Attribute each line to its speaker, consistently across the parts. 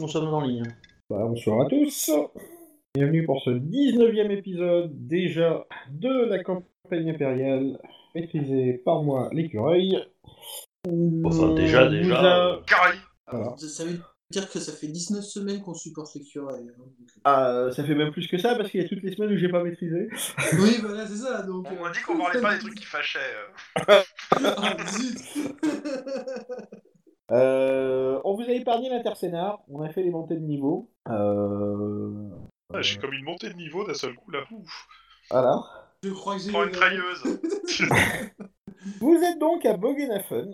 Speaker 1: Nous sommes en ligne.
Speaker 2: Bah, bonsoir à tous. Bienvenue pour ce 19e épisode déjà de la campagne impériale maîtrisée par moi, l'écureuil.
Speaker 3: Enfin, déjà,
Speaker 2: On vous
Speaker 3: déjà,
Speaker 2: a-
Speaker 3: euh,
Speaker 4: Carré.
Speaker 2: Voilà.
Speaker 1: Ah, Ça, ça veut dire que ça fait 19 semaines qu'on supporte l'écureuil. hein, donc, euh.
Speaker 2: Ah, euh, ça fait même plus que ça parce qu'il y a toutes les semaines où j'ai pas maîtrisé.
Speaker 1: euh. oui, voilà, c'est ça. Donc,
Speaker 4: On
Speaker 1: euh,
Speaker 4: m'a dit qu'on parlait pas des trucs qui fâchaient. euh.
Speaker 1: ah, zut
Speaker 2: Euh, on vous a épargné l'intercénar, on a fait les montées de niveau. Euh,
Speaker 3: Ah, J'ai comme une montée de niveau d'un seul coup là. Ouf.
Speaker 2: voilà.
Speaker 1: Je crois que j'ai. euh,
Speaker 4: Prends une trailleuse.
Speaker 2: Vous êtes donc à Bogenhafen.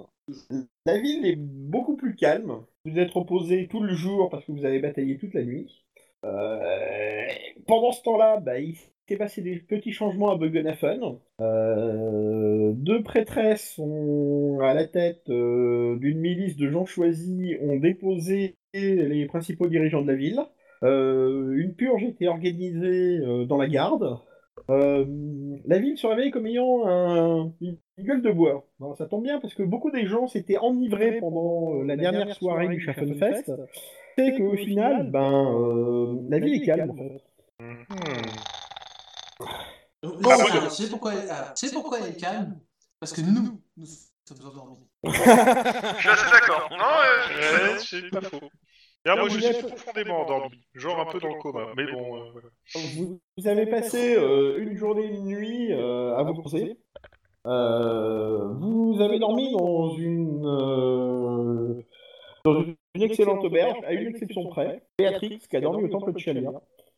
Speaker 2: La ville est beaucoup plus calme. Vous êtes reposé tout le jour parce que vous avez bataillé toute la nuit. Euh, pendant ce temps-là, bah, il s'est passé des petits changements à Bogenhafen. Euh, deux prêtresses sont à la tête euh, d'une milice de gens choisis, ont déposé les principaux dirigeants de la ville. Euh, une purge était organisée euh, dans la garde. Euh, la ville se réveille comme ayant un- une gueule de bois. Alors, ça tombe bien parce que beaucoup des gens s'étaient enivrés pendant euh, la dernière soirée du Schaffenfest. C'est qu'au final, ben, euh, la ville est calme. en fait.
Speaker 1: Bon,
Speaker 4: Ah,
Speaker 1: ça,
Speaker 4: moi,
Speaker 1: alors, Oh, tu sais pourquoi, elle- alors, tu sais pourquoi elle est calme Parce que nous, nous sommes endormis.
Speaker 4: Je suis assez d'accord. Non, euh,
Speaker 3: Ouais, c'est pas faux. Là, moi, je
Speaker 2: vous êtes-
Speaker 3: suis profondément endormi, genre un peu dans le coma. Mais bon, euh, voilà.
Speaker 2: Vous, vous avez passé euh, une journée, une nuit euh, à vous reposer. Euh, vous avez dormi dans une, euh, dans une excellente auberge, à une exception près. Béatrix qui a dormi au temple de Chalia.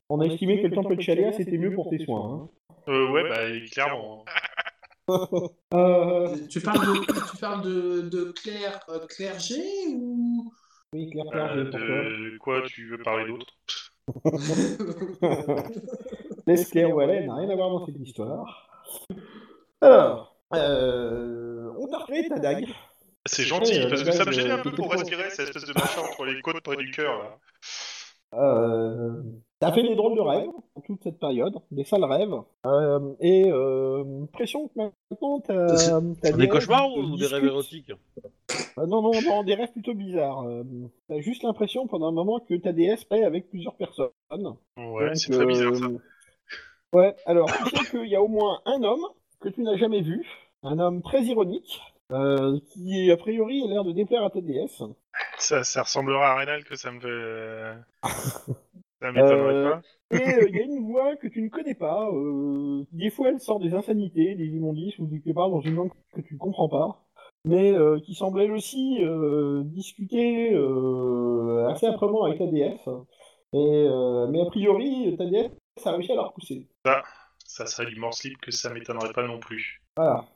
Speaker 2: On a estimé que le temple de Chalia c'était mieux pour tes soins. hein.
Speaker 3: Euh, ouais, bah et clairement. hein.
Speaker 2: Euh,
Speaker 1: Euh, Tu parles de, tu parles de, de Claire, euh, clergé ou.
Speaker 2: oui, Claire, Claire,
Speaker 3: Euh,
Speaker 2: j'ai pour toi.
Speaker 3: de quoi tu veux parler d'autre
Speaker 2: Laisse Claire ou Alain n'a rien à voir dans cette histoire. Alors, euh, on t'a retrouvé ta dague.
Speaker 3: C'est gentil,
Speaker 2: Ouais,
Speaker 3: parce que
Speaker 2: ouais,
Speaker 3: ça me
Speaker 2: ouais,
Speaker 3: gêne un
Speaker 2: ouais,
Speaker 3: peu
Speaker 2: ouais.
Speaker 3: pour respirer cette espèce de machin entre les côtes près du cœur là.
Speaker 2: Euh, T'as fait des drôles de rêves en toute cette période, des sales rêves, Euh, et euh, l'impression que maintenant t'as
Speaker 5: C'est-
Speaker 2: t'as
Speaker 5: C'est des
Speaker 2: rêves
Speaker 5: cauchemars
Speaker 2: qui
Speaker 5: ou des
Speaker 2: discutent.
Speaker 5: rêves érotiques
Speaker 2: Euh, Non, non, non, des rêves plutôt bizarres. Euh, t'as juste l'impression pendant un moment que ta déesse paie avec plusieurs personnes.
Speaker 3: Ouais,
Speaker 2: Donc,
Speaker 3: c'est très bizarre ça.
Speaker 2: euh, Ouais, alors tu sais qu'il y a au moins un homme que tu n'as jamais vu, un homme très ironique, euh, qui a priori a l'air de déplaire à ta déesse.
Speaker 3: ça. Ça ressemblera à Rénal que ça me fait. Ça m'étonnerait
Speaker 2: Euh,
Speaker 3: pas.
Speaker 2: Et il y a une voix que tu ne connais pas. euh, des fois, elle sort des insanités, des immondices ou quelque part dans une langue que tu ne comprends pas, mais euh, qui semble elle aussi euh, discuter euh, assez âprement avec ta déesse. Et, euh, mais a priori, ta déesse a réussi à la repousser.
Speaker 3: Ça serait du mort slip que ça m'étonnerait pas non plus.
Speaker 2: Voilà.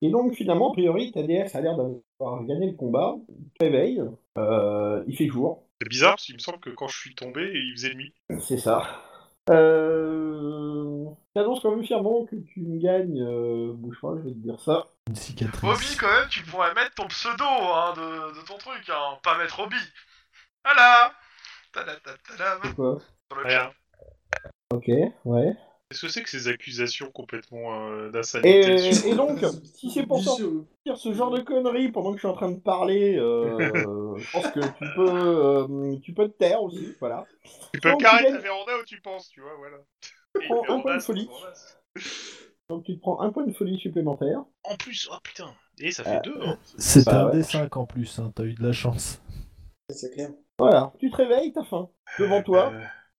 Speaker 2: Et donc, finalement, a priori, ta déesse a l'air d'avoir gagné le combat. Tu te réveilles, euh, il fait jour.
Speaker 3: C'est bizarre parce qu'il me semble que quand je suis tombé, il faisait nuit.
Speaker 2: C'est ça. Euh... T'annonces quand même fièrement que tu me gagnes, euh... bouge pas, je vais te dire ça.
Speaker 6: Une cicatrice.
Speaker 4: Bobby, quand même, tu pourrais mettre ton pseudo hein, de, de ton truc, hein. pas mettre Bobby. Voilà. Tadatatam.
Speaker 2: Quoi
Speaker 4: Sur le
Speaker 3: Rien.
Speaker 4: chat.
Speaker 2: Ok, ouais.
Speaker 3: Qu'est-ce que c'est que ces accusations complètement euh, d'insanité
Speaker 2: Et,
Speaker 3: sur-
Speaker 2: et donc, si c'est pour sortir
Speaker 1: Bisous.
Speaker 2: ce genre de conneries pendant que je suis en train de parler, euh, je pense que tu peux, euh, tu peux te taire aussi, voilà.
Speaker 3: Tu peux
Speaker 2: Donc,
Speaker 3: carrer
Speaker 2: Miguel-
Speaker 3: ta véranda où tu penses, tu vois, voilà. Et
Speaker 2: Prends un
Speaker 3: vérandas,
Speaker 2: point de folie.
Speaker 3: vérandas.
Speaker 2: Donc tu te prends un point de folie supplémentaire.
Speaker 3: En plus, oh putain, et ça
Speaker 2: Euh,
Speaker 3: fait deux. hein.
Speaker 6: C'est
Speaker 2: Bah
Speaker 6: un
Speaker 2: ouais.
Speaker 6: D5 en plus, hein, t'as eu de la chance.
Speaker 1: C'est clair.
Speaker 2: Voilà, tu te réveilles, t'as faim. Devant toi,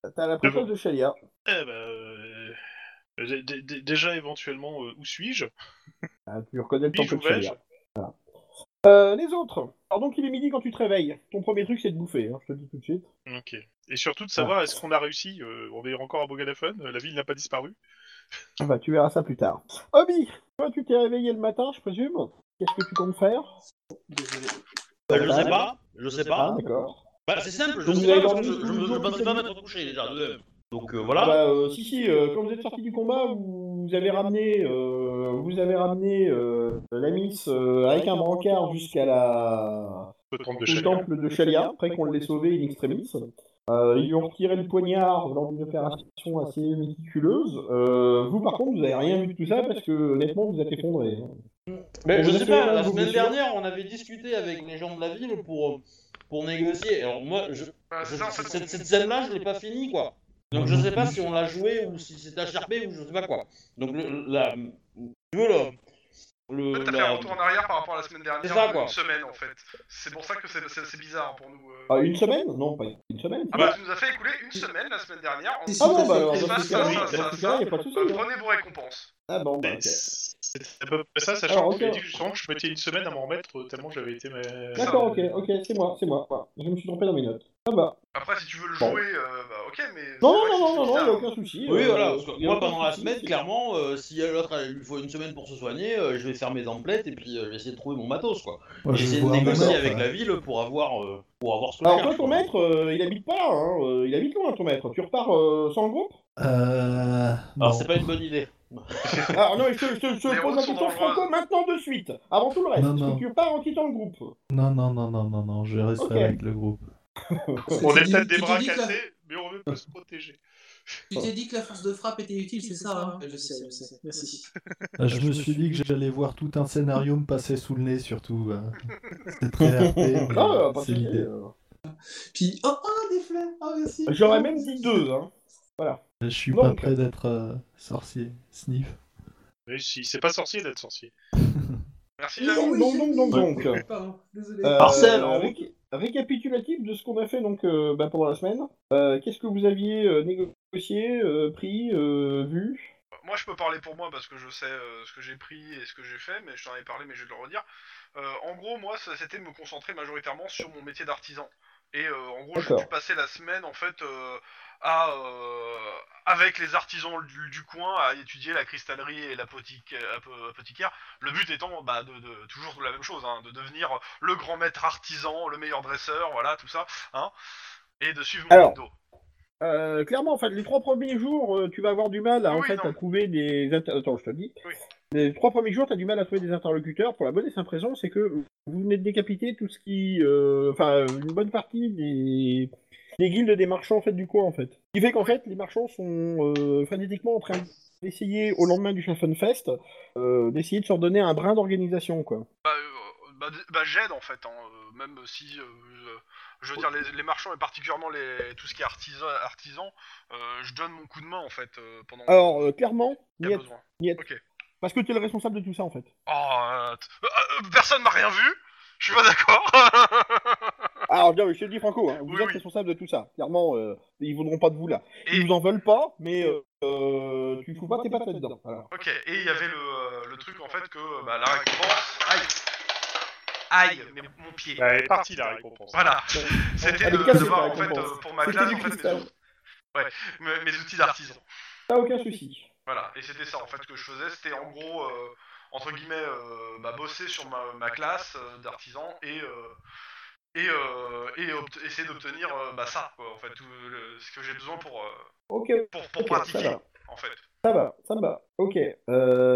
Speaker 3: Euh,
Speaker 2: t'as la princesse
Speaker 3: devant.
Speaker 2: de Chalia.
Speaker 3: eh ben, euh, d- d- d- déjà éventuellement, euh, où suis-je
Speaker 2: Ah, tu reconnais le
Speaker 3: Puis
Speaker 2: temple de
Speaker 3: où vais-je
Speaker 2: Chalia. Euh, les autres. Alors donc il est midi quand tu te réveilles. Ton premier truc c'est de bouffer, hein, je te le dis tout de suite.
Speaker 3: Ok. Et surtout de savoir
Speaker 2: Ah.
Speaker 3: est-ce qu'on a réussi. euh, on est encore à Bogadafon. La ville n'a pas disparu.
Speaker 2: Ah Bah, tu verras ça plus tard. Obi, toi, tu t'es réveillé le matin, je présume. Qu'est-ce que tu comptes faire
Speaker 1: Désolé.
Speaker 5: Bah, Je sais pas, je sais
Speaker 2: Ah,
Speaker 5: pas.
Speaker 2: d'accord.
Speaker 5: Bah, c'est simple, je
Speaker 2: Donc,
Speaker 5: sais
Speaker 2: vous
Speaker 5: pas,
Speaker 2: avez
Speaker 5: parce que
Speaker 2: dormi
Speaker 5: je
Speaker 2: tout le
Speaker 5: je- je
Speaker 2: jour,
Speaker 5: pensais
Speaker 2: toute
Speaker 5: pas
Speaker 2: la
Speaker 5: m'être couché déjà de même. Donc euh,
Speaker 2: Ah
Speaker 5: voilà.
Speaker 2: bah, euh, si, si, euh, quand vous êtes sorti du combat, vous vous avez ramené, euh, vous avez ramené euh, la miss euh, avec un brancard jusqu'à la...
Speaker 3: Peut trente de
Speaker 2: au
Speaker 3: chaleur.
Speaker 2: temple de Chalia, après qu'on l'ait sauvé in extremis. Euh, ils lui ont retiré le poignard lors d'une opération assez méticuleuse. Euh, vous, par contre, vous n'avez rien vu de tout ça parce que, honnêtement, vous êtes effondré. hein.
Speaker 5: Mais je
Speaker 2: Vous
Speaker 5: sais
Speaker 2: êtes,
Speaker 5: pas,
Speaker 2: euh,
Speaker 5: la
Speaker 2: vous
Speaker 5: semaine
Speaker 2: vous-
Speaker 5: dernière, on avait discuté avec les gens de la ville pour, euh, pour pour négocier. Alors moi, je,
Speaker 4: Voilà, c'est Ah, ça, Euh, en fait,
Speaker 5: cette, cette scène-là, je l'ai pas finie, quoi. Donc je sais pas si on l'a joué ou si c'est acharpé ou je sais pas quoi. Donc le, la, tu vois, le,
Speaker 4: En fait,
Speaker 5: le,
Speaker 4: t'as fait
Speaker 5: la-
Speaker 4: un retour en arrière par rapport à la semaine dernière,
Speaker 5: C'est ça, quoi.
Speaker 4: une semaine en fait. C'est pour ça que c'est c'est- c'est bizarre pour nous. euh.
Speaker 2: Ah, une semaine Non, pas une semaine.
Speaker 4: Ah bah, tu nous as fait écouler une semaine la semaine dernière. En...
Speaker 1: Et
Speaker 2: Ah
Speaker 1: si-
Speaker 2: bon, bah alors,
Speaker 1: Ça,
Speaker 2: dans ce
Speaker 4: ça,
Speaker 2: cas-là,
Speaker 4: ça,
Speaker 2: dans ce
Speaker 4: ça,
Speaker 2: cas-là, y a pas de souci.
Speaker 4: Euh,
Speaker 2: hein.
Speaker 4: prenez vos récompenses.
Speaker 2: Ah bon, bah,
Speaker 3: Mais
Speaker 2: ok.
Speaker 3: C'est c'est à peu près ça, sachant
Speaker 2: Alors,
Speaker 3: que tu
Speaker 2: ok.
Speaker 3: dit justement que je mettais une semaine à m'en remettre euh, tellement j'avais été. mais-
Speaker 2: D'accord, ok, ok, c'est moi, c'est moi. voilà. Je me suis trompé dans mes notes. Ah bah.
Speaker 4: Après, si tu veux le
Speaker 2: Bon.
Speaker 4: jouer, euh, bah ok, mais. c'est
Speaker 2: Non,
Speaker 4: vrai
Speaker 2: non,
Speaker 4: que
Speaker 2: non,
Speaker 4: c'est
Speaker 2: non, non, il
Speaker 4: bizarre.
Speaker 2: n'y a aucun souci.
Speaker 5: Oui,
Speaker 2: euh,
Speaker 5: voilà,
Speaker 2: euh,
Speaker 5: parce que
Speaker 2: y a
Speaker 5: moi
Speaker 2: aucun
Speaker 5: pendant la
Speaker 2: souci.
Speaker 5: semaine, clairement, euh, si à l'autre elle lui faut une semaine pour se soigner, euh, je vais faire mes emplettes et puis euh, je vais essayer de trouver mon matos, quoi.
Speaker 6: Moi, je
Speaker 5: J'essaie de
Speaker 6: vois un
Speaker 5: négocier
Speaker 6: moment,
Speaker 5: avec
Speaker 6: euh,
Speaker 5: la ville pour avoir, euh, pour avoir ce que je
Speaker 2: Alors, toi,
Speaker 5: cherche,
Speaker 2: ton
Speaker 5: quoi.
Speaker 2: maître, euh, il habite pas, hein, euh, il habite loin, ton maître. Tu repars euh, sans le groupe
Speaker 6: Euh...
Speaker 5: Alors
Speaker 6: non.
Speaker 5: c'est pas une bonne idée.
Speaker 2: Alors, non, je te, je te- je te
Speaker 4: Les
Speaker 2: pose
Speaker 4: routes
Speaker 2: la
Speaker 4: sont
Speaker 2: question
Speaker 4: dangereuses.
Speaker 2: franco maintenant de suite, avant tout le reste.
Speaker 6: Non,
Speaker 2: Est-ce
Speaker 6: non.
Speaker 2: que tu repars en quittant le groupe
Speaker 6: Non, non, non, non, non, non, je resterai
Speaker 2: Ok.
Speaker 6: avec le groupe.
Speaker 1: c'est-
Speaker 3: On
Speaker 1: tu
Speaker 3: est
Speaker 1: dis-
Speaker 3: peut-être des
Speaker 1: tu
Speaker 3: bras
Speaker 1: dis que la-
Speaker 3: cassés, mais on veut pas se protéger.
Speaker 1: Tu t'es dit que la force de frappe était utile, c'est ça hein Je sais, je sais. Merci.
Speaker 6: Ah,
Speaker 2: Bah,
Speaker 6: Je me suis dit que j'allais voir tout un scénario me passer sous le nez, surtout. euh. C'est très RP, mais
Speaker 2: Ah, parce
Speaker 6: c'est
Speaker 2: que,
Speaker 6: l'idée.
Speaker 2: euh,
Speaker 1: Puis, oh, oh, des fleurs Oh, merci
Speaker 2: J'aurais même dit deux, hein.
Speaker 6: Je suis
Speaker 2: Non,
Speaker 6: pas
Speaker 2: mais-
Speaker 6: prêt d'être euh, sorcier. Sniff.
Speaker 3: Mais si, c'est pas sorcier d'être sorcier.
Speaker 4: Merci,
Speaker 1: Oui,
Speaker 4: Jacques.
Speaker 1: Ah oui,
Speaker 2: donc,
Speaker 1: j'ai
Speaker 2: donc,
Speaker 1: dit.
Speaker 2: donc, donc.
Speaker 1: Pardon, désolé.
Speaker 2: Euh,
Speaker 5: Marcel, en
Speaker 2: ré- récapitulatif de ce qu'on a fait donc euh, bah, pendant la semaine. Euh, Qu'est-ce que vous aviez euh, négocié, euh, pris, euh, vu
Speaker 4: Moi, je peux parler pour moi parce que je sais euh, ce que j'ai pris et ce que j'ai fait, mais je t'en ai parlé, mais je vais te le redire. Euh, en gros, moi, ça, c'était de me concentrer majoritairement sur mon métier d'artisan. Et euh, en gros, j'ai
Speaker 2: D'accord.
Speaker 4: dû passer la semaine, en fait, euh, à, euh, avec les artisans du, du coin, à étudier la cristallerie et l'apothic- apo- apothicaire. Le but étant, bah, de, de- toujours la même chose, hein, de devenir le grand maître artisan, le meilleur dresseur, voilà, tout ça, hein, et de suivre mon
Speaker 2: Alors,
Speaker 4: Indo.
Speaker 2: Euh, clairement, en fait, les trois premiers jours, euh, tu vas avoir du mal à, en
Speaker 4: Ah Oui,
Speaker 2: fait,
Speaker 4: non.
Speaker 2: à trouver des. inter- Attends, je te le dis.
Speaker 4: Oui.
Speaker 2: Les trois premiers jours, tu as du mal à trouver des interlocuteurs pour la bonne et simple raison c'est que vous venez de décapiter tout ce qui. euh, Enfin, une bonne partie des... des guildes des marchands en fait, du coin, en fait. Ce qui fait qu'en fait, les marchands sont euh, frénétiquement en train d'essayer, au lendemain du Chaffenfest, Fest, euh, d'essayer de se redonner un brin d'organisation, quoi.
Speaker 4: Bah, euh, bah, d- bah, j'aide en fait, hein, euh, même si, euh, euh, je veux dire, les, les marchands et particulièrement les, tout ce qui est artisan, artisan euh, je donne mon coup de main en fait euh, pendant
Speaker 2: Alors, euh, clairement,
Speaker 4: qu'il y a besoin.
Speaker 2: Parce que tu es le responsable de tout ça en fait.
Speaker 4: Oh, euh, t- euh, euh, personne m'a rien vu Je suis pas d'accord
Speaker 2: Alors, bien, je te le dis franco, hein, vous
Speaker 4: Oui,
Speaker 2: êtes
Speaker 4: oui.
Speaker 2: responsable de tout ça. Clairement, euh, ils voudront pas de vous là.
Speaker 4: Et-
Speaker 2: Ils vous en veulent pas, mais euh, euh, tu fous pas tes patates dedans. Voilà.
Speaker 4: Ok, et il y avait le, euh, le truc en fait que euh, bah, la récompense. Aïe Aïe, mais mon pied
Speaker 3: Bah, elle est partie la récompense.
Speaker 4: Voilà C'était
Speaker 2: Elle est
Speaker 4: de,
Speaker 2: cassée,
Speaker 4: de voir
Speaker 2: la
Speaker 4: en fait
Speaker 2: récompense.
Speaker 4: euh, pour ma
Speaker 2: C'était
Speaker 4: classe
Speaker 2: du
Speaker 4: en fait, mes,
Speaker 2: cristal.
Speaker 4: outils- ouais, mes- mes outils d'artisan.
Speaker 2: T'as aucun souci.
Speaker 4: Voilà, et c'était ça en fait que je faisais, c'était en gros, euh, entre guillemets, euh, bah, bosser sur ma, ma classe euh, d'artisan et, euh, et, euh, et obt- essayer d'obtenir euh, bah, ça, quoi, en fait, tout le- ce que j'ai besoin pour, euh,
Speaker 2: Ok,
Speaker 4: pour, pour
Speaker 2: Ok,
Speaker 4: pratiquer,
Speaker 2: ça va.
Speaker 4: en fait.
Speaker 2: ça va, ça va. Ok.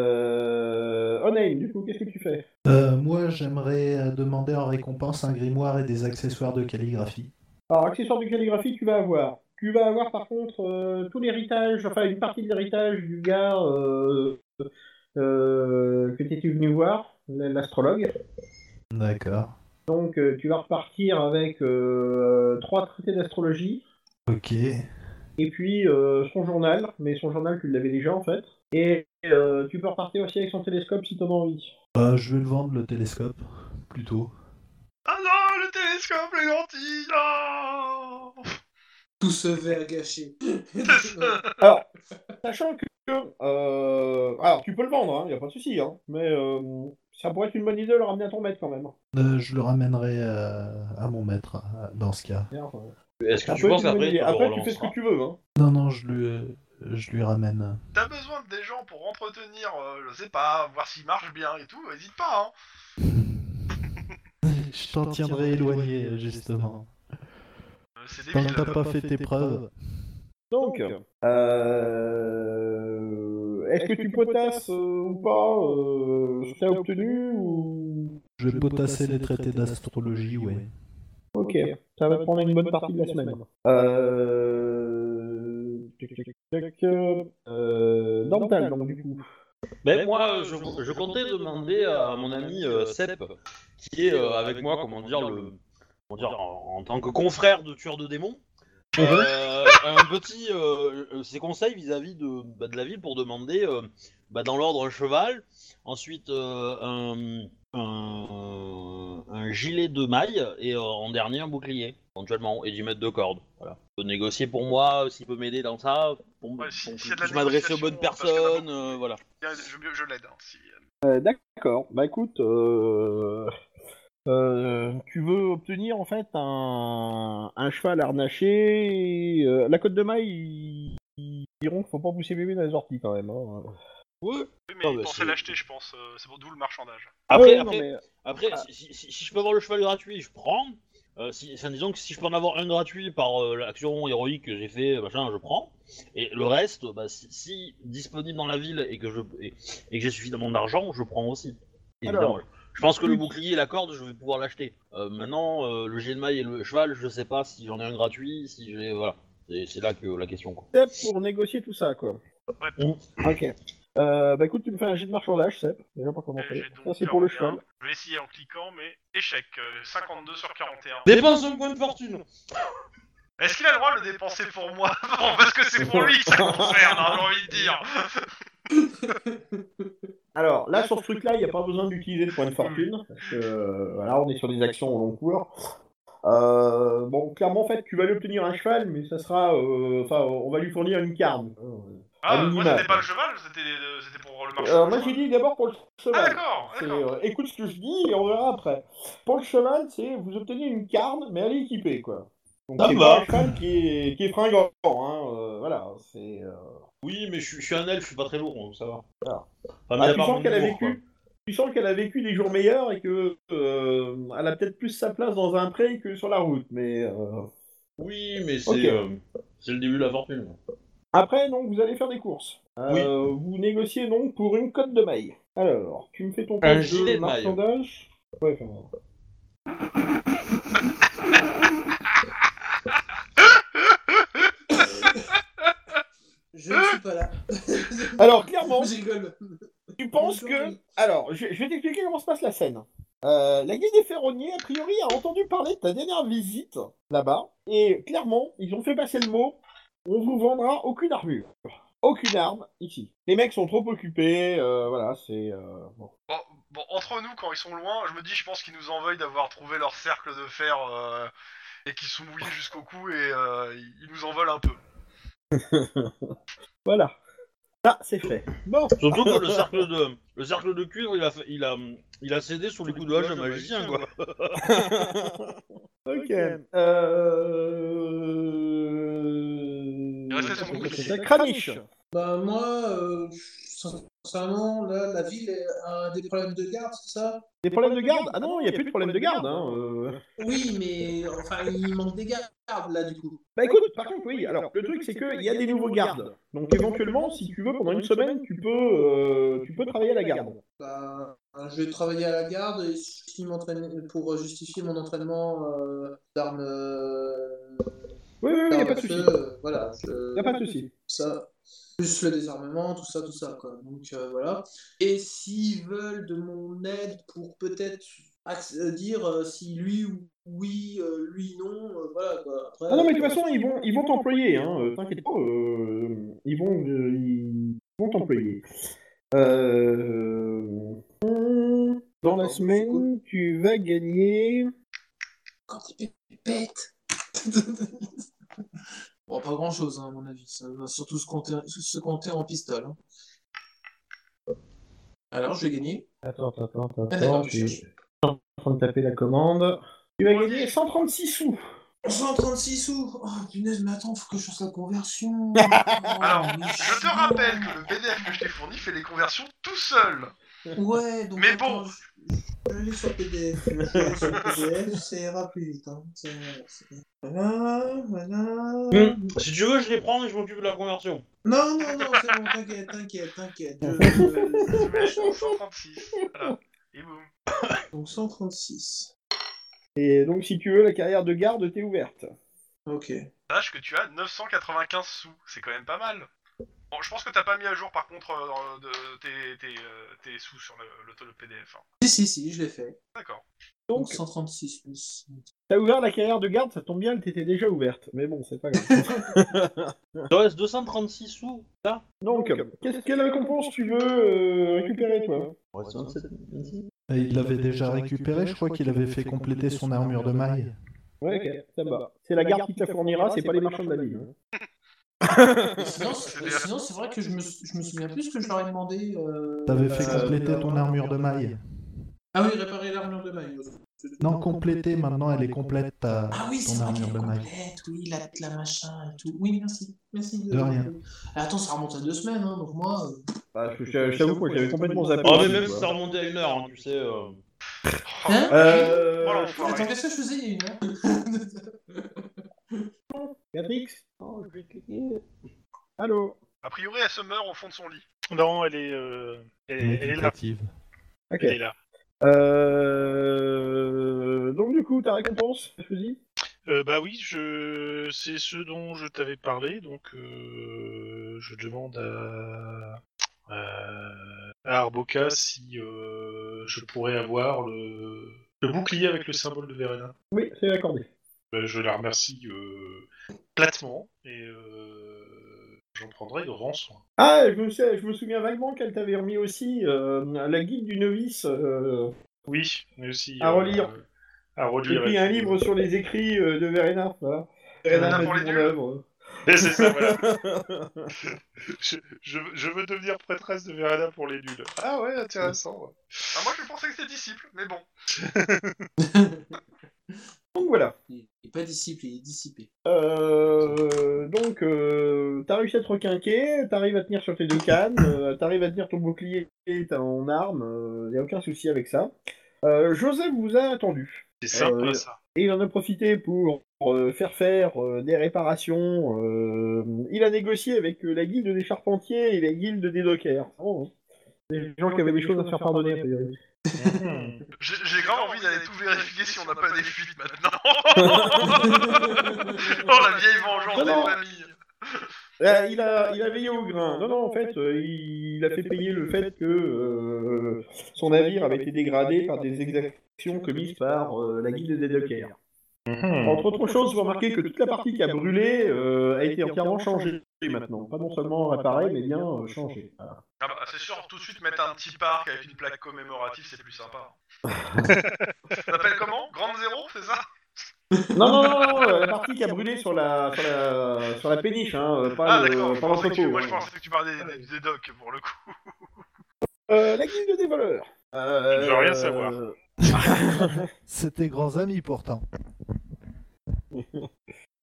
Speaker 2: Euh... Onaim, du coup, qu'est-ce que tu fais
Speaker 6: Euh, moi, j'aimerais euh, demander en récompense un grimoire et des accessoires de calligraphie.
Speaker 2: Alors, accessoire de calligraphie, tu vas avoir. Tu vas avoir par contre euh, tout l'héritage, enfin une partie de l'héritage du gars euh, euh, que tu étais venu voir, l'astrologue.
Speaker 6: D'accord.
Speaker 2: Donc euh, tu vas repartir avec euh, trois traités d'astrologie
Speaker 6: Ok.
Speaker 2: et puis euh, son journal, mais son journal tu l'avais déjà en fait. Et euh, tu peux repartir aussi avec son télescope si t'en as envie.
Speaker 6: Euh, je vais le vendre, le télescope, plutôt.
Speaker 4: Ah non, le télescope, les lentilles, non
Speaker 1: Tout ce verre gâché.
Speaker 2: Alors, sachant que euh, alors tu peux le vendre, il y a pas de souci, hein, mais euh, ça pourrait être une bonne idée de le ramener à ton maître quand même.
Speaker 6: Euh, je le ramènerai euh, à mon maître, euh, dans ce cas.
Speaker 2: Merde.
Speaker 5: Est-ce
Speaker 6: Ah,
Speaker 2: Ça
Speaker 5: que tu
Speaker 2: peut
Speaker 5: penses
Speaker 2: être une bonne
Speaker 5: qu'après
Speaker 2: idée.
Speaker 5: tu le
Speaker 2: Après, tu fais ce que
Speaker 5: relanceras
Speaker 2: tu veux. Hein.
Speaker 6: Non, non, je lui, euh, je lui ramène.
Speaker 4: T'as besoin des gens pour entretenir, euh, je sais pas, voir s'ils marchent bien et tout, hésite pas, hein
Speaker 6: Je t'en tiendrai éloigné, justement.
Speaker 4: Euh, C'est
Speaker 6: Tant
Speaker 4: débile.
Speaker 6: que t'as pas fait tes preuves.
Speaker 2: Donc, euh, est-ce que tu potasses euh, ou pas euh, ce que t'as obtenu ou
Speaker 6: Je vais potasser les traités d'astrologie, ouais.
Speaker 2: Ok, ça va prendre une bonne partie de la semaine. Euh... tic, tic, tic, euh, euh, Dental, donc du coup.
Speaker 5: Ben, moi, je, je comptais demander à mon ami euh, Sepp, qui est euh, avec moi, comment dire, le, comment dire, en, en tant que confrère de tueur de démons, euh, un petit euh, euh, ses conseils vis-à-vis de, bah, de la ville pour demander euh, bah, dans l'ordre un cheval, ensuite euh, un, un- un gilet de maille et euh, en dernier un bouclier éventuellement et 10 mètres de corde. Voilà. Peut négocier pour moi euh, s'il peut m'aider dans ça pour,
Speaker 4: Ouais, si-
Speaker 5: pour que
Speaker 4: s'il y
Speaker 5: je
Speaker 4: a de la
Speaker 5: puisse m'adresser aux bonnes
Speaker 4: négociation, parce qu'il y en a
Speaker 5: personnes,
Speaker 4: beaucoup.
Speaker 5: euh, voilà.
Speaker 4: Bien, Je, je l'aide. hein, si...
Speaker 2: Euh, D'accord. Bah écoute, euh, euh, tu veux obtenir en fait un, un cheval harnaché. et, euh, la côte de maille, ils, ils diront qu'il faut pas pousser bébé dans les orties quand même. hein.
Speaker 5: Ouais.
Speaker 4: Oui, mais
Speaker 5: Ah,
Speaker 4: il
Speaker 5: bah,
Speaker 4: pensait
Speaker 5: c'est-
Speaker 4: l'acheter, je pense. euh, C'est pour d'où le marchandage.
Speaker 5: Après,
Speaker 2: Ouais, non,
Speaker 5: après,
Speaker 2: mais,
Speaker 5: Après,
Speaker 2: Ah.
Speaker 5: si, si- si je peux avoir le cheval gratuit, je prends. Euh, si, enfin, disons que si je peux en avoir un gratuit par euh, l'action héroïque que j'ai fait, machin, je prends. Et le reste, bah, si, si disponible dans la ville et que je et, et que j'ai suffisamment d'argent, je prends aussi. Évidemment. je pense que le bouclier et la corde, je vais pouvoir l'acheter. Euh, maintenant, euh, le jet de maille et le cheval, je sais pas si j'en ai un gratuit, si j'ai voilà. C'est c'est là que la question. Quoi.
Speaker 2: Sep pour négocier tout ça, quoi.
Speaker 5: Ouais.
Speaker 2: Ok. Euh, bah écoute, tu me fais un jet de marchandage, Sep. Déjà pas
Speaker 4: Euh,
Speaker 2: commencé.
Speaker 4: j'ai donc
Speaker 2: Ça, c'est pour le
Speaker 4: 41.
Speaker 2: cheval.
Speaker 4: Je vais essayer en cliquant, mais échec. euh, 52 sur 41.
Speaker 5: Dépense un point de fortune.
Speaker 4: Est-ce qu'il a le droit de le dépenser pour moi Non, parce que c'est pour lui que ça concerne, hein, j'ai envie de dire.
Speaker 2: Alors, là, sur ce truc-là, il n'y a pas besoin d'utiliser de points de fortune. Parce que, euh, voilà, on est sur des actions au long cours. Euh, bon, clairement, en fait, tu vas lui obtenir un cheval, mais ça sera. euh, Enfin, on va lui fournir une carne.
Speaker 4: Ah,
Speaker 2: minima.
Speaker 4: moi c'était pas le cheval, c'était euh, c'était pour le marché.
Speaker 2: Euh, moi, j'ai dit d'abord pour le
Speaker 4: Ah,
Speaker 2: cheval.
Speaker 4: d'accord,
Speaker 2: C'est,
Speaker 4: d'accord.
Speaker 2: euh, écoute ce que je dis et on verra après. Pour le cheval, c'est vous obtenez une carne, mais elle est équipée, quoi. Donc,
Speaker 5: Ça
Speaker 2: c'est
Speaker 5: me
Speaker 2: pas
Speaker 5: va.
Speaker 2: un cheval qui est, qui est fringant, hein. euh, voilà, c'est. euh,
Speaker 5: Oui, mais je, suis- je suis un elfe, je suis pas très lourd, donc ça va.
Speaker 2: Ah.
Speaker 5: Enfin, mis
Speaker 2: Ah,
Speaker 5: à
Speaker 2: tu
Speaker 5: part
Speaker 2: sens
Speaker 5: mon
Speaker 2: qu'elle a
Speaker 5: humour, quoi.
Speaker 2: vécu. Tu sens qu'elle a vécu des jours meilleurs et que euh, elle a peut-être plus sa place dans un pré que sur la route. Mais euh,
Speaker 5: Oui, mais c'est
Speaker 2: Ok.
Speaker 5: euh, c'est le début de la fortune.
Speaker 2: après, donc vous allez faire des courses. Euh, Vous négociez donc pour une cote de maille. Alors, tu me fais ton point de
Speaker 5: gilet de maille.
Speaker 2: marchandage. Ouais, enfin,
Speaker 1: Je ne suis pas là.
Speaker 2: Alors, clairement,
Speaker 1: Je rigole.
Speaker 2: tu penses que Alors, je, je vais t'expliquer comment se passe la scène. Euh, la guilde des ferronniers, a priori, a entendu parler de ta dernière visite là-bas, et clairement, ils ont fait passer le mot on vous vendra aucune armure, aucune arme ici. Les mecs sont trop occupés, euh, voilà, c'est. euh, bon.
Speaker 4: Bon, bon, entre nous, quand ils sont loin, je me dis, je pense qu'ils nous en veuillent d'avoir trouvé leur cercle de fer euh, et qu'ils sont mouillés jusqu'au cou et euh, ils nous en veulent un peu.
Speaker 2: Voilà. Ça, c'est fait. Bon,
Speaker 5: Surtout que le cercle de le cercle de cuivre, il a fait- il a il a cédé sous les coups de hache d'un magicien quoi.
Speaker 2: ok. Euh.
Speaker 4: Il restait son bouclier.
Speaker 2: Kranich.
Speaker 1: Bah, moi, euh, sincèrement, là, la ville a des problèmes de garde, c'est ça
Speaker 2: Des problèmes de garde Ah non, il n'y a plus de problème de garde. Hein. euh.
Speaker 1: Oui, mais enfin, il manque des gardes, là, du coup.
Speaker 2: Bah écoute, par contre, oui, alors le truc c'est qu'il y a des nouveaux gardes. Donc éventuellement, si tu veux, pendant une semaine, tu peux, euh, tu peux travailler à la garde.
Speaker 1: Bah, je vais travailler à la garde et si je m'entraîne- pour justifier mon entraînement euh, d'armes. euh,
Speaker 2: Oui, oui, oui, y a
Speaker 1: d'armes
Speaker 2: pas
Speaker 1: à
Speaker 2: de souci.
Speaker 1: feu, euh, voilà. je-
Speaker 2: Y a pas de souci.
Speaker 1: ça, plus le désarmement, tout ça, tout ça, quoi. Donc euh, voilà. Et s'ils veulent de mon aide pour peut-être acc- euh, dire euh, si lui oui, euh, lui non, euh, voilà quoi. Après,
Speaker 2: Ah non, mais de toute façon, ils vont, ils vont t'employer. Hein. euh, T'inquiète pas, euh, ils vont, euh, ils vont t'employer. Euh, Dans la semaine, tu vas gagner.
Speaker 1: quand il pète. bon, pas grand chose, à mon avis. Ça va surtout se compter, se compter en pistole. hein. Alors, je vais gagner.
Speaker 2: Attends, attends, attends,
Speaker 1: Ah, d'accord, je
Speaker 2: je
Speaker 1: cherche.
Speaker 2: suis en train de taper la commande. Tu vas gagner 136 sous.
Speaker 1: 136 sous Oh punaise, mais attends, faut que je fasse la conversion Oh,
Speaker 4: Alors, je te rappelle que le PDF que je t'ai fourni fait les conversions tout seul.
Speaker 1: Ouais, donc.
Speaker 4: Mais
Speaker 1: attends,
Speaker 4: bon.
Speaker 1: je- Je je l'ai sur PDF. Je l'ai sur PDF, ça ira plus vite. Hein. C'est- c'est- Voilà, voilà.
Speaker 5: Si tu veux, je les prends et je m'occupe de la conversion.
Speaker 1: Non, non, non, c'est bon, t'inquiète, t'inquiète, t'inquiète. Je- je-
Speaker 4: 136. Voilà. Et boum.
Speaker 1: Donc 136.
Speaker 2: Et donc, si tu veux, la carrière de garde t'est ouverte.
Speaker 1: Ok.
Speaker 4: Sache que tu as 995 sous, c'est quand même pas mal. Bon, je pense que t'as pas mis à jour par contre euh, de- tes, tes, euh, tes sous sur le, le- le PDF. hein.
Speaker 1: Si, si, si, je l'ai fait.
Speaker 4: D'accord.
Speaker 1: Donc
Speaker 2: Donc,
Speaker 1: 136 plus.
Speaker 2: t'as ouvert la carrière de garde, ça tombe bien, elle t'était déjà ouverte. Mais bon, c'est pas grave.
Speaker 5: Il te reste 236 sous, là
Speaker 2: Donc, qu'est-ce- quelle récompense tu veux euh, récupérer, toi
Speaker 6: Et il l'avait déjà récupéré, je crois qu'il avait fait compléter son armure de maille.
Speaker 2: Ouais, ok, ça va. C'est la garde qui te la fournira, c'est pas les marchands de la ville. hein.
Speaker 1: Et Sinon, c'est- et sinon, c'est vrai que je me, sou- je me souviens plus ce que je leur ai demandé. euh,
Speaker 6: T'avais fait
Speaker 1: euh,
Speaker 6: compléter ton armure de maille.
Speaker 1: Ah oui, réparer l'armure de maille.
Speaker 6: Non, compléter, maintenant elle est complète, ta,
Speaker 1: Ah oui, c'est
Speaker 6: ton
Speaker 1: vrai qu'elle
Speaker 6: armure
Speaker 1: est
Speaker 6: de maille.
Speaker 1: complète, oui, la, la machin et tout. Oui, merci. Merci Ah,
Speaker 6: De rien.
Speaker 1: Attends, ça remonte à deux semaines, hein, donc moi. euh,
Speaker 2: Bah, je- je je t'avoue, quoi, j'avais complètement zappé.
Speaker 5: Oh, mais
Speaker 2: le
Speaker 5: même
Speaker 2: truc,
Speaker 5: si ça
Speaker 2: quoi.
Speaker 5: remontait à une heure, hein, tu sais. euh.
Speaker 1: Hein
Speaker 2: Euh,
Speaker 4: Voilà,
Speaker 1: Attends,
Speaker 4: Oh, enfoiré.
Speaker 1: qu'est-ce que je faisais il y a une heure
Speaker 2: Matrix Allô
Speaker 4: A priori, elle se meurt au fond de son lit.
Speaker 7: Non, elle est, euh, elle, elle
Speaker 6: Mhm.
Speaker 7: est là.
Speaker 6: Méditative.
Speaker 2: Ok.
Speaker 7: Elle est là.
Speaker 2: Euh... Donc du coup, ta récompense, je te dis
Speaker 7: Euh, bah oui, je... c'est ce dont je t'avais parlé, donc euh, je demande à, à- à Arboca si euh, je pourrais avoir le... le bouclier avec le symbole de Verena.
Speaker 2: Oui, c'est accordé.
Speaker 7: Euh, je la remercie euh, platement et euh, j'en prendrai grand soin.
Speaker 2: Ah, je me, sais- je me souviens vaguement qu'elle t'avait remis aussi euh, la guide du novice. euh,
Speaker 7: Oui, mais aussi...
Speaker 2: À relire.
Speaker 7: euh, à
Speaker 2: J'ai
Speaker 7: relire.
Speaker 2: pris
Speaker 7: et
Speaker 2: un
Speaker 7: tout.
Speaker 2: livre sur les écrits euh, de Verena. Voilà.
Speaker 4: Verena pour
Speaker 2: a
Speaker 4: les
Speaker 2: dit
Speaker 4: nuls.
Speaker 2: œuvre.
Speaker 7: Et euh, c'est ça, voilà. je, je, je veux devenir prêtresse de Verena pour les nuls. Ah ouais, intéressant. ouais.
Speaker 4: Ah, moi, je pensais que c'était disciple, mais bon.
Speaker 2: Donc voilà.
Speaker 1: Il n'est pas disciple, il est dissipé.
Speaker 2: Euh, donc, euh, t'as réussi à te requinquer, t'arrives à tenir sur tes deux cannes, euh, t'arrives à tenir ton bouclier et ta- en arme, il y a aucun souci avec ça. Euh, Joseph vous a attendu.
Speaker 7: C'est sympa
Speaker 2: Euh,
Speaker 7: ça.
Speaker 2: Et il en a profité pour euh, faire faire euh, des réparations. euh, il a négocié avec euh, la guilde des charpentiers et la guilde des dockers. Oh, des gens qui avaient des choses à se faire pardonner. a priori.
Speaker 4: J'ai j'ai grave envie d'aller tout vérifier si on n'a pas des fuites maintenant. oh, la vieille vengeance
Speaker 2: Non, non.
Speaker 4: des familles.
Speaker 2: Euh, il, a, il a veillé au grain. Non, non, en fait, euh, il, il a fait payer le fait que euh, son navire avait été dégradé par des exactions commises par euh, la guilde des dockers. Entre autres choses, vous remarquez que toute la partie qui a brûlé euh, a été entièrement changée maintenant. Pas non seulement réparée, mais bien euh, changée. Voilà.
Speaker 4: Ah bah, c'est sûr, tout de suite mettre un petit parc avec une plaque commémorative, c'est plus sympa. Ça s'appelle comment Grande Zéro, c'est ça
Speaker 2: Non, non, non, non, euh, la partie qui a brûlé sur la, sur la, sur la péniche, hein, euh, pas
Speaker 4: Ah,
Speaker 2: le-
Speaker 4: d'accord, je
Speaker 2: pas
Speaker 4: pensais que tu-
Speaker 2: l'entrepôt,
Speaker 4: moi je
Speaker 2: hein.
Speaker 4: pensais que tu parlais des, des docks pour le coup.
Speaker 2: Euh, la guilde des voleurs. Euh,
Speaker 7: Je veux rien savoir.
Speaker 2: euh,
Speaker 6: C'est tes grands amis pourtant.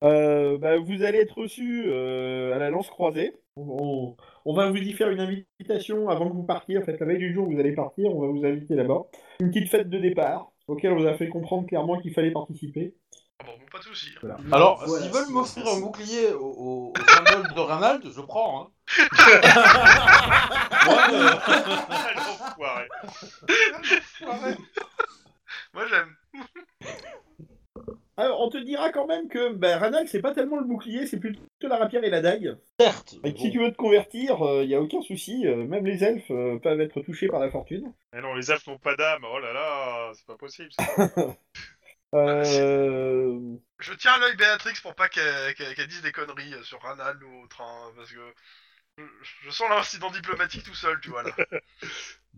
Speaker 2: euh, bah, vous allez être reçu à la lance croisée. On, on- on va vous y faire une invitation avant que vous partiez. En fait, la veille du jour où vous allez partir, on va vous inviter là-bas. Une petite fête de départ, auquel on vous a fait comprendre clairement qu'il fallait participer.
Speaker 4: Ah bon, bon, pas de soucis.
Speaker 5: Alors,
Speaker 1: Voilà,
Speaker 5: s'ils veulent
Speaker 1: c'est-
Speaker 5: m'offrir
Speaker 1: c'est-
Speaker 5: un bouclier au, au- au symbole de Ranald, je prends. Hein.
Speaker 7: Ah, l'enfoiré.
Speaker 4: Moi j'aime.
Speaker 2: Alors, on te dira quand même que bah, Ranal, c'est pas tellement le bouclier, c'est plutôt la rapière et la dague.
Speaker 5: Certes.
Speaker 2: Et si
Speaker 5: Ah bon.
Speaker 2: tu veux te convertir, il n'y a aucun souci, euh, même les elfes euh, peuvent être touchés par la fortune.
Speaker 7: Mais non, les elfes n'ont pas d'âme. Oh là là, c'est pas possible. ça.
Speaker 2: Euh,
Speaker 4: Je tiens l'œil Béatrix pour pas qu'elle qu'elle- qu'elle dise des conneries euh, sur Ranal ou autre, hein, parce que je, je sens l'incident diplomatique tout seul, tu vois là.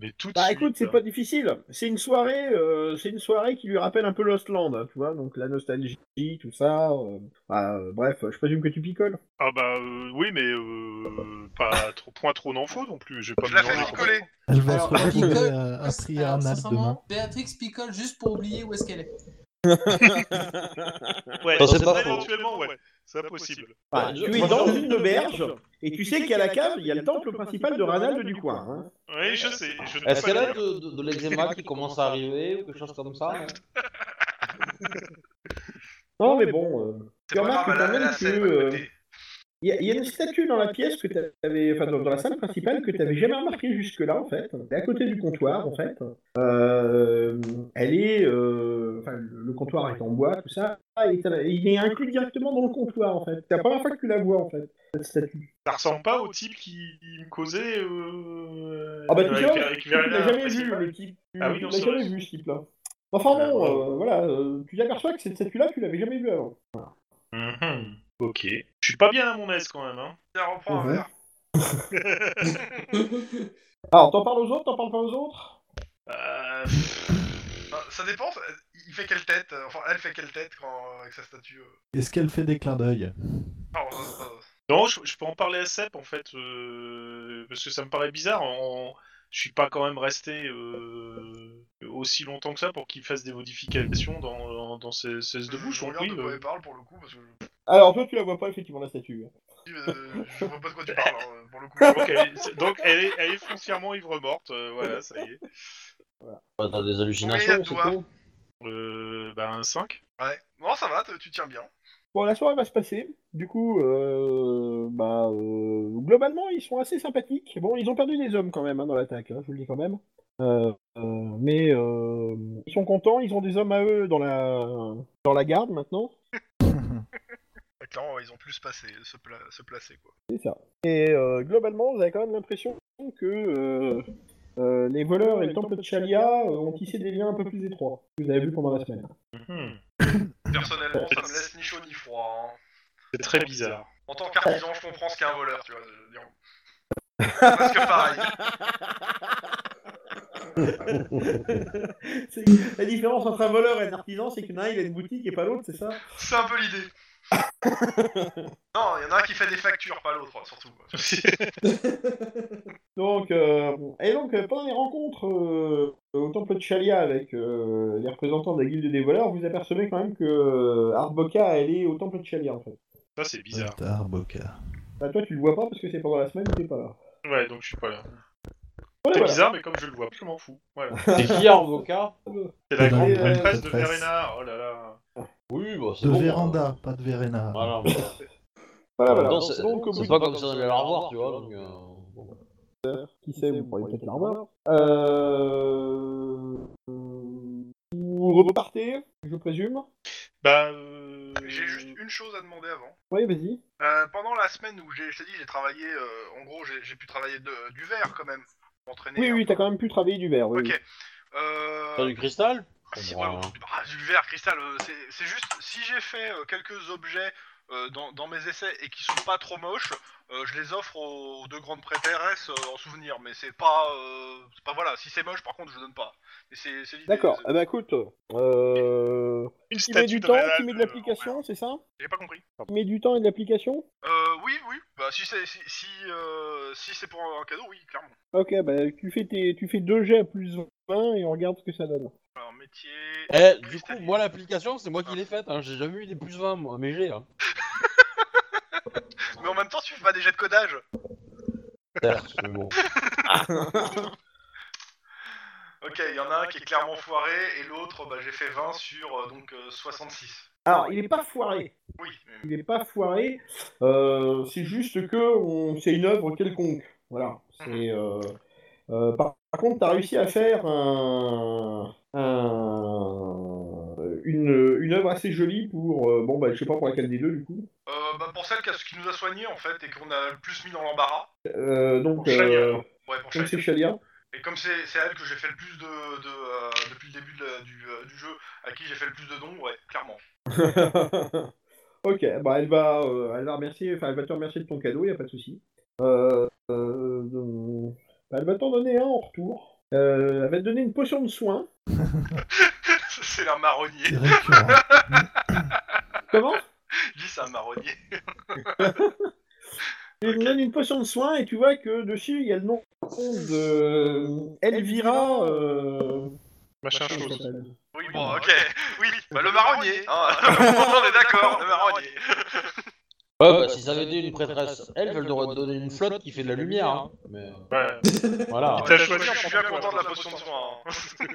Speaker 7: Mais tout de
Speaker 2: Bah
Speaker 7: suite,
Speaker 2: écoute, c'est
Speaker 7: hein.
Speaker 2: pas difficile. C'est une soirée, euh, c'est une soirée qui lui rappelle un peu Lost Land, hein, tu vois, donc la nostalgie, tout ça. euh, bah, euh, bref, je présume que tu picoles.
Speaker 7: Ah bah euh, oui, mais euh, pas trop, point trop n'en faut non plus. Je vais pas
Speaker 4: Je la
Speaker 7: me
Speaker 4: fais
Speaker 7: venger.
Speaker 4: picoler.
Speaker 6: Elle va
Speaker 1: Alors,
Speaker 6: se retrouver
Speaker 1: Picole,
Speaker 6: euh, à prier
Speaker 1: Alors,
Speaker 6: Arnal demain.
Speaker 1: sincèrement, Béatrix picole juste pour oublier où est-ce qu'elle est.
Speaker 7: Ouais,
Speaker 5: Ça, c'est pas faux.
Speaker 7: éventuellement, ouais. C'est possible.
Speaker 2: Enfin,
Speaker 5: je-
Speaker 2: Bah, tu es
Speaker 5: moi,
Speaker 2: dans
Speaker 5: je-
Speaker 2: une auberge, et tu sais qu'à la cave, il y a le temple principal de Ranald du coin. hein.
Speaker 7: Oui, je sais. Je ne peux
Speaker 5: Est-ce
Speaker 7: pas
Speaker 5: qu'elle a
Speaker 7: le dire.
Speaker 5: de, de, de l'eczéma qui commence à arriver ou quelque chose comme ça hein
Speaker 2: Non, mais bon, euh,
Speaker 4: C'est pas
Speaker 2: remarques
Speaker 4: grave,
Speaker 2: que
Speaker 4: elle a-
Speaker 2: quand
Speaker 4: elle
Speaker 2: même
Speaker 4: a ses
Speaker 2: que,
Speaker 4: bonnes
Speaker 2: euh,
Speaker 4: côtés.
Speaker 2: il y, a- il y a une statue dans la pièce que t'avais, enfin dans, dans la salle principale que tu n'avais jamais remarquée jusque-là en fait. Elle est à côté du comptoir en fait. Euh, elle est, euh, enfin le le comptoir est en bois tout ça. Ah, et t'as- il est inclus directement dans le comptoir en fait. C'est la première fois que tu la vois en fait cette statue.
Speaker 7: Ça ressemble pas au type qui qui me causait. euh,
Speaker 2: Ah bah tu
Speaker 7: avec-
Speaker 2: vois,
Speaker 7: avec
Speaker 3: euh,
Speaker 2: tu l'as
Speaker 7: Verena,
Speaker 2: jamais vu
Speaker 7: principal.
Speaker 2: le type. Tu
Speaker 7: Ah oui,
Speaker 2: tu
Speaker 7: non,
Speaker 2: l'as
Speaker 7: c'est
Speaker 2: jamais
Speaker 7: vrai.
Speaker 2: vu ce type là. Enfin
Speaker 3: Ah,
Speaker 2: bon,
Speaker 3: ouais.
Speaker 2: euh, voilà, euh, tu t'aperçois que cette statue-là, tu l'avais jamais vue avant.
Speaker 3: Mhm. Ok. Je suis pas bien à mon aise quand même. Hein.
Speaker 4: Tiens, reprends un
Speaker 6: Ouais.
Speaker 4: verre.
Speaker 2: Alors, t'en parles aux autres, t'en parles pas aux autres
Speaker 3: Euh, pff,
Speaker 4: Ah, Ça dépend, ça- il fait quelle tête euh, Enfin, elle fait quelle tête quand, euh, avec sa statue euh.
Speaker 6: Est-ce qu'elle fait des clins d'œil
Speaker 4: Non, ça- ça-
Speaker 3: Non, je, je peux en parler à Sep en fait, euh, parce que ça me paraît bizarre. en- Je suis pas quand même resté euh, aussi longtemps que ça pour qu'il fasse des modifications dans, dans, dans ces, ces deux
Speaker 4: je-
Speaker 3: bouches.
Speaker 4: Je
Speaker 3: donc
Speaker 4: regarde
Speaker 3: oui,
Speaker 4: de
Speaker 3: euh,
Speaker 4: quoi elle parle pour le coup, parce que je,
Speaker 2: Alors, toi, tu la vois pas effectivement, la statue.
Speaker 4: euh, je vois pas de quoi tu parles, hein, pour le coup.
Speaker 3: euh, donc, elle est, c'est- donc elle est, elle est foncièrement ivre morte, euh, voilà, ça y est.
Speaker 5: Bah, T'as des
Speaker 4: Combien
Speaker 5: hallucinations,
Speaker 4: de
Speaker 5: c'est
Speaker 4: doigts
Speaker 5: tout.
Speaker 3: Euh, bah, un 5.
Speaker 4: Ouais. Non, ça va, t- tu tiens bien.
Speaker 2: Bon, la soirée va se passer. Du coup, euh, bah, euh, globalement, ils sont assez sympathiques. Bon, ils ont perdu des hommes quand même hein, dans l'attaque, hein, je vous le dis quand même. Euh, euh, mais euh, ils sont contents, ils ont des hommes à eux dans la, dans la garde maintenant.
Speaker 4: Ouais, clairement, ouais, ils ont plus passé, se, pla- se placer, quoi.
Speaker 2: C'est ça. Et euh, globalement, vous avez quand même l'impression que euh, euh, les voleurs et le temple de Chalia euh, ont tissé des liens un peu plus étroits que vous avez vu pendant la semaine.
Speaker 3: Mhm.
Speaker 4: Personnellement, ça me laisse ni chaud ni froid. hein.
Speaker 3: C'est très bizarre.
Speaker 4: En tant qu'artisan, je comprends ce qu'est un voleur, tu vois. je veux dire. Parce que pareil.
Speaker 2: la différence entre un voleur et un artisan, c'est qu'un il a une boutique et pas l'autre, c'est ça
Speaker 4: C'est un peu l'idée. non, il y en a un qui fait des factures, pas l'autre, surtout.
Speaker 2: Donc, euh, et donc, euh, pendant les rencontres euh, au temple de Chalia avec euh, les représentants de la guilde des voleurs, vous apercevez quand même que euh, Arboka, elle est au temple de Chalia en fait.
Speaker 3: ça, c'est bizarre.
Speaker 6: Tard, Boca.
Speaker 2: Bah, toi, tu le vois pas parce que c'est pendant la semaine, t'es pas là.
Speaker 3: Ouais, donc je suis pas là.
Speaker 2: Ouais,
Speaker 3: C'est
Speaker 2: voilà.
Speaker 3: bizarre, mais comme je le vois, je m'en fous. Voilà.
Speaker 5: C'est qui en avocat
Speaker 3: C'est la
Speaker 6: Et
Speaker 3: grande
Speaker 2: euh,
Speaker 3: prêtresse de
Speaker 6: prêtresse.
Speaker 3: Verena. Oh là là.
Speaker 5: Oui, bah c'est
Speaker 6: De
Speaker 5: bon.
Speaker 6: Véranda, pas de Verena.
Speaker 5: Voilà.
Speaker 2: Voilà, voilà.
Speaker 5: Non, Ah, c'est
Speaker 2: Donc, au bout
Speaker 5: c'est
Speaker 2: de-
Speaker 5: pas comme si on allait la revoir, tu vois. Donc, euh, bon.
Speaker 2: qui sait, vous pourriez peut-être la revoir. Euh... Vous repartez, je présume.
Speaker 3: Bah. euh,
Speaker 4: J'ai juste une chose à demander avant.
Speaker 2: Oui, vas-y.
Speaker 4: Euh, pendant la semaine où j'ai, je t'ai dit, j'ai travaillé, euh, en gros, j'ai, j'ai pu travailler de- du verre quand même. M'entraîner.
Speaker 2: Oui,
Speaker 4: un
Speaker 2: oui,
Speaker 4: peu.
Speaker 2: t'as quand même pu travailler du verre. Oui, oui.
Speaker 4: Ok. Euh,
Speaker 5: T'as du cristal
Speaker 4: si,
Speaker 5: Bon,
Speaker 4: ouais,
Speaker 5: hein.
Speaker 4: bah, du verre, cristal, euh, c'est, c'est juste, si j'ai fait euh, quelques objets euh, dans, dans mes essais et qui sont pas trop moches, euh, je les offre aux, aux deux grandes prêtresses euh, en souvenir. Mais c'est pas, euh, c'est pas, voilà, si c'est moche, par contre, je donne pas. Mais c'est, c'est l'idée.
Speaker 2: D'accord.
Speaker 4: C'est-
Speaker 2: Eh ben, écoute, euh...
Speaker 3: une
Speaker 2: tu mets
Speaker 3: statue
Speaker 2: du
Speaker 3: de
Speaker 2: temps,
Speaker 3: Valhalla,
Speaker 2: tu mets de
Speaker 3: euh,
Speaker 2: l'application,
Speaker 3: ouais.
Speaker 2: c'est ça
Speaker 4: J'ai pas compris.
Speaker 2: Tu mets du temps et de l'application
Speaker 4: Euh, oui, oui. Bah, si c'est si si, euh, si c'est pour un cadeau, oui, clairement.
Speaker 2: Ok, bah tu fais tes, tu fais deux jets à plus 20 et on regarde ce que ça donne.
Speaker 4: Alors métier.
Speaker 5: Eh, du coup, moi l'application, c'est moi qui l'ai faite. Hein. J'ai jamais eu des plus 20, moi, mais j'ai. Hein.
Speaker 4: Mais en même temps, tu fais pas des jets de codage.
Speaker 5: Certes, mais bon.
Speaker 4: Ok, il y en a un qui est clairement foiré et l'autre, bah, j'ai fait 20 sur euh, donc euh, 66.
Speaker 2: Alors, il est pas foiré.
Speaker 4: Oui.
Speaker 2: Il est pas foiré. euh, c'est juste que on- c'est une œuvre quelconque. Voilà. C'est, euh, euh, par, par contre, t'as réussi à faire un, un- une, une œuvre assez jolie pour euh, bon bah je sais pas pour laquelle des deux du coup.
Speaker 4: Euh, bah, pour celle qui, a- qui nous a soigné en fait et qu'on a le plus mis dans l'embarras.
Speaker 2: Euh, donc
Speaker 4: Pour Chalia.
Speaker 2: euh,
Speaker 4: Ouais, pour
Speaker 2: donc
Speaker 4: Shai.
Speaker 2: c'est Chalia.
Speaker 4: Et comme c'est c'est elle que j'ai fait le plus de, de euh, depuis le début de la- du, euh, du jeu, à qui j'ai fait le plus de dons, ouais, clairement.
Speaker 2: ok, bah elle va, euh, elle va remercier, enfin elle va te remercier de ton cadeau, y a pas de souci. Euh, euh, euh, bah, elle va t'en donner un en retour. Euh, elle va te donner une potion de soin.
Speaker 4: c'est un marronnier.
Speaker 6: C'est récurrent.
Speaker 2: Comment
Speaker 4: Dis, c'est un marronnier.
Speaker 2: Elle te donne une potion de soin et tu vois que dessus il y a le nom de Elvira. euh,
Speaker 3: Machin
Speaker 2: comment
Speaker 3: chose.
Speaker 2: elle s'appelle
Speaker 4: Oui, bon, ok. Oui, bah, le marronnier. Hein. On est d'accord, le marronnier.
Speaker 5: Ouais, bah, si ça avait été une prêtresse, elle, elle devrait te donner une flotte qui fait de la lumière. Hein. Mais
Speaker 3: Ouais.
Speaker 5: voilà.
Speaker 4: T'as
Speaker 3: T'as choisi,
Speaker 4: choisi, je suis
Speaker 3: je comprends
Speaker 4: bien
Speaker 3: pas,
Speaker 4: content de la
Speaker 3: la
Speaker 4: potion de soin. hein.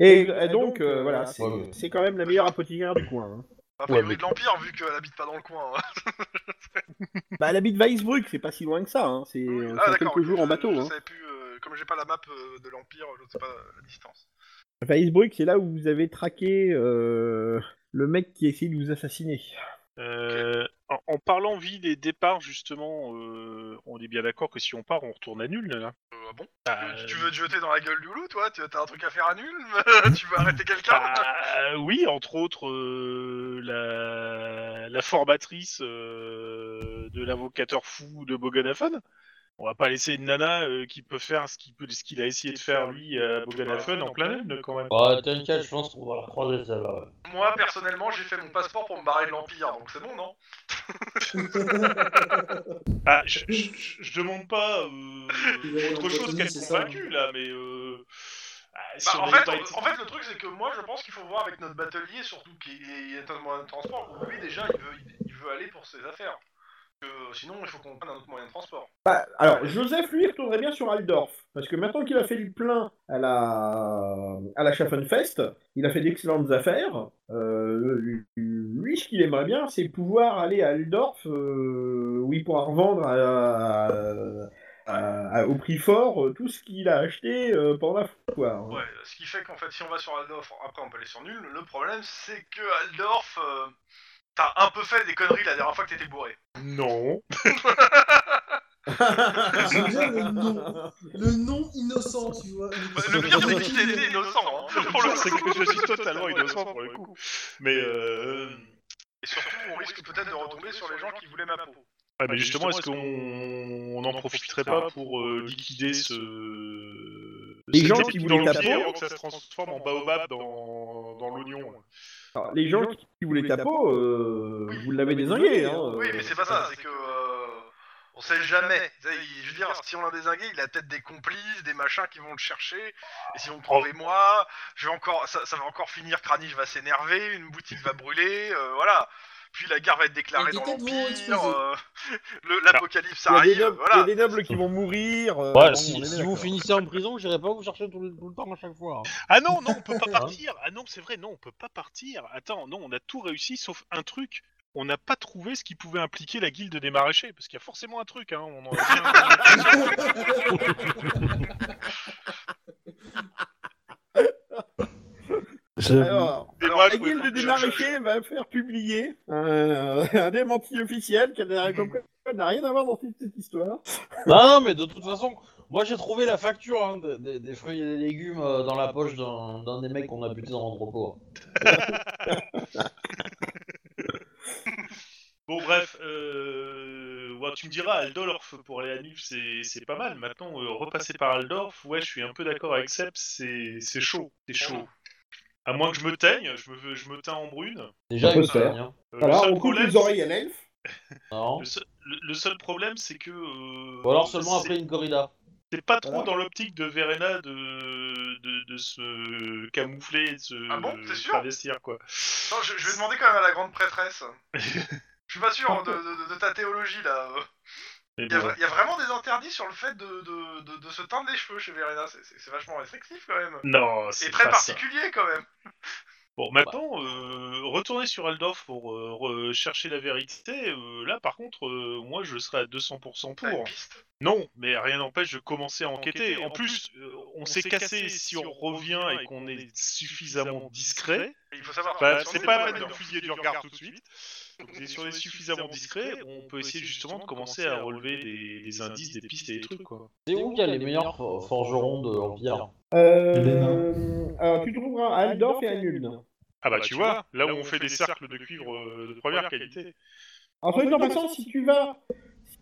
Speaker 2: Et, et donc euh, voilà, c'est
Speaker 5: Ouais, ouais.
Speaker 2: c'est quand même la meilleure apothicaire du coin. hein.
Speaker 4: A
Speaker 5: Ouais,
Speaker 4: priori
Speaker 5: mais-
Speaker 4: de l'Empire, vu qu'elle habite pas dans le coin. hein.
Speaker 2: Bah elle habite Weisbruck, c'est pas si loin que ça. hein, C'est euh, c'est quelques
Speaker 4: Ah, ok,
Speaker 2: jours en bateau.
Speaker 4: Je,
Speaker 2: hein.
Speaker 4: je savais plus, euh, comme j'ai pas la map euh, de l'Empire, je ne sais pas la distance.
Speaker 2: Icebreak, c'est là où vous avez traqué euh, le mec qui a essayé de vous assassiner.
Speaker 3: Euh, en, en parlant vie des départs, justement, euh, on-
Speaker 7: on est bien d'accord que si on part, on retourne à nul, là.
Speaker 4: Euh, ah bon
Speaker 7: Bah,
Speaker 4: Tu veux te jeter dans la gueule du loup, toi Tu- T'as un truc à faire à nul Tu veux arrêter quelqu'un
Speaker 7: bah, oui, entre autres, euh, la, la formatrice euh, de l'invocateur fou de Boganafon. On va pas laisser une nana euh, qui peut faire ce qu'il peut- ce qu'il a essayé de faire, lui, à Boganafon Bah, en plein lune, quand même.
Speaker 5: Ouais, Bah, t'inquiète, je pense qu'on va la croiser celle-là. ouais.
Speaker 4: Moi, personnellement, j'ai fait mon passeport pour me barrer de l'Empire, donc c'est bon, non
Speaker 7: Ah, je, je- je- je demande pas euh, autre chose qu'être
Speaker 1: C'est ça. hein.
Speaker 7: convaincu, là, mais... euh, ah, si
Speaker 4: Bah,
Speaker 7: on
Speaker 4: en,
Speaker 7: n'avait
Speaker 4: fait,
Speaker 7: pas
Speaker 4: en-
Speaker 7: été-
Speaker 4: en fait, le truc, c'est que moi, je pense qu'il faut voir avec notre batelier, surtout qu'il est un moyen de transport, où lui, déjà, il veut, il veut aller pour ses affaires. Que, sinon, il faut qu'on prenne un autre moyen de transport.
Speaker 2: Bah, alors, Joseph, lui, il retournerait bien sur Aldorf. Parce que maintenant qu'il a fait le plein à la, à la Schaffenfest, il a fait d'excellentes affaires. Euh, lui, ce qu'il aimerait bien, c'est pouvoir aller à Aldorf, euh, où il pourra revendre à- à- à- au prix fort euh, tout ce qu'il a acheté euh, pendant la foire.
Speaker 4: Ouais, ce qui fait qu'en fait, si on va sur Aldorf, après, on peut aller sur Nul. Le problème, c'est que Aldorf, euh, t'as un peu fait des conneries la dernière fois que t'étais bourré.
Speaker 7: Non.
Speaker 1: J'aime bien le nom. Le nom innocent, tu vois.
Speaker 4: Bah, le pire, c'est qu'il était innocent, hein, pour le
Speaker 7: c'est
Speaker 4: coup.
Speaker 7: que je suis totalement innocent pour le coup. Mais, euh,
Speaker 4: Et surtout, on risque peut-être de retomber sur les gens qui voulaient ma peau.
Speaker 7: ouais, Ah, mais justement, est-ce qu'on on en profiterait pas pour euh, liquider ce...
Speaker 2: Les
Speaker 7: cette
Speaker 2: gens
Speaker 7: équipe
Speaker 2: qui
Speaker 7: dans
Speaker 2: voulaient
Speaker 7: l'Empire
Speaker 2: taper.
Speaker 7: avant que ça se transforme en baobab dans, dans l'oignon.
Speaker 2: Alors, les gens qui voulaient ta peau, euh, vous l'avez désingué. Hein,
Speaker 4: Oui,
Speaker 2: euh.
Speaker 4: mais c'est pas ça, c'est que. euh, on sait jamais. Tu sais, il- Je veux dire, si on l'a désingué, il a peut-être des complices, des machins qui vont le chercher. Et
Speaker 2: Oh.
Speaker 4: si on prend les moi, je vais encore, ça, ça va encore finir. Kranich va s'énerver, une boutique va brûler, euh, voilà. Puis la guerre va être
Speaker 1: Et
Speaker 4: déclarée
Speaker 1: des
Speaker 4: dans
Speaker 1: têtes vont
Speaker 4: l'Empire,
Speaker 1: exploser.
Speaker 4: euh, le-
Speaker 2: Il
Speaker 4: l'apocalypse
Speaker 2: y a des
Speaker 4: arrive,
Speaker 2: nobles- il y a
Speaker 4: voilà.
Speaker 2: des nobles qui vont mourir. euh,
Speaker 5: Ouais,
Speaker 2: bon, on
Speaker 5: si,
Speaker 2: est
Speaker 5: si
Speaker 2: d'accord.
Speaker 5: vous finissez en prison, j'irai pas vous chercher tout le, tout le temps à chaque fois. hein.
Speaker 7: Ah non, non, on peut pas partir. Ah non, c'est vrai, non, on peut pas partir. Attends, non, on a tout réussi sauf un truc. On n'a pas trouvé ce qui pouvait impliquer la guilde des maraîchers, parce qu'il y a forcément un truc. Hein. On en a...
Speaker 6: J'avoue.
Speaker 2: Alors,
Speaker 4: Alors,
Speaker 2: la
Speaker 4: oui,
Speaker 2: guilde
Speaker 4: je-
Speaker 2: des
Speaker 4: je-
Speaker 2: maraîchers va faire publier un, un démenti officiel qui n'a compris- n'a rien à voir dans toute cette histoire.
Speaker 5: Non, non, mais de toute façon, moi j'ai trouvé la facture hein, de- de- des fruits et des légumes euh, dans la poche d'un d'un des mecs qu'on a buté dans l'entrepôt.
Speaker 7: Bon, bref, euh... ouais, tu me diras, Aldorf pour aller à Nuf, c'est c'est pas mal. Maintenant, euh, repasser par Aldorf, ouais, je suis un peu d'accord avec Seb, c'est c'est chaud. C'est chaud. À moins que je me teigne, je me, je me teins en brune. Euh,
Speaker 5: Déjà,
Speaker 2: On peut
Speaker 5: une
Speaker 2: se faire.
Speaker 5: semaine, hein.
Speaker 7: le
Speaker 2: Alors,
Speaker 7: seul
Speaker 2: on coupe les
Speaker 7: problème,
Speaker 2: oreilles à l'elfe.
Speaker 5: Non.
Speaker 7: Le seul, le- le seul problème, c'est que. euh,
Speaker 5: Ou alors seulement
Speaker 7: c'est-
Speaker 5: après une corrida.
Speaker 7: C'est pas trop
Speaker 1: Voilà.
Speaker 7: dans l'optique de Verena de, de, de se camoufler, de se
Speaker 4: Ah bon, t'es sûr
Speaker 7: travestir, quoi.
Speaker 4: Attends, je, je vais demander quand même à la grande prêtresse. Je suis pas sûr hein, de, de- de ta théologie là.
Speaker 7: Mais
Speaker 4: Il y, a,
Speaker 7: bon.
Speaker 4: vra- y a vraiment des interdits sur le fait de, de, de, de se teindre les cheveux chez Verena, c'est- c'est c'est vachement restrictif quand même.
Speaker 7: Non,
Speaker 4: Et
Speaker 7: c'est
Speaker 4: très
Speaker 7: pas ça.
Speaker 4: particulier quand même.
Speaker 7: Bon, maintenant, euh, retourner sur Aldorf pour euh, re- chercher la vérité, euh, là, par contre, euh, moi, je serais à 200%
Speaker 4: T'as une
Speaker 7: pour.
Speaker 4: piste.
Speaker 7: Non, mais rien n'empêche de commencer à enquêter. En plus, euh, on s'est cassé si on revient et qu'on est suffisamment discret.
Speaker 4: Il faut savoir.
Speaker 7: Bah,
Speaker 4: on est sur
Speaker 7: c'est
Speaker 4: nous,
Speaker 7: pas
Speaker 4: quand
Speaker 7: la peine de
Speaker 4: même.
Speaker 7: me fusiller du regard tout de suite. Donc, si on est suffisamment discret, on peut essayer justement de commencer à relever des, des indices, des pistes et des trucs, quoi.
Speaker 5: C'est où qu'il y a les meilleurs for- forgerons de l'Empire
Speaker 2: Euh, alors, tu trouveras à Aldorf et à Nuln.
Speaker 7: Ah bah, tu vois, là où on fait des cercles de cuivre euh, de première qualité.
Speaker 2: En fait, en passant, si tu vas.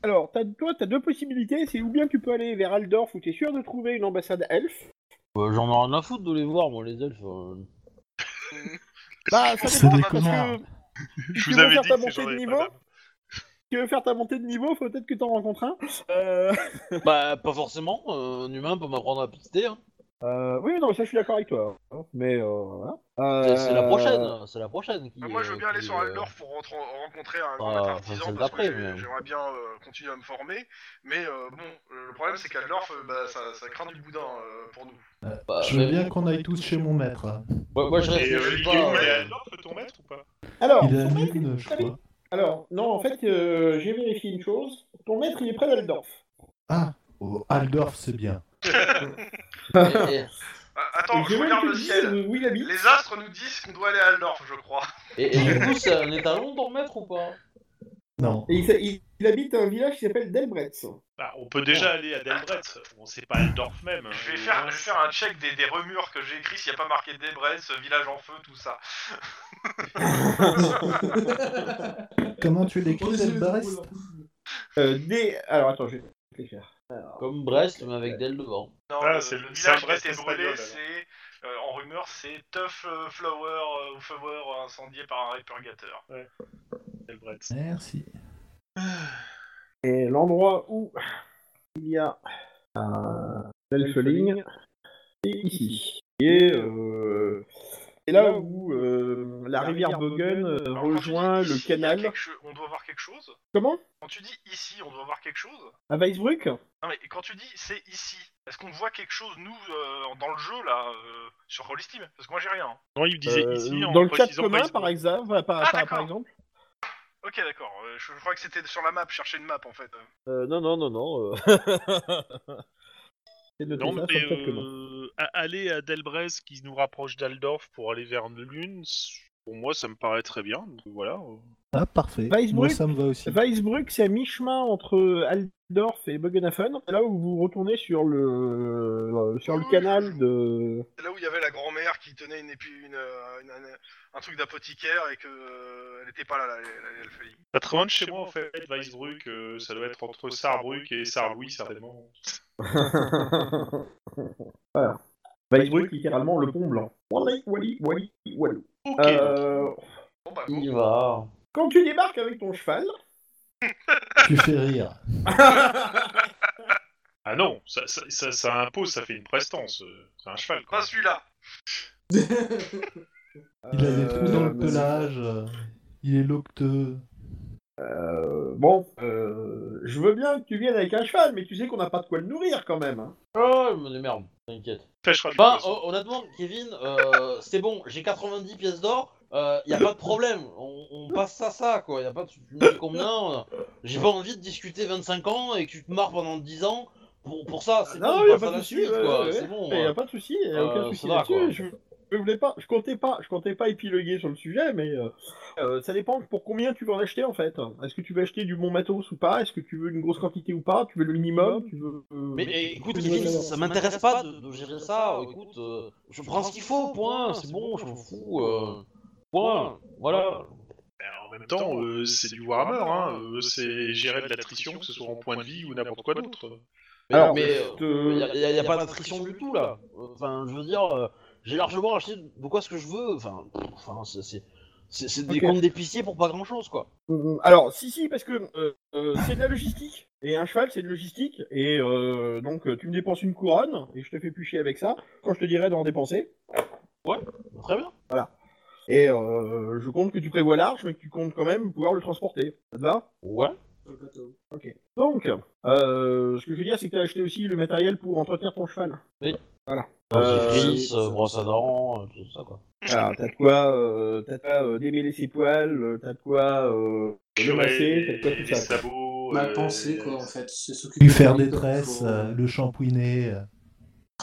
Speaker 2: Alors, t'as- toi, tu as deux possibilités. C'est ou bien tu peux aller vers Aldorf où tu es sûr de trouver une ambassade elfe.
Speaker 5: Euh, J'en ai rien à foutre de les voir, moi, les elfes. euh.
Speaker 2: Bah, ça
Speaker 6: C'est
Speaker 2: dépend,
Speaker 6: des
Speaker 2: parce
Speaker 6: connards.
Speaker 2: que
Speaker 7: Je
Speaker 2: tu
Speaker 7: vous
Speaker 2: veux
Speaker 7: avais
Speaker 2: faire
Speaker 7: dit
Speaker 2: ta
Speaker 7: que
Speaker 2: montée
Speaker 7: ces gens
Speaker 2: de
Speaker 7: n'étaient
Speaker 2: niveau
Speaker 7: pas
Speaker 2: tu veux faire ta montée de niveau, faut peut-être que t'en rencontres un. Euh...
Speaker 5: bah, pas forcément. euh, un humain peut m'apprendre à pitié. Hein.
Speaker 2: Euh, oui, non, ça je suis d'accord avec toi. hein. Mais euh, voilà.
Speaker 5: C'est- C'est la
Speaker 2: Euh,
Speaker 5: prochaine. C'est la prochaine. Qui,
Speaker 4: Bah, Moi, je veux bien
Speaker 5: euh,
Speaker 4: aller
Speaker 5: qui,
Speaker 4: sur
Speaker 5: euh,
Speaker 4: Aldorf pour rentre- rencontrer un grand
Speaker 5: Ah,
Speaker 4: maître
Speaker 5: enfin,
Speaker 4: artisan
Speaker 5: celle
Speaker 4: parce que
Speaker 5: d'après,
Speaker 4: j'ai-
Speaker 5: mais-
Speaker 4: j'aimerais bien euh, continuer à me former. Mais euh, bon, le problème c'est qu'Aldorf, euh, bah, ça, ça craint du boudin euh, pour nous.
Speaker 5: bah,
Speaker 6: Je veux
Speaker 5: mais-
Speaker 6: bien qu'on aille tous chez mon maître.
Speaker 5: Ouais, moi, je
Speaker 7: Et euh,
Speaker 5: reste
Speaker 7: il est
Speaker 5: pas.
Speaker 7: où, il est
Speaker 5: euh,
Speaker 7: à Aldorf, ton maître, ou pas
Speaker 2: Alors,
Speaker 6: Il est à
Speaker 2: son maître,
Speaker 6: Lune, je
Speaker 2: t'as vu
Speaker 6: crois.
Speaker 2: Alors, non, en fait, euh, j'ai vérifié une chose. Ton maître, il est près d'Aldorf.
Speaker 6: Ah, oh, Aldorf, c'est bien.
Speaker 5: et- et-
Speaker 4: Ah, attends,
Speaker 2: Et
Speaker 4: je
Speaker 2: veux
Speaker 4: regarde
Speaker 2: que
Speaker 4: le
Speaker 2: tu dises,
Speaker 4: ciel.
Speaker 2: euh, Où il habite
Speaker 4: Les astres nous disent qu'on doit aller à Aldorf, je crois.
Speaker 5: Et, et du coup, c'est un étalon d'en mettre ou pas
Speaker 6: Non.
Speaker 2: Et il, s'a- il- Il habite un village qui s'appelle Delbretz.
Speaker 7: Bah, on peut déjà aller à Delbrett, on sait pas Eldorf même.
Speaker 4: Je vais,
Speaker 7: Et
Speaker 4: faire,
Speaker 7: voilà.
Speaker 4: je vais faire un check des, des remures que j'ai écrits s'il n'y a pas marqué Debres, village en feu, tout ça.
Speaker 6: Comment tu
Speaker 1: On
Speaker 6: l'écris,
Speaker 1: essaie de
Speaker 6: Delbarès
Speaker 1: trouver,
Speaker 2: Euh, des... Alors attends, je vais l'écrire.
Speaker 5: Comme Brest, mais avec Del devant.
Speaker 4: Non,
Speaker 7: Ah,
Speaker 4: le,
Speaker 7: c'est le-
Speaker 4: le
Speaker 7: c'est un
Speaker 4: village qui a
Speaker 7: Brest
Speaker 4: été brûlé,
Speaker 7: espagnol,
Speaker 4: c'est. euh, en rumeur, c'est Tough euh, Flower euh, ou Flower incendié par un répurgateur.
Speaker 7: Delbrett.
Speaker 6: Merci.
Speaker 2: Et l'endroit où il y a un elfeling est ici. Et euh, c'est là où euh, la rivière Bogen euh,
Speaker 4: Alors, quand tu dis
Speaker 2: rejoint
Speaker 4: ici,
Speaker 2: le
Speaker 4: il y a
Speaker 2: canal.
Speaker 4: quelque cho- On doit voir quelque chose
Speaker 2: Comment
Speaker 4: Quand tu dis ici, on doit voir quelque chose
Speaker 2: À Weisbruck
Speaker 4: Non mais quand tu dis c'est ici, est-ce qu'on voit quelque chose nous euh, dans le jeu là euh, sur Roll Steam Parce que moi j'ai rien. hein.
Speaker 7: Non, il disait ici
Speaker 2: Euh,
Speaker 7: en
Speaker 2: Dans le chat
Speaker 7: précisant pas Ah,
Speaker 2: commun,
Speaker 7: ici.
Speaker 2: par exemple, par, par- par
Speaker 4: d'accord.
Speaker 2: exemple
Speaker 4: Ok d'accord. euh, je, je crois que c'était sur la map, chercher une map en fait.
Speaker 2: Euh, Non, non, non, non. euh. C'est noté
Speaker 7: Non,
Speaker 2: ça
Speaker 7: mais
Speaker 2: sur le chat commun.
Speaker 7: euh, a- aller à Delbrez qui nous rapproche d'Aldorf pour aller vers Lune, c- pour moi ça me paraît très bien. donc Voilà.
Speaker 6: Ah, parfait.
Speaker 2: Weisbrück.
Speaker 6: Moi, ça me va
Speaker 7: euh,
Speaker 6: aussi.
Speaker 2: Weisbruck, c'est à mi-chemin entre Aldorf et Bogenhafen. C'est là où vous retournez sur le, euh, sur le canal de.
Speaker 4: C'est là où il y avait la grand-mère qui tenait une, épi- une, euh, une- un- un truc d'apothicaire et que euh, elle était pas là, la, la, la- la feuille.
Speaker 7: Pas très loin de chez moi en fait, Weisbruck, euh, ça doit être entre Saarbruck et Sarlouis certainement.
Speaker 2: voilà. Weisbruck, littéralement le pont blanc. Wally, wally, wally, wally.
Speaker 7: Ok,
Speaker 2: Euh,
Speaker 4: Bon bah
Speaker 5: Il
Speaker 4: bon.
Speaker 5: y va.
Speaker 2: quand tu débarques avec ton cheval,
Speaker 6: tu fais rire.
Speaker 7: Ah non, ça, ça, ça, ça impose, ça fait une prestance. euh, C'est un cheval, quoi.
Speaker 4: Pas celui-là.
Speaker 1: quoi.
Speaker 6: Il a des
Speaker 2: euh,
Speaker 6: trous dans le
Speaker 2: mais-
Speaker 6: pelage. euh, Il est locteux.
Speaker 2: euh, bon, euh, je veux bien que tu viennes avec un cheval, mais tu sais qu'on n'a pas de quoi le nourrir quand même. hein.
Speaker 5: Oh, je me démerde, t'inquiète.
Speaker 7: Pêchera de
Speaker 5: Bah,
Speaker 7: poisson.
Speaker 5: hon- honnêtement, Kevin, euh, c'est bon, j'ai 90 pièces d'or, euh, y a pas de problème, on, on passe ça, ça, quoi, y a pas de... Tu me dis combien, euh, j'ai pas envie de discuter 25 ans et que tu te marres pendant 10 ans pour, pour ça, c'est
Speaker 2: Non,
Speaker 5: bon,
Speaker 2: y
Speaker 5: on
Speaker 2: a
Speaker 5: passe
Speaker 2: pas
Speaker 5: à
Speaker 2: de
Speaker 5: la
Speaker 2: souci,
Speaker 5: suite,
Speaker 2: ouais,
Speaker 5: quoi,
Speaker 2: ouais,
Speaker 5: c'est
Speaker 2: ouais.
Speaker 5: bon.
Speaker 2: Il n'y
Speaker 5: hein.
Speaker 2: a pas de souci, il n'y a
Speaker 5: Euh,
Speaker 2: aucun
Speaker 5: ça
Speaker 2: souci
Speaker 5: va,
Speaker 2: là-dessus.
Speaker 5: quoi.
Speaker 2: Je, je voulais pas, je comptais pas, je comptais pas épiloguer sur le sujet, mais euh, euh, ça dépend pour combien tu veux en acheter en fait. Est-ce que tu veux acheter du bon matos ou pas Est-ce que tu veux une grosse quantité ou pas Tu veux le minimum Tu veux euh,
Speaker 5: Mais eh, écoute,
Speaker 1: Mais-
Speaker 5: Kevin,
Speaker 1: mais-
Speaker 5: ça, ça m'intéresse pas de, de gérer ça, écoute, euh, je prends ce qu'il faut, point, c'est bon, je m'en fous, euh, point, voilà.
Speaker 7: Ben, en même temps, euh, c'est du Warhammer, hein. euh, c'est gérer de l'attrition, que ce soit en point de vie ou n'importe quoi d'autre.
Speaker 5: Mais, euh,
Speaker 2: Alors,
Speaker 5: mais
Speaker 2: je te-
Speaker 5: il n'y a, y a pas d'attrition du tout là. Enfin, je veux dire, euh, j'ai largement acheté de quoi ce que je veux. Enfin, pff, enfin, c'est- c'est c'est- c'est des
Speaker 2: Ok.
Speaker 5: comptes d'épicier pour pas grand chose quoi.
Speaker 2: Mm, Alors, si, si, parce que euh, euh, c'est de la logistique. Et un cheval, c'est de logistique. Et euh, donc, euh, tu me dépenses une couronne, et je te fais plus chier avec ça, quand je te dirai d'en dépenser.
Speaker 5: Très bien.
Speaker 2: Et euh, je compte que tu prévois large, mais que tu comptes quand même pouvoir le transporter. Ça te va
Speaker 5: Ouais.
Speaker 2: Donc, euh, ce que je veux dire, c'est que tu as acheté aussi le matériel pour entretenir ton cheval.
Speaker 5: Oui.
Speaker 2: Voilà.
Speaker 5: Euh,
Speaker 2: Euh,
Speaker 5: Fils, euh, brosse à dents, euh, tout ça quoi.
Speaker 2: voilà, t'as de quoi, euh, t'as de quoi euh, démêler ses poils, euh, t'as de quoi euh, le masser, t'as de quoi
Speaker 7: les,
Speaker 2: tout ça.
Speaker 7: sabots.
Speaker 1: Ma
Speaker 7: euh,
Speaker 1: pensée, quoi, en fait. C'est s'occuper
Speaker 6: Lui faire
Speaker 1: de lui
Speaker 6: des
Speaker 1: comme
Speaker 6: tresses,
Speaker 1: faut.
Speaker 6: euh, le shampouiner. euh.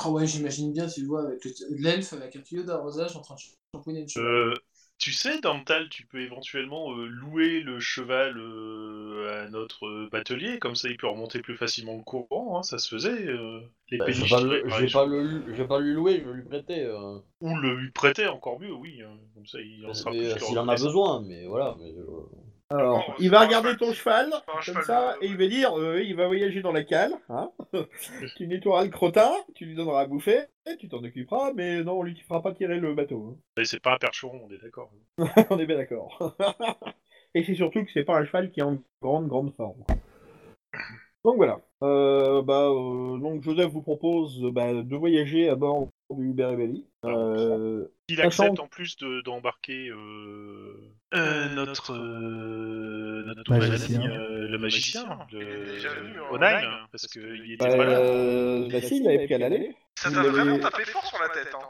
Speaker 1: Ah ouais, j'imagine bien, tu vois, avec le- l'elfe avec un tuyau d'arrosage en train de shampooiner une cheval.
Speaker 7: Euh, tu sais, dans le tal, tu peux éventuellement euh, louer le cheval euh, à notre euh, batelier, comme ça il peut remonter plus facilement le courant, hein, ça se faisait. euh, les
Speaker 5: Bah, je vais
Speaker 7: péniches
Speaker 5: pas,
Speaker 7: de-
Speaker 5: le-
Speaker 7: par
Speaker 5: je vais pas
Speaker 7: exemple.
Speaker 5: le- je vais pas lui louer, je vais lui prêter. euh,
Speaker 7: Ou le lui prêter, encore mieux, oui. hein, Comme ça il en sera
Speaker 5: mais,
Speaker 7: plus
Speaker 5: euh, S'il en a
Speaker 7: reconnaissant.
Speaker 5: besoin, mais voilà. Mais, euh,
Speaker 2: Alors,
Speaker 4: Bon,
Speaker 2: il
Speaker 4: c'est
Speaker 2: va
Speaker 4: pas un
Speaker 2: regarder
Speaker 4: cheval
Speaker 2: ton
Speaker 4: qui-
Speaker 2: cheval,
Speaker 4: pas un
Speaker 2: comme
Speaker 4: cheval
Speaker 2: ça,
Speaker 4: de-
Speaker 2: et il va dire, euh, il va voyager dans la cale, hein tu nettoieras le crottin, tu lui donneras à bouffer, et tu t'en occuperas, mais non, on lui fera pas tirer le bateau.
Speaker 7: Mais C'est pas un percheron, on est d'accord.
Speaker 2: hein. on est bien d'accord. et c'est surtout que c'est pas un cheval qui est en grande, grande forme. Donc voilà. Euh, bah, euh, donc Joseph vous propose euh, bah, de voyager à bord du Beribelli. Euh,
Speaker 7: Il
Speaker 2: Sachant-
Speaker 7: accepte en plus de- d'embarquer euh, euh, notre, euh, notre
Speaker 6: Magicien.
Speaker 7: ami, euh, le magicien,
Speaker 4: Il est déjà venu,
Speaker 7: de
Speaker 4: hein,
Speaker 7: Onail,
Speaker 4: Onail,
Speaker 7: parce qu'il était
Speaker 2: bah,
Speaker 7: pas là.
Speaker 2: euh, bah, si, il avait qu'à l'aller.
Speaker 4: Ça
Speaker 2: Il
Speaker 4: t'a
Speaker 2: avait-
Speaker 4: vraiment tapé fort sur la tête. Hein.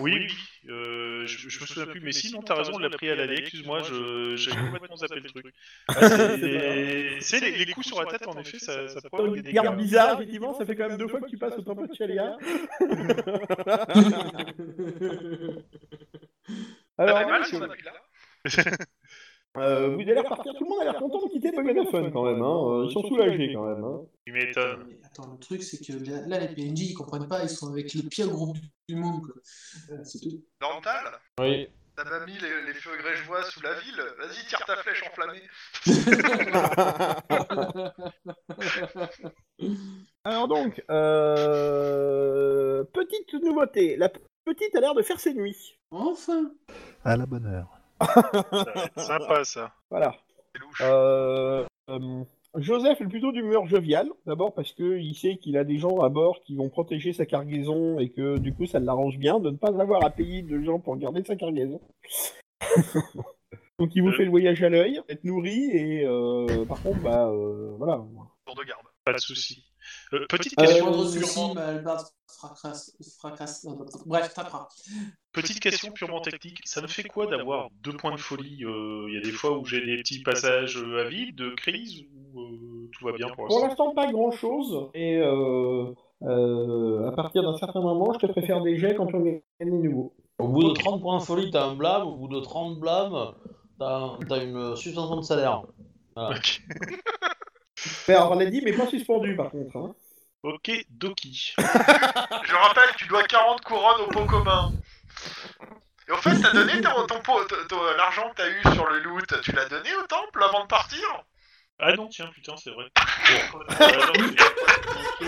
Speaker 7: Oui, oui. euh, je, je me souviens plus, mais si, non, t'as raison, on l'a pris à l'aller, excuse-moi, je- j'ai complètement zappé le truc. Ah, c'est- C'est les, les coups sur la tête, en effet, ça, ça
Speaker 2: Quand on
Speaker 7: provoque des
Speaker 2: regarde
Speaker 7: dégâts.
Speaker 2: bizarre, effectivement, ça fait quand même deux fois que tu passes au temps de chez les gars.
Speaker 1: T'as
Speaker 2: Alors,
Speaker 4: T'as mal
Speaker 2: Ah, monsieur-
Speaker 4: sur la là
Speaker 2: Euh, vous allez repartir, tout le monde a l'air content de quitter Boganaphone quand même, hein. euh, ils sont soulagés quand même. Hein.
Speaker 7: Tu
Speaker 4: Euh.
Speaker 7: m'étonnes.
Speaker 1: Mais attends, le truc, c'est que là, là, les PNJ, ils comprennent pas, ils sont avec le pire groupe du monde. quoi. Euh, C'est tout.
Speaker 4: Dental,
Speaker 5: Oui.
Speaker 4: t'as pas mis les, les feux grégeois sous la ville Vas-y, tire ta flèche enflammée.
Speaker 2: Alors donc, euh, petite nouveauté, la petite a l'air de faire ses nuits.
Speaker 1: Enfin
Speaker 6: À la bonne heure.
Speaker 7: Ça va être sympa ça.
Speaker 2: Voilà.
Speaker 4: C'est louche.
Speaker 2: Euh, euh, Joseph est plutôt d'humeur joviale, d'abord parce qu'il sait qu'il a des gens à bord qui vont protéger sa cargaison et que du coup ça l'arrange bien de ne pas avoir à payer de gens pour garder sa cargaison. Donc il vous
Speaker 7: Euh.
Speaker 2: fait le voyage à l'œil, être nourri et euh, par contre bah euh, voilà.
Speaker 4: Tour de garde.
Speaker 7: Pas de souci. Euh, petite
Speaker 2: Euh,
Speaker 1: Le
Speaker 7: question
Speaker 1: moindre souci,
Speaker 7: purement,
Speaker 1: bah, le barde fracasse. fracasse- euh, Bref, tapera.
Speaker 7: petite question purement technique. Ça me fait quoi d'avoir deux points de folie Euh, Il y a des fois où j'ai des petits passages euh, à vide, de crise, où euh, tout va bien pour
Speaker 2: Pour
Speaker 7: l'instant.
Speaker 2: l'instant pas grand chose et euh, euh, à partir d'un certain moment je te préfère des jets quand on gagne des nouveaux.
Speaker 5: Au bout de 30 points de folie, t'as un blâme. Au bout de 30 blâmes, t'as un- t'as une suspension de salaire.
Speaker 7: Ok.
Speaker 2: Mais alors Ben, on l'a dit mais pas suspendu par contre. hein.
Speaker 7: Ok, Doki.
Speaker 4: Je rappelle, tu dois 40 couronnes au pot commun. Et au fait, t'as donné ton, ton pot- ton- ton- l'argent que t'as eu sur le loot, tu l'as donné au temple avant de partir
Speaker 7: Ah non, tiens, putain, c'est vrai. Bon. Ah non, c'est-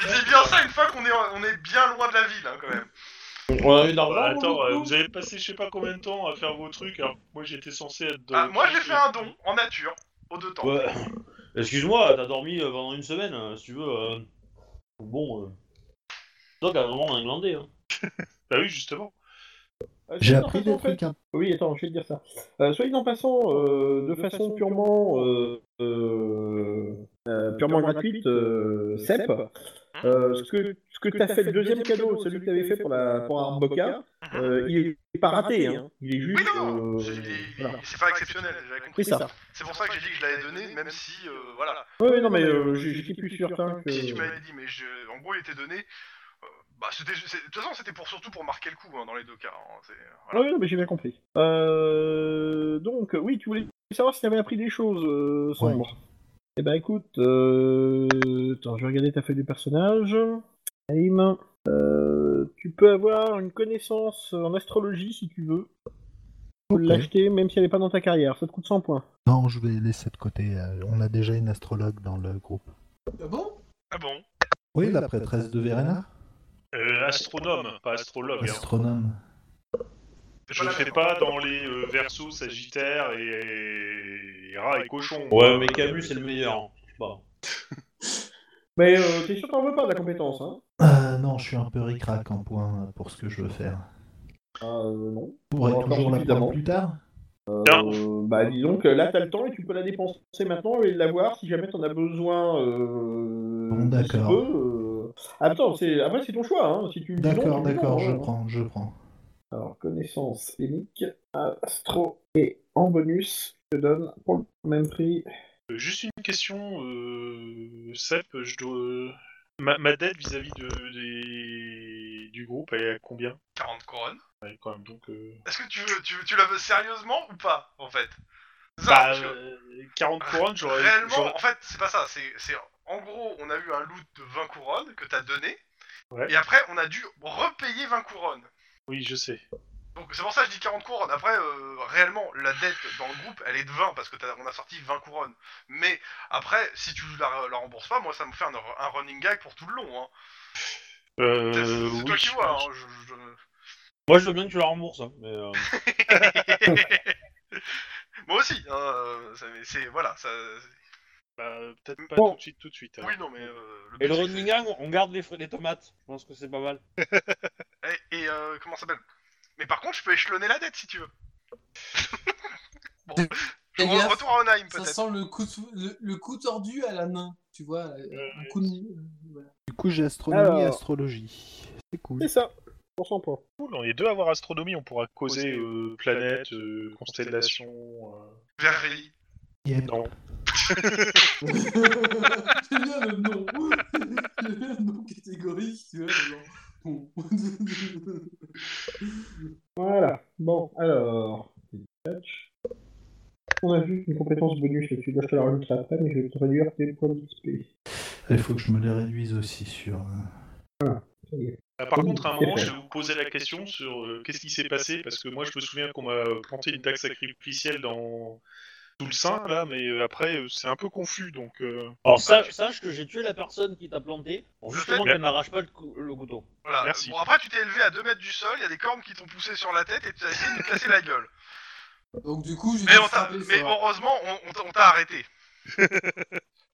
Speaker 4: Il dit bien ça une fois qu'on est, on est bien loin de la ville, hein, quand même.
Speaker 5: On a eu de l'argent.
Speaker 7: Bah,
Speaker 5: pour le
Speaker 7: attends, euh,
Speaker 5: coup
Speaker 7: vous avez passé je sais pas combien de temps à faire vos trucs. Alors, moi j'étais censé être. dans-
Speaker 4: Ah, moi, j'ai fait un don, en nature, aux deux temps.
Speaker 5: Ouais. Excuse-moi, t'as dormi euh, pendant une semaine, euh, si tu veux. euh. Bon. euh. Toi, t'as vraiment un glandé. Hein.
Speaker 7: Bah oui, justement.
Speaker 2: Euh,
Speaker 6: J'ai
Speaker 2: c'est une
Speaker 6: appris
Speaker 2: façon
Speaker 6: des
Speaker 2: de faire-
Speaker 6: trucs. hein.
Speaker 2: Oui, attends, je vais te dire ça. Euh, soit dit en passant, euh, de façon purement, euh, euh, euh, purement gratuite, euh, Sep, euh, ce que, ce que tu as fait, le deuxième cadeau, celui que tu avais fait pour, la, pour Arboca, euh, il est pas raté, hein. il est
Speaker 4: Oui,
Speaker 2: juste...
Speaker 4: non, non,
Speaker 2: euh,
Speaker 4: j'ai- il-
Speaker 2: voilà.
Speaker 4: c'est pas exceptionnel, j'avais
Speaker 2: Oui,
Speaker 4: compris.
Speaker 2: ça.
Speaker 4: C'est pour ça que j'ai dit que je l'avais donné, même si, euh, voilà,
Speaker 2: Oui, oui, non, mais euh, j'ai- j'étais plus certain que...
Speaker 4: si tu m'avais dit, mais je- en gros, il était donné. euh, Bah, c'était, c'est- de toute façon, c'était pour surtout pour marquer le coup hein, dans les deux cas. hein, c'est-
Speaker 2: Ah
Speaker 4: voilà.
Speaker 2: oui, non, mais j'ai bien compris. Euh, donc, oui, tu voulais savoir si tu avais appris des choses, euh, Sombre. Eh ben, écoute, euh... attends, je vais regarder ta feuille de personnage. Aim, euh, tu peux avoir une connaissance en astrologie si tu veux. Tu peux
Speaker 6: Ok.
Speaker 2: l'acheter même si elle n'est pas dans ta carrière, ça te coûte 100 points.
Speaker 6: Non, je vais laisser de côté. euh, On a déjà une astrologue dans le groupe.
Speaker 1: Ah bon
Speaker 7: Ah bon
Speaker 6: Oui, la prêtresse de Verena
Speaker 7: Euh, Astronome, pas
Speaker 4: Ah,
Speaker 7: astrologue. hein.
Speaker 6: Astronome.
Speaker 7: Je ne fais pas dans les euh, versos Sagittaire et... et rat et cochon.
Speaker 5: Ouais, mais Camus, c'est le meilleur. Je sais pas.
Speaker 2: Mais euh, t'es sûr que t'en veux pas de la compétence, hein
Speaker 6: Euh, non, je suis un peu ricrac en point pour ce que je veux faire.
Speaker 2: Euh, non.
Speaker 6: On pourrait
Speaker 2: Bon, alors,
Speaker 6: toujours la
Speaker 2: évidemment.
Speaker 6: prendre plus tard
Speaker 7: Hein
Speaker 2: Euh, bah, dis donc, là, t'as le temps et tu peux la dépenser maintenant et l'avoir si jamais t'en as besoin. Euh,
Speaker 6: Bon, d'accord.
Speaker 2: si tu peux, euh. Attends, c'est... après, c'est ton choix, hein. Si tu me dis non,
Speaker 6: D'accord,
Speaker 2: tu me dis
Speaker 6: d'accord,
Speaker 2: non,
Speaker 6: je
Speaker 2: hein.
Speaker 6: prends, je prends.
Speaker 2: Alors, connaissance émique, astro et en bonus, je te donne pour le même prix.
Speaker 7: Euh, Juste une question, euh, Sep, je dois... euh, Ma, ma dette vis-à-vis de, des- du groupe, elle est à combien
Speaker 4: 40 couronnes.
Speaker 7: Ouais, quand même, donc... euh,
Speaker 4: Est-ce que tu veux, tu, tu la veux sérieusement ou pas, en fait Ça,
Speaker 7: Bah,
Speaker 4: parce que-
Speaker 7: euh, 40 couronnes, j'aurais...
Speaker 4: Ah, Réellement,
Speaker 7: j'aurais-
Speaker 4: en fait, c'est pas ça. C'est, c'est- en gros, on a eu un loot de 20 couronnes que t'as donné,
Speaker 7: Ouais.
Speaker 4: et après, on a dû repayer 20 couronnes.
Speaker 7: Oui, je sais.
Speaker 4: Donc c'est pour ça que je dis 40 couronnes. Après, euh, réellement, la dette dans le groupe, elle est de 20 parce que t'as- on a sorti 20 couronnes. Mais après, si tu la, la rembourses pas, moi, ça me fait un, un running gag pour tout le long. Hein.
Speaker 7: Euh,
Speaker 4: C'est, c'est toi
Speaker 7: oui,
Speaker 4: qui
Speaker 7: je-
Speaker 4: vois. Hein. Je, je- je-
Speaker 5: Moi, je veux bien que tu la rembourses. hein, mais, euh,
Speaker 4: moi aussi. Hein, euh, ça- mais c'est voilà. Ça...
Speaker 7: Bah, peut-être pas
Speaker 2: Bon.
Speaker 7: tout de suite, tout de suite. hein.
Speaker 4: Oui, non, mais euh,
Speaker 5: Et le
Speaker 4: but, c'est-
Speaker 5: running gang, on garde les, fr- les tomates. Je pense que c'est pas mal.
Speaker 4: Et, et, euh, comment ça s'appelle Mais par contre, je peux échelonner la dette si tu veux. bon. Je
Speaker 1: Eh
Speaker 4: re-
Speaker 1: bien,
Speaker 4: retour à Onheim
Speaker 1: Ça
Speaker 4: peut-être.
Speaker 1: sent le coup, de- le, le coup tordu à la main, tu vois, euh,
Speaker 4: Euh,
Speaker 1: un coup de... voilà.
Speaker 6: Du coup, j'ai astronomie et
Speaker 2: Alors.
Speaker 6: astrologie. C'est cool.
Speaker 2: C'est ça, pour 100 points.
Speaker 7: Cool, on est deux à avoir astronomie, on pourra causer euh, planète, euh, constellation... euh,
Speaker 4: Verri.
Speaker 6: Yeah.
Speaker 7: Non.
Speaker 1: J'aime bien le nom. J'aime bien le nom catégorique, tu vois. genre, bon.
Speaker 2: Voilà. Bon, alors. bonus là-dessus, donc je te la rajouterai après, mais je vais te réduire tes points d'XP.
Speaker 6: Il faut que je me les réduise aussi sur. euh,
Speaker 7: Ah, par contre, à un moment, je vais vous poser la question sur euh, qu'est-ce qui s'est passé, parce que moi, je me souviens qu'on m'a planté une taxe sacrificielle dans tout le sein, là, mais euh, après, euh, c'est un peu confus, donc... euh,
Speaker 5: Alors sa- sache que j'ai tué la personne qui t'a planté pour
Speaker 4: Le
Speaker 5: justement
Speaker 4: fait-
Speaker 5: qu'elle n'arrache pas le, cou- le couteau.
Speaker 4: Voilà.
Speaker 7: Merci.
Speaker 4: Bon, après, tu t'es élevé à 2 mètres du sol, il y a des cornes qui t'ont poussé sur la tête et tu as essayé de me casser la gueule.
Speaker 1: Donc du coup, j'ai
Speaker 4: Mais, on t'a-
Speaker 1: frappé
Speaker 4: mais
Speaker 1: fort.
Speaker 4: heureusement, on, on t'a- on t'a arrêté.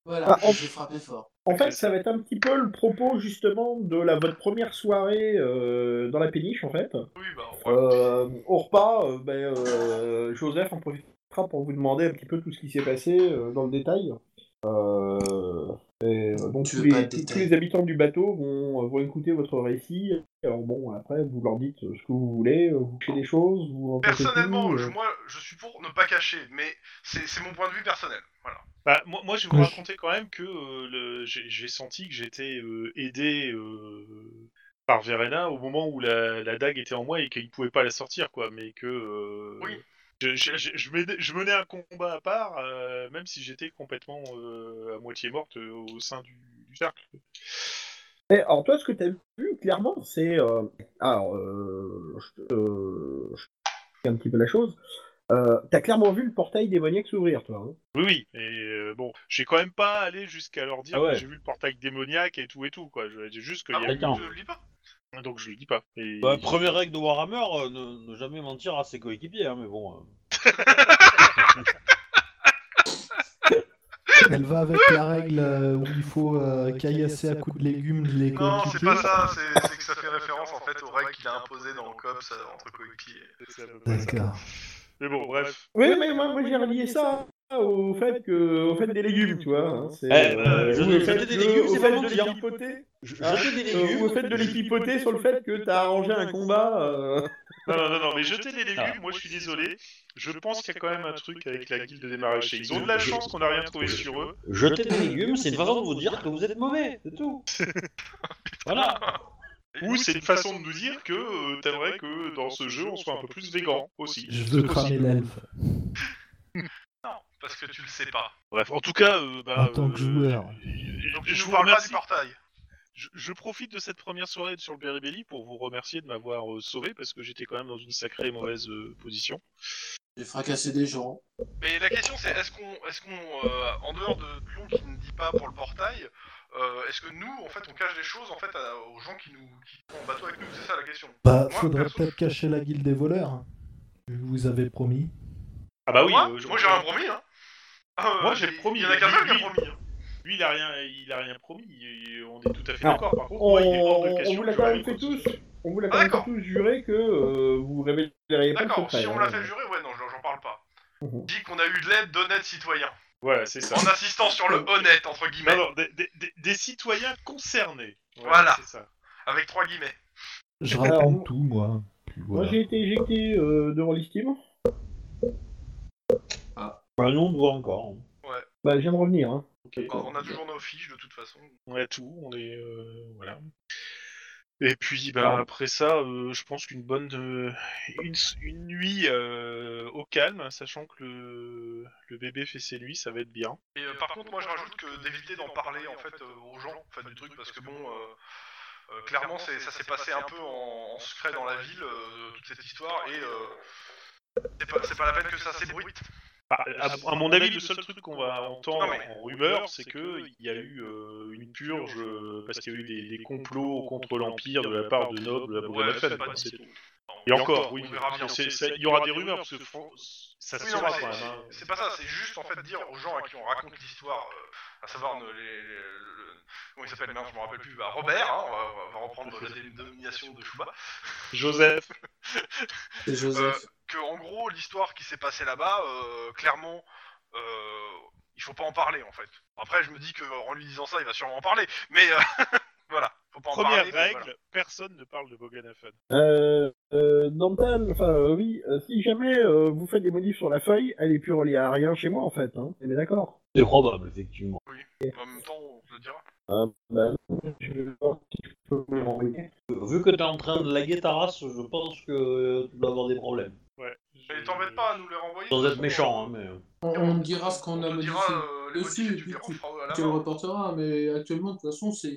Speaker 1: Voilà,
Speaker 2: Ah, on-
Speaker 1: j'ai frappé fort.
Speaker 2: En fait, ça va être un petit peu le propos justement de la, votre première soirée euh, dans la péniche, en fait.
Speaker 4: Oui, bah, on-
Speaker 2: Euh, au repas, euh, ben, euh, Joseph en profitera pour vous demander un petit peu tout ce qui s'est passé euh, dans le détail. Euh, et, euh, donc
Speaker 1: Tu
Speaker 2: tous
Speaker 1: veux pas
Speaker 2: les,
Speaker 1: de détails.
Speaker 2: tous les habitants du bateau vont, euh, vont écouter votre récit. Alors bon, après, vous leur dites euh, ce que vous voulez, euh, vous cachez des choses, vous racontez
Speaker 4: Personnellement,
Speaker 2: tout,
Speaker 4: je-
Speaker 2: euh.
Speaker 4: moi, je suis pour ne pas cacher, mais c'est c'est mon point de vue personnel. Voilà.
Speaker 7: Bah, moi, moi, je vais vous
Speaker 6: Ouais.
Speaker 7: raconter quand même que euh, le- j'ai j'ai senti que j'étais euh, aidé euh, par Verena au moment où la, la dague était en moi et qu'il pouvait pas la sortir, quoi. Mais que euh,
Speaker 4: Oui.
Speaker 7: je, je- je- je menais, je menais un combat à part, euh, même si j'étais complètement euh, à moitié morte euh, au sein du, du cercle.
Speaker 2: Eh, alors toi, ce que t'as vu, clairement, c'est... euh, alors, euh, je te- euh, je te dis un petit peu la chose. Euh, t'as clairement vu le portail démoniaque s'ouvrir, toi. hein.
Speaker 7: Oui, oui. Et euh, bon, j'ai quand même pas allé jusqu'à leur dire
Speaker 5: Ah ouais.
Speaker 7: que j'ai vu le portail démoniaque et tout et tout, quoi. Je leur ai dit juste qu'il
Speaker 4: Ah,
Speaker 7: y a
Speaker 5: bon Quelqu'un.
Speaker 4: Je le lis pas.
Speaker 7: eu- Donc je le dis pas. Et-
Speaker 5: Bah, première règle de Warhammer, euh, ne, ne jamais mentir à ses coéquipiers, hein, mais bon. euh.
Speaker 6: Elle va avec la règle euh, où il faut euh, caillasser à coups de légumes les
Speaker 4: Non, c'est
Speaker 6: coéquipiers.
Speaker 4: pas ça, c'est c'est que ça fait référence en fait aux règles qu'il a imposées dans le COPS euh, entre coéquipiers.
Speaker 7: c'est à peu près ça.
Speaker 6: D'accord.
Speaker 7: Mais bon, bref.
Speaker 2: Oui, mais moi, moi j'ai relié ça au fait que au fait des légumes, tu vois. hein, c'est,
Speaker 5: Eh ben, je-
Speaker 2: ou au
Speaker 5: je-
Speaker 2: fait
Speaker 5: je- des
Speaker 2: de-
Speaker 5: légumes,
Speaker 2: au
Speaker 5: c'est
Speaker 2: fait
Speaker 5: vraiment
Speaker 2: de
Speaker 5: dire.
Speaker 2: l'épipoter,
Speaker 5: Je-
Speaker 2: hein,
Speaker 5: Jeter des
Speaker 2: euh,
Speaker 5: légumes.
Speaker 2: ou au fait de l'épipoter sur le fait que t'as arrangé un combat. euh,
Speaker 7: Non, non, non, non, mais jeter des légumes,
Speaker 5: Ah.
Speaker 7: moi je suis désolé. Je pense qu'il y a quand même un truc avec la guilde des maraîchers. Ils ont de la
Speaker 5: Je-
Speaker 7: chance qu'on n'a rien trouvé sur eux.
Speaker 5: Jeter des légumes, c'est une façon de vous dire que vous êtes mauvais, c'est tout. voilà.
Speaker 7: Ou c'est une façon de nous dire que euh, t'aimerais que dans ce jeu on soit un peu plus végan aussi.
Speaker 6: Je veux
Speaker 7: C'est
Speaker 6: cramer
Speaker 7: possible.
Speaker 6: l'elfe
Speaker 4: Non, parce que tu le sais pas.
Speaker 7: Bref, en tout cas, euh, bah,
Speaker 6: en tant
Speaker 7: euh,
Speaker 6: que joueur.
Speaker 4: Donc
Speaker 7: je,
Speaker 4: tu nous
Speaker 7: vous
Speaker 4: parles pas du
Speaker 7: remercie.
Speaker 4: portail.
Speaker 7: Je, je profite de cette première soirée sur le Beribelli pour vous remercier de m'avoir euh, sauvé parce que j'étais quand même dans une sacrée mauvaise euh, position.
Speaker 1: J'ai fracassé des gens.
Speaker 4: Mais la question c'est est-ce qu'on, est-ce qu'on, euh, en dehors de Plon qui ne dit pas pour le portail, euh, est-ce que nous en fait on cache des choses en fait à- aux gens qui nous qui sont en bateau avec nous C'est ça la question.
Speaker 6: Bah,
Speaker 4: Moi,
Speaker 6: faudrait
Speaker 4: perso,
Speaker 6: peut-être
Speaker 4: je-
Speaker 6: cacher la guilde des voleurs. Je vous avais promis.
Speaker 7: Ah bah oui,
Speaker 4: moi,
Speaker 7: euh, je-
Speaker 4: moi, j'ai rien promis hein. Euh,
Speaker 7: Moi, j'ai promis,
Speaker 4: Il y en a
Speaker 7: mais
Speaker 4: qu'un seul
Speaker 7: lui-
Speaker 4: qui a promis. hein.
Speaker 7: lui il a rien, il a rien promis. et on est tout à fait
Speaker 2: Non.
Speaker 7: d'accord. Par contre,
Speaker 2: On,
Speaker 7: moi, il est hors de
Speaker 2: on
Speaker 7: question
Speaker 2: vous l'a
Speaker 7: que
Speaker 2: quand
Speaker 7: je
Speaker 2: même fait tous. On vous l'a
Speaker 4: Ah,
Speaker 2: quand même
Speaker 4: d'accord.
Speaker 2: fait tous jurer que euh, vous révéleriez pas le
Speaker 4: D'accord.
Speaker 2: secret.
Speaker 4: Si on
Speaker 2: hein.
Speaker 4: l'a fait jurer, ouais non, j'en j'en parle pas.
Speaker 2: Mhm.
Speaker 4: Dit qu'on a eu de l'aide d'honnêtes citoyens,
Speaker 7: Voilà, c'est ça.
Speaker 4: en insistant sur le honnête entre
Speaker 7: Non,
Speaker 4: guillemets,
Speaker 7: non, des, des- des- des citoyens concernés.
Speaker 4: Voilà.
Speaker 7: C'est ça.
Speaker 4: avec trois guillemets.
Speaker 6: Je
Speaker 2: Alors,
Speaker 6: raconte
Speaker 2: moi-
Speaker 6: tout, moi. Puis
Speaker 2: Moi
Speaker 6: voilà.
Speaker 2: j'ai été éjecté euh, devant l'estime.
Speaker 5: Bah, nous, on te voit encore.
Speaker 2: Bah j'aime revenir. Hein.
Speaker 7: Ok.
Speaker 4: Bah, on a toujours nos fiches de toute façon.
Speaker 7: On a tout, on est euh, voilà. Et puis bah, après ça, euh, je pense qu'une bonne euh, une, une nuit euh, au calme, sachant que le, le bébé fait ses nuits, ça va être bien.
Speaker 4: Et euh, par contre, moi, je rajoute que d'éviter d'en parler en fait euh, aux gens, en fait, du truc, parce que bon, euh, euh, clairement, c'est- ça s'est passé un peu en, en secret dans la ville euh, toute cette histoire, et euh, c'est pas, c'est pas la peine que ça s'ébruite.
Speaker 7: Bah, à, à mon avis, le seul truc qu'on va entendre
Speaker 4: Non, mais-
Speaker 7: en rumeur, c'est que il y a eu euh, une purge euh, parce qu'il y a eu des, des complots contre l'empire de la part de nobles à Bourg-la-Fenne, quoi, c'est tout. Et encore, oui, Ah,
Speaker 4: on verra bien.
Speaker 7: c'est- c'est- il y aura des rumeurs parce que Fran- ça se
Speaker 4: Oui, non,
Speaker 7: saura
Speaker 4: mais
Speaker 7: quand même.
Speaker 4: c'est-
Speaker 7: hein.
Speaker 4: C'est pas ça, c'est juste en fait dire aux gens à qui on raconte l'histoire, euh, à savoir ne- les, les- le- comment il s'appelle, merde, je me rappelle plus, bah, Robert, hein, on, va, on va reprendre la dé- dénomination de Chouba,
Speaker 7: Joseph.
Speaker 4: Euh,
Speaker 1: C'est Joseph.
Speaker 4: que en gros l'histoire qui s'est passée là-bas, euh, clairement, euh, il faut pas en parler en fait. Après, je me dis que en lui disant ça, il va sûrement en parler, mais euh, voilà, faut pas en
Speaker 7: Première
Speaker 4: parler. mais
Speaker 7: règle,
Speaker 4: voilà.
Speaker 7: personne ne parle de Bogdanafan.
Speaker 2: Euh, euh, Dantal, enfin euh, oui, euh, si jamais euh, vous faites des modifs sur la feuille, elle est plus reliée à rien chez moi en fait. Hein. On est d'accord.
Speaker 5: C'est probable, effectivement.
Speaker 4: En même temps, on se le dira.
Speaker 2: Ah, bah, je vais voir si tu peux me l'envoyer.
Speaker 5: Vu que t'es en train de laguer ta race, je pense que euh, tu dois avoir des problèmes.
Speaker 7: Ouais, je,
Speaker 4: Et t'embête pas à nous les renvoyer
Speaker 5: Sans être méchant, hein, mais.
Speaker 1: On, on dira ce qu'on a
Speaker 4: On te
Speaker 1: modifié.
Speaker 4: dira euh, les
Speaker 1: dessus,
Speaker 4: motifs,
Speaker 1: et
Speaker 4: tu
Speaker 1: puis
Speaker 4: les
Speaker 1: tu-
Speaker 4: referas à la
Speaker 1: Tu le
Speaker 4: main.
Speaker 1: reporteras, mais actuellement, de toute façon, c'est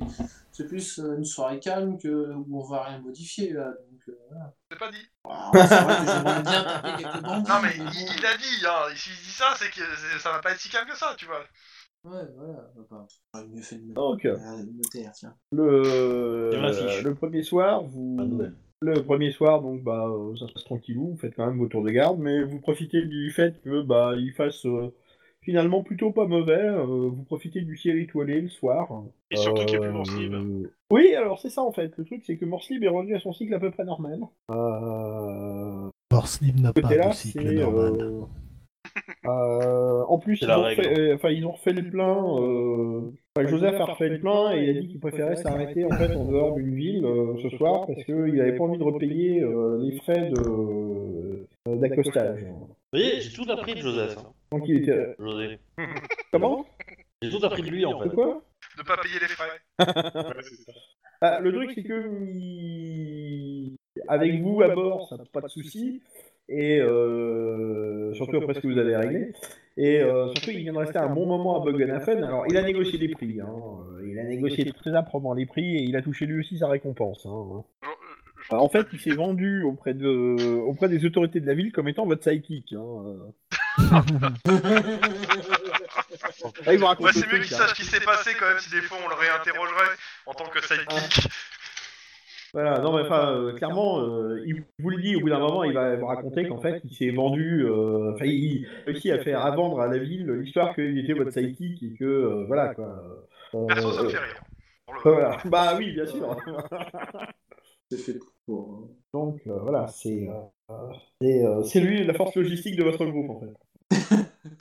Speaker 1: c'est plus euh, une soirée calme que où on va rien modifier là. Donc, euh,
Speaker 4: C'est pas dit.
Speaker 1: waouh, c'est vrai que j'aimerais bien taper quelques bandits.
Speaker 4: Non mais
Speaker 1: bon.
Speaker 4: il, il a dit, hein, s'il dit ça, c'est que c'est- ça va pas être si calme que ça, tu vois.
Speaker 1: Ouais, voilà. bah, bah, J'aurais mieux fait de me
Speaker 2: Donc,
Speaker 1: euh, de me taire, tiens.
Speaker 2: le,
Speaker 5: Sur l'affiche.
Speaker 2: le premier soir, vous.
Speaker 5: Pas de nouvelles.
Speaker 2: Le premier soir, donc bah euh, ça se passe tranquillou, vous faites quand même vos tours de garde, mais vous profitez du fait que bah il fasse euh, finalement plutôt pas mauvais, euh, vous profitez du ciel étoilé le soir.
Speaker 7: Et surtout qu'il n'y a plus
Speaker 2: Euh,
Speaker 7: Morse Libre.
Speaker 2: Oui, alors c'est ça en fait, le truc c'est que Morse Libre est revenu à son cycle à peu près normal. Euh...
Speaker 6: Morslib n'a
Speaker 2: Côté
Speaker 6: pas
Speaker 2: là,
Speaker 6: de
Speaker 2: c'est...
Speaker 6: cycle normal.
Speaker 2: euh, euh, en plus,
Speaker 5: C'est
Speaker 2: ils
Speaker 5: la
Speaker 2: ont,
Speaker 5: règle.
Speaker 2: refait, euh, enfin, ils ont refait le plein. euh, enfin, Joseph a refait le plein et il a dit qu'il préférait s'arrêter en fait en dehors d'une ville euh, ce soir parce qu'il n'avait pas envie de repayer euh, les frais de, euh, d'accostage.
Speaker 5: Vous voyez, j'ai tout appris de Joseph. hein.
Speaker 2: Donc il était. euh,
Speaker 5: José.
Speaker 2: Comment
Speaker 5: J'ai tout appris de lui en
Speaker 2: De
Speaker 5: fait.
Speaker 2: quoi
Speaker 4: De pas payer les frais.
Speaker 2: Ah, Le truc c'est que il- avec vous à bord, ça pas de souci. Et euh, surtout après ce que vous avez réglé. Et euh, surtout, il vient de rester un bon moment à Boganafen. Alors, il a négocié les prix. Hein. Euh, Il a négocié très âprement les prix et il a touché lui aussi sa récompense. hein.
Speaker 4: Genre, euh, genre,
Speaker 2: Alors, en fait, il s'est vendu auprès, de, auprès des autorités de la ville comme étant votre sidekick. Hein. Euh, Là, il vous raconte
Speaker 4: Ouais,
Speaker 2: le
Speaker 4: c'est mieux
Speaker 2: truc,
Speaker 4: qu'il
Speaker 2: hein.
Speaker 4: sache ce qui s'est passé quand même, si des fois on le réinterrogerait en tant que sidekick.
Speaker 2: Voilà, non, mais enfin, euh, clairement, euh, il vous le dit, au bout d'un moment, il va vous raconter qu'en fait, il s'est vendu, euh, enfin, il a réussi à faire à vendre à la ville l'histoire qu'il était votre sidekick et que, euh, voilà, quoi.
Speaker 5: Ah,
Speaker 2: Euh,
Speaker 4: Perso, ça me
Speaker 2: euh,
Speaker 4: fait rire. Pour le-
Speaker 2: voilà. Bah oui, bien sûr.
Speaker 1: C'est fait hein. pour.
Speaker 2: Donc euh, voilà, c'est euh, c'est, euh, c'est lui la force logistique de votre groupe en fait.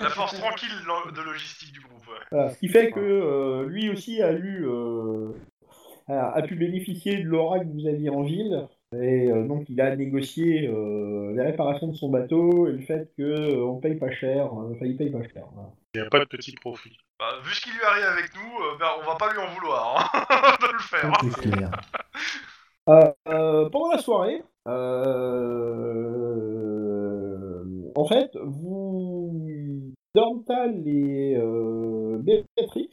Speaker 4: La force tranquille lo- de logistique du groupe. ouais.
Speaker 2: Voilà, ce qui fait que euh, lui aussi a lu euh, a, a pu bénéficier de l'aura que vous aviez en ville et euh, donc il a négocié euh, les réparations de son bateau et le fait que euh, on paye pas cher, euh, enfin il paye pas cher. voilà.
Speaker 7: Il n'y a pas de petit profit.
Speaker 4: Bah, vu ce qui lui arrive avec nous, euh, bah, on va pas lui en vouloir hein, de le faire.
Speaker 6: C'est clair.
Speaker 2: Euh, euh, pendant la soirée, euh, en fait, vous Dorntal et euh, Béatrix,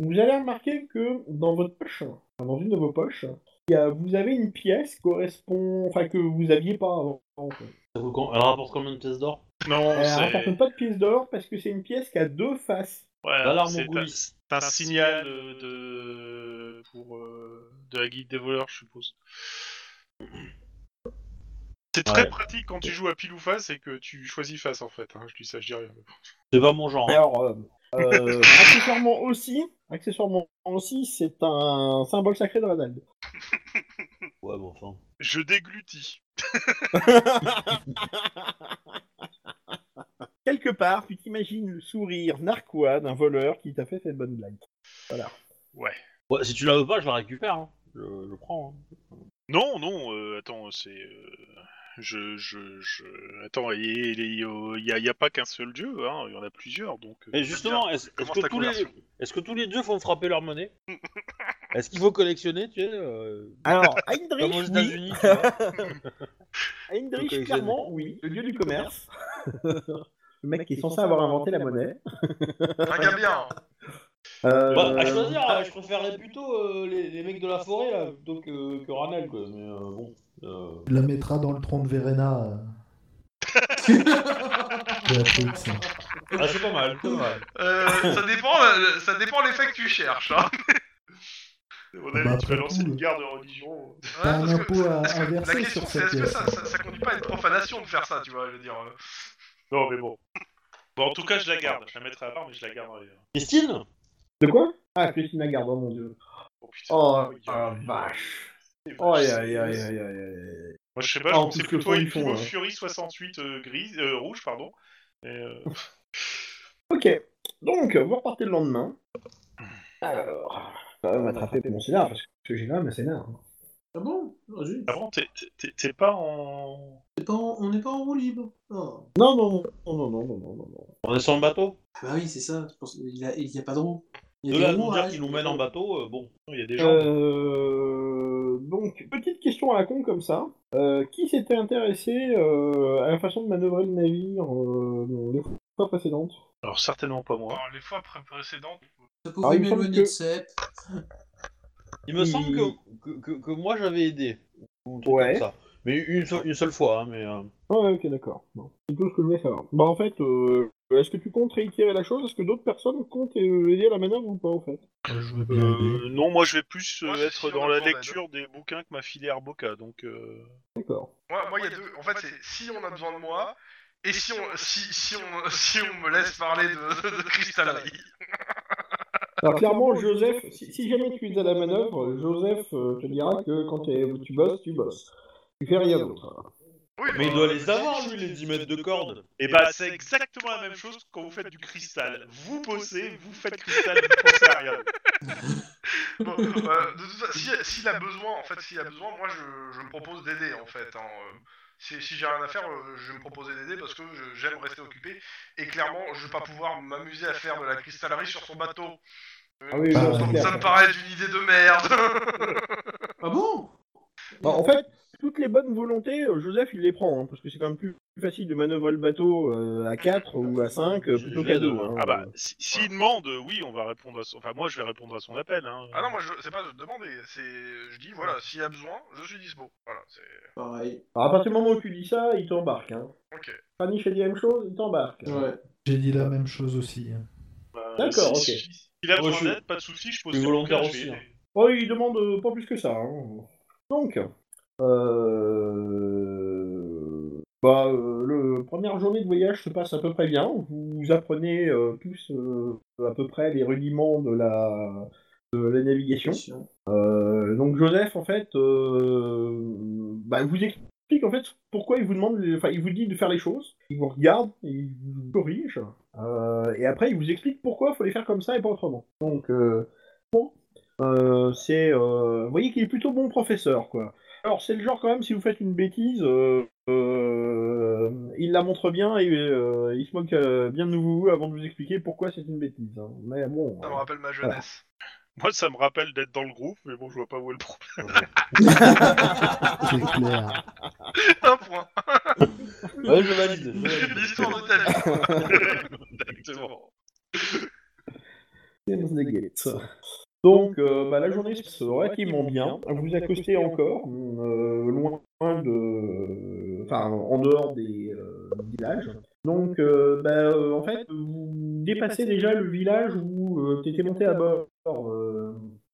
Speaker 2: vous allez remarquer que dans votre poche, enfin, dans une de vos poches, il y a- vous avez une pièce qui correspond, enfin que vous aviez pas avant. en fait.
Speaker 5: Ça vous con- Elle rapporte combien de pièces d'or
Speaker 7: Non,
Speaker 2: Elle
Speaker 7: Ah, c'est
Speaker 2: rapporte pas de pièce d'or parce que c'est une pièce qui a deux faces.
Speaker 7: voilà,
Speaker 5: Valar
Speaker 7: Ah, c'est un,
Speaker 5: Morghulis.
Speaker 7: c'est un signal euh, de pour euh, de la guide des voleurs, je suppose. C'est très
Speaker 5: Ouais.
Speaker 7: pratique quand tu joues à pile ou face et que tu choisis face en fait. hein. Je dis ça, je dis rien.
Speaker 5: C'est pas mon genre. hein.
Speaker 2: Alors, euh, euh, accessoirement aussi, accessoirement aussi, c'est un symbole sacré de Ranald.
Speaker 5: Ouais, bon, enfin.
Speaker 7: Je déglutis.
Speaker 2: Quelque part, tu t'imagines le sourire narquois d'un voleur qui t'a fait cette bonne blague.
Speaker 5: Ouais, si tu la veux pas, je la récupère. hein. Je, je prends. hein.
Speaker 7: Non, non. euh, attends, c'est. euh, Je, je, je. Attends, il y- il y a- il y a, il y a pas qu'un seul dieu, hein, il y en a plusieurs, donc. euh,
Speaker 5: Et justement, est-ce est-ce
Speaker 4: Commence
Speaker 5: que,
Speaker 4: ta
Speaker 5: tous les...
Speaker 4: conversion.
Speaker 5: est que tous les dieux font frapper leur monnaie Est-ce qu'il faut collectionner, tu sais euh,
Speaker 2: Alors,
Speaker 5: Comme aux
Speaker 2: Heinrich, oui.
Speaker 5: États-Unis, tu vois
Speaker 2: Heinrich,
Speaker 5: Ok,
Speaker 2: clairement, oui, le dieu du commerce. le mec qui est censé avoir inventé la monnaie.
Speaker 4: Un gars bien. hein.
Speaker 2: Euh,
Speaker 5: Bah, à choisir, euh, je préférerais plutôt euh, les, les mecs de la forêt là, plutôt que, que Ranel, quoi. Mais euh, bon. euh,
Speaker 6: Tu la mettras dans le tronc de Verena. euh. Béatrix.
Speaker 5: Ah, c'est pas mal, pas mal.
Speaker 4: Euh, ça dépend, euh, ça dépend l'effet que tu cherches. hein.
Speaker 7: On
Speaker 6: Bah,
Speaker 7: a dit, tu
Speaker 6: après
Speaker 7: vas lancer
Speaker 6: tout,
Speaker 7: une guerre de religion.
Speaker 5: Bah,
Speaker 4: Ouais,
Speaker 6: T'as un
Speaker 4: parce que-
Speaker 6: impôt à, à
Speaker 4: La
Speaker 6: verser
Speaker 4: question
Speaker 6: sur
Speaker 4: c'est
Speaker 6: cette
Speaker 4: est-ce que
Speaker 6: pièce.
Speaker 4: ça, ça, ça conduit pas à une profanation de faire ça, tu vois, je veux dire. euh.
Speaker 7: Non, mais bon. Bon, en tout cas, je la garde. Je la mettrai à part, mais je la hein. garde. dans les-
Speaker 5: Christine
Speaker 2: De quoi Ah, Christina Garde, oh mon dieu.
Speaker 7: Oh putain.
Speaker 2: Oh,
Speaker 7: Oui,
Speaker 2: la
Speaker 7: euh,
Speaker 2: vache.
Speaker 7: c'est vache.
Speaker 2: Oh, aïe, aïe, aïe, aïe, aïe, aïe.
Speaker 7: Moi, je sais pas, je
Speaker 2: Ah, en
Speaker 7: pensais
Speaker 2: plus, le
Speaker 7: plutôt à
Speaker 2: fond,
Speaker 7: une hein.
Speaker 2: ils font,
Speaker 7: Fumo
Speaker 2: ouais.
Speaker 7: Fury 68 euh, grise, euh, rouge, pardon. Et, euh,
Speaker 2: Ok, donc, vous repartez le lendemain. Alors, Ah, on va attraper mon scénar, parce que j'ai là un scénar.
Speaker 1: Ah bon Ah, zut.
Speaker 7: avant, t'es- t'es- t'es pas en.
Speaker 1: C'est pas en- On n'est pas en roue libre. Oh.
Speaker 2: Non, non, non, non, non, non, non, non, non.
Speaker 5: On est sur le bateau.
Speaker 1: Bah oui, c'est ça. c'est pour ça- Il n'y a, il y a pas de roue. Il y a
Speaker 5: De
Speaker 1: des
Speaker 5: là à
Speaker 1: roues,
Speaker 5: nous
Speaker 1: hein,
Speaker 5: dire qu'ils nous mènent en bateau, euh, bon.
Speaker 7: Il y a des gens.
Speaker 2: Euh... Euh, donc, petite question à la con comme ça. Euh, qui s'était intéressé euh, à la façon de manœuvrer le navire euh, dans les fois précédentes
Speaker 7: Alors certainement pas moi.
Speaker 4: Alors, les fois pré- précédentes,
Speaker 2: Ah,
Speaker 1: Ça pouvait
Speaker 2: il me semble
Speaker 1: m'éloigner
Speaker 2: que-
Speaker 1: de Sep.
Speaker 5: Il me
Speaker 2: Il-
Speaker 5: semble que, que, que- que moi j'avais aidé. Ou un truc
Speaker 2: Ouais.
Speaker 5: comme ça. Mais une, seule- une seule fois, hein, mais. euh,
Speaker 2: Ouais, ok, d'accord. Bon. C'est tout ce que je voulais savoir. Bah, en fait, euh, est-ce que tu comptes réitérer la chose Est-ce que d'autres personnes comptent euh, aider à la manœuvre ou pas, en fait
Speaker 6: Ah, Je veux bien aider.
Speaker 7: Euh, non, moi je vais plus euh,
Speaker 4: Moi, c'est
Speaker 7: être
Speaker 4: sûr,
Speaker 7: dans
Speaker 4: le
Speaker 7: la
Speaker 4: Corben.
Speaker 7: lecture des bouquins que m'a filé Arboca, donc. euh,
Speaker 2: D'accord.
Speaker 4: moi, moi, il y a deux. En fait, c'est si on a besoin de moi. Et si on, si, si on, si on me laisse parler de, de cristallerie.
Speaker 2: Alors, clairement, Joseph, si, si jamais tu es à la manœuvre, Joseph euh, te dira que quand t'es- tu bosses, tu bosses. Tu fais rien d'autre.
Speaker 4: Oui,
Speaker 5: Mais il
Speaker 4: bah,
Speaker 5: doit les avoir, lui, les 10 mètres de corde.
Speaker 7: Et bah, c'est exactement la même chose quand vous faites du cristal. Vous bossez, vous faites cristal, vous pensez à rien.
Speaker 4: Bon, euh, de toute façon, si- s'il a besoin, en fait, s'il a besoin, moi je, je me propose d'aider en fait. hein, euh. Si, si j'ai rien à faire, euh, je vais me proposer d'aider parce que je- j'aime rester occupé et clairement je vais pas pouvoir m'amuser à faire de la cristallerie sur son bateau. Euh,
Speaker 2: Ah oui,
Speaker 4: ça,
Speaker 6: oui,
Speaker 4: ça-
Speaker 6: c'est
Speaker 2: clair.
Speaker 4: ça me paraît une idée de merde.
Speaker 1: Ah bon
Speaker 2: Bah, en fait, toutes les bonnes volontés, euh, Joseph, il les prend, hein, parce que c'est quand même plus facile de manœuvrer le bateau euh, à 4 ou à 5 euh, plutôt qu'à 2.
Speaker 7: Ah bah, si- s'il demande, euh, oui, on va répondre à son. Enfin, moi je vais répondre à son appel. Hein.
Speaker 4: ah non, moi je, c'est pas de demander, c'est je dis voilà, s'il y a besoin, je suis dispo. Voilà, c'est
Speaker 1: Pareil.
Speaker 2: Alors, à partir du moment où tu dis ça, il t'embarque. Hein.
Speaker 4: ok.
Speaker 2: Fanny fait la même chose, il t'embarque.
Speaker 1: Ouais.
Speaker 6: J'ai dit la même chose aussi. hein.
Speaker 7: Bah,
Speaker 2: D'accord,
Speaker 7: si-
Speaker 2: ok.
Speaker 7: si- S'il a
Speaker 5: Moi,
Speaker 7: besoin
Speaker 5: je suis-
Speaker 7: d'aide, pas de soucis, je pose
Speaker 5: je suis
Speaker 7: sur le
Speaker 5: volontaire
Speaker 7: cas, je vais
Speaker 5: aussi,
Speaker 7: aider.
Speaker 2: Oh, il demande euh, pas plus que ça. hein. Donc, euh, bah, euh, le première journée de voyage se passe à peu près bien. Vous apprenez euh, tous euh, à peu près les rudiments de la, de la navigation. Euh, donc Joseph, en fait, euh, bah, vous explique en fait pourquoi il vous demande, enfin il vous dit de faire les choses, il vous regarde, il vous corrige, euh, et après il vous explique pourquoi il faut les faire comme ça et pas autrement. Donc euh, bon, euh, c'est, euh, vous voyez qu'il est plutôt bon professeur quoi. Alors c'est le genre quand même si vous faites une bêtise, euh, euh, il la montre bien et euh, il se moque euh, bien de vous avant de vous expliquer pourquoi c'est une bêtise. hein. Mais bon.
Speaker 4: Ça me rappelle ma jeunesse.
Speaker 7: Moi, ça me rappelle d'être dans le groupe, mais bon, je vois pas où est le problème.
Speaker 6: C'est clair.
Speaker 4: Un point.
Speaker 5: Ouais, je valide.
Speaker 4: L'histoire de ta vie.
Speaker 7: Exactement.
Speaker 2: James Leggett. Donc, euh, bah, la journée se passe relativement bien. Vous accostez encore, euh, loin de. Enfin, en dehors des euh, villages. Donc, euh, bah, euh, en fait, vous dépassez déjà le village où tu étais monté à bord. euh,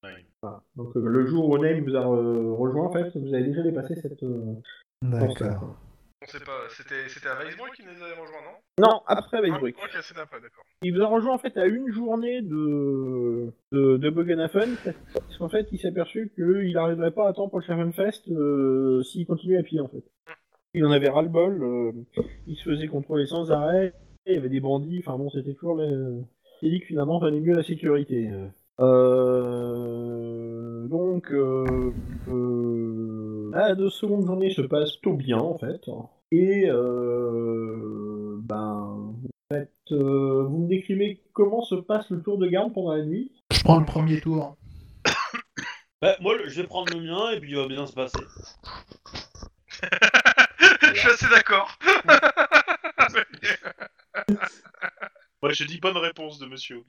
Speaker 7: Ouais.
Speaker 2: voilà. Donc, euh, le jour où Name vous a euh, rejoint, en fait, vous avez déjà dépassé cette. euh,
Speaker 6: D'accord.
Speaker 4: On sait pas, c'était c'était à Weisbrook qui nous avait rejoint, non
Speaker 2: Non, après
Speaker 4: Ah,
Speaker 2: Weisbruck.
Speaker 4: Ok, c'est après, d'accord.
Speaker 2: Il vous a rejoint en fait à une journée de de, de Bogenhafen, parce qu'en fait il s'est aperçu qu'il n'arriverait pas à temps pour le Schaffenfest euh, s'il continuait à pied en fait. Il en avait ras le bol, euh, il se faisait contrôler sans arrêt, il y avait des bandits, enfin bon c'était toujours les... Il dit que finalement valait mieux la sécurité. Euh, donc euh, euh, la de seconde journée se passe tout bien en fait. Et euh, ben euh, vous me décrivez comment se passe le tour de garde pendant la nuit.
Speaker 6: Je prends le premier tour.
Speaker 5: Bah, moi, le- je vais prendre le mien et puis il va bien se passer.
Speaker 4: Je suis assez d'accord.
Speaker 7: Moi, je dis bonne réponse de monsieur.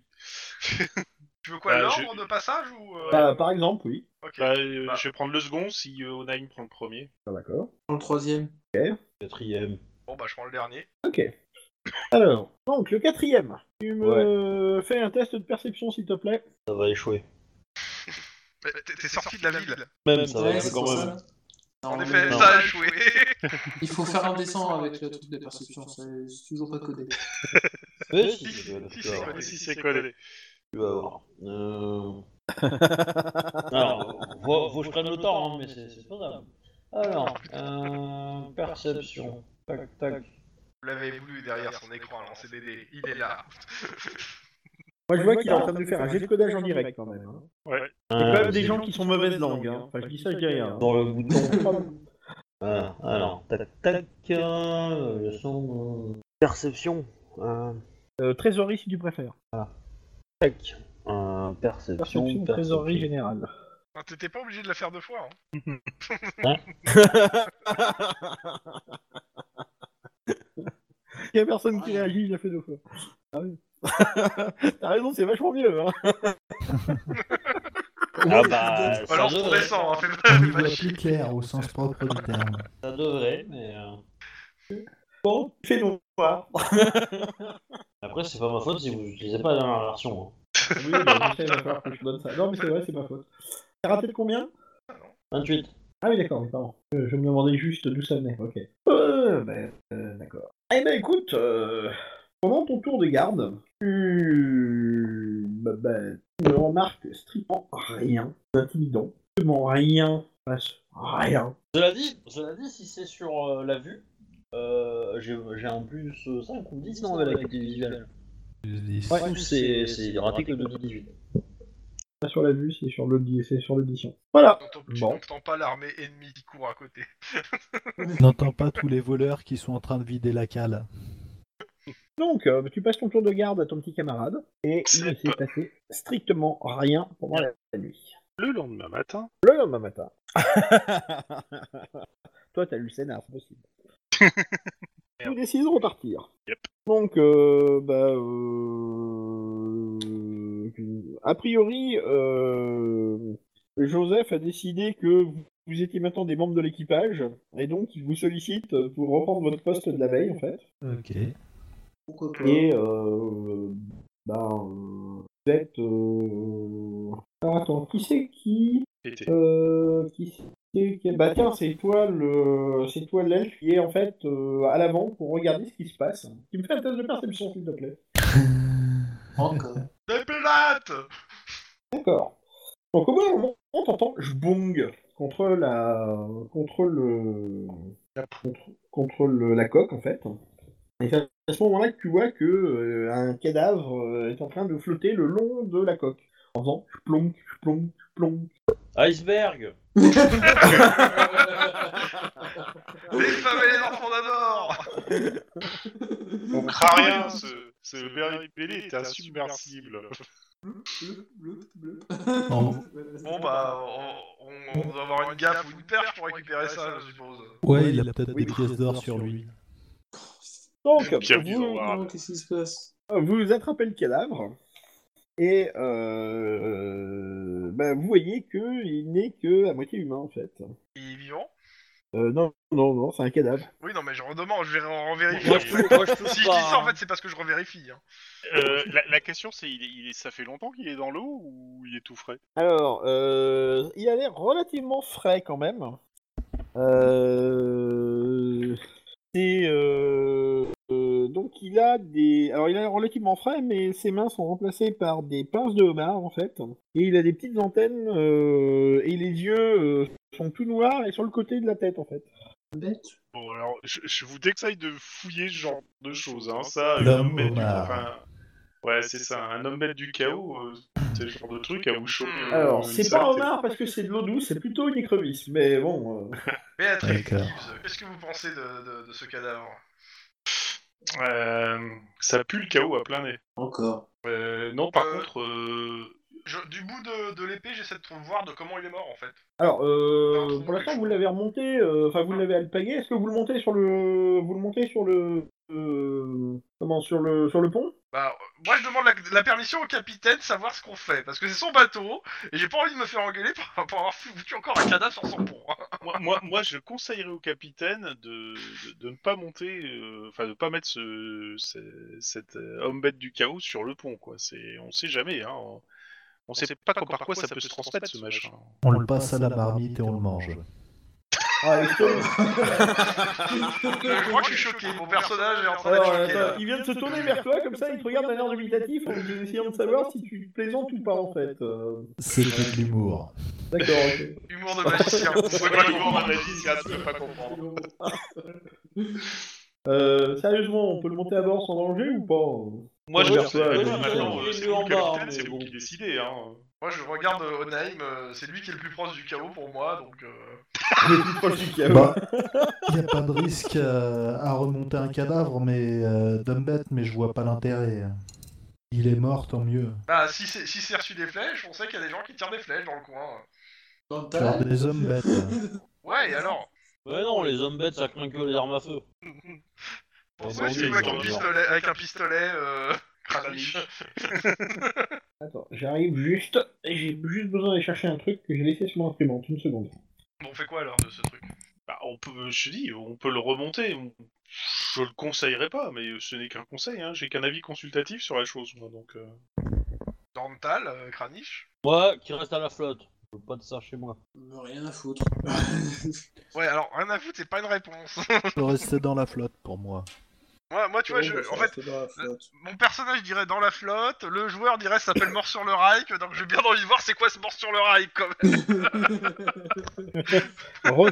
Speaker 4: Tu veux quoi,
Speaker 7: Bah,
Speaker 4: l'ordre
Speaker 7: je-
Speaker 4: de passage ou... euh,
Speaker 2: Bah, par exemple, oui.
Speaker 4: ok.
Speaker 7: Bah, euh,
Speaker 4: Bah.
Speaker 7: Je vais prendre le second si euh, Onaim prend le premier.
Speaker 2: Ah, D'accord.
Speaker 1: Dans le troisième.
Speaker 5: Quatrième.
Speaker 4: Bon, bah je prends le dernier.
Speaker 2: Ok. Alors, donc le quatrième. Tu me fais un test de perception, s'il te plaît.
Speaker 5: Ça va échouer.
Speaker 4: Mais T'es t'es sorti de la ville. Ah
Speaker 5: Même, ça va
Speaker 1: Ouais,
Speaker 5: échouer
Speaker 1: c'est
Speaker 5: quand
Speaker 1: pour
Speaker 5: même.
Speaker 1: ça. Non,
Speaker 4: En
Speaker 1: mais
Speaker 4: effet,
Speaker 1: non.
Speaker 4: ça a joué.
Speaker 1: Il faut faire un dessin avec le truc de perception, c'est c'est toujours pas codé.
Speaker 5: Mais si,
Speaker 4: Si,
Speaker 5: tu vas-
Speaker 4: si,
Speaker 5: tu vas
Speaker 4: c'est
Speaker 5: voir.
Speaker 4: collé.
Speaker 7: Si c'est collé.
Speaker 5: Tu vas voir. Euh... Alors, faut, faut que je prenne le temps, hein, mais c'est c'est pas grave. Alors, euh, perception. Tac, tac.
Speaker 4: Vous l'avez voulu derrière son écran à lancer des dés. Il est là.
Speaker 2: Moi, je vois qu'il est en train de faire un jet de codage en direct quand même. hein. C'est quand même des gens qui sont mauvaises langues. hein. Enfin, je dis ça, je dis rien.
Speaker 5: Dans le bouton. Voilà, Euh, alors, tac, tac. Euh, le son, euh, Perception. Euh,
Speaker 2: Euh, trésorerie, si tu préfères.
Speaker 5: tac. Euh, perception.
Speaker 2: Perception,
Speaker 5: perception.
Speaker 2: trésorerie générale.
Speaker 4: Enfin, Ah, T'étais pas obligé de la faire deux fois. hein.
Speaker 2: Il y a personne qui réagit, il l'a fait deux fois. Ah oui. T'as raison, c'est vachement mieux. Hein.
Speaker 5: Ah bah, ça
Speaker 4: Alors on
Speaker 5: devrait,
Speaker 4: descend, hein, fais-
Speaker 6: On
Speaker 4: fais
Speaker 6: y
Speaker 4: pas
Speaker 6: voit
Speaker 4: chier.
Speaker 6: plus clair au sens propre du terme.
Speaker 5: ça devrait, mais... euh,
Speaker 2: Bon, fais donc voir.
Speaker 5: Après, c'est pas ma faute si vous n'utilisez pas la dernière version. hein.
Speaker 2: Oui, bah, je sais, il va falloir que je donne ça. Non, mais c'est vrai, c'est ma faute. T'as raté de combien
Speaker 5: 28.
Speaker 2: Ah oui, d'accord, oui, pardon. Euh, Je me demandais juste d'où ça venait, ok. Euh, ben, euh, d'accord. Eh ben, écoute, euh, pendant ton tour de garde, tu... bah, bah, tu ne remarques strictement rien d'intimidant. Strictement rien. passe Rien.
Speaker 5: Cela dit, cela dit, si c'est sur euh, la vue, euh, j'ai j'ai en plus 5 ou 10 non, avec la qualité visuelle.
Speaker 6: Je dis-
Speaker 5: Ouais, c'est c'est raté que de 2018.
Speaker 2: Pas sur la vue, c'est sur l'audi- c'est sur l'audition. Voilà.
Speaker 4: T'entends- Tu
Speaker 2: Bon.
Speaker 4: n'entends pas l'armée ennemie qui court à côté.
Speaker 6: N'entends pas tous les voleurs qui sont en train de vider la cale.
Speaker 2: Donc, euh, tu passes ton tour de garde à ton petit camarade, et il ne
Speaker 7: C'est
Speaker 2: s'est passé strictement rien pendant la la nuit.
Speaker 7: Le lendemain matin,
Speaker 2: Le lendemain matin. Toi, t'as lu le scénar, c'est possible. Vous décidez de repartir.
Speaker 7: Yep.
Speaker 2: Donc, euh, bah, euh, a priori, euh, Joseph a décidé que vous- vous étiez maintenant des membres de l'équipage, et donc il vous sollicite pour reprendre votre poste de la veille, en fait.
Speaker 6: Ok.
Speaker 1: Pourquoi pas
Speaker 2: Et euh, ben, euh, vous êtes. euh, Alors attends, qui c'est qui.
Speaker 7: c'était
Speaker 2: euh, qui c'est qui- Bah tiens, c'est toi le, c'est toi l'elfe qui est en fait euh, à l'avant pour regarder ce qui se passe. Tu me fais un test de perception s'il te plaît.
Speaker 1: Encore.
Speaker 4: Des pénates
Speaker 2: D'accord. Donc au bout d'un moment, on t'entend bong contre la, contre le, contre, contre le- la coque en fait. Et c'est à ce moment-là que tu vois que euh, un cadavre euh, est en train de flotter le long de la coque en faisant plonk, plonk, plonk.
Speaker 5: Iceberg
Speaker 4: Les femmes et les enfants d'abord
Speaker 7: Mon crarien, ce, ce Berry Pelé est insubmersible.
Speaker 6: En-
Speaker 4: Bon bah, on, on- on doit avoir une gaffe ou une perche pour récupérer ça, je suppose.
Speaker 6: Ouais, il a peut-être
Speaker 2: Oui,
Speaker 6: des pièces d'or sur lui.
Speaker 2: Donc
Speaker 7: Pierre
Speaker 2: vous,
Speaker 7: Bizarroir.
Speaker 1: Non, Qu'est-ce qui se passe
Speaker 2: vous attrapez le cadavre et euh, ben, vous voyez que il n'est que à moitié humain en fait.
Speaker 4: Il est vivant
Speaker 2: Euh, non non non, c'est un cadavre.
Speaker 4: Oui, non, mais je redemande, je vais en en vérifier.
Speaker 5: Moi je touche, moi, je touche
Speaker 4: Si je dis
Speaker 5: pas.
Speaker 4: ça, en
Speaker 5: hein.
Speaker 4: fait, c'est parce que je revérifie. hein.
Speaker 7: Euh, la, la question, c'est il est, il est- ça fait longtemps qu'il est dans l'eau ou il est tout frais
Speaker 2: Alors, euh, il a l'air relativement frais quand même. Euh, c'est euh, euh, donc il a des, alors il a l'air relativement frais, mais ses mains sont remplacées par des pinces de homard en fait, et il a des petites antennes euh, et les yeux euh, sont tout noirs et sur le côté de la tête en fait.
Speaker 1: Bête.
Speaker 7: Bon, alors, je, je vous déconseille de fouiller ce genre de choses, hein. Ça, un
Speaker 6: L'homme
Speaker 7: homme bête du...
Speaker 6: homard.
Speaker 7: enfin, ouais, c'est ça, un homme bête du chaos, euh, c'est le genre de truc à vous choper.
Speaker 2: Alors,
Speaker 7: euh,
Speaker 2: c'est
Speaker 7: ça,
Speaker 2: pas un
Speaker 7: t'es-
Speaker 2: homard parce que c'est de l'eau douce, c'est plutôt une écrevisse, mais bon. euh,
Speaker 4: Béatrice
Speaker 6: D'accord.
Speaker 4: Gibbs, qu'est-ce que vous pensez de, de- de ce cadavre
Speaker 7: Euh, ça pue le chaos à plein nez.
Speaker 1: Encore.
Speaker 7: Euh, non, par
Speaker 4: Euh,
Speaker 7: contre, euh,
Speaker 4: Je- Du bout de, de l'épée, j'essaie de trouver- voir de comment il est mort, en fait.
Speaker 2: Alors, euh, pour l'instant, vous l'avez remonté, euh, enfin, vous l'avez alpagué. Est-ce que vous le montez sur le, vous le montez sur le, euh, comment, sur le, sur le pont
Speaker 4: Bah, euh, moi, je demande la, la permission au capitaine de savoir ce qu'on fait, parce que c'est son bateau, et j'ai pas envie de me faire engueuler pour, pour avoir foutu encore un cadavre sur son pont.
Speaker 7: moi, moi, moi, je conseillerais au capitaine de, de, de ne pas monter, euh, enfin, de pas mettre ce, ce- cet euh, homme bête du chaos sur le pont, quoi. C'est, on sait jamais, hein. On, on sait pas quoi- par quoi ça peut se transmettre, ce machin.
Speaker 6: On le passe à la marmite et on le mange.
Speaker 2: ah, est-ce que-
Speaker 4: je crois que je suis choqué, mon personnage est en train
Speaker 2: Alors,
Speaker 4: d'être
Speaker 2: attends,
Speaker 4: choqué, là.
Speaker 2: il vient de se tourner vers toi comme ça, il te regarde d'un air dubitatif en essayant de savoir si tu plaisantes ou pas en fait. Euh,
Speaker 6: C'était de l'humour.
Speaker 2: D'accord. ok.
Speaker 4: Humour de magicien.
Speaker 2: On sait
Speaker 7: pas comment on a dit, ça, tu peux pas comprendre.
Speaker 2: Euh, sérieusement, on peut le monter à bord sans danger ou pas
Speaker 7: Moi,
Speaker 2: je
Speaker 7: je
Speaker 2: Ouais, pense- ouais, ouais, ouais,
Speaker 7: maintenant,
Speaker 5: ouais,
Speaker 7: euh,
Speaker 5: ouais,
Speaker 7: c'est
Speaker 5: ouais,
Speaker 7: vous
Speaker 5: ouais,
Speaker 7: le capitaine,
Speaker 5: ouais,
Speaker 7: c'est
Speaker 5: ouais,
Speaker 7: vous
Speaker 5: ouais.
Speaker 7: qui décidez, hein.
Speaker 4: Moi, je regarde euh, Onaim, euh, c'est lui qui est le plus proche du chaos pour moi, donc... euh,
Speaker 2: Il est plus proche du
Speaker 7: Eh
Speaker 2: chaos.
Speaker 6: Bah, il n'y a pas de risque euh, à remonter un cadavre, mais euh, d'homme bête, mais je vois pas l'intérêt. Il est mort, tant mieux.
Speaker 4: Bah, si c'est si c'est reçu des flèches, on sait qu'il y a des gens qui tirent des flèches dans le coin.
Speaker 1: Dans ta
Speaker 6: Faire
Speaker 1: haine.
Speaker 6: des hommes bêtes.
Speaker 4: Ouais, et alors
Speaker 5: Ouais, non, les hommes bêtes, ça craint que les armes à feu.
Speaker 7: bah,
Speaker 4: Pourquoi
Speaker 5: bandits,
Speaker 4: tu joues avec,
Speaker 5: ils
Speaker 4: un
Speaker 5: ont
Speaker 4: pistolet- avec un pistolet euh, crâne-liche
Speaker 2: Attends, j'arrive juste. J'ai juste besoin d'aller chercher un truc que j'ai laissé sur mon imprimante. Une seconde.
Speaker 4: Bon, on fait quoi alors de ce truc
Speaker 7: Bah, on peut, je te dis, on peut le remonter. On- Je le conseillerais pas, mais ce n'est qu'un conseil. Hein. J'ai qu'un avis consultatif sur la chose, moi. Donc, euh.
Speaker 4: Dental, euh, crâniche
Speaker 5: Moi, qui reste à la flotte. Je veux pas de ça chez moi.
Speaker 1: Euh, Rien à foutre.
Speaker 4: Ouais, alors rien à foutre, c'est pas une réponse.
Speaker 6: Je rester dans la flotte pour moi.
Speaker 4: moi, moi, tu vois, je, en fait, mon personnage dirait dans la flotte, le joueur dirait ça s'appelle mort sur le rail, que- donc j'ai bien envie de voir c'est quoi ce mort sur le rail quand même.
Speaker 2: Re-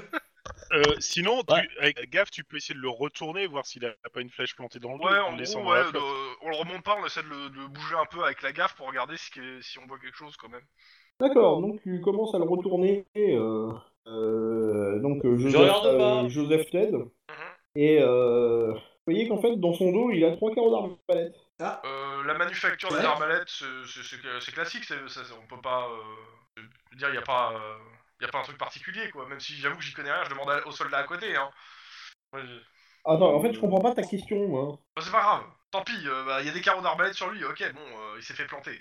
Speaker 7: Euh, sinon,
Speaker 5: Ouais.
Speaker 7: tu- avec gaffe, tu peux essayer de le retourner, voir s'il a pas une flèche plantée dans le dos.
Speaker 4: Ouais,
Speaker 7: en
Speaker 4: en
Speaker 7: descendant
Speaker 4: gros, ouais,
Speaker 7: la flotte.
Speaker 4: le- on le remonte pas, on essaie de le, de le bouger un peu avec la gaffe pour regarder ce qui est- si on voit quelque chose quand même.
Speaker 2: D'accord, donc tu commences à le retourner. euh, euh, donc euh, Joseph,
Speaker 5: regarde
Speaker 2: euh,
Speaker 5: pas. Mhm.
Speaker 2: Joseph Ted. Et euh, vous voyez qu'en fait, dans son dos, il a trois carreaux d'arbalète.
Speaker 1: Ah,
Speaker 4: Euh, la manufacture
Speaker 1: Ouais.
Speaker 4: des arbalètes, c'est- c'est c'est- c'est classique, c'est- ça- ça- on peut pas euh, je veux dire, il y a pas, euh, y a pas un truc particulier quoi. Même si j'avoue que j'y connais rien, je demande à- aux soldats à côté. Hein. Ouais, je-
Speaker 2: Attends, en fait, je comprends pas ta question, moi.
Speaker 4: Bah, c'est pas grave, tant pis, euh, bah, il y a des carreaux d'arbalète sur lui, ok, bon, euh, il s'est fait planter.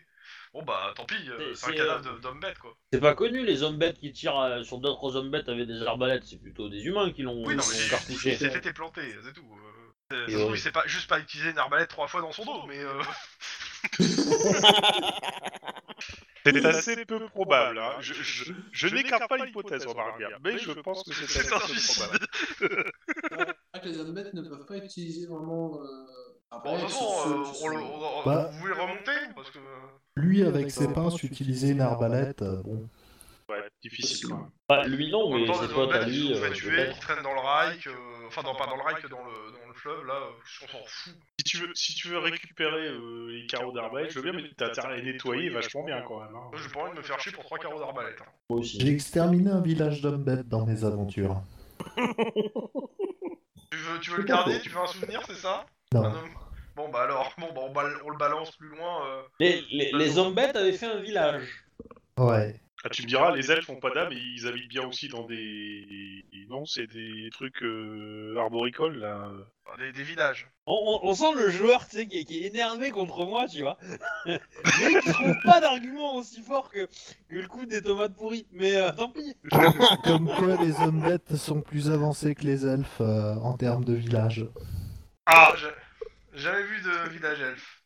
Speaker 4: Bon bah tant pis, euh,
Speaker 5: C'est-
Speaker 4: c'est un
Speaker 5: c'est,
Speaker 4: cadavre
Speaker 5: euh,
Speaker 4: de- d'homme bête quoi.
Speaker 5: C'est pas connu, les hommes bêtes qui tirent euh, sur d'autres hommes bêtes avec des arbalètes. C'est plutôt des humains qui l'ont
Speaker 4: Oui, non,
Speaker 5: l'ont
Speaker 4: mais c'est juste
Speaker 5: cartouché.
Speaker 4: qu'il s'est fait planter, c'est tout. Euh, c'est-
Speaker 5: Et
Speaker 4: ça se trouve,
Speaker 5: ouais.
Speaker 4: il s'est pas, juste pas utilisé une arbalète trois fois dans son dos, mais euh,
Speaker 7: C'est assez peu probable. hein. Je, je- je n'écarte pas l'hypothèse, remarque bien, mais je pense que c'est
Speaker 4: c'est
Speaker 7: assez
Speaker 4: un
Speaker 7: peu probable.
Speaker 4: suicide.
Speaker 1: c'est vrai Ah, que les hommes bêtes ne peuvent pas utiliser vraiment. euh,
Speaker 4: Bon, de
Speaker 1: arbalète
Speaker 4: toute
Speaker 1: sur
Speaker 4: façon,
Speaker 1: ceux
Speaker 4: euh,
Speaker 1: qui
Speaker 4: on,
Speaker 1: sont-
Speaker 4: le- on-
Speaker 6: Bah.
Speaker 4: vous voulez remonter Parce que. euh,
Speaker 6: Lui, avec ses pinces, utiliser une arbalète, euh, bon.
Speaker 7: Ouais, difficile quand même.
Speaker 5: Bah, lui, non,
Speaker 4: En
Speaker 5: mais
Speaker 4: même temps,
Speaker 5: ses
Speaker 4: les
Speaker 5: potes
Speaker 4: hommes
Speaker 5: à
Speaker 4: bêtes, ils
Speaker 5: lui.
Speaker 4: se sont
Speaker 5: euh,
Speaker 4: fait tuer,
Speaker 5: peut-être.
Speaker 4: ils traînent dans le rail, que- enfin, non, pas dans le rail, que dans le, dans le fleuve, là, euh, on s'en fout.
Speaker 7: Si tu veux, si tu veux récupérer euh, les carreaux d'arbalète, je veux bien, mais t'as intérêt à les nettoyer vachement bien quand même. hein.
Speaker 4: Moi, J'ai pas envie de me faire chier pour trois carreaux d'arbalète. hein.
Speaker 5: Moi aussi.
Speaker 6: J'ai exterminé un village d'hommes bêtes dans mes aventures.
Speaker 4: Tu veux, tu veux le garder Tu veux un souvenir, c'est ça
Speaker 6: Non.
Speaker 4: Un homme Bon, bah alors, bon, bah, on, bal- on le balance plus loin. euh.
Speaker 5: Les, les, les hommes bêtes avaient fait un village.
Speaker 6: Ouais.
Speaker 7: Ah, tu me diras, les elfes font pas d'âme, ils habitent bien aussi dans des. Non, c'est des trucs euh, arboricoles là.
Speaker 4: Enfin, Des, des villages.
Speaker 5: On, on- on sent le joueur tu sais, qui, est- qui est énervé contre moi, tu vois. Mais qui trouve pas d'argument aussi fort que, que le coup des tomates pourries. Mais euh, tant pis.
Speaker 6: Comme quoi, les hommes bêtes sont plus avancés que les elfes euh, en termes de village.
Speaker 4: Ah j'ai- Jamais vu de village elfe.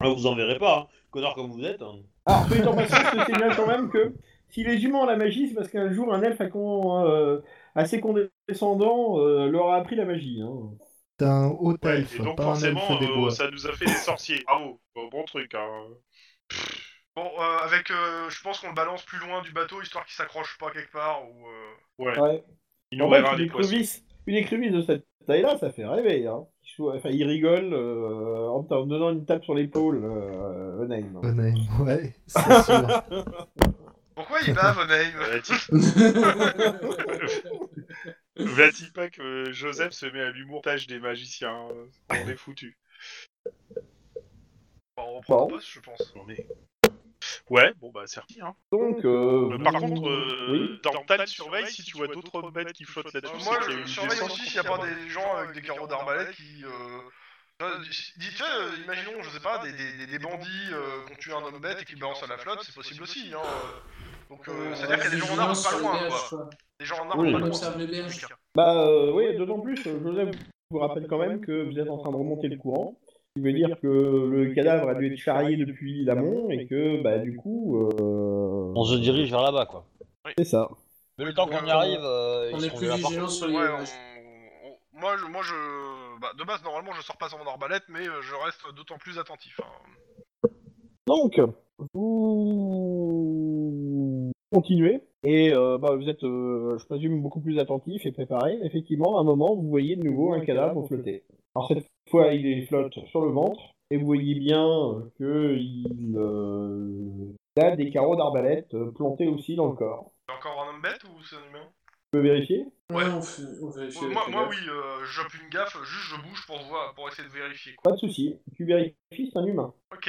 Speaker 5: Ah, vous en verrez pas, hein. connard comme vous êtes. hein.
Speaker 2: Alors, soyez en patience, je sais bien quand même que si les humains ont la magie, c'est parce qu'un jour, un elfe a con- euh, assez condescendant euh, leur a appris la magie. hein.
Speaker 6: C'est un haut
Speaker 7: Ouais,
Speaker 6: elfe,
Speaker 7: et donc
Speaker 6: pas un elfe
Speaker 7: forcément,
Speaker 6: des
Speaker 7: euh,
Speaker 6: bois.
Speaker 7: ça nous a fait des sorciers. Bravo, bon, bon truc. Hein.
Speaker 4: Bon, euh, avec, euh, je pense qu'on le balance plus loin du bateau, histoire qu'il s'accroche pas quelque part, ou... euh,
Speaker 7: Ah Ouais.
Speaker 2: Ouais.
Speaker 7: Il
Speaker 2: En
Speaker 5: bah,
Speaker 2: fait,
Speaker 7: nous verra
Speaker 2: une
Speaker 7: des poissons.
Speaker 2: écrevisse, une écrevisse de cette taille-là, ça fait rêver. Hein. Il sou- Enfin, il rigole euh, en te en donnant une tape sur l'épaule, euh, Onaim.
Speaker 6: Bonheim, ouais, c'est sûr.
Speaker 4: Pourquoi il bave, Onaim
Speaker 7: Vlati- Vlati pas que Joseph se met à l'humour tâche des magiciens. euh, On est foutu.
Speaker 4: Bah, On reprend
Speaker 2: Bon.
Speaker 4: le poste, je pense.
Speaker 7: On est. Ouais, bon bah c'est parti. Hein.
Speaker 2: Donc, euh,
Speaker 7: Euh, Par
Speaker 2: vous-
Speaker 7: contre, euh,
Speaker 2: oui.
Speaker 7: Dental surveille si tu vois d'autres bêtes qui flottent là-dessus.
Speaker 4: Euh, Moi,
Speaker 7: c'est qu'il y a eu
Speaker 4: je
Speaker 7: des
Speaker 4: surveille
Speaker 7: sorciers.
Speaker 4: aussi s'il n'y a pas des gens avec des carreaux d'arbalète qui... Euh... euh, dis- tu vois, euh, imaginons, je sais pas, des, des, des- des bandits euh, qui ont tué un homme bête et qui le balancent à la flotte, c'est possible aussi, hein. euh. Donc, euh, c'est-à-dire qu'il y a des gens en
Speaker 1: armes
Speaker 4: armes pas loin, quoi. Des gens en armes
Speaker 5: Oui.
Speaker 4: pas
Speaker 1: On
Speaker 4: loin.
Speaker 1: observe les berges.
Speaker 2: bah, euh, oui, d'autant plus, euh, Joseph vous rappelle quand même que vous êtes en train de remonter le courant. Ce qui veut dire que le cadavre a dû être charrié depuis l'amont et que, bah, du coup, euh,
Speaker 5: On se dirige vers là-bas, quoi.
Speaker 2: c'est ça.
Speaker 5: Mais le temps qu'on y arrive, euh,
Speaker 1: On
Speaker 5: ils
Speaker 1: est
Speaker 5: seront
Speaker 1: plus
Speaker 5: déjà
Speaker 1: vigilant
Speaker 5: partis.
Speaker 1: sur les
Speaker 4: Ouais,
Speaker 1: berges.
Speaker 4: on- on- Moi, je... Moi, je... Bah, de base, normalement, je sors pas sans mon arbalète, mais euh, je reste d'autant plus attentif. hein.
Speaker 2: Donc, vous continuez et euh, bah, vous êtes, euh, je présume, beaucoup plus attentif et préparé. Effectivement, à un moment, vous voyez de nouveau un cadavre flotter. Alors cette fois, il est- flotte sur le ventre et vous voyez bien euh, que il euh, il a des carreaux d'arbalète euh, plantés aussi dans le corps.
Speaker 4: C'est encore un homme bête ou c'est un humain
Speaker 2: Tu peux vérifier
Speaker 1: Ouais, on, fait, on vérifie
Speaker 4: Ouais,
Speaker 1: avec
Speaker 4: moi,
Speaker 1: les
Speaker 4: moi,
Speaker 1: berges.
Speaker 4: oui, euh, je chope une gaffe, juste je bouge pour voir, pour essayer de vérifier. Quoi.
Speaker 2: Pas de souci. Tu vérifies, c'est un humain.
Speaker 4: Ok.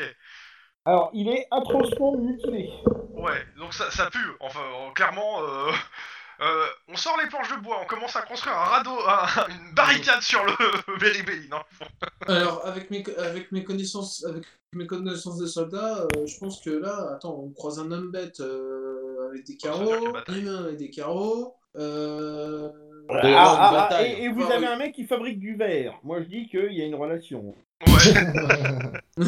Speaker 2: Alors, il est atrocement mutilé.
Speaker 4: Ouais, donc ça, ça pue. Enfin, euh, clairement, euh, euh, on sort les planches de bois, on commence à construire un radeau, un- une barricade sur le Beribéline. Hein.
Speaker 1: Alors, avec mes, co- avec mes connaissances, avec mes connaissances de soldats, euh, je pense que là, attends, on croise un homme bête euh, avec des
Speaker 4: va faire
Speaker 1: carreaux,
Speaker 4: que
Speaker 1: un
Speaker 4: bataille.
Speaker 1: humain avec des carreaux. Euh...
Speaker 2: Ah,
Speaker 5: y avoir
Speaker 2: ah,
Speaker 5: une
Speaker 2: ah,
Speaker 5: bataille.
Speaker 2: et, et vous
Speaker 1: Ah,
Speaker 2: avez
Speaker 1: oui.
Speaker 2: un mec qui fabrique du verre. Moi, je dis qu'il y a une relation.
Speaker 4: Ouais.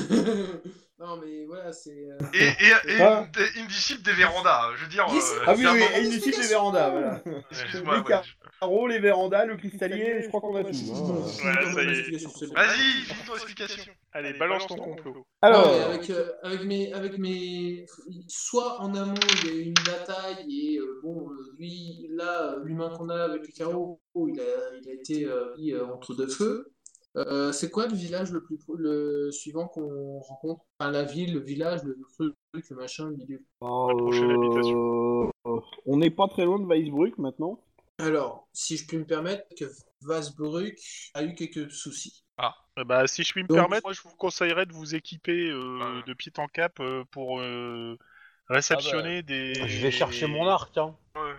Speaker 1: non, mais voilà, c'est. euh,
Speaker 4: Et, et, et
Speaker 2: Ah.
Speaker 4: une, et une disciple des vérandas. Je veux dire,
Speaker 1: Mais
Speaker 4: euh,
Speaker 1: c'est-
Speaker 2: Ah oui,
Speaker 4: c'est un
Speaker 2: oui,
Speaker 4: moment-
Speaker 2: et il utilise les vérandas, voilà.
Speaker 4: Excuse-moi,
Speaker 2: Lucas.
Speaker 4: ouais, je-
Speaker 2: Carreau, les vérandas, le cristallier, je crois qu'on a tout. hein.
Speaker 1: bon, c'est
Speaker 7: voilà,
Speaker 1: pas
Speaker 7: ça
Speaker 1: mal
Speaker 7: y est.
Speaker 1: d'explications, c'est bon.
Speaker 4: Vas-y, finis ton explication.
Speaker 7: Allez, balance ton complot.
Speaker 1: Non,
Speaker 2: Alors,
Speaker 1: mais avec, euh, avec mes, avec mes, soit en amont il y a eu une bataille et euh, bon euh, lui là euh, l'humain qu'on a avec les carreaux il a, il a été euh, mis euh, entre deux feux. Euh, c'est quoi le village le plus pro- le suivant qu'on rencontre? Enfin, la ville, le village, le truc, le machin, le milieu.
Speaker 7: la prochaine
Speaker 2: euh, on n'est pas très loin de Weisbruck maintenant.
Speaker 1: Alors, si je puis me permettre, que Vasbruck a eu quelques soucis.
Speaker 7: Euh, Bah, si je puis me
Speaker 1: Donc-
Speaker 7: permettre, moi je vous conseillerais de vous équiper euh,
Speaker 4: Ouais.
Speaker 7: de pied en cap euh, pour euh, réceptionner des.
Speaker 5: Ah, Je vais chercher mon arc, hein.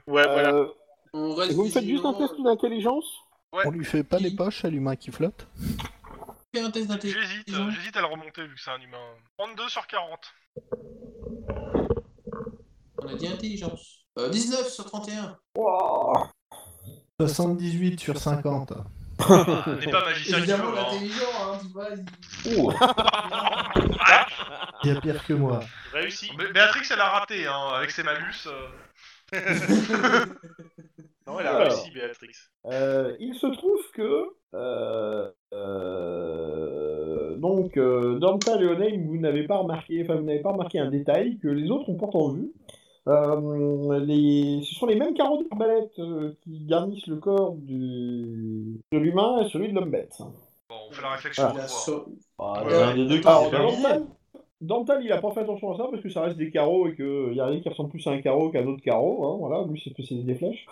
Speaker 7: Ouais, voilà.
Speaker 2: Euh,
Speaker 1: On reste
Speaker 2: et vous me faites juste un
Speaker 1: vigilant,
Speaker 2: test d'intelligence
Speaker 6: On lui fait pas les poches à l'humain qui flotte
Speaker 1: fais un test d'intelligence.
Speaker 4: J'hésite, euh, j'hésite à le remonter vu que c'est un humain. 32 sur 40.
Speaker 1: On a dit intelligence. Euh, 19 sur 31.
Speaker 2: Ouah.
Speaker 6: 78 sur 50.
Speaker 4: Ah, T'es pas magicien du
Speaker 1: Évidemment,
Speaker 4: tout, hein.
Speaker 1: l'intelligent, hein, tu vois. il-
Speaker 2: Oh.
Speaker 6: Il y a pire que moi.
Speaker 7: Réussi.
Speaker 4: Bé- Béatrix, elle a raté, hein, avec ses malus. euh.
Speaker 7: Non, elle
Speaker 2: a réussi,
Speaker 7: Béatrix.
Speaker 2: Euh, il se trouve que euh, euh, donc euh, Dormta Leonheim, vous n'avez pas remarqué, enfin vous n'avez pas remarqué un détail que les autres ont pourtant vu. Euh, les, ce sont les mêmes carreaux d'arbalète euh, qui garnissent le corps du, de l'humain et celui de l'homme bête.
Speaker 4: Bon, on fait la réflexion.
Speaker 1: Il a
Speaker 4: on voit.
Speaker 1: sur-
Speaker 5: Ah,
Speaker 4: Ouais.
Speaker 5: y a un des deux qui
Speaker 2: Alors,
Speaker 5: s'est fait
Speaker 2: Dorntal-
Speaker 5: viser.
Speaker 2: Dorntal, il a pas fait attention à ça parce que ça reste des carreaux et qu'il n'y a rien qui ressemble plus à un carreau qu'à un autre carreau. hein, voilà, lui, c'est c'est des flèches.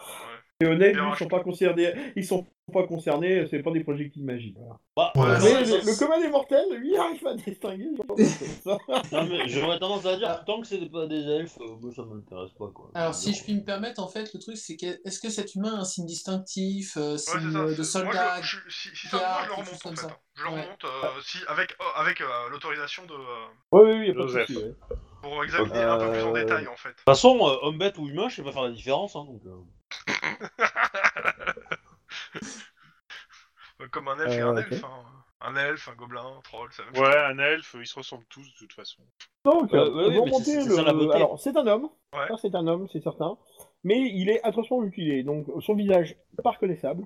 Speaker 2: Et honnêtement, ils sont pas concernés. Ils sont pas concernés. C'est pas des projectiles magiques. voilà.
Speaker 5: Bah,
Speaker 6: Ouais.
Speaker 5: non,
Speaker 2: Mais le, le commun des mortels, lui, il arrive à distinguer. je pense, comme ça.
Speaker 5: non, mais j'aurais tendance à
Speaker 2: Ah.
Speaker 5: dire, tant que c'est pas des elfes, euh, moi ça m'intéresse pas quoi.
Speaker 1: Alors, si je puis me permettre, en fait, le truc, c'est que est-ce que cet humain a un signe distinctif, euh,
Speaker 4: Ouais,
Speaker 1: signe
Speaker 4: c'est
Speaker 1: euh,
Speaker 4: ça.
Speaker 1: de
Speaker 4: c'est- moi,
Speaker 1: soldat
Speaker 4: je- je- si, si ça
Speaker 1: garde,
Speaker 4: me va, je le
Speaker 1: quelque
Speaker 4: remonte
Speaker 1: chose
Speaker 4: en
Speaker 1: comme
Speaker 4: fait.
Speaker 1: ça.
Speaker 4: hein. Je le
Speaker 1: Ouais.
Speaker 4: remonte euh, si, avec, euh, avec euh, l'autorisation de euh,
Speaker 2: Oui, oui, il a pas de
Speaker 7: Joseph.
Speaker 2: souci, ouais.
Speaker 4: pour examiner un peu plus en
Speaker 2: Euh,
Speaker 4: détail en fait.
Speaker 5: De toute façon, euh, homme bête ou humain, je sais pas faire la différence. Hein, donc, euh.
Speaker 4: Euh, Comme un elfe et
Speaker 2: euh,
Speaker 4: un
Speaker 2: ok.
Speaker 4: elfe. hein. Un elfe, un gobelin, un troll, ça même chose.
Speaker 7: Ouais, un elfe, ils se ressemblent tous de toute façon.
Speaker 2: Donc,
Speaker 5: Ouais,
Speaker 2: euh,
Speaker 5: ouais, ouais,
Speaker 2: vous
Speaker 5: mais c'est-
Speaker 2: remontez
Speaker 5: c'est
Speaker 2: le-
Speaker 5: ça, la beauté.
Speaker 2: Alors, c'est un homme.
Speaker 4: Ouais.
Speaker 2: Ça, c'est un homme, c'est certain. Mais il est atrocement mutilé. Donc, son visage, pas reconnaissable.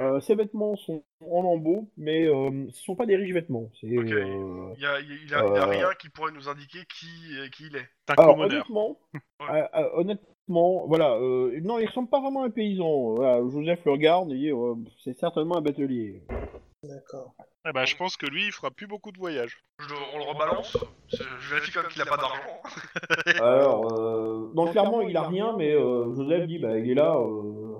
Speaker 2: Euh, ses vêtements sont en lambeaux, mais euh, ce sont pas des riches vêtements. C'est.
Speaker 4: Ok.
Speaker 2: euh,
Speaker 4: Il y a, il y a- il y a- il y
Speaker 2: Euh.
Speaker 4: a rien qui pourrait nous indiquer qui, euh, qui il est.
Speaker 7: T'es un
Speaker 2: Alors,
Speaker 7: commoner.
Speaker 2: honnêtement,
Speaker 4: Ouais.
Speaker 2: euh, euh, honnêtement, voilà, euh, non, il ressemble pas vraiment à un paysan. Voilà, Joseph le regarde et dit, euh, c'est certainement un batelier.
Speaker 1: D'accord.
Speaker 7: Ah bah, je pense que lui, il fera plus beaucoup de voyages.
Speaker 4: Je le- on le rebalance. c'est- Je vérifie quand même qu'il a pas d'argent.
Speaker 2: Alors, euh, donc clairement, il a rien, mais euh, Joseph dit, bah, il est là. euh,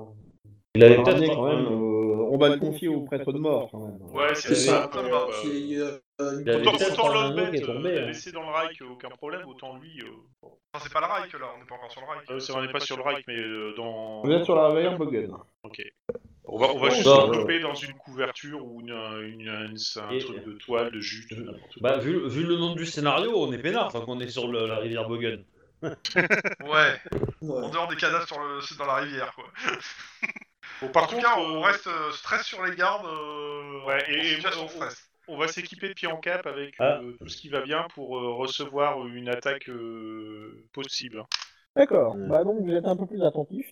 Speaker 5: Il avait
Speaker 2: ramené
Speaker 5: peut-être.
Speaker 2: quand même, euh, on va le confier au prêtre de mort. Quand même.
Speaker 7: Ouais, c'est
Speaker 1: C'est ça.
Speaker 4: comme,
Speaker 7: euh,
Speaker 1: Qui, euh, euh,
Speaker 5: il y a
Speaker 1: une-
Speaker 5: des-
Speaker 7: Autant,
Speaker 5: peut-être
Speaker 7: autant
Speaker 5: pas un
Speaker 7: l'homme
Speaker 5: mot qui
Speaker 7: bête,
Speaker 5: est
Speaker 7: euh,
Speaker 5: tombé,
Speaker 7: t'as
Speaker 5: hein.
Speaker 7: laissé dans le Reich, euh, aucun problème, autant lui. euh, bon.
Speaker 4: Enfin, Ah, c'est pas Ah, le Reich là, on n'est pas encore sur le Reich.
Speaker 7: Euh, c'est- on n'est pas sur le Reich, mais euh, dans.
Speaker 2: Vous êtes sur la veille en Bogen.
Speaker 7: On va, on va
Speaker 5: Oh,
Speaker 7: juste
Speaker 5: ça,
Speaker 7: le
Speaker 5: ouais.
Speaker 7: choper dans une couverture ou une, euh, une- une- un
Speaker 5: Et-
Speaker 7: truc de toile, de jute.
Speaker 5: Je-
Speaker 7: n'importe quoi.
Speaker 5: Bah, vu, vu le nom du scénario, on est peinard, enfin qu'on est sur le- la rivière Bogen.
Speaker 4: Ouais, en
Speaker 1: Ouais.
Speaker 4: dehors des cadavres sur le, dans la rivière quoi.
Speaker 7: Bon, par
Speaker 4: Par en tout
Speaker 7: contre,
Speaker 4: cas,
Speaker 7: euh,
Speaker 4: on reste euh, stress sur les gardes. euh,
Speaker 7: Ouais,
Speaker 4: en-
Speaker 7: et-
Speaker 4: en
Speaker 7: et
Speaker 4: situation
Speaker 7: on-
Speaker 4: de stress.
Speaker 7: on va s'équiper de pied en cap avec
Speaker 5: Ah.
Speaker 7: euh, tout ce qui va bien pour euh, recevoir une attaque euh, possible.
Speaker 2: D'accord.
Speaker 5: Ouais.
Speaker 2: Bah donc vous êtes un peu plus attentif.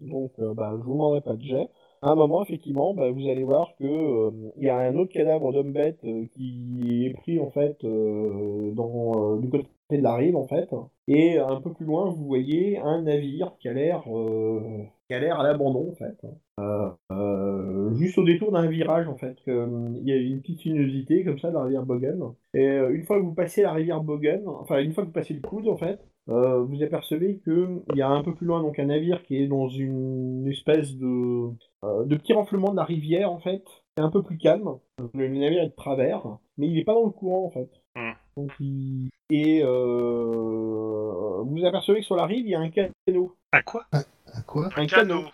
Speaker 2: Donc euh, bah, je vous demanderai pas de jet. À un moment, effectivement, bah, vous allez voir que euh, il y a un autre cadavre d'homme bête euh, qui est pris en fait euh, dans, euh, du côté de la rive en fait. Et un peu plus loin, vous voyez un navire qui a l'air euh, qui a l'air à l'abandon en fait. Euh, euh, juste au détour d'un virage en fait. que, euh, Il y a une petite sinuosité comme ça dans la rivière Bogan. Et euh, une fois que vous passez la rivière Bogan, enfin une fois que vous passez le coude en fait. Euh, vous apercevez que il y a un peu plus loin donc un navire qui est dans une espèce de, euh, de petit renflement de la rivière en fait. C'est un peu plus calme. Le navire est de travers, mais il n'est pas dans le courant en fait.
Speaker 7: Hmm.
Speaker 2: Donc, il- Et euh, vous apercevez que sur la rive, il y a un canot.
Speaker 7: Un quoi
Speaker 6: À quoi
Speaker 7: Un, canot.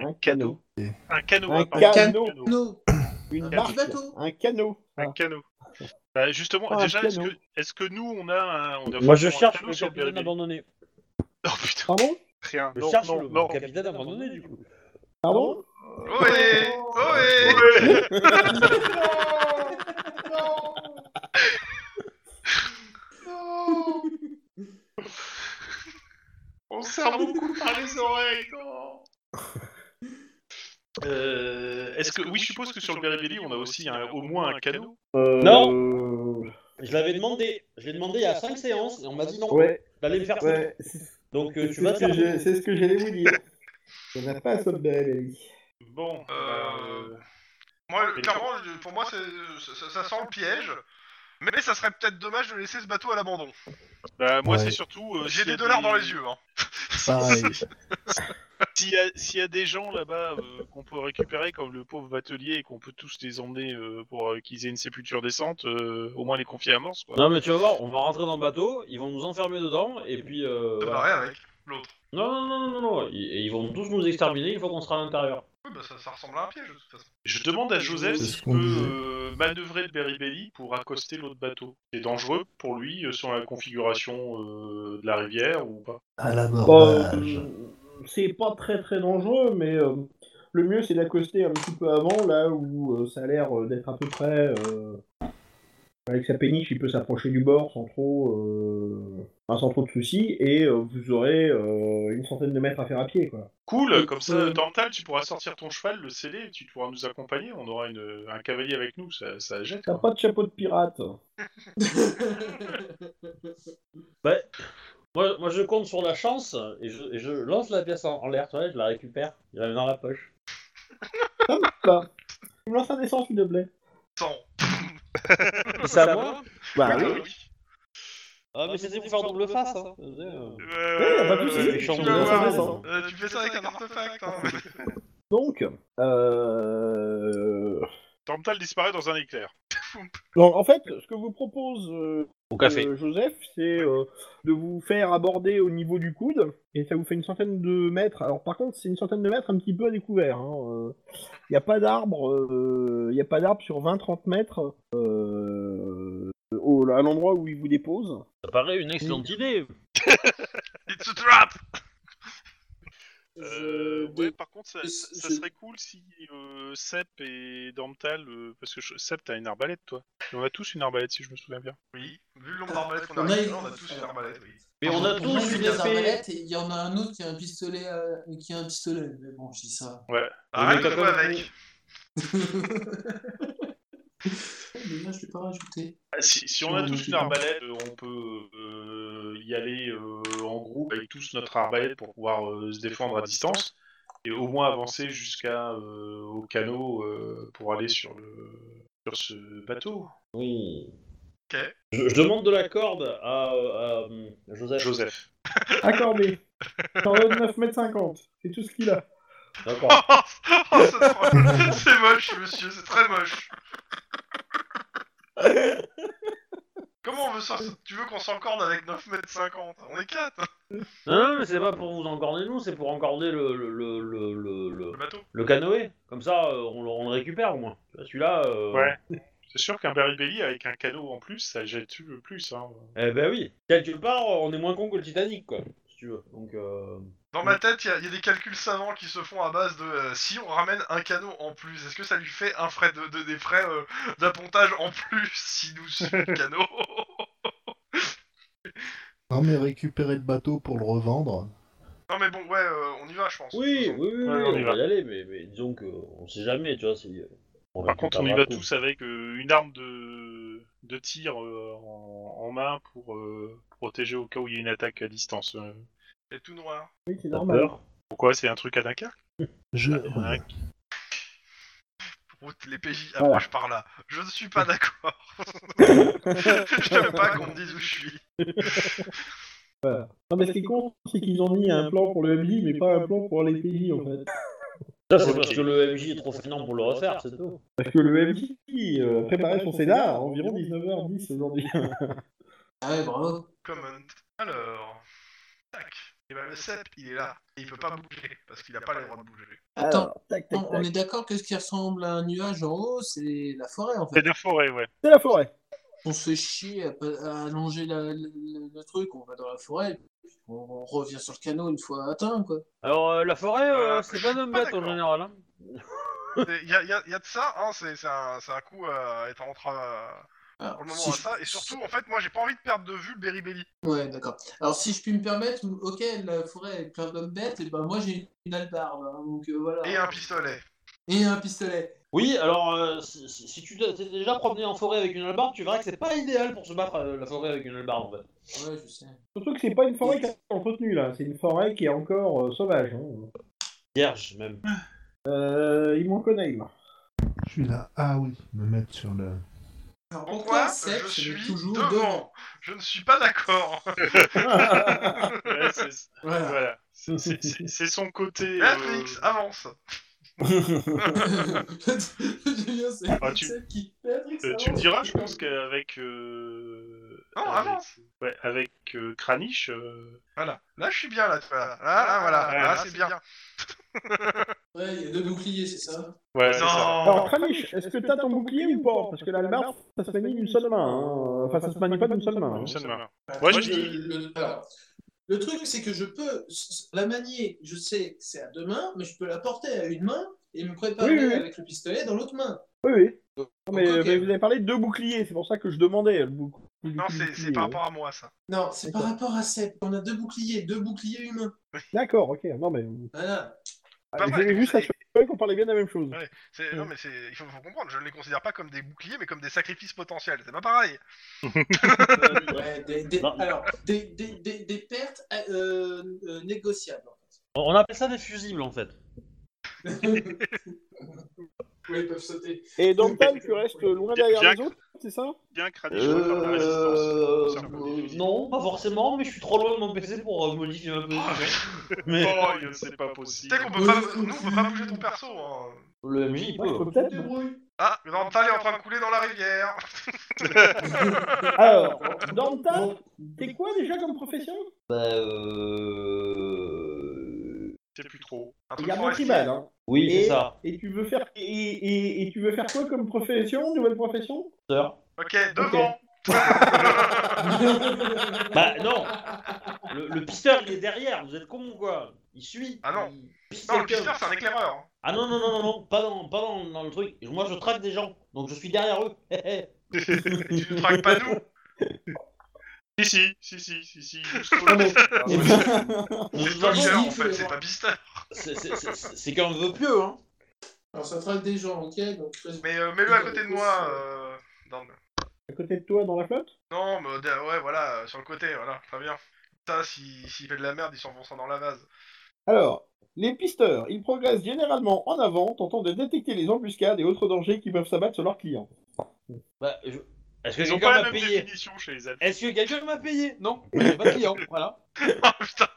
Speaker 2: Un canot.
Speaker 7: Un canot.
Speaker 2: Un
Speaker 7: pardon.
Speaker 1: Un
Speaker 2: canot.
Speaker 1: canot.
Speaker 2: Une
Speaker 1: Un petit
Speaker 2: barque.
Speaker 1: bateau.
Speaker 2: Un canot.
Speaker 7: Un canot. Bah, justement,
Speaker 2: Ah, un
Speaker 7: déjà, est-ce
Speaker 2: canot.
Speaker 7: que, est-ce que nous, on a un. On a
Speaker 5: Moi, je
Speaker 7: forcément un
Speaker 5: cherche
Speaker 7: canot
Speaker 5: le
Speaker 7: sur le
Speaker 5: capitaine
Speaker 7: périmètre
Speaker 5: abandonné.
Speaker 7: Oh putain,
Speaker 2: Pardon
Speaker 7: rien.
Speaker 5: Je
Speaker 7: Non,
Speaker 5: cherche
Speaker 7: non,
Speaker 5: le
Speaker 7: non.
Speaker 5: capitaine abandonné, du coup.
Speaker 2: Pardon
Speaker 4: Ohé Ohé
Speaker 7: Ouais.
Speaker 4: Mon cerveau coupe par les oreilles, non
Speaker 7: Euh, est-ce que. Oui, je suppose que sur le Beribelli, on a aussi un- au moins un canot.
Speaker 5: Non.
Speaker 2: Euh,
Speaker 5: Je l'avais demandé. Je l'ai demandé à 5 séances et on m'a dit non.
Speaker 2: Ouais,
Speaker 5: D'aller me faire ça.
Speaker 2: ouais. c'est-
Speaker 5: Donc, euh,
Speaker 2: c'est
Speaker 5: tu vas
Speaker 2: ce
Speaker 5: te
Speaker 2: que
Speaker 5: faire.
Speaker 2: j'ai- C'est ce que j'allais vous dire. Il n'y en a pas à Sobderelli.
Speaker 7: Bon. bah,
Speaker 4: Euh, Moi, le- clairement, je- pour moi, c'est- ça, ça- ça sent le piège. Mais ça serait peut-être dommage de laisser ce bateau à l'abandon.
Speaker 7: Bah, moi,
Speaker 6: Ouais.
Speaker 7: c'est surtout. euh, s'il
Speaker 4: J'ai
Speaker 7: y
Speaker 4: des
Speaker 7: a
Speaker 4: dollars
Speaker 7: des-
Speaker 4: dans les yeux. Hein.
Speaker 6: Pareil.
Speaker 7: S'il y, a- s'il y a des gens là-bas euh, qu'on peut récupérer, comme le pauvre batelier, et qu'on peut tous les emmener euh, pour euh, qu'ils aient une sépulture décente, euh, au moins les confier à Morse, quoi.
Speaker 5: Non, mais tu vas voir, on va rentrer dans le bateau, ils vont nous enfermer dedans, et puis. euh,
Speaker 4: Ça
Speaker 5: voilà.
Speaker 4: paraît avec l'autre.
Speaker 5: Non, non, non, non, non, non, ils, et ils vont tous nous exterminer une fois qu'on sera à l'intérieur.
Speaker 4: Oui, bah ça, ça ressemble à un piège de toute façon.
Speaker 7: Je demande à Joseph
Speaker 6: C'est
Speaker 7: s'il
Speaker 6: ce
Speaker 7: peut
Speaker 6: qu'on disait.
Speaker 7: euh, manœuvrer le Beribelli pour accoster l'autre bateau. C'est dangereux pour lui euh, sur la configuration euh, de la rivière ou pas
Speaker 6: À
Speaker 2: Bah,
Speaker 6: l'abordage.
Speaker 2: euh, c'est pas très très dangereux, mais euh, le mieux c'est d'accoster un petit peu avant, là où euh, ça a l'air euh, d'être à peu près. euh, avec sa péniche, il peut s'approcher du bord sans trop, euh, enfin, sans trop de soucis, et euh, vous aurez euh, une centaine de mètres à faire à pied, quoi.
Speaker 7: Cool,
Speaker 2: Et
Speaker 7: comme
Speaker 2: euh,
Speaker 7: ça, Tantal, tu pourras sortir ton cheval, le sceller, et tu pourras nous accompagner, on aura une, un cavalier avec nous, ça, ça jette.
Speaker 2: T'as
Speaker 7: quoi.
Speaker 2: pas de chapeau de pirate.
Speaker 5: Ouais. Moi, moi, je compte sur la chance, et je, et je lance la pièce en, en l'air, tu vois, je la récupère, je la mets dans la poche.
Speaker 2: Ça me pas. Tu me lances un dessin, s'il te plaît.
Speaker 4: Sans.
Speaker 5: Et c'est à moi
Speaker 2: Bah
Speaker 4: oui.
Speaker 5: Ah, mais c'était pour faire double face, hein. Tu sais, euh.
Speaker 2: Ouais, pas plus,
Speaker 5: c'est-
Speaker 4: tu,
Speaker 5: c'est-
Speaker 4: peux
Speaker 5: c'est- hein.
Speaker 4: avoir- euh, tu fais ça avec un artefact. Hein.
Speaker 2: Donc, euh...
Speaker 7: Tantal disparaît dans un éclair.
Speaker 2: donc, en fait, ce que vous propose euh,
Speaker 5: Au café.
Speaker 2: Euh, Joseph, c'est euh, de vous faire aborder au niveau du coude, et ça vous fait une centaine de mètres. Alors par contre, c'est une centaine de mètres un petit peu à découvert. Il n'y a pas d'arbre, euh, y a pas d'arbre sur 20-30 mètres euh, au- à l'endroit où il vous dépose.
Speaker 5: Ça paraît une excellente idée.
Speaker 4: It's a trap
Speaker 7: Euh,
Speaker 1: Je-
Speaker 7: ouais, par contre, ça,
Speaker 1: je-
Speaker 7: ça- ça
Speaker 1: je-
Speaker 7: serait cool si euh, Sep et Dantal, euh, parce que je- Sep, t'as une arbalète, toi. On a tous une arbalète, si je me souviens bien.
Speaker 4: Oui, vu le nombre d'arbalètes qu'on
Speaker 1: On
Speaker 4: a,
Speaker 1: a
Speaker 4: récupérées,
Speaker 1: une-
Speaker 4: on a tous une arbalète. Oui.
Speaker 5: Mais on a
Speaker 1: Pour moi,
Speaker 5: tous
Speaker 1: j'ai
Speaker 5: une
Speaker 1: des
Speaker 5: épée.
Speaker 1: arbalètes et Il y en a un autre qui a un pistolet, euh, qui a un pistolet. Mais bon, je dis ça.
Speaker 4: Arrête
Speaker 5: t'as
Speaker 4: de
Speaker 5: quand
Speaker 4: jouer
Speaker 5: même-
Speaker 4: avec.
Speaker 1: Déjà, je l'ai pas rajouté.
Speaker 7: Ah, Si, si on a
Speaker 1: Sur-
Speaker 7: tous une arbalète, euh, on peut euh, y aller euh, en groupe avec tous notre arbalète pour pouvoir euh, se défendre à distance et au moins avancer jusqu'à euh, au canot euh, pour aller sur le sur ce bateau.
Speaker 5: Oui.
Speaker 4: Ok.
Speaker 5: Je, je demande de la corde à, euh, à, euh, Joseph.
Speaker 7: Joseph.
Speaker 2: Accordé. T'en as 9 mètres 50. C'est tout ce qu'il a.
Speaker 5: D'accord.
Speaker 4: Oh, ça se- c'est moche, monsieur, c'est très moche. Comment on veut ça Tu veux qu'on s'encorde avec 9m50 On est 4
Speaker 5: Non, non, mais c'est pas pour vous encorder nous, c'est pour encorder le, le, le, le, le,
Speaker 4: Le
Speaker 5: le-
Speaker 4: bateau
Speaker 5: le canoë. Comme ça, euh, on, le- on le récupère au moins. Tu vois, Celui-là. euh,
Speaker 7: Ouais. C'est sûr qu'un beribelli avec un canot en plus, ça jette le plus. Hein.
Speaker 5: Eh ben oui. Quelque part, on est moins con que le Titanic, quoi. Si tu veux. Donc. euh,
Speaker 4: Dans ma tête, il y, a- il y a des calculs savants qui se font à base de euh, si on ramène un canot en plus, est-ce que ça lui fait un frais de, de- des frais euh, d'appontage en plus si nous suit le canot
Speaker 6: Non, mais récupérer le bateau pour le revendre.
Speaker 4: Non mais bon, ouais, euh, on y va, je pense.
Speaker 5: Oui, oui, oui, oui,
Speaker 7: Ouais,
Speaker 5: on,
Speaker 7: on y
Speaker 5: va
Speaker 7: va.
Speaker 5: y aller, mais, mais disons que on sait jamais, tu vois. Si, euh, on
Speaker 7: Par contre, on y
Speaker 5: récupérera
Speaker 7: va
Speaker 5: tout.
Speaker 7: tous avec euh, une arme de, de tir euh, en, en main pour euh, protéger au cas où il y a une attaque à distance. euh.
Speaker 4: C'est tout noir.
Speaker 2: Oui, c'est
Speaker 5: T'as
Speaker 2: normal.
Speaker 5: peur
Speaker 7: Pourquoi C'est un truc à Dunkerque
Speaker 6: Je...
Speaker 7: Il y en a un
Speaker 4: Route, les PJ
Speaker 2: Voilà.
Speaker 4: approchent par là. Je ne suis pas d'accord. je ne veux pas qu'on me dise où je suis.
Speaker 2: Non, mais ce qui est con, c'est qu'ils ont mis un plan pour le MJ, mais pas un plan pour les PJ, en fait.
Speaker 5: Ça, c'est
Speaker 7: Ok.
Speaker 5: parce que le MJ est trop finant pour le refaire, c'est tout.
Speaker 2: Parce que le MJ euh, préparait son scénar à environ 19h10 aujourd'hui.
Speaker 1: Ah ouais, bravo.
Speaker 4: Comment Alors. Tac. Et ben le cep, il est là. Et il peut pas bouger, parce qu'il a pas le droit de bouger.
Speaker 1: Attends,
Speaker 2: Alors, tac, tac,
Speaker 1: on on
Speaker 2: tac.
Speaker 1: est d'accord que ce qui ressemble à un nuage en haut, c'est la forêt en
Speaker 7: C'est
Speaker 1: fait.
Speaker 7: de la forêt, ouais.
Speaker 2: C'est la forêt.
Speaker 1: On se fait chier à, pa- à allonger la- la- la- le truc, on va dans la forêt, puis on, on revient sur le canot une fois atteint quoi.
Speaker 5: Alors, euh, la forêt, euh,
Speaker 4: Euh,
Speaker 5: c'est
Speaker 4: je
Speaker 5: pas
Speaker 4: suis
Speaker 5: un
Speaker 4: pas
Speaker 5: bête en
Speaker 4: d'accord.
Speaker 5: général. hein.
Speaker 4: Il y a, y a- y a de ça, hein, c'est c'est un, c'est un coup à être en train. à-
Speaker 1: Alors,
Speaker 4: Pour le moment,
Speaker 1: si
Speaker 4: à
Speaker 1: je-
Speaker 4: ça. Et surtout, en fait, moi, j'ai pas envie de perdre de vue le Beribelli.
Speaker 1: Ouais, d'accord. Alors, si je puis me permettre, ok, la forêt est pleine d'hommes bêtes, et ben moi j'ai une albarde, hein, donc euh, voilà.
Speaker 4: Et un pistolet.
Speaker 1: Et un pistolet.
Speaker 5: Oui, alors, euh, si, si- si tu t'es t'es déjà promené en forêt avec une albarde, tu verras que c'est pas idéal pour se battre euh, la forêt avec une albarde, en fait.
Speaker 1: Ouais, je sais.
Speaker 2: Surtout que c'est pas une forêt qui est entretenue là, c'est une forêt qui est encore euh, sauvage. hein.
Speaker 5: Vierge, même.
Speaker 2: Euh, ils m'en connaissent. là.
Speaker 6: Je suis là. Ah oui, me mettre sur le.
Speaker 1: Alors,
Speaker 4: Pourquoi E
Speaker 1: c'est
Speaker 4: je suis
Speaker 1: toujours
Speaker 4: devant. Je ne suis pas d'accord.
Speaker 7: Ouais, c'est-
Speaker 1: Voilà.
Speaker 7: voilà. C'est- C'est c'est- c'est son côté. euh,
Speaker 4: Matrix, avance.
Speaker 1: Julien, c'est
Speaker 7: Ah, tu-
Speaker 1: celle qui. Patrick,
Speaker 7: Euh,
Speaker 1: ça
Speaker 7: tu me
Speaker 1: va
Speaker 7: diras, je pense qu'avec. euh,
Speaker 4: Non,
Speaker 7: avec-
Speaker 4: avance.
Speaker 7: Ouais, avec euh, Kranich. euh,
Speaker 4: Voilà. Là, je suis bien, là. tu vois. Là, là, voilà.
Speaker 7: Ouais,
Speaker 4: là,
Speaker 7: là,
Speaker 4: c'est bien.
Speaker 1: Ouais, il y a deux boucliers, c'est ça
Speaker 7: Ouais, c'est ça.
Speaker 2: Alors,
Speaker 4: Non.
Speaker 2: Kranich, est-ce que t'as ton bouclier ou pas Parce que l'albarde, ça se manie d'une seule main. hein. Enfin, ça se manie pas d'une seule main. hein.
Speaker 7: Nous sommes là.
Speaker 1: Alors,
Speaker 7: Moi, je
Speaker 1: le-
Speaker 7: dis-
Speaker 1: le- alors, le truc, c'est que je peux la manier, je sais que c'est à deux mains, mais je peux la porter à une main et me préparer
Speaker 2: Oui, oui.
Speaker 1: avec le pistolet dans l'autre main.
Speaker 2: Oui, oui. Non,
Speaker 1: Donc,
Speaker 2: mais,
Speaker 1: ok.
Speaker 2: mais vous avez parlé de deux boucliers, c'est pour ça que je demandais le bouc- le bouclier.
Speaker 4: Non, c'est c'est par rapport à moi, ça.
Speaker 1: Non, c'est par
Speaker 2: D'accord.
Speaker 1: rapport à Seb. On a deux boucliers, deux boucliers humains.
Speaker 2: D'accord, ok. Non, mais. euh,
Speaker 1: Voilà.
Speaker 4: Pas mal,
Speaker 2: J'avais
Speaker 4: vous
Speaker 2: vu ça
Speaker 4: avez-
Speaker 2: sur le qu'on parlait bien de la même chose.
Speaker 4: Ouais. C'est- Non, mais c'est- il faut, faut comprendre, je ne les considère pas comme des boucliers, mais comme des sacrifices potentiels. C'est pas pareil.
Speaker 1: Ouais, des, des-
Speaker 5: Non.
Speaker 1: alors, des, des, des, des pertes euh, euh, négociables. en fait.
Speaker 5: On on appelle ça des fusibles, en fait.
Speaker 1: ouais, ils peuvent sauter.
Speaker 2: Et dans le temps, tu restes loin derrière
Speaker 7: Jack.
Speaker 2: les autres, c'est ça
Speaker 7: Bien Kranich, on va faire la
Speaker 5: Euh,
Speaker 7: résistance.
Speaker 5: euh, non, pas forcément, mais je suis trop loin de mon PC pour euh, modifier ma position. hein. mais
Speaker 7: Oh, il- c'est pas possible.
Speaker 4: Tu sais qu'on peut
Speaker 1: Oui.
Speaker 4: pas. Nous, on peut pas bouger ton perso. hein.
Speaker 5: le MJ, il
Speaker 2: Moi, je
Speaker 5: peut.
Speaker 2: peux peut-être.
Speaker 1: Débrouille.
Speaker 4: Ah, Nantal est en train de couler dans la rivière.
Speaker 2: Alors, dans le temps, t'es quoi déjà comme profession
Speaker 5: Bah, euh...
Speaker 7: C'est plus trop.
Speaker 4: Un truc
Speaker 2: Garde
Speaker 4: forestier.
Speaker 2: tribal, hein.
Speaker 5: Oui,
Speaker 2: Et-
Speaker 5: c'est ça.
Speaker 2: Et tu veux faire et, et- et tu veux faire quoi comme profession, nouvelle profession
Speaker 5: sœur.
Speaker 4: Ok, devant.
Speaker 5: Bah, non Le, le pisteur, il est derrière, vous êtes con ou quoi Il suit.
Speaker 4: Ah non.
Speaker 5: Il pisse
Speaker 4: Non, le
Speaker 5: quelqu'un.
Speaker 4: pisteur, c'est un éclaireur.
Speaker 5: Ah non, non, non, non, non, pas dans, pas dans, dans le truc. Moi, je traque des gens, donc je suis derrière eux.
Speaker 4: Et tu ne traques pas nous.
Speaker 7: Si, si, si, si, si, si.
Speaker 5: De toute
Speaker 4: C'est toi
Speaker 5: façon,
Speaker 4: le en
Speaker 1: il faut
Speaker 4: fait,
Speaker 1: les
Speaker 4: c'est
Speaker 1: voir.
Speaker 4: pas pisteur.
Speaker 5: c'est- c'est- c'est c'est qu'un vœu pieux, hein.
Speaker 1: Alors, ça traque des gens, ok Donc,
Speaker 4: Mais euh, mets-le à côté de moi. euh, dans-
Speaker 2: À côté de toi dans la flotte
Speaker 4: Non, mais euh, ouais, voilà, euh, sur le côté, voilà, très bien. Ça, si- s'il fait de la merde, il s'enfonce dans la vase.
Speaker 2: Alors, les pisteurs, ils progressent généralement en avant, tentant de détecter les embuscades et autres dangers qui peuvent s'abattre sur leurs clients.
Speaker 5: Bah, je- Est-ce que
Speaker 7: Ils ont
Speaker 5: quelqu'un
Speaker 7: pas la
Speaker 5: m'a
Speaker 7: même
Speaker 5: payé
Speaker 7: définition chez les Alpes.
Speaker 5: Est-ce que quelqu'un m'a payé Non, j'ai pas de client, voilà.
Speaker 4: Oh putain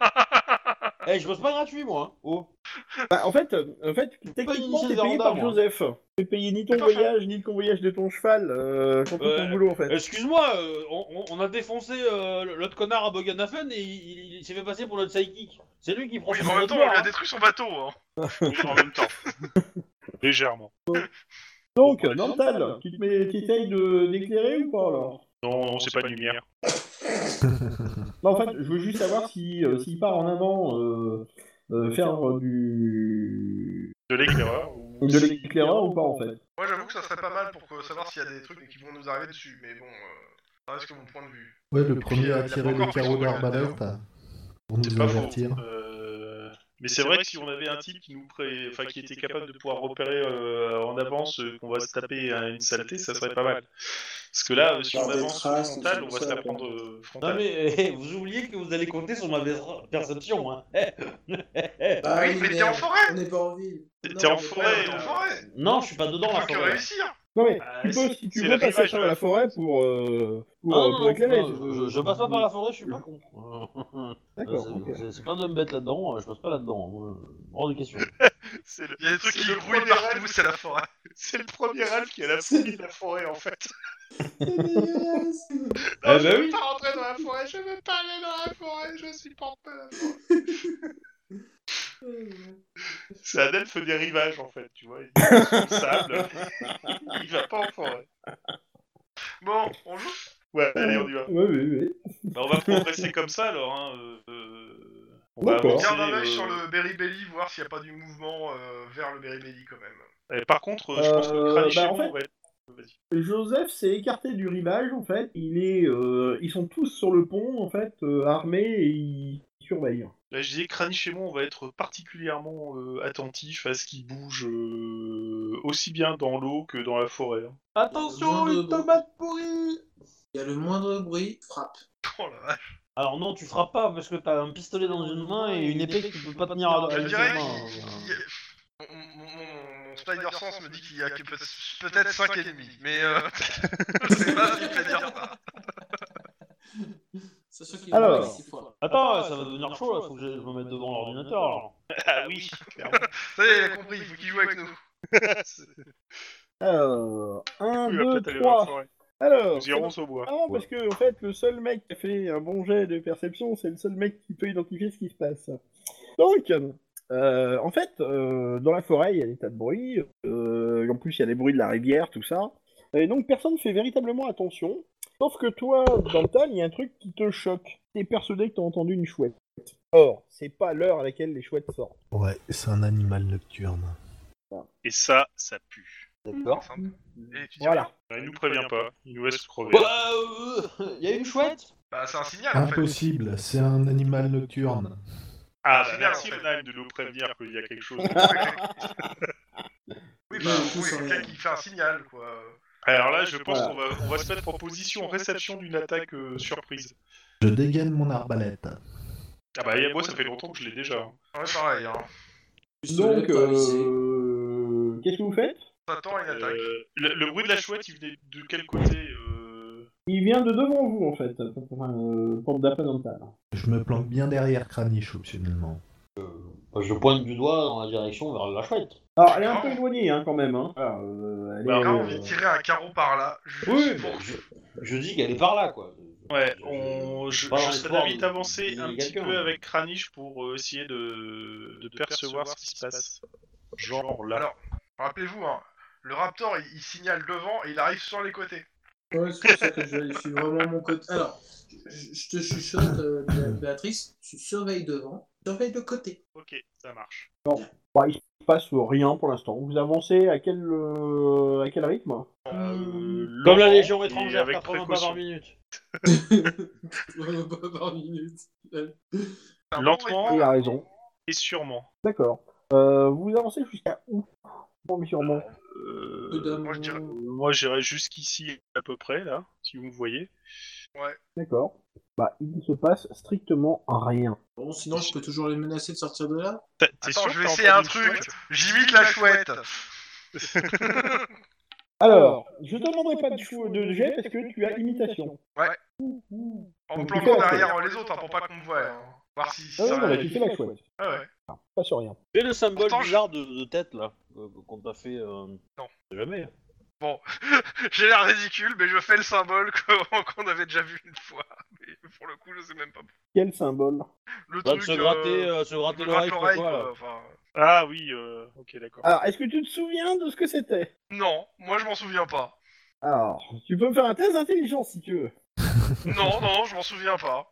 Speaker 5: Eh, je bosse pas gratuit, moi. hein. Oh.
Speaker 2: Bah, en fait, euh, en fait techniquement,
Speaker 5: initié
Speaker 2: t'es
Speaker 5: de
Speaker 2: payé
Speaker 5: Randa,
Speaker 2: par
Speaker 5: moi.
Speaker 2: Joseph. T'es payé ni ton
Speaker 4: Attends, je-
Speaker 2: voyage, ni le convoyage de ton cheval euh, contre
Speaker 5: Euh,
Speaker 2: ton boulot, en fait.
Speaker 5: Excuse-moi, euh, on, on- on a défoncé euh, l'autre connard à Boganafen et il, il- il s'est fait passer pour notre psychic. C'est lui qui prend
Speaker 4: Oui,
Speaker 5: son
Speaker 4: mais en même temps, on
Speaker 5: notoire,
Speaker 4: lui a
Speaker 5: hein.
Speaker 4: détruit son bateau. Hein.
Speaker 7: en même temps. Légèrement.
Speaker 2: Donc, Nantal, tu te mets- tu essayes de- d'éclairer ou pas, alors
Speaker 7: Non, non, c'est pas de lumière.
Speaker 2: Non, Bah, en fait, je veux juste savoir si, euh, s'il part en avant euh, euh, faire euh, du...
Speaker 7: De l'éclaireur. ou-
Speaker 2: de l'éclaireur ou pas, en fait.
Speaker 4: Moi, j'avoue que ça serait pas mal pour que- savoir s'il y a des trucs qui vont nous arriver dessus, mais bon, euh, ça reste que mon point de vue.
Speaker 6: Ouais, le premier
Speaker 4: euh,
Speaker 6: à
Speaker 4: il a
Speaker 6: tirer
Speaker 4: pas
Speaker 6: le
Speaker 4: encore pris
Speaker 6: carreau
Speaker 4: son
Speaker 6: d'arbalète hein. pour
Speaker 7: C'est
Speaker 6: nous
Speaker 7: pas faux.
Speaker 6: avertir.
Speaker 7: Euh, Mais c'est vrai que si on avait un type qui nous pré- enfin, qui était capable de pouvoir repérer euh, en avance euh, qu'on va se taper à une saleté, ça serait pas mal. Parce que là, euh, si on
Speaker 1: Par des
Speaker 7: avance
Speaker 1: traces,
Speaker 7: frontal,
Speaker 1: tout
Speaker 7: on va
Speaker 1: ça,
Speaker 7: se la
Speaker 1: quoi.
Speaker 7: prendre euh,
Speaker 5: Non
Speaker 7: frontal.
Speaker 5: mais euh, vous oubliez que vous allez compter sur ma per- perception, hein. Eh,
Speaker 1: Bah
Speaker 4: oui, mais t'es en forêt
Speaker 1: On n'est pas en ville.
Speaker 7: T'es-
Speaker 1: Non,
Speaker 7: t'es en
Speaker 1: on est pas
Speaker 7: forêt,
Speaker 4: t'es en
Speaker 7: euh,
Speaker 4: forêt
Speaker 5: Eh, non, je suis pas dedans
Speaker 4: Il
Speaker 5: la
Speaker 4: faut que
Speaker 5: forêt.
Speaker 4: réussir
Speaker 2: Non, mais
Speaker 7: Ah,
Speaker 2: tu peux,
Speaker 7: c'est-
Speaker 2: si tu
Speaker 7: c'est
Speaker 2: veux,
Speaker 7: le
Speaker 2: passer
Speaker 7: rivage
Speaker 2: par
Speaker 7: de
Speaker 2: la
Speaker 7: la
Speaker 2: forêt pour, euh, pour,
Speaker 5: Ah,
Speaker 2: euh,
Speaker 5: non,
Speaker 2: pour
Speaker 5: non,
Speaker 2: éclairer.
Speaker 5: non, je, je passe pas par la forêt, je suis pas con. Euh,
Speaker 2: D'accord,
Speaker 5: c'est-
Speaker 2: ok.
Speaker 5: c'est- C'est plein de bêtes là-dedans, euh, je passe pas là-dedans. moi. Hors de question.
Speaker 7: C'est le-
Speaker 4: Il y a des trucs
Speaker 7: c'est
Speaker 4: qui
Speaker 7: le
Speaker 4: grouillent
Speaker 7: premier
Speaker 4: partout,
Speaker 7: Alf-
Speaker 4: c'est la forêt.
Speaker 7: C'est le premier Alf qui a la folie de la forêt en fait.
Speaker 1: C'est dégueulasse.
Speaker 4: Non,
Speaker 2: Ah
Speaker 4: je
Speaker 2: bah
Speaker 5: ben
Speaker 4: veux
Speaker 2: oui.
Speaker 4: pas rentrer dans la forêt, je veux pas aller dans la forêt, je supporte pas la forêt. C'est un elfe des rivages en fait, tu vois. Il est sur le sable, il va pas en forêt. Bon, on joue Ouais, allez, on y va.
Speaker 2: Oui, oui, oui.
Speaker 4: Bah, on va progresser comme ça alors. Hein, euh, euh, on va
Speaker 2: D'accord.
Speaker 4: avancer,
Speaker 3: Garde un œil
Speaker 4: euh,
Speaker 3: sur le Beribelli, voir s'il n'y a pas du mouvement euh, vers le Beribelli quand même.
Speaker 4: et par contre, euh, je pense
Speaker 2: Euh,
Speaker 4: que Kranich
Speaker 2: bah,
Speaker 4: et
Speaker 2: en
Speaker 4: moi,
Speaker 2: fait-
Speaker 4: on va être- Vas-y.
Speaker 2: Joseph s'est écarté du rivage, en fait. Il est, euh, ils sont tous sur le pont, en fait, euh, armés, et ils surveillent.
Speaker 4: Là, je disais, Kranich et moi, on va être particulièrement euh, attentifs à ce qui bouge euh, aussi bien dans l'eau que dans la forêt. hein.
Speaker 1: Attention, une tomate pourrie Il y a le moindre bruit, frappe.
Speaker 4: Oh la vache.
Speaker 5: Alors non, tu frappes pas parce que t'as un pistolet dans une main et une épée que tu peux pas tenir à
Speaker 4: Je
Speaker 5: à l'autre
Speaker 4: dirais
Speaker 5: main. euh.
Speaker 4: qu'il y a- Mon, mon- mon- mon Spider Sense me dit qu'il y a que peut- peut-être 5 ennemis, mais euh... je sais pas ce qu'il fait dire ça.
Speaker 1: Sachant qu'il
Speaker 2: Alors.
Speaker 1: est six fois.
Speaker 5: Attends, ça va devenir chaud là, faut que je je me mette devant l'ordinateur. alors.
Speaker 7: Ah oui,
Speaker 4: Ça y est, il a compris, il faut qu'il joue avec nous.
Speaker 2: Alors, 1,
Speaker 7: il va
Speaker 2: 2,
Speaker 7: peut-être aller dans la
Speaker 2: 3.
Speaker 7: forêt.
Speaker 2: Alors,
Speaker 7: Nous irons au bois.
Speaker 2: Ah non, parce que en fait, le seul mec qui a fait un bon jet de perception, c'est le seul mec qui peut identifier ce qui se passe. Donc, euh, en fait, euh, dans la forêt, il y a des tas de bruits. euh, en plus, il y a des bruits de la rivière, tout ça. Et donc, personne ne fait véritablement attention. Sauf que toi, dans le tal, il y a un truc qui te choque. T'es persuadé que t'as entendu une chouette. Or, c'est pas l'heure à laquelle les chouettes sortent.
Speaker 6: Ouais, c'est un animal nocturne.
Speaker 7: Et ça, ça pue.
Speaker 5: D'accord.
Speaker 4: Et tu dis
Speaker 2: Voilà.
Speaker 4: rien
Speaker 7: Il nous prévient pas, il nous laisse crever.
Speaker 5: Bah, euh, y a une chouette
Speaker 4: Bah, c'est un signal en fait.
Speaker 6: Impossible, c'est un animal nocturne.
Speaker 7: Ah,
Speaker 4: bah,
Speaker 7: bah,
Speaker 4: merci,
Speaker 7: merci, Madame, de nous prévenir qu'il y a quelque chose.
Speaker 1: Oui,
Speaker 4: Oui, bah,
Speaker 1: tout
Speaker 4: oui,
Speaker 1: ça,
Speaker 4: quelqu'un
Speaker 1: ouais.
Speaker 4: qui fait un signal quoi.
Speaker 7: Alors là, je pense
Speaker 2: Voilà.
Speaker 7: qu'on va, on va se mettre en position réception d'une attaque euh, surprise.
Speaker 6: Je dégaine mon arbalète.
Speaker 7: Ah bah, et moi, ça fait longtemps que je l'ai déjà. hein.
Speaker 4: Ouais, pareil, hein.
Speaker 1: Pistolet
Speaker 2: Donc,
Speaker 1: pas avisé.
Speaker 2: euh, qu'est-ce que vous faites
Speaker 4: T'attends une attaque.
Speaker 7: Euh, le, le bruit de la chouette, il venait de quel côté euh,
Speaker 2: Il vient de devant vous, en fait, enfin, euh, porte d'après dans le tal.
Speaker 6: Je me planque bien derrière Kranich, optionnellement.
Speaker 5: Bah, Je pointe du doigt dans la direction vers la chouette.
Speaker 2: Alors, elle est un peu éloignée hein, quand même. Hein. Alors, euh, elle
Speaker 7: Bah,
Speaker 2: est,
Speaker 4: Là, on
Speaker 2: euh,
Speaker 4: vient de tirer un carreau par là. juste
Speaker 5: Oui,
Speaker 4: pour-
Speaker 5: je, je dis qu'elle est par là, quoi.
Speaker 7: Ouais,
Speaker 5: Je-
Speaker 7: Euh, bah, on, je,
Speaker 5: pas dans
Speaker 7: je serais
Speaker 5: l'espoir
Speaker 7: d'avis
Speaker 5: de-
Speaker 7: d'avancer
Speaker 5: d'éliminer
Speaker 7: un petit
Speaker 5: quelqu'un,
Speaker 7: peu
Speaker 5: hein.
Speaker 7: avec Kranich pour euh, essayer de, de percevoir ce qui se passe. Genre là.
Speaker 4: Alors, Rappelez-vous, hein, le Raptor il, il signale devant et il arrive sur les côtés.
Speaker 1: Ouais, c'est pour ça que je, je suis vraiment mon côté. Alors, je, je te chuchote, euh, Bé- Béatrice, tu surveilles devant, surveille de côté.
Speaker 7: Ok, ça marche.
Speaker 2: bah, il se passe rien pour l'instant. Vous avancez à quel, euh, à quel rythme
Speaker 7: Euh,
Speaker 5: Comme la
Speaker 7: Laurent,
Speaker 5: Légion
Speaker 7: et
Speaker 5: étrangère,
Speaker 7: avec
Speaker 5: 80 pas
Speaker 7: précaution.
Speaker 5: par minute.
Speaker 1: Par minute.
Speaker 4: C'est un bon
Speaker 7: Lentement.
Speaker 4: rythme.
Speaker 2: Il a raison.
Speaker 7: Et sûrement.
Speaker 2: D'accord. Euh, vous avancez jusqu'à où Bon, mais sûrement.
Speaker 7: Euh,
Speaker 1: Peu d'amour.
Speaker 4: moi, je dirais-
Speaker 7: moi, j'irai jusqu'ici à peu près, là, si vous me voyez.
Speaker 2: D'accord. Bah, il ne se passe strictement rien.
Speaker 1: Bon, sinon, je peux toujours les menacer de sortir de là.
Speaker 7: T'as- T'es
Speaker 4: Attends,
Speaker 7: sûr
Speaker 4: je
Speaker 7: que
Speaker 4: vais
Speaker 7: t'as
Speaker 4: essayer un
Speaker 7: entendu une
Speaker 4: truc.
Speaker 7: chouette
Speaker 4: J'imite la chouette.
Speaker 2: Alors, je te demanderai pas de, chou- de jet parce que tu as imitation.
Speaker 4: En me
Speaker 2: Donc,
Speaker 4: planquant
Speaker 2: d'accord.
Speaker 4: derrière les autres hein, pour pas qu'on me voie. hein. Voir si
Speaker 2: Ah,
Speaker 4: ça
Speaker 2: non, mais
Speaker 4: arrive.
Speaker 2: tu fais la chouette.
Speaker 4: Ah ouais.
Speaker 2: Pas sur rien.
Speaker 5: Et le symbole
Speaker 4: Pourtant, je-
Speaker 5: bizarre de, de tête, là, euh, qu'on t'a fait... euh,
Speaker 4: Non.
Speaker 5: Jamais.
Speaker 4: J'ai l'air ridicule, mais je fais le symbole que- qu'on avait déjà vu une fois. Mais pour le coup, je sais même pas.
Speaker 2: Quel symbole.
Speaker 4: Le
Speaker 5: Va
Speaker 4: truc.
Speaker 5: se gratter,
Speaker 4: euh,
Speaker 5: euh, se
Speaker 4: je
Speaker 5: gratter
Speaker 4: me gratte
Speaker 5: l'oreille, quoi, quoi, là.
Speaker 4: quoi, enfin,
Speaker 7: Ah oui, euh, ok, d'accord.
Speaker 2: Alors, est-ce que tu te souviens de ce que c'était
Speaker 4: Non, moi je m'en souviens pas.
Speaker 2: Alors, tu peux me faire un test d'intelligence si tu veux.
Speaker 4: Non, non, je m'en souviens pas.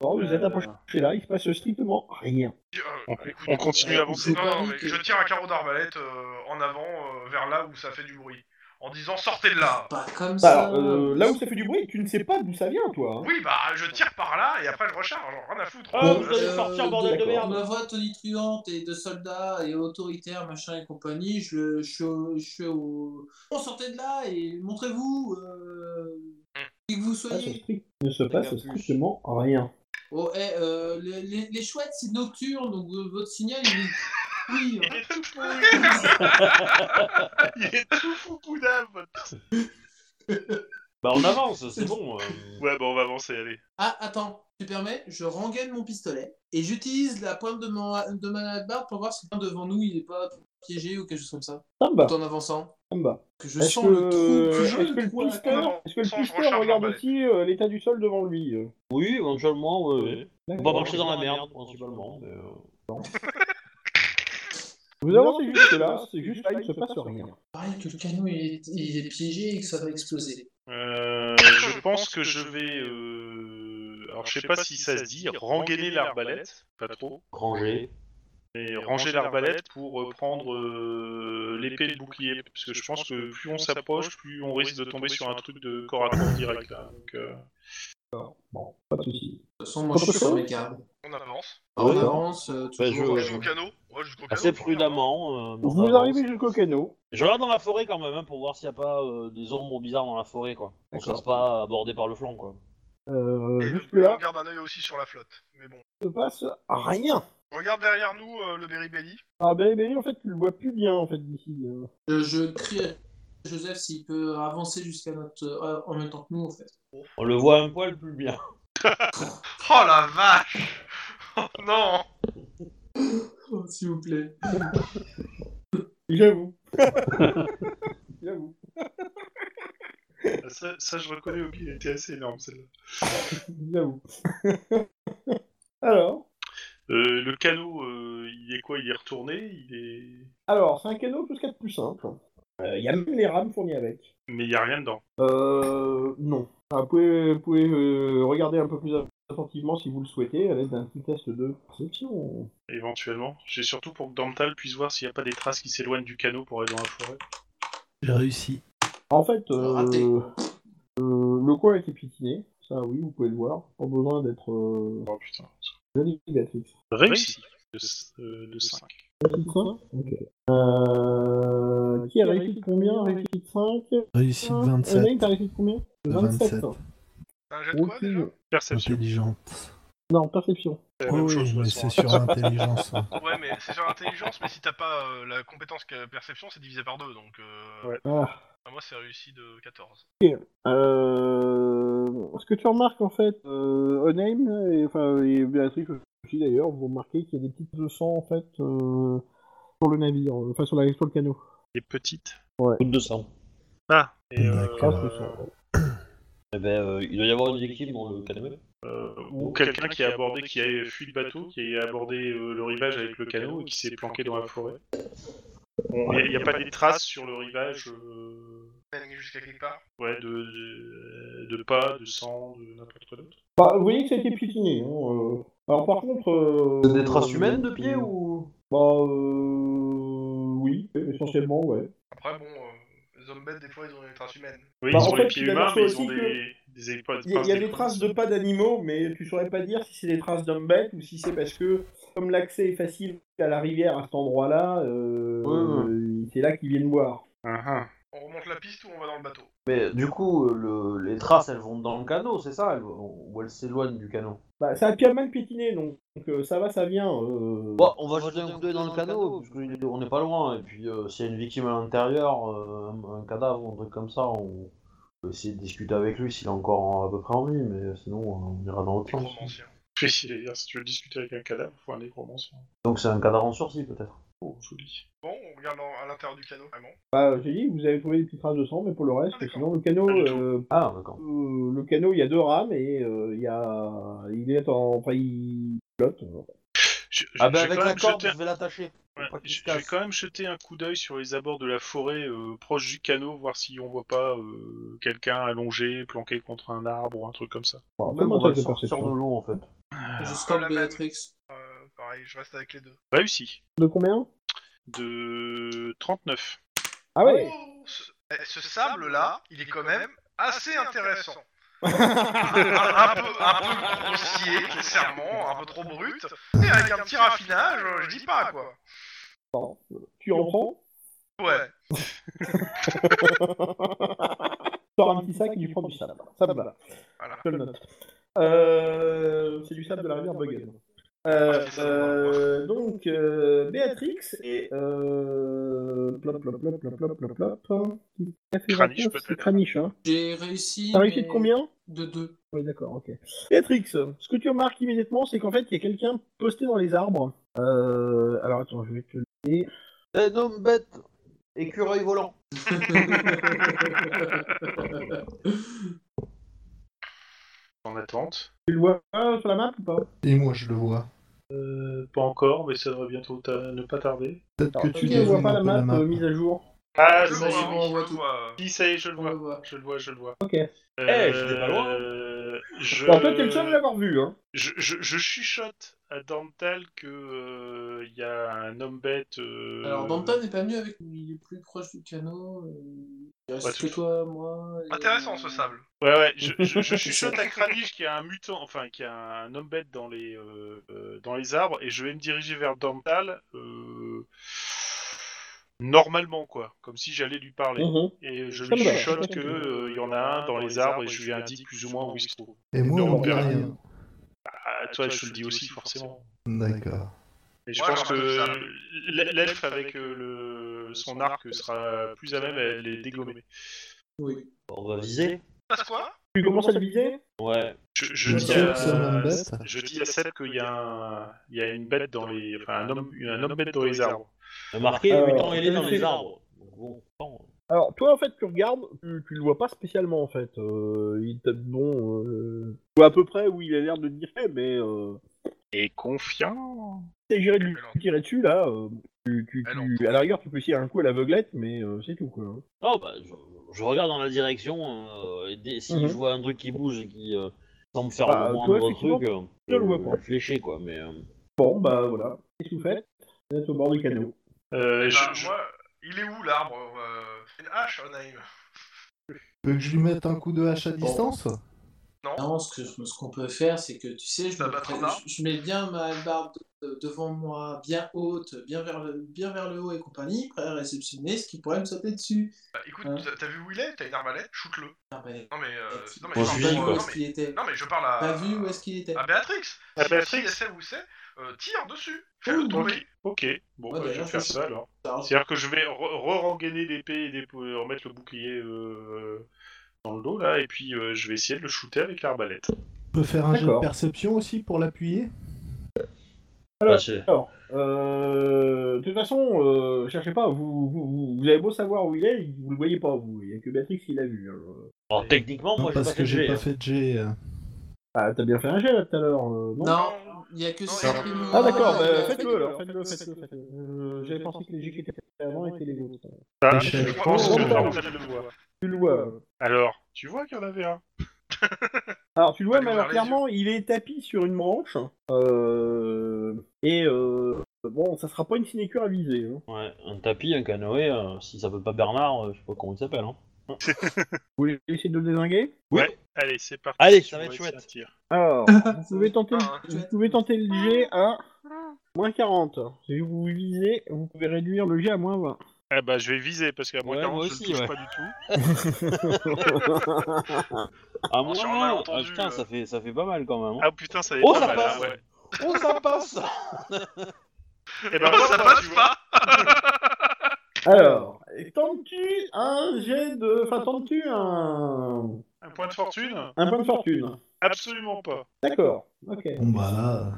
Speaker 2: Bon, Oh, vous êtes approché là, il se passe strictement rien.
Speaker 4: Euh,
Speaker 7: On-
Speaker 4: écoute,
Speaker 7: on continue
Speaker 1: euh,
Speaker 7: à avancer.
Speaker 1: Faut
Speaker 4: Non,
Speaker 1: pas
Speaker 4: non, mais
Speaker 1: niquer.
Speaker 4: je tire un carreau d'arbalète euh, en avant euh, vers là où ça fait du bruit. En disant sortez de là.
Speaker 1: Pas comme ça.
Speaker 2: Alors, euh, là où ça fait du bruit, tu ne sais pas d'où ça vient, toi. hein.
Speaker 4: Oui, bah je tire par là et après je recharge. Rien à foutre. Euh,
Speaker 5: Ah,
Speaker 1: Bon, euh,
Speaker 5: vous allez sortir, bordel de
Speaker 2: d'accord.
Speaker 5: merde
Speaker 1: Ma voix tonitruante et de soldats et autoritaires, machin et compagnie, je, je suis au- je suis au. Bon, sortez de là et montrez-vous euh, qui que vous
Speaker 2: Il se passe
Speaker 1: soyez.
Speaker 2: strict- Il ne se passe strictement rien.
Speaker 1: Oh, eh, euh, les, les- les chouettes, c'est nocturne, donc euh, votre signal, il est. Oui, hein.
Speaker 7: Il est tout pourri Il est tout fou boudin, votre-
Speaker 5: Bah on avance, c'est bon. euh.
Speaker 7: Ouais, bah on va avancer, allez.
Speaker 1: Ah, attends, tu permets, je rengaine mon pistolet et j'utilise la pointe de, mon, de ma barre pour voir si le devant nous il est pas piégé ou quelque chose comme ça.
Speaker 2: Samba,
Speaker 1: Tout en avançant.
Speaker 2: Samba.
Speaker 1: Que je
Speaker 2: Est-ce
Speaker 1: sens
Speaker 2: que,
Speaker 1: le trou que je
Speaker 2: est-ce que le
Speaker 1: trou à la
Speaker 2: pisteur-
Speaker 1: corde.
Speaker 2: est-ce que le
Speaker 4: Sans- je
Speaker 2: pisteur
Speaker 4: recharge
Speaker 2: regarde
Speaker 4: ma balle.
Speaker 2: aussi euh, l'état du sol devant lui euh
Speaker 5: Oui, éventuellement, ouais, ouais. Faut pas
Speaker 2: D'accord.
Speaker 5: marcher dans la merde, principalement. mais, euh,
Speaker 2: Vous avancez jusque là, c'est juste là, il se passe rien.
Speaker 1: Pareil que le canon il est, il est piégé et que ça va exploser.
Speaker 7: Euh, je pense que je vais. euh, Alors, je sais pas si ça se dit, rengainer l'arbalète, pas trop,
Speaker 5: Ranger.
Speaker 7: mais ranger l'arbalète pour euh, prendre euh, l'épée et le bouclier. Parce que je pense que plus on s'approche, plus on risque de tomber sur un truc de corps à corps direct. là. Donc, euh,
Speaker 2: Bon, pas de soucis.
Speaker 1: De toute façon, moi je suis
Speaker 2: Contre
Speaker 1: sur
Speaker 2: ça
Speaker 1: mes gardes.
Speaker 4: On avance.
Speaker 1: On
Speaker 5: Ah Ouais.
Speaker 1: avance, euh,
Speaker 5: Bah,
Speaker 1: toujours,
Speaker 5: je-
Speaker 1: euh,
Speaker 4: Jusqu'au canot. Ouais, jusqu'au canot.
Speaker 5: Assez prudemment. euh, mais
Speaker 2: Vous
Speaker 5: on avance.
Speaker 2: arrivez jusqu'au canot.
Speaker 5: Je regarde dans la forêt quand même hein, pour voir s'il n'y a pas euh, des ombres bizarres dans la forêt quoi. On se
Speaker 2: D'accord.
Speaker 5: fasse pas aborder par le flanc quoi.
Speaker 2: Euh,
Speaker 4: Et
Speaker 2: jusque
Speaker 4: on
Speaker 2: là,
Speaker 4: garde un œil aussi sur la flotte. Mais bon.
Speaker 2: il se passe rien.
Speaker 4: Regarde derrière nous euh, le Beribelli.
Speaker 2: Ah ben, ben, en fait, tu le vois plus bien en fait d'ici. euh.
Speaker 1: je, je crie à Joseph s'il peut avancer jusqu'à notre. euh, en même temps que nous en fait.
Speaker 5: On le voit un poil plus bien.
Speaker 4: Oh la vache Oh non
Speaker 1: Oh, S'il vous plaît.
Speaker 2: J'avoue. J'avoue.
Speaker 7: Ah, ça, ça, je reconnais, Obi, elle était assez énorme celle-là.
Speaker 2: J'avoue. alors,
Speaker 7: Euh, le canot, euh, il est quoi Il est retourné Il est.
Speaker 2: alors c'est un canot plus 4 plus 1. Il y a même les rames fournies avec.
Speaker 7: Mais il n'y a rien dedans.
Speaker 2: Euh, non. Ah, vous pouvez, vous pouvez euh, regarder un peu plus attentivement si vous le souhaitez à l'aide d'un petit test de perception.
Speaker 7: Éventuellement. J'ai surtout pour que Dormtal puisse voir s'il n'y a pas des traces qui s'éloignent du canot pour aller dans la forêt.
Speaker 6: J'ai réussi.
Speaker 2: En fait, euh,
Speaker 1: Raté.
Speaker 2: euh, le coin a été piétiné. Ça, oui, vous pouvez le voir. Pas besoin d'être. Euh,
Speaker 7: Oh putain.
Speaker 2: validatrice.
Speaker 7: Réussi. De, s- euh, de 5.
Speaker 2: Ok. Euh, qui a réussi de combien Réussi de 5
Speaker 6: Réussi de
Speaker 2: Ah,
Speaker 6: 27.
Speaker 2: Elaine, t'as réussi de combien De
Speaker 6: 27.
Speaker 4: T'as un jet de quoi
Speaker 2: Aucune-
Speaker 4: déjà
Speaker 7: Perception.
Speaker 6: Intelligente.
Speaker 2: Non, perception.
Speaker 7: C'est la
Speaker 6: Oui,
Speaker 7: même
Speaker 6: oui,
Speaker 7: chose, de
Speaker 6: mais
Speaker 7: toute
Speaker 6: c'est
Speaker 7: façon.
Speaker 6: sur l'intelligence. hein.
Speaker 4: Ouais, mais c'est sur l'intelligence, mais si t'as pas euh, la compétence que perception, c'est divisé par deux, donc... Euh...
Speaker 7: Ouais.
Speaker 2: Ah.
Speaker 4: bah, moi, c'est réussi de 14.
Speaker 2: Euh, ce que tu remarques en fait, euh, Onaim et, enfin, et Béatrice aussi d'ailleurs, vous remarquez qu'il y a des petites de sang en fait euh, sur le navire, euh, enfin sur, la, sur le canot.
Speaker 7: hein. Les petites.
Speaker 5: Goutte de sang.
Speaker 7: Ah. Et, euh,
Speaker 6: D'accord.
Speaker 2: Quatre sang.
Speaker 5: Eh ben, euh, il doit y avoir une victime dans le canapé.
Speaker 7: euh, ou quelqu'un qui a abordé, qui a fui le bateau, qui a abordé euh, le rivage avec le canot et qui s'est planqué dans la forêt. Bon, Il n'y a, pas des traces sur le rivage. euh,
Speaker 4: Jusqu'à quelque part.
Speaker 7: Ouais, de, de, de pas, de sang, de n'importe quoi d'autre.
Speaker 2: Bah, vous voyez que ça a été piétiné. hein, euh. Alors par contre. euh,
Speaker 5: Des traces humaines de pied ou
Speaker 2: Bah, euh, oui, essentiellement, ouais.
Speaker 4: Après, bon, euh, les hommes bêtes, des fois, ils ont des traces humaines.
Speaker 7: Oui,
Speaker 2: Bah,
Speaker 7: ils
Speaker 2: en
Speaker 7: ont les
Speaker 2: fait,
Speaker 7: pieds
Speaker 2: il a
Speaker 7: humains, mais
Speaker 2: mentionné
Speaker 7: ils ont
Speaker 2: aussi
Speaker 7: des, des épa-
Speaker 2: Il y a- il y a des
Speaker 7: d'épaule.
Speaker 2: traces de pas d'animaux, mais tu saurais pas dire si c'est des traces d'hommes bêtes ou si c'est parce que, comme l'accès est facile à la rivière à cet endroit-là, euh,
Speaker 5: Ouais,
Speaker 2: euh, c'est là qu'ils viennent boire.
Speaker 7: Ah, ah.
Speaker 4: On remonte la piste ou on va dans le bateau
Speaker 5: Mais du coup, euh, le- les traces elles vont dans le canot, c'est ça elles vont- Ou elles s'éloignent du canot
Speaker 2: Bah, ça a bien mal piétiné, donc, donc, euh, ça va, ça vient. euh.
Speaker 5: Bon, on va jeter un coup d'œil dans le canot, parce qu'on n'est pas loin. Et puis, euh, s'il y a une victime à l'intérieur, euh, un, un cadavre ou un truc comme ça, on peut essayer de discuter avec lui s'il a encore à peu près envie, mais sinon, euh, on ira dans l'autre sens.
Speaker 4: Nécromancien.
Speaker 7: Oui, c'est-à-dire, si tu veux discuter avec un cadavre, faut un nécromancien.
Speaker 5: Donc, c'est un cadavre en sursis, peut-être.
Speaker 7: Oh, joli.
Speaker 4: Bon, on regarde en- à l'intérieur du canot, vraiment.
Speaker 2: Bah, j'ai dit, vous avez trouvé des petites traces de sang, mais pour le reste,
Speaker 4: Ah, d'accord.
Speaker 2: sinon, le canot,
Speaker 7: Pas du tout.
Speaker 2: euh,
Speaker 5: Ah, d'accord.
Speaker 2: euh, le canot, il y a deux rames et euh, il y a, il est en, enfin, il flotte.
Speaker 7: Je- je-
Speaker 5: Ah, bah,
Speaker 7: je vais
Speaker 5: avec
Speaker 7: quand
Speaker 5: la
Speaker 7: même
Speaker 5: corde,
Speaker 7: jeter un-
Speaker 5: je vais l'attacher.
Speaker 7: Ouais,
Speaker 5: Faut pas qu'il
Speaker 7: je
Speaker 5: se
Speaker 7: je vais
Speaker 5: casse.
Speaker 7: quand même jeter un coup d'œil sur les abords de la forêt euh, proche du canot, voir si on voit pas euh, quelqu'un allongé, planqué contre un arbre ou un truc comme ça.
Speaker 2: Enfin,
Speaker 5: Même,
Speaker 2: comment
Speaker 5: on va
Speaker 2: ça,
Speaker 5: le
Speaker 2: c'est
Speaker 5: sortir
Speaker 2: perception
Speaker 5: de l'eau, en fait.
Speaker 1: Je stoppe
Speaker 4: la
Speaker 1: Béatrix.
Speaker 4: Euh, pareil, je reste avec les deux.
Speaker 7: Réussi.
Speaker 2: De combien
Speaker 7: De 39.
Speaker 2: Ah ouais.
Speaker 4: Oh, ce, eh, ce sable-là, il est quand même assez intéressant. un, un peu, un peu grossier, clairement, un peu trop brut. Et avec un petit raffinage, euh, je dis pas, quoi.
Speaker 2: Tu en prends,
Speaker 4: Ouais.
Speaker 2: sors un petit sac et tu prends du sable. Ça me va.
Speaker 4: Voilà.
Speaker 2: Je le note. Euh, c'est du sable de la rivière Buggen. Euh, euh, donc, euh, Béatrix et. Euh, plop, plop, plop, plop, plop, plop, plop. Qui a fait
Speaker 7: Kranich,
Speaker 2: la course, c'est
Speaker 7: peut-être.
Speaker 2: Kranich, hein.
Speaker 1: J'ai réussi.
Speaker 2: T'as réussi
Speaker 1: mais
Speaker 2: de combien
Speaker 1: De deux.
Speaker 2: Oui, d'accord, ok. Béatrix, ce que tu remarques immédiatement, c'est qu'en fait, il y a quelqu'un posté dans les arbres. Euh, alors attends, je vais te le donner.
Speaker 5: Un homme Eh, bête, écureuil volant.
Speaker 7: En attente.
Speaker 2: Tu le vois euh, sur la map ou pas
Speaker 6: Et moi, je le vois.
Speaker 7: Euh, pas encore, mais ça devrait bientôt ta- ne pas tarder.
Speaker 6: Peut-être que
Speaker 2: Alors,
Speaker 6: tu
Speaker 2: ne vois
Speaker 6: dézoomes
Speaker 2: pas
Speaker 6: un
Speaker 2: la
Speaker 6: peu la
Speaker 2: map,
Speaker 6: map.
Speaker 2: euh, mise à jour.
Speaker 7: Ah,
Speaker 1: Je
Speaker 7: je
Speaker 1: le vois,
Speaker 7: vois,
Speaker 1: on voit
Speaker 7: je
Speaker 1: tout.
Speaker 7: vois. Si, ça y est, je le
Speaker 1: On le
Speaker 7: vois.
Speaker 1: voit.
Speaker 7: Je le vois, je le vois.
Speaker 2: Ok.
Speaker 5: Eh, j'étais pas loin.
Speaker 7: Euh, je...
Speaker 2: Alors toi, t'es le seul à l'avoir vu, hein.
Speaker 7: je, je- je chuchote à Dantal que euh, il y a un homme bête. euh,
Speaker 1: Alors, Danton n'est pas mieux avec nous, il est plus proche du canot. euh, Il reste
Speaker 7: Pas
Speaker 1: que
Speaker 7: tout.
Speaker 1: toi, moi. et-
Speaker 4: Intéressant ce sable.
Speaker 7: Ouais, ouais, je, je, je chuchote à Kranich qu'il y a un mutant, enfin, qu'il y a un homme bête dans les, euh, euh, dans les arbres, et je vais me diriger vers Dantal, euh, normalement, quoi, comme si j'allais lui parler.
Speaker 2: Mhm.
Speaker 7: Et je
Speaker 2: Ça
Speaker 7: lui
Speaker 2: me va.
Speaker 7: chuchote qu'il y en a un dans les arbres, et je lui indique plus ou moins où il se trouve.
Speaker 6: Et moi,
Speaker 7: Non,
Speaker 6: on voit
Speaker 7: on verra.
Speaker 6: rien.
Speaker 7: Ah, toi, je te le dis aussi, forcément.
Speaker 6: D'accord.
Speaker 7: Mais je
Speaker 4: Ouais,
Speaker 7: pense
Speaker 4: alors,
Speaker 7: que
Speaker 4: ça-
Speaker 7: l- l'elfe avec euh, le, son arc sera plus à même à les dégommer.
Speaker 1: Oui.
Speaker 5: On va viser.
Speaker 4: Passe quoi
Speaker 2: Tu commences à le viser
Speaker 5: Ouais.
Speaker 7: Je, je
Speaker 6: Je
Speaker 7: dis,
Speaker 6: sais que c'est un
Speaker 7: à, euh,
Speaker 6: homme bête.
Speaker 7: je dis à Seb qu'il y a, un- il y a une bête dans les, enfin un homme, un homme bête dans les arbres.
Speaker 5: Marqué,
Speaker 2: Euh,
Speaker 5: le mutant, il est dans
Speaker 2: c'est-
Speaker 5: les arbres. Donc Bon, attends.
Speaker 2: Alors toi, en fait, tu regardes, tu, tu le vois pas spécialement, en fait. Euh, il t'a bon, euh, tu vois à peu près où il a l'air de te dire, Eh, mais euh,
Speaker 8: Et confiant
Speaker 2: t'es géré de lui
Speaker 4: Mais non.
Speaker 2: tirer dessus là. euh, tu, tu-
Speaker 4: Mais
Speaker 2: tu- à la rigueur, tu peux essayer un coup à l'aveuglette, mais euh, c'est tout quoi.
Speaker 5: Oh, bah, je, je regarde dans la direction, euh, et dès- si
Speaker 2: Mhm.
Speaker 5: je vois un truc qui bouge et qui euh, semble faire
Speaker 2: Bah,
Speaker 5: le
Speaker 2: toi,
Speaker 5: moindre
Speaker 2: effectivement,
Speaker 5: truc, euh,
Speaker 2: je le vois pas.
Speaker 5: vais flécher, quoi, mais... euh,
Speaker 2: Bon, bah voilà. Qu'est-ce que vous faites Vous êtes au bord du canot.
Speaker 7: Euh,
Speaker 4: Eh
Speaker 7: je-
Speaker 4: ben,
Speaker 7: je-
Speaker 4: moi, il est où l'arbre euh, Une hache, on arrive.
Speaker 6: Tu veux que je lui mette un coup de hache à distance
Speaker 1: Non, ce que- ce qu'on peut faire, c'est que tu sais, je,
Speaker 4: Ça
Speaker 1: me
Speaker 4: va
Speaker 1: pré-
Speaker 4: trop bas.
Speaker 1: je- je mets bien ma barbe de- devant moi, bien haute, bien vers le, bien vers le haut et compagnie, prêt à réceptionner ce qui pourrait me sauter dessus.
Speaker 4: Bah, écoute,
Speaker 1: Hein
Speaker 4: t'as- t'as vu où il est T'as une arme à lait Shoot-le.
Speaker 1: Non, mais,
Speaker 4: Non mais, euh,
Speaker 1: Bah,
Speaker 4: non,
Speaker 5: Moi,
Speaker 4: mais, non,
Speaker 5: je
Speaker 1: pas
Speaker 5: suis
Speaker 1: vu
Speaker 4: non,
Speaker 5: quoi.
Speaker 1: où
Speaker 4: non,
Speaker 1: est-ce
Speaker 4: mais,
Speaker 1: qu'il était.
Speaker 4: non, mais euh, ah. je parle à.
Speaker 1: Pas vu où est-ce qu'il était.
Speaker 4: à Béatrix.
Speaker 7: À
Speaker 4: Si-
Speaker 7: Béatrix.
Speaker 4: Si elle sait où c'est, euh, tire dessus. Fais-le
Speaker 1: Ouh,
Speaker 4: tomber.
Speaker 7: Ok, bon,
Speaker 1: Ouais,
Speaker 7: bah, je
Speaker 1: d'ailleurs,
Speaker 7: vais faire
Speaker 1: ça,
Speaker 7: ça alors.
Speaker 1: Alors,
Speaker 7: C'est-à-dire que je vais re- re-rengainer l'épée et dépo- euh, remettre le bouclier euh, dans le dos là, et puis euh, je vais essayer de le shooter avec l'arbalète.
Speaker 6: Je peux faire un jet de
Speaker 2: D'accord.
Speaker 6: perception aussi pour l'appuyer
Speaker 2: Alors-
Speaker 5: bah, c'est-
Speaker 2: Alors, euh, de toute façon, euh, cherchez pas. Vous, vous, vous- vous avez beau savoir où il est, vous le voyez pas vous. Il y a que Béatrix qui l'a vu. hein.
Speaker 5: Alors, techniquement, moi,
Speaker 6: euh, Non,
Speaker 5: j'ai
Speaker 6: Parce
Speaker 5: pas
Speaker 6: que
Speaker 5: fait
Speaker 6: j'ai
Speaker 5: de
Speaker 6: pas
Speaker 5: jet,
Speaker 6: fait de jet. euh.
Speaker 2: Ah, t'as bien fait un jet là tout à l'heure. euh, non
Speaker 1: Non, il n'y a que
Speaker 4: Non,
Speaker 1: ça.
Speaker 4: non,
Speaker 1: et
Speaker 4: non.
Speaker 1: moi.
Speaker 2: Ah d'accord,
Speaker 1: Il y
Speaker 6: Euh,
Speaker 2: bah,
Speaker 1: a-
Speaker 2: faites-le alors, faites-le, faites-le, faites-le. Euh, J'avais pensé que les jets qui étaient avant étaient les vôtres.
Speaker 7: Ah,
Speaker 6: Échec.
Speaker 7: je pense
Speaker 2: Oh,
Speaker 7: que
Speaker 2: oh,
Speaker 7: Dark
Speaker 2: oh.
Speaker 7: Knight le voit.
Speaker 2: Tu le vois. euh.
Speaker 7: Alors, tu vois qu'il y en avait un
Speaker 2: Alors tu le vois,
Speaker 4: Allez
Speaker 2: mais
Speaker 4: ouvrir
Speaker 2: alors
Speaker 4: les
Speaker 2: clairement, il est tapis sur une branche. Euh, et euh, bon, ça sera pas une sinécure à viser. hein.
Speaker 5: Ouais, un tapis, un canoë, euh, si ça peut pas Bernard, euh, je sais pas comment il s'appelle, hein.
Speaker 2: Vous voulez essayer de le désinguer
Speaker 5: Oui.
Speaker 7: Ouais, allez, c'est parti.
Speaker 5: Allez, ça
Speaker 7: sur
Speaker 5: va être
Speaker 7: Red
Speaker 5: chouette.
Speaker 7: Satire.
Speaker 2: Alors, vous pouvez tenter,
Speaker 4: Ah,
Speaker 2: vous pouvez tenter le jet à moins 40. Si vous visez, vous pouvez réduire le jet à moins 20.
Speaker 7: Ah bah, je vais viser, parce qu'à moins
Speaker 5: Ouais,
Speaker 7: 40,
Speaker 5: moi
Speaker 7: je
Speaker 5: aussi,
Speaker 7: le touche
Speaker 5: ouais.
Speaker 7: pas du tout.
Speaker 5: Ah, moi,
Speaker 4: sur un
Speaker 5: non,
Speaker 4: malentendu,
Speaker 5: ah, putain,
Speaker 4: euh.
Speaker 5: ça, fait, ça fait pas mal, quand même. hein.
Speaker 7: Ah putain, ça est
Speaker 5: Oh,
Speaker 7: pas
Speaker 5: ça
Speaker 7: mal,
Speaker 5: passe.
Speaker 7: hein, ouais.
Speaker 5: Oh, ça passe
Speaker 7: Eh ben,
Speaker 4: Ah,
Speaker 7: moi,
Speaker 4: ça
Speaker 7: pas,
Speaker 4: passe
Speaker 7: tu vois.
Speaker 4: pas
Speaker 2: Alors, tentes-tu un jet de... Enfin, tentes-tu un...
Speaker 7: Un point de fortune
Speaker 2: un point de fortune
Speaker 7: Absolument pas.
Speaker 2: D'accord, ok.
Speaker 6: Bon bah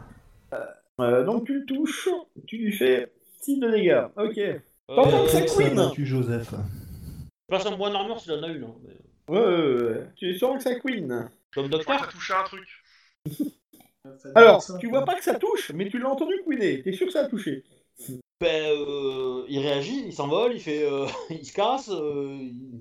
Speaker 6: là.
Speaker 2: Euh, donc tu le touches, tu lui fais 6 de dégâts. Ok.
Speaker 5: Euh,
Speaker 2: Pendant que
Speaker 6: euh,
Speaker 2: ça
Speaker 6: ça a
Speaker 2: couine.
Speaker 6: battu Joseph.
Speaker 5: Passe un point d'armure s'il en a une. hein, mais-
Speaker 2: Ouais, ouais, ouais. Tu sens que ça queen.
Speaker 5: Comme
Speaker 4: Je crois que
Speaker 5: docteur
Speaker 4: t'as touché un truc.
Speaker 2: Alors, tu vois pas que ça touche, mais tu l'as entendu queener. T'es sûr que ça a touché.
Speaker 5: Ben, euh, il réagit, il s'envole, il fait, euh, il se casse, euh, il,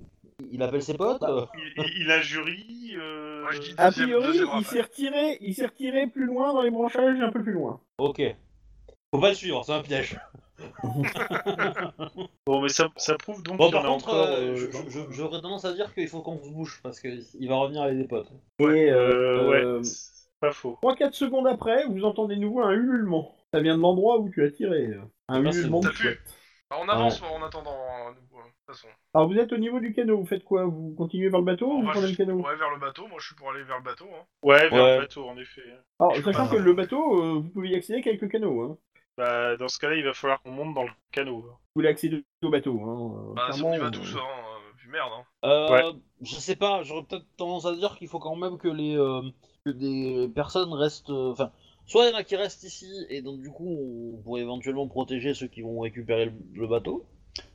Speaker 5: il appelle ses potes.
Speaker 2: Bah,
Speaker 5: euh.
Speaker 7: Il, il- il injurie. Euh...
Speaker 4: Moi, je dis
Speaker 2: A
Speaker 4: Deuxième-
Speaker 2: priori,
Speaker 4: deuxième
Speaker 2: il
Speaker 4: rafale.
Speaker 2: s'est retiré, il s'est retiré plus loin dans les branchages, un peu plus loin.
Speaker 5: Ok. Faut pas le suivre, c'est un piège.
Speaker 7: Bon, mais ça, ça prouve donc
Speaker 5: Bon,
Speaker 7: qu'il y
Speaker 5: par
Speaker 7: en a
Speaker 5: contre,
Speaker 7: encore.
Speaker 5: euh,
Speaker 7: euh,
Speaker 5: je- je- je- j'aurais tendance à dire qu'il faut qu'on se bouge parce qu'il va revenir avec des potes.
Speaker 2: Et
Speaker 7: euh,
Speaker 2: euh,
Speaker 7: ouais, c'est pas faux.
Speaker 2: 3-4 secondes après, vous entendez de nouveau un ululement. Ça vient de l'endroit où tu as tiré. Un
Speaker 5: Ah, c'est
Speaker 2: ululement de
Speaker 5: bon.
Speaker 4: T'as vu
Speaker 2: chouette.
Speaker 4: Alors, on avance en attendant, euh, nous, euh, de toute façon.
Speaker 2: Alors vous êtes au niveau du canot, vous faites quoi Vous continuez vers le bateau ou
Speaker 4: On
Speaker 2: vous
Speaker 4: va
Speaker 2: prenez le
Speaker 4: juste-
Speaker 2: canot
Speaker 4: ouais, vers Oh, le bateau, moi je suis pour aller vers le bateau. Hein.
Speaker 7: Ouais, vers
Speaker 5: Ouais.
Speaker 7: le bateau, en effet. hein.
Speaker 2: Alors sachant
Speaker 6: Ah.
Speaker 2: que le bateau, euh, vous pouvez y accéder qu'avec le canot. Hein.
Speaker 7: Bah, dans ce cas-là, il va falloir qu'on monte dans le canot.
Speaker 2: Vous voulez accéder au bateau. Hein. euh,
Speaker 4: Bah, si on
Speaker 2: clairement,
Speaker 4: y va
Speaker 2: euh,
Speaker 4: tous, hein, euh, vu tu merdes. Hein.
Speaker 5: Euh,
Speaker 7: Ouais.
Speaker 5: Je sais pas, j'aurais peut-être tendance à dire qu'il faut quand même que les euh, que des personnes restent. euh, Enfin, soit il y en a qui restent ici et donc du coup on pourrait éventuellement protéger ceux qui vont récupérer le, le bateau.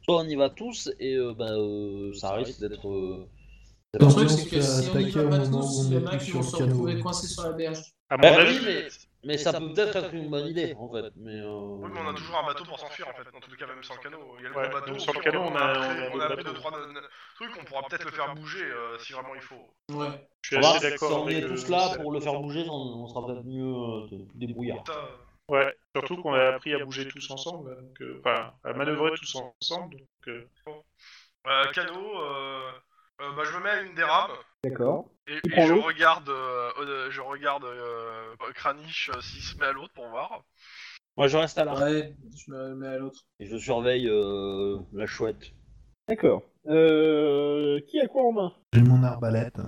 Speaker 5: Soit on y va tous et euh, bah, euh, ça, risque d'être. euh,
Speaker 6: Dans
Speaker 5: d'être-
Speaker 6: ce
Speaker 1: Le truc, c'est
Speaker 6: on
Speaker 1: que
Speaker 6: se
Speaker 1: si
Speaker 6: fait
Speaker 1: on y
Speaker 6: attaquer
Speaker 1: va
Speaker 6: au
Speaker 1: pas
Speaker 6: moment
Speaker 1: tous,
Speaker 6: où on
Speaker 1: il y
Speaker 6: est
Speaker 1: en a
Speaker 6: plus
Speaker 1: qui
Speaker 6: sur
Speaker 1: vont
Speaker 6: le
Speaker 1: se
Speaker 6: canot.
Speaker 1: retrouver coincés sur la berge.
Speaker 7: À mon
Speaker 5: Bah
Speaker 7: avis,
Speaker 5: oui, mais, mais ça, peut peut-être être une bonne idée en fait. Mais, euh,
Speaker 4: Oui, mais on a toujours un bateau pour s'enfuir en fait, dans tous les cas, même sans le canot. Il y a le
Speaker 7: Ouais,
Speaker 4: gros bateau.
Speaker 7: même sans le canot, on a-
Speaker 4: créé-
Speaker 7: on a
Speaker 4: on a
Speaker 7: le
Speaker 4: mis
Speaker 7: bateau.
Speaker 4: deux, trois nan- trucs, on pourra peut-être le faire bouger euh, si vraiment il faut.
Speaker 1: Ouais.
Speaker 7: je suis
Speaker 5: on va
Speaker 7: assez
Speaker 5: voir,
Speaker 7: d'accord.
Speaker 5: si Ah bah, on
Speaker 7: avec,
Speaker 5: est
Speaker 7: euh,
Speaker 5: tous là pour le faire bouger, on, on sera peut-être mieux euh, de- débrouillard.
Speaker 4: Ça,
Speaker 7: Ouais, surtout qu'on a appris à bouger tous ensemble, donc, euh, enfin, à manœuvrer tous ensemble. donc, euh,
Speaker 4: euh, canot, euh, euh, bah, je me mets à une dérape.
Speaker 2: D'accord.
Speaker 4: Et,
Speaker 2: Tu
Speaker 4: et
Speaker 2: prends
Speaker 4: je
Speaker 2: l'eau
Speaker 4: regarde, euh, euh, je regarde euh, Kranich euh, s'il se met à l'autre pour voir.
Speaker 5: Moi je reste à l'arrière
Speaker 1: Ouais, je me mets à l'autre.
Speaker 5: et je surveille euh, la chouette.
Speaker 2: D'accord. Euh, qui a quoi en main
Speaker 6: J'ai mon arbalète.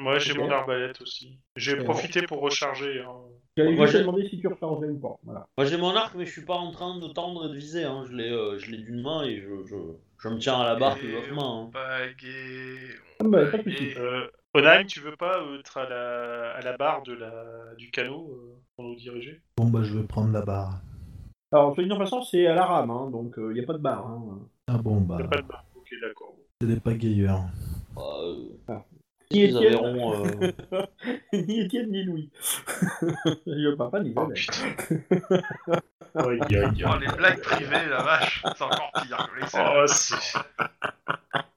Speaker 7: Moi, j'ai mon arbalète aussi. J'ai
Speaker 2: Ouais.
Speaker 7: profité pour recharger. hein.
Speaker 2: J'allais
Speaker 5: Moi,
Speaker 2: juste
Speaker 5: j'ai-
Speaker 2: demander si tu rechargeais ou pas. Voilà.
Speaker 5: Moi j'ai mon arc, mais je suis pas en train de tendre et de viser. Hein. Je l'ai, euh, je l'ai d'une main et je, je, je me tiens à la barre de l'autre main. hein.
Speaker 4: Bah, Bagué.
Speaker 2: Ah, bah, pas de soucis.
Speaker 4: Et,
Speaker 7: Euh, Onheim, tu veux pas euh, être à la, à la barre de la, du canot euh, pour nous diriger
Speaker 6: Bon, bah, je vais prendre la barre.
Speaker 2: Alors, soit dit en passant, c'est à la rame, hein, donc il n'y a pas de barre. Hein.
Speaker 6: Ah bon, bah,
Speaker 7: T'as pas de barre. Ok, d'accord.
Speaker 6: c'est des pagayeurs.
Speaker 5: Bah, euh,
Speaker 2: Ah.
Speaker 5: si
Speaker 2: Qui
Speaker 5: ils
Speaker 2: est-il
Speaker 5: averont, euh,
Speaker 2: ni Étienne ni Louis. Il n'y a pas, pas ni
Speaker 7: Oh,
Speaker 2: Isabelle.
Speaker 7: putain.
Speaker 2: Aïe, aïe,
Speaker 4: oh, les blagues privées, la vache, c'est encore pire que les
Speaker 7: Oh, c'est-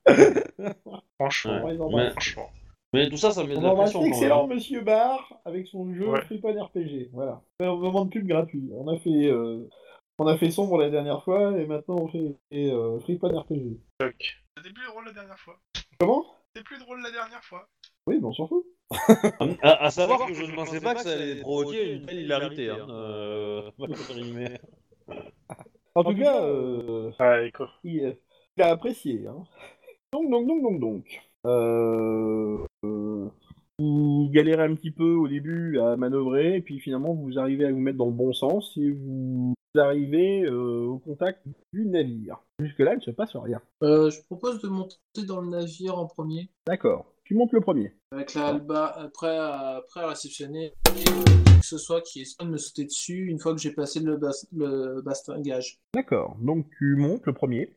Speaker 7: Franchement,
Speaker 2: aïe.
Speaker 5: Ouais.
Speaker 7: franchement.
Speaker 5: Mais tout ça, ça met de
Speaker 2: On
Speaker 5: la
Speaker 2: embrasse
Speaker 5: pression. quand même. hein.
Speaker 2: l'excellent Monsieur Barr avec son jeu
Speaker 7: Ouais.
Speaker 2: Free Pan RPG. Voilà. C'est un moment de pub gratuit. On a fait, euh, on a fait sombre la dernière fois et maintenant on fait et, euh, Free Pan RPG.
Speaker 7: Toc.
Speaker 4: C'était plus drôle la dernière fois.
Speaker 2: Comment
Speaker 4: C'était plus drôle la dernière fois.
Speaker 2: Oui, mais on s'en fout.
Speaker 5: À, à savoir que je ne pensais pas que ça allait provoquer une telle hilarité. Hein. Euh, entre guillemets.
Speaker 2: En tout cas, euh,
Speaker 7: Ouais, quoi.
Speaker 2: il, euh, il a apprécié. hein. Donc, donc, donc, donc, donc. Euh, euh, vous galérez un petit peu au début à manœuvrer, et puis finalement vous arrivez à vous mettre dans le bon sens et vous arrivez euh, au contact du navire. Jusque-là, il ne se passe rien.
Speaker 1: Euh, je propose de monter dans le navire en premier.
Speaker 2: D'accord. Tu montes le premier.
Speaker 1: Avec la Alba, après à, prêt à réceptionner qui que ce soit qui essaie de me sauter dessus une fois que j'ai passé le, bas- le bastingage.
Speaker 2: D'accord. Donc tu montes le premier.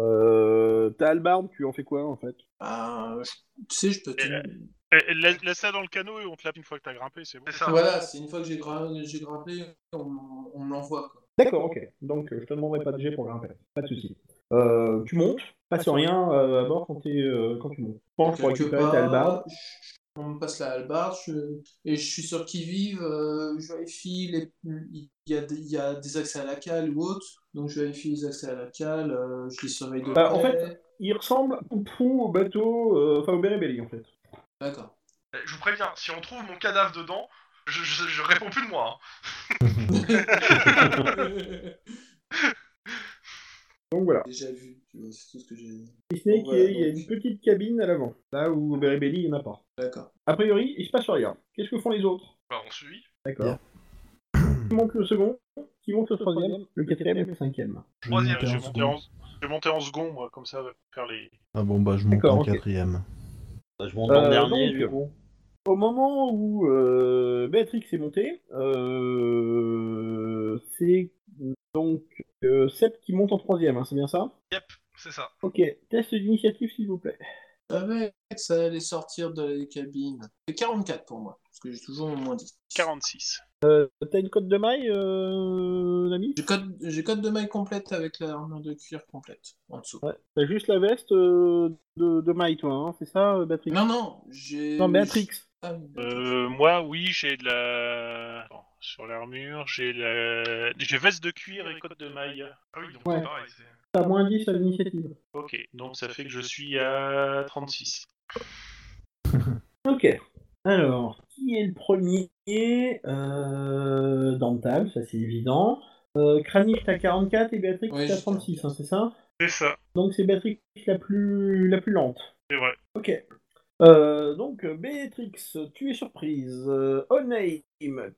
Speaker 2: Euh, T'as Albarn, tu en fais quoi en fait
Speaker 1: Ah, je- tu sais, je peux te-
Speaker 7: Eh, laisse, laisse ça dans le canot et on te lave une fois que t'as grimpé, c'est bon.
Speaker 4: C'est ça.
Speaker 1: Voilà, c'est une fois que j'ai gra- j'ai grimpé, on, on me l'envoie. quoi.
Speaker 2: D'accord, ok. Donc euh, je te demanderai pas de jet pour grimper. Pas de souci. Euh, tu montes. Pas sur rien euh, à bord quand, t'es, euh, quand tu montes. Je pense pour
Speaker 1: Quelque
Speaker 2: récupérer
Speaker 1: part,
Speaker 2: ta Albarn.
Speaker 1: je- On me passe la hallebarde je- et je suis sur qui vive. euh, je vérifie les- il y, a des- il y a des accès à la cale ou autre, donc je vérifie les accès à la cale, euh, je les surveille de
Speaker 2: Bah, en
Speaker 1: près.
Speaker 2: Il ressemble poupou au bateau, euh, enfin au Beribelli en fait.
Speaker 1: D'accord.
Speaker 4: Eh, Je vous préviens, si on trouve mon cadavre dedans, je, je- je réponds plus de moi. hein.
Speaker 2: Donc voilà.
Speaker 1: Déjà vu, tu vois, c'est tout ce que j'ai dit.
Speaker 2: Si ce n'est qu'il y a-
Speaker 1: Voilà,
Speaker 2: il y a
Speaker 1: donc.
Speaker 2: une petite cabine à l'avant, là où au Beribelli il n'y en a pas.
Speaker 1: D'accord.
Speaker 2: A priori, il se passe rien. Qu'est-ce que font les autres
Speaker 4: Bah, on suit.
Speaker 2: D'accord. Qui monte le second, qui monte le troisième, le quatrième et le cinquième.
Speaker 6: Je vais
Speaker 4: Troisième,
Speaker 6: monter
Speaker 7: Je
Speaker 6: en
Speaker 7: vais, monter en...
Speaker 6: second.
Speaker 7: je vais monter en second, moi, comme ça, pour faire les.
Speaker 6: Ah bon, bah, je monte
Speaker 2: D'accord,
Speaker 6: en
Speaker 2: ok.
Speaker 6: quatrième.
Speaker 5: Bah, je monte en
Speaker 2: Euh,
Speaker 5: dernier,
Speaker 2: donc,
Speaker 5: du coup.
Speaker 2: Au moment où euh, Béatrix est montée, euh, c'est donc euh, Sept qui monte en troisième, hein, c'est bien ça
Speaker 4: C'est ça.
Speaker 2: Ok, test d'initiative s'il vous plaît.
Speaker 1: Je savais que Ah, ça allait sortir de la cabine. C'est 44 pour moi, parce que j'ai toujours mon moins 10.
Speaker 7: 46.
Speaker 2: Euh, T'as une cote de maille, euh, l'ami
Speaker 1: J'ai code, j'ai code de maille complète avec la armure de cuir complète en dessous.
Speaker 2: Ouais. T'as juste la veste euh, de, de maille, toi, hein, c'est ça, euh, Béatrix
Speaker 1: Non, non, j'ai.
Speaker 2: Non, Béatrix.
Speaker 1: Ah, oui, Béatrix.
Speaker 7: Euh, moi, oui, j'ai de la. Attends, sur l'armure, j'ai la. J'ai veste de cuir et côte de maille.
Speaker 4: Ah oui, donc
Speaker 2: Ouais.
Speaker 4: c'est pareil. c'est-
Speaker 2: T'as moins 10 à l'initiative.
Speaker 7: Ok, donc ça fait que je suis à 36.
Speaker 2: Ok. Alors, qui est le premier euh, Dantal, ça c'est évident. Euh, Kranich, t'as 44 et Béatrix,
Speaker 1: Oui,
Speaker 2: t'as
Speaker 1: j'ai
Speaker 2: 36, hein, c'est ça
Speaker 7: C'est ça,
Speaker 2: Donc c'est Béatrix la plus, la plus lente.
Speaker 7: c'est vrai.
Speaker 2: Ok. Euh, donc, Béatrix, tu es surprise. Euh, Onaim,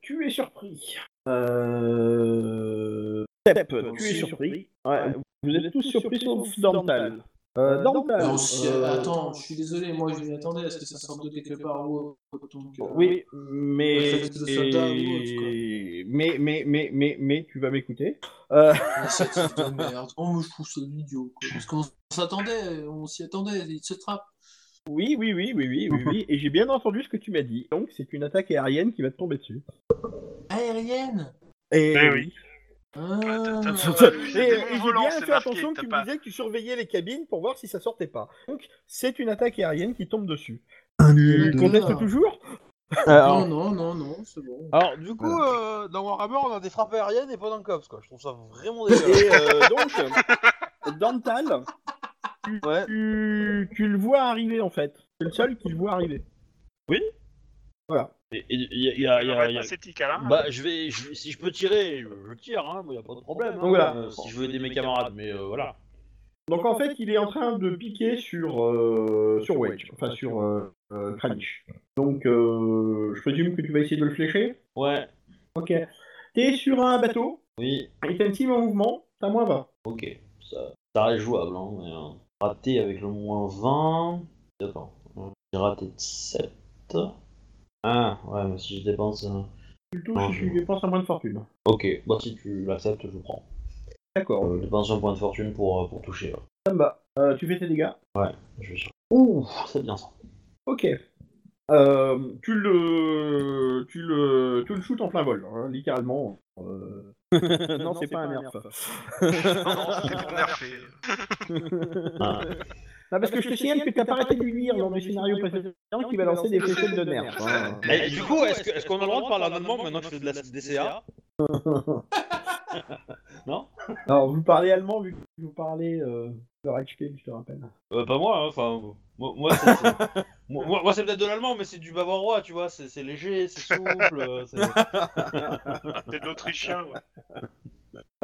Speaker 2: tu es surpris. Euh... Step, tu es
Speaker 1: aussi.
Speaker 2: surpris. Ouais, vous, êtes tous surpris sauf Dantal. Euh, non, bah,
Speaker 1: Non, si-
Speaker 2: euh,
Speaker 1: Attends, je suis désolé, moi je m'y attendais à ce que ça sorte de quelque part ou autre. donc, euh,
Speaker 2: Oui, mais...
Speaker 1: Préfet de soldat ou autre, quoi.
Speaker 2: mais mais mais mais mais tu vas m'écouter. Euh,
Speaker 1: Initiative de merde. Oh, je trouve ça idiot. Quoi. Parce qu'on s'attendait, on s'y attendait, il se trappe.
Speaker 2: oui oui oui oui oui oui, oui. et j'ai bien entendu ce que tu m'as dit. Donc c'est une attaque aérienne qui va te tomber dessus.
Speaker 1: Aérienne
Speaker 2: Et
Speaker 7: Eh oui.
Speaker 1: Ah.
Speaker 4: t'as- t'as-
Speaker 2: Et,
Speaker 4: t'as- Ah, lui,
Speaker 2: et
Speaker 4: c'était mon
Speaker 2: j'ai
Speaker 4: volant,
Speaker 2: bien
Speaker 4: c'est
Speaker 2: fait
Speaker 4: marqué,
Speaker 2: attention que
Speaker 4: t'as
Speaker 2: tu me
Speaker 4: pas-
Speaker 2: disais que tu surveillais les cabines pour voir si ça sortait pas. Donc c'est une attaque aérienne qui tombe dessus.
Speaker 6: Un
Speaker 2: Tu
Speaker 6: nul
Speaker 1: Deux.
Speaker 2: contestes
Speaker 1: D'accord.
Speaker 2: toujours
Speaker 5: Alors,
Speaker 1: Non, non, non, non, c'est bon.
Speaker 5: alors, du coup, euh, dans Warhammer, on a des frappes aériennes et pas dans Cops, quoi. Je trouve ça vraiment dégueulasse.
Speaker 2: Et euh, donc, Dantal,
Speaker 5: ouais.
Speaker 2: tu, tu le vois arriver en fait. C'est le seul qui le voit arriver.
Speaker 5: Et- et- y a- y a- y a- y a-
Speaker 7: sceptique, Alain.
Speaker 5: Bah, je vais, je- si je peux tirer, je, je tire, hein, il y a pas de problème. hein,
Speaker 2: Donc voilà.
Speaker 5: euh, si je veux aider mes camarades, mais euh, voilà.
Speaker 2: Donc en fait, il est en train de piquer sur euh, sur Wedge, enfin sur euh, euh, Kranich. Donc euh, je présume que tu vas essayer de le flécher.
Speaker 5: Ouais,
Speaker 2: Ok. T'es sur un bateau,
Speaker 5: oui,
Speaker 2: et t'as une team en mouvement, t'as moins 20.
Speaker 5: ok. Ça, ça reste jouable, hein, mais euh, raté avec le moins 20. Attends, euh, j'ai raté de 7. Ah, ouais, mais si je dépense. euh,
Speaker 2: Plutôt
Speaker 5: Non,
Speaker 2: si
Speaker 5: je-
Speaker 2: tu dépenses un moins de fortune.
Speaker 5: Ok, bah si tu l'acceptes, je prends. Euh,
Speaker 2: D'accord.
Speaker 5: Je dépense un point de fortune pour, euh, pour toucher. ouais.
Speaker 2: Samba, euh, tu fais tes dégâts.
Speaker 5: Je vais sur- Ouh, c'est bien ça.
Speaker 2: Ok. Euh, tu le, tu le, tu le shootes en plein vol, hein, littéralement. Euh, non, c'est pas, un nerf.
Speaker 4: Non, c'est pour nerfer.
Speaker 5: Ah.
Speaker 2: Non, parce que je te signale que t'as pas arrêté de lui dire dans le scénario précédent qu'il va lancer des fléchettes de nerfs. hein.
Speaker 5: Et, du coup, est-ce que- est-ce qu'on a le droit de parler en allemand maintenant que je fais de la DCA
Speaker 2: Alors, vous parlez allemand vu que vous parlez euh, leur HP, je te rappelle.
Speaker 5: Euh, Pas moi, hein, enfin. moi, moi, c'est- c'est- moi, moi- moi, c'est peut-être de l'allemand, mais c'est du bavarois, tu vois. C'est c'est léger, c'est souple. euh, c'est-
Speaker 2: Bah.
Speaker 7: C'est de l'Autrichien, ouais.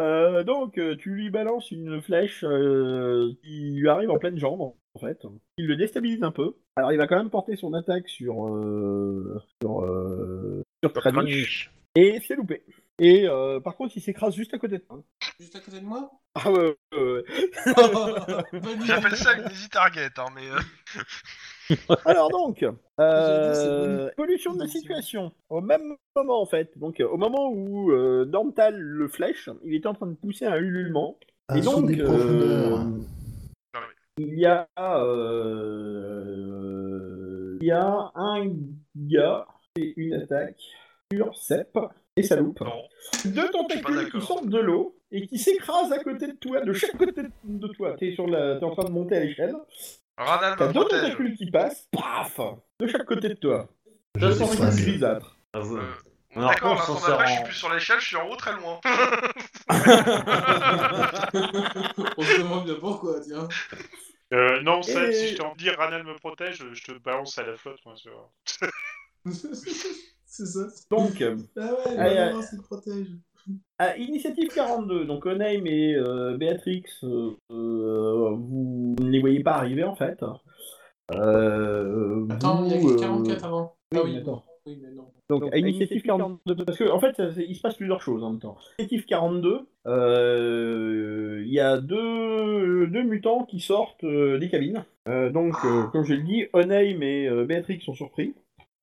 Speaker 2: Euh, donc, euh, tu lui balances une flèche euh, qui lui arrive en pleine jambe, en fait. Il le déstabilise un peu. Alors, il va quand même porter son attaque sur. euh, sur. euh, sur Kranich. Et c'est loupé. Et euh, par contre, il s'écrase juste à côté de toi.
Speaker 1: Juste à côté de moi
Speaker 2: Ah ouais, ouais, ouais.
Speaker 1: Bonne idée.
Speaker 4: J'appelle ça une easy target, hein, mais. euh,
Speaker 2: Alors donc,
Speaker 1: J'ai dit, c'est
Speaker 2: euh, évolution de la
Speaker 1: Bonne
Speaker 2: situation. Au même moment, en fait. Donc, euh, au moment où euh, Dormtal le flèche, il est en train de pousser un ululement.
Speaker 6: Un
Speaker 2: Et
Speaker 6: saut
Speaker 2: donc,
Speaker 6: des
Speaker 2: euh,
Speaker 6: profondeurs.
Speaker 2: il y a, euh, il y a un gars et une attaque sur Cep et sa loupe.
Speaker 4: Non.
Speaker 2: Deux
Speaker 4: Je
Speaker 2: tentacules
Speaker 4: suis pas
Speaker 2: qui
Speaker 4: d'accord.
Speaker 2: sortent de l'eau et qui s'écrasent à côté de toi, de chaque côté de toi. T'es sur la, t'es en train de monter à l'échelle.
Speaker 4: Ranal
Speaker 2: T'as
Speaker 4: me
Speaker 2: deux
Speaker 4: protège.
Speaker 2: tentacules qui passent, paf, de chaque côté de toi.
Speaker 5: Je
Speaker 2: Deux
Speaker 5: sais
Speaker 2: tentacules
Speaker 5: pas, mais-
Speaker 2: grisâtres.
Speaker 5: Avoue.
Speaker 4: Euh,
Speaker 5: Alors,
Speaker 4: D'accord,
Speaker 5: on s'en
Speaker 4: l'instant
Speaker 5: sert
Speaker 4: d'après, je suis
Speaker 5: en-
Speaker 4: plus sur l'échelle, je suis en haut très loin.
Speaker 1: On se demande bien pourquoi, tiens.
Speaker 7: Euh, non, ça,
Speaker 2: Et-
Speaker 7: si je t'en dis, Ranal me protège, je te balance à la flotte, moi, tu vois.
Speaker 1: c'est ça.
Speaker 2: Donc, euh,
Speaker 1: Ah ouais,
Speaker 2: Allez,
Speaker 1: vraiment, c'est le protège.
Speaker 2: à initiative 42, donc Onaim et euh, Béatrix, euh, euh, vous ne les voyez pas arriver en fait. Euh,
Speaker 1: Attends, il y a
Speaker 2: vous,
Speaker 1: que
Speaker 2: euh,
Speaker 1: 44 avant.
Speaker 2: oui,
Speaker 1: Ah oui,
Speaker 2: d'accord.
Speaker 1: Oui, mais non.
Speaker 2: Donc, à initiative 42, parce que en fait, ça, c'est- il se passe plusieurs choses en même temps. Initiative 42, euh, il y a deux, deux mutants qui sortent euh, des cabines. Euh, donc, euh, comme je le dis, Oneim et euh, Béatrix sont surpris.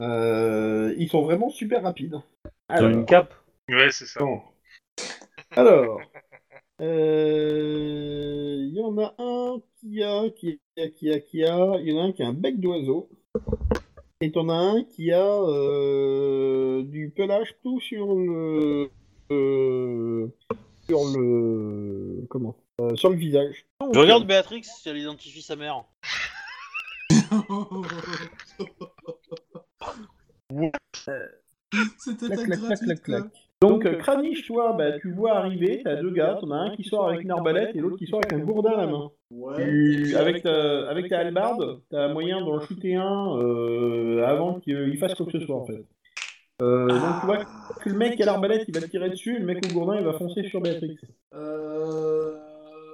Speaker 2: Euh, ils sont vraiment super rapides.
Speaker 5: T'as
Speaker 2: Alors,
Speaker 5: une cape
Speaker 7: Ouais, c'est ça.
Speaker 2: alors, euh, il y en a un qui a, qui a, qui a, qui a, il y en a un qui a un bec d'oiseau. Et t'en as un qui a euh, du pelage tout sur le, euh, sur le, comment, Euh, sur le visage.
Speaker 5: Je regarde Béatrix si elle identifie sa mère.
Speaker 1: C'était
Speaker 2: Clac, clac,
Speaker 1: ta
Speaker 2: clac, clac,
Speaker 1: gratuite,
Speaker 2: clac.
Speaker 1: quoi.
Speaker 2: Donc, euh, Kranich, toi, bah, tu vois arriver, t'as deux gars, t'en as un qui sort avec une arbalète et l'autre qui sort avec un gourdin à la main.
Speaker 1: Ouais. et
Speaker 2: Tu-
Speaker 1: puis
Speaker 2: avec, ta, avec ta hallebarde, t'as moyen d'en shooter un euh, avant qu'il euh, il fasse quoi que ce soit en fait. Euh, donc tu vois que le mec à l'arbalète il va tirer dessus, le mec au gourdin il va foncer sur Béatrix.
Speaker 1: Euh...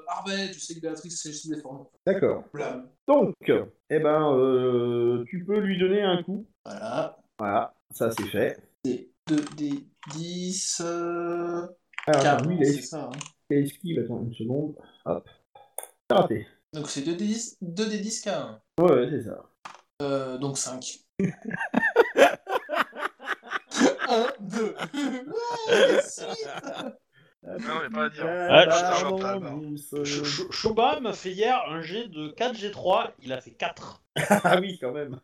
Speaker 1: Arbalète, je sais que Béatrix sait se défendre.
Speaker 2: D'accord.
Speaker 1: Blâme.
Speaker 2: Donc, eh ben, euh, tu peux lui donner un coup.
Speaker 1: Voilà.
Speaker 2: Voilà, ça c'est fait.
Speaker 1: 2 des 10. Euh...
Speaker 2: Alors,
Speaker 1: Carrément,
Speaker 2: lui, Ah, il a-
Speaker 1: c'est ça. hein.
Speaker 2: il a esquive, attends une seconde. Hop. T'as raté.
Speaker 1: Donc c'est 2d10 2d10 K1.
Speaker 2: Ouais, ouais, c'est ça.
Speaker 1: Euh, donc 5. 1, 2. Ouais, si
Speaker 4: Non, y'a pas à dire.
Speaker 2: Ah,
Speaker 5: je-
Speaker 4: je-
Speaker 2: pardon,
Speaker 4: je- pardon.
Speaker 2: Mousse.
Speaker 5: Euh, Ch- Ch- Choba m'a fait hier un G de 4G3, il a fait 4.
Speaker 2: Ah oui, quand même.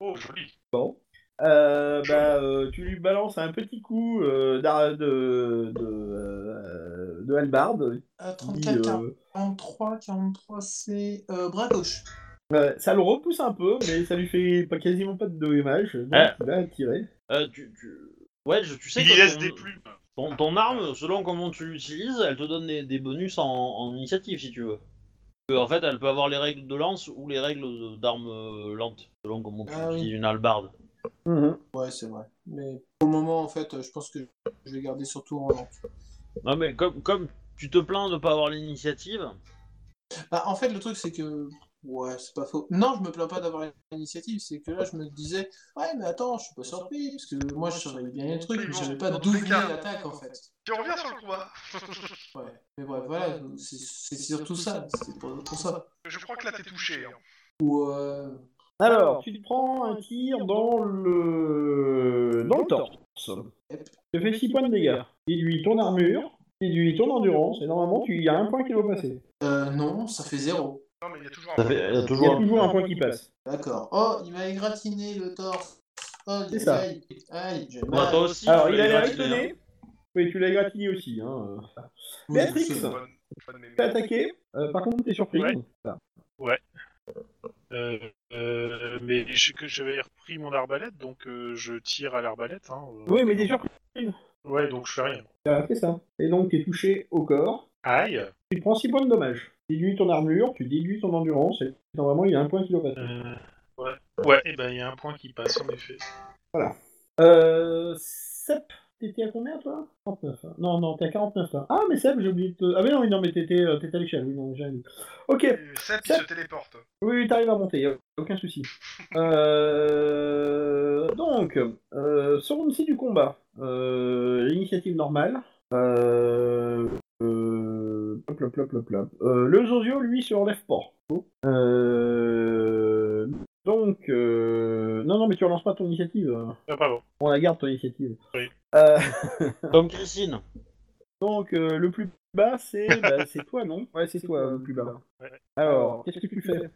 Speaker 4: Oh, joli.
Speaker 2: Bon. Euh, bah, euh, tu lui balances un petit coup euh, d'ar- de, de, euh, de hallebarde.
Speaker 1: Euh,
Speaker 2: qui,
Speaker 1: 34,
Speaker 2: euh,
Speaker 1: 43, 43, c'est euh, bras gauche.
Speaker 2: euh, ça le repousse un peu, mais ça lui fait pas, quasiment pas de dommage. Donc
Speaker 5: Ah.
Speaker 2: il va tirer.
Speaker 5: Euh, tu, tu... Ouais, je- tu sais
Speaker 7: Il
Speaker 5: que
Speaker 7: y laisse
Speaker 5: ton,
Speaker 7: des plumes.
Speaker 5: ton, ton arme, selon comment tu l'utilises, elle te donne des, des bonus en, en initiative si tu veux. Euh, En fait, elle peut avoir les règles de lance ou les règles de- d'armes euh, lentes, selon comment tu
Speaker 1: Ah oui.
Speaker 5: utilises une hallebarde.
Speaker 2: Mhm.
Speaker 1: Ouais, c'est vrai. Mais pour le moment, en fait, euh, je pense que je vais garder surtout en lente.
Speaker 5: Non mais comme, comme tu te plains de pas avoir l'initiative,
Speaker 1: Bah, en fait, le truc, c'est que. Ouais, c'est pas faux. Non, je me plains pas d'avoir l'initiative. C'est que là, je me disais, ouais, mais attends, je suis pas surpris. Parce que moi, je surveille bien les trucs, mais je savais pas d'où venait l'attaque, en fait.
Speaker 4: Tu reviens sur le combat.
Speaker 1: Ouais. Mais bref, voilà, c'est c'est surtout ça. C'est pour, pour ça.
Speaker 4: Je crois que là, t'es touché. hein.
Speaker 1: Ou. euh,
Speaker 2: Alors, tu te prends un tir dans le dans le torse. Tu fais 6 points de dégâts. Il lui ton armure, il lui ton endurance, et normalement, tu- il y a un point qui doit passer.
Speaker 1: euh, non, ça fait zéro.
Speaker 4: Non, mais il y a toujours
Speaker 5: ça fait, elle Euh, a
Speaker 2: Il y a
Speaker 5: toujours...
Speaker 2: toujours un point qui passe.
Speaker 1: D'accord. Oh, il m'a égratigné le torse. Oh,
Speaker 2: C'est ça.
Speaker 1: Aïe, aïe, j'ai
Speaker 5: Bah,
Speaker 1: mal.
Speaker 5: toi aussi,
Speaker 2: Alors,
Speaker 5: tu
Speaker 2: il
Speaker 5: l'as
Speaker 2: a l'air
Speaker 5: gratiné, hein.
Speaker 2: étonné. Oui, tu l'as gratiné aussi. Hein. euh.
Speaker 1: Oui,
Speaker 2: Béatrix.
Speaker 1: c'est bon.
Speaker 4: Bonne- bonne mémoire.
Speaker 2: T'es attaqué, euh, par contre, t'es surpris.
Speaker 7: Ouais.
Speaker 2: Ah.
Speaker 7: Euh, euh, mais je- que j'avais repris mon arbalète, donc euh, je tire à l'arbalète. Hein, euh.
Speaker 2: Oui, mais t'es surpris.
Speaker 7: Ouais, donc je fais rien.
Speaker 2: Ah, c'est ça. Et donc, t'es touché au corps.
Speaker 7: Aïe.
Speaker 2: Tu prends 6 points de dommage. Déduis ton armure, tu déduis ton endurance, et normalement, il y a un point qui doit passer.
Speaker 7: Euh, ouais. Ouais. Et ben il y a un point qui passe en effet.
Speaker 2: Euh. Sep, t'étais à combien toi 39. hein. Non, non, t'es à 49 là. Ah, mais Sep, j'ai oublié de te. Ah, mais non, oui, non mais t'étais euh, t'étais à l'échelle. Oui, non, j'ai rien dit. Ok,
Speaker 4: Et Sep, il se téléporte.
Speaker 2: oui, oui, t'arrives à monter, y a aucun souci. Euh. Donc, euh, ce round-ci du combat. Euh, L'initiative normale. Euh. euh, plop, plop, plop, plop, plop. Euh, le Zozio, lui, se relève pas. Euh. Donc, euh... non, non, mais tu relances pas ton initiative. hein.
Speaker 7: Ah pardon.
Speaker 2: On la garde ton initiative.
Speaker 7: Oui.
Speaker 2: Euh,
Speaker 5: Comme hein. Christine.
Speaker 2: donc euh, le plus bas c'est bah, c'est toi non Ouais c'est toi euh, le plus bas.
Speaker 7: Ouais.
Speaker 2: Alors qu'est-ce que tu fais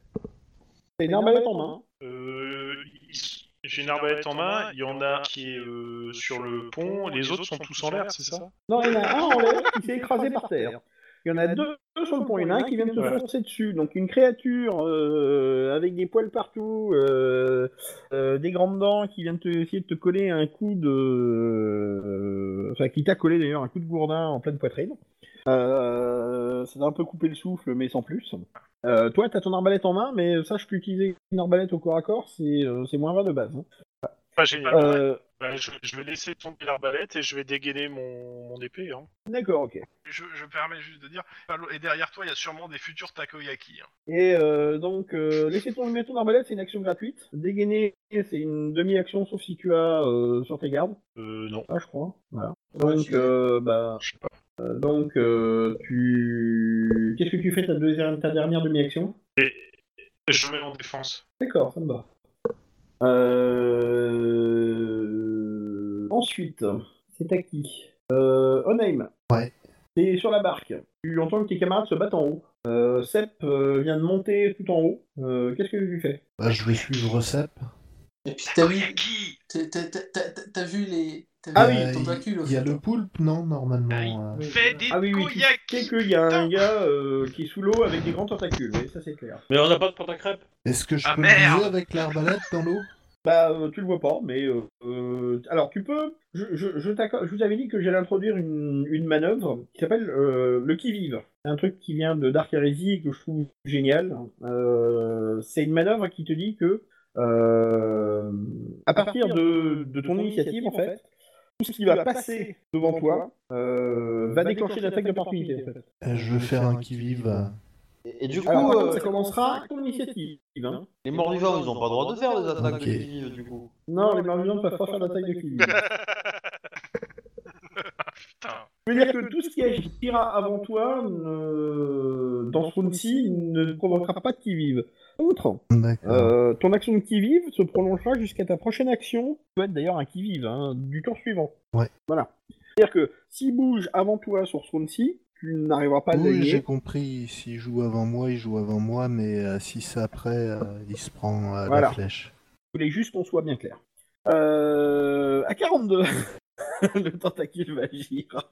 Speaker 2: T'as une arbalète en main.
Speaker 7: Euh, il- J'ai une arbalète en main. Il y en a un qui est euh, sur le pont. Les autres sont tous en l'air, c'est ça
Speaker 2: Non il y en a un en l'air qui s'est écrasé par terre. Il y en a deux, deux sur le pont, il y en a un qui vient de se
Speaker 7: Ouais.
Speaker 2: foncer dessus. Donc une créature euh, avec des poils partout, euh, euh, des grandes dents qui vient de te, essayer de te coller un coup de... euh, Enfin qui t'a collé d'ailleurs un coup de gourdin en pleine poitrine. Euh, ça t'a un peu coupé le souffle mais sans plus. Euh, toi t'as ton arbalète en main mais ça je peux utiliser une arbalète au corps à corps, c'est euh, c'est moins 20 de base. hein.
Speaker 7: Pas génial.
Speaker 2: Euh,
Speaker 7: Bah, je, je vais laisser tomber l'arbalète et je vais dégainer mon, mon épée. Hein.
Speaker 2: D'accord ok.
Speaker 4: Je, je permets juste de dire, Pablo, et derrière toi, il y a sûrement des futurs takoyaki. hein.
Speaker 2: Et euh, donc, euh, laisser tomber ton arbalète, c'est une action gratuite. Dégainer, c'est une demi-action, sauf si tu as euh, sur tes gardes.
Speaker 7: Euh, non.
Speaker 2: Ah, je crois. Voilà.
Speaker 1: Ouais,
Speaker 2: Donc,
Speaker 1: je-
Speaker 2: euh, bah,
Speaker 7: Je sais pas.
Speaker 2: euh, donc euh, tu... Qu'est-ce que tu fais ta, deuxième, ta dernière demi-action
Speaker 7: Je mets en défense.
Speaker 2: D'accord, ça me va. Euh... Ensuite, c'est à qui euh, Onaim.
Speaker 6: Ouais.
Speaker 2: T'es sur la barque. Tu entends que tes camarades se battent en haut. Euh, Sep euh, vient de monter tout en haut. Euh, Qu'est-ce que tu fais
Speaker 6: Bah, je vais suivre Sep.
Speaker 1: Et puis t'as vu, t'as- t'as- t'as- t'as- t'as vu les. t'as
Speaker 2: Ah
Speaker 1: vu
Speaker 2: oui,
Speaker 1: les
Speaker 6: il-
Speaker 1: tentacules, au
Speaker 6: Euh, Il y a
Speaker 1: fait.
Speaker 6: le poulpe, non, normalement. euh,
Speaker 1: Oui.
Speaker 4: Fais des
Speaker 2: Ah oui, oui, tu sais
Speaker 4: koyaki
Speaker 2: qu'il y a un gars euh, qui est sous l'eau avec des grands tentacules, oui, ça c'est clair.
Speaker 5: Mais on n'a pas de porte à crêpes.
Speaker 6: Est-ce que je
Speaker 4: Ah,
Speaker 6: peux
Speaker 4: merde
Speaker 6: le viser avec l'arbalète dans l'eau
Speaker 2: Bah, euh, tu le vois pas, mais... euh, euh, alors, tu peux... Je, je, je, t'accor- je vous avais dit que j'allais introduire une, une manœuvre qui s'appelle euh, le qui-vive. C'est un truc qui vient de Dark Heresy et que je trouve génial. Euh, c'est une manœuvre qui te dit que, euh, à partir de, de ton initiative, en fait, tout ce qui va passer devant toi euh, va déclencher une attaque d'opportunité, en fait.
Speaker 6: Euh, Je veux faire un qui-vive. euh,
Speaker 5: Et, et du coup,
Speaker 2: Alors, par
Speaker 5: euh,
Speaker 2: contre, ça commencera à ton initiative, hein.
Speaker 5: les morts du genre, ils n'ont pas le droit de faire des attaques
Speaker 6: Ok.
Speaker 5: de qui-vive, du coup.
Speaker 2: Non, les Marmions ne peuvent pas faire d'attaque de cul. Je
Speaker 4: Putain.
Speaker 2: veux dire que tout ce qui agira avant toi ne, euh, dans ce round-ci ne provoquera pas de qui-vive. Outre,
Speaker 6: D'accord.
Speaker 2: euh, ton action de qui-vive se prolongera jusqu'à ta prochaine action, qui peut être d'ailleurs un qui-vive, hein, du tour suivant.
Speaker 6: Ouais.
Speaker 2: Voilà. C'est-à-dire que s'il bouge avant toi sur ce round-ci, tu n'arriveras pas à le
Speaker 6: oui,
Speaker 2: gagner.
Speaker 6: j'ai compris. S'il joue avant moi, il joue avant moi, mais euh, si c'est après, euh, il se prend à
Speaker 2: Voilà.
Speaker 6: la flèche.
Speaker 2: Je voulais juste qu'on soit bien clair. Euh, à 42, le tentacule va agir.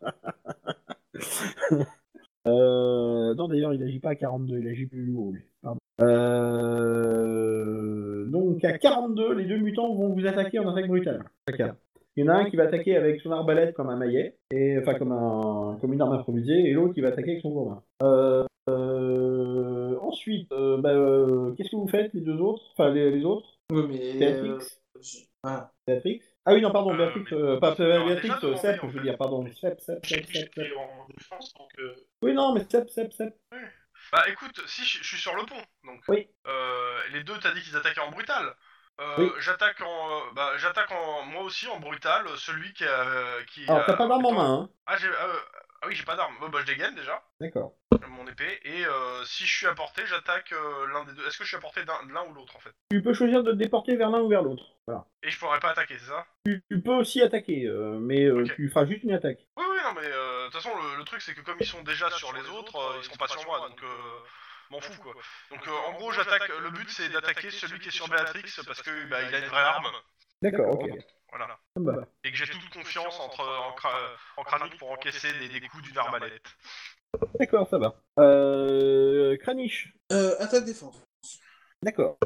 Speaker 2: Euh, non, d'ailleurs, il agit pas à 42, il agit plus haut, lui. Pardon. Euh, donc, à 42, les deux mutants vont vous attaquer en attaque brutale. Chacun. Il y en a un qui va attaquer avec son arbalète comme un maillet, et, enfin comme, un, comme une arme improvisée, et l'autre qui va attaquer avec son gourdin. Euh, euh, ensuite, euh, bah, euh, qu'est-ce que vous faites, les deux autres Enfin, les- les autres
Speaker 1: Oui, mais. euh,
Speaker 2: Béatrix.
Speaker 1: je- voilà.
Speaker 2: Béatrix. Ah oui, non, pardon,
Speaker 4: Euh,
Speaker 2: Béatrix,
Speaker 4: mais-
Speaker 2: euh, pas euh,
Speaker 4: Non,
Speaker 2: Béatrix,
Speaker 4: déjà,
Speaker 2: euh,
Speaker 4: non,
Speaker 2: Sepp,
Speaker 4: mais en
Speaker 2: je veux
Speaker 4: fait-
Speaker 2: dire, pardon, Sepp, Sepp,
Speaker 4: J'ai
Speaker 2: Sepp,
Speaker 4: dit
Speaker 2: Sepp,
Speaker 4: que
Speaker 2: Sepp.
Speaker 4: j'étais en défense, donc... euh,
Speaker 2: Oui, non, mais Sepp, Sepp, Sepp.
Speaker 4: Bah écoute, si je je suis sur le pont, donc...
Speaker 2: Oui.
Speaker 4: Euh, les deux, t'as dit qu'ils attaquaient en brutal. Euh,
Speaker 2: Oui.
Speaker 4: J'attaque en... euh, Bah, j'attaque en... Moi aussi en brutal, celui qui a... euh, qui
Speaker 2: Alors,
Speaker 4: a-
Speaker 2: t'as pas d'arme en main, hein
Speaker 4: Ah, j'ai... euh, ah oui, j'ai pas d'arme. Bon, bah, je dégaine, déjà,
Speaker 2: D'accord.
Speaker 4: mon épée. Et euh, si je suis à portée, j'attaque euh, l'un des deux. Est-ce que je suis à portée d'un- de l'un ou l'autre, en fait
Speaker 2: Tu peux choisir de te déporter vers l'un ou vers l'autre. Voilà.
Speaker 4: Et je pourrais pas attaquer, c'est ça
Speaker 2: Tu, tu peux aussi attaquer, euh, mais euh,
Speaker 4: Ok.
Speaker 2: tu feras juste une attaque.
Speaker 4: Oui, oui, non, mais euh, de toute façon, le, le truc, c'est que comme ils sont déjà sur les autres, euh, ils seront pas sur moi, donc... euh, M'en fous quoi. Donc euh, en gros, j'attaque. Le but c'est d'attaquer celui qui est sur Béatrix parce que bah, il a une vraie arme.
Speaker 2: D'accord, ok.
Speaker 4: Voilà.
Speaker 2: Bah,
Speaker 4: Et que j'ai toute confiance entre, en, cra- en crânique pour encaisser des, des coups d'une arbalète.
Speaker 2: D'accord, ça va. Euh, Kranich.
Speaker 1: Euh, attaque défense.
Speaker 2: D'accord.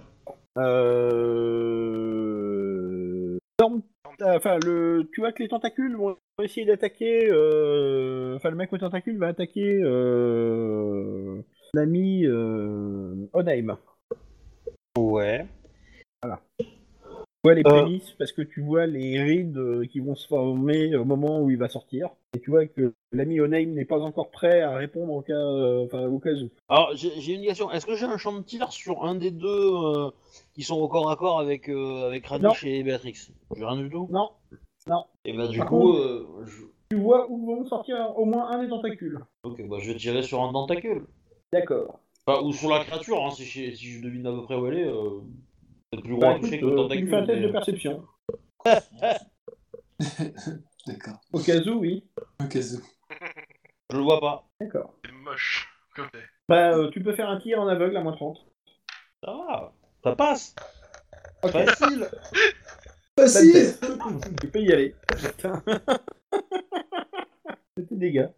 Speaker 2: Euh... Norm- Enfin, le... tu vois que les tentacules vont essayer d'attaquer. euh, Enfin, le mec aux tentacules va attaquer euh... l'ami euh... Onheim.
Speaker 5: Ouais.
Speaker 2: Tu vois les
Speaker 5: Euh.
Speaker 2: prémices parce que tu vois les rides euh, qui vont se former au moment où il va sortir. Et tu vois que l'ami Onheim n'est pas encore prêt à répondre au cas, euh, enfin, au cas où.
Speaker 5: Alors, j'ai j'ai une question. Est-ce que j'ai un champ de tir sur un des deux euh, qui sont au corps à corps avec, euh, avec Radish et Béatrix J'ai rien du tout.
Speaker 2: Non,
Speaker 5: Et bah, du
Speaker 2: Par
Speaker 5: coup,
Speaker 2: contre-
Speaker 5: euh, je...
Speaker 2: tu vois où vont sortir au moins un des tentacules.
Speaker 5: ok, bah, je vais tirer sur un tentacule.
Speaker 2: D'accord.
Speaker 5: Enfin, ou sur la créature, hein, si, je, si je devine à peu près où elle est. euh, C'est plus gros
Speaker 2: Bah,
Speaker 5: à toucher
Speaker 2: écoute,
Speaker 5: que le
Speaker 2: euh, tu me
Speaker 5: tentacule.
Speaker 2: fais un test
Speaker 5: mais-
Speaker 2: de perception.
Speaker 1: D'accord.
Speaker 2: Au cas où, oui.
Speaker 1: Ok, c'est-
Speaker 5: Je le vois pas.
Speaker 2: D'accord.
Speaker 4: C'est moche. Comme t'es.
Speaker 2: Bah, euh, tu peux faire un tir en aveugle à moins 30.
Speaker 5: Ça va. Ça passe.
Speaker 2: Ok.
Speaker 5: Facile.
Speaker 1: Facile
Speaker 2: tu peux y aller. Putain. C'était dégâts.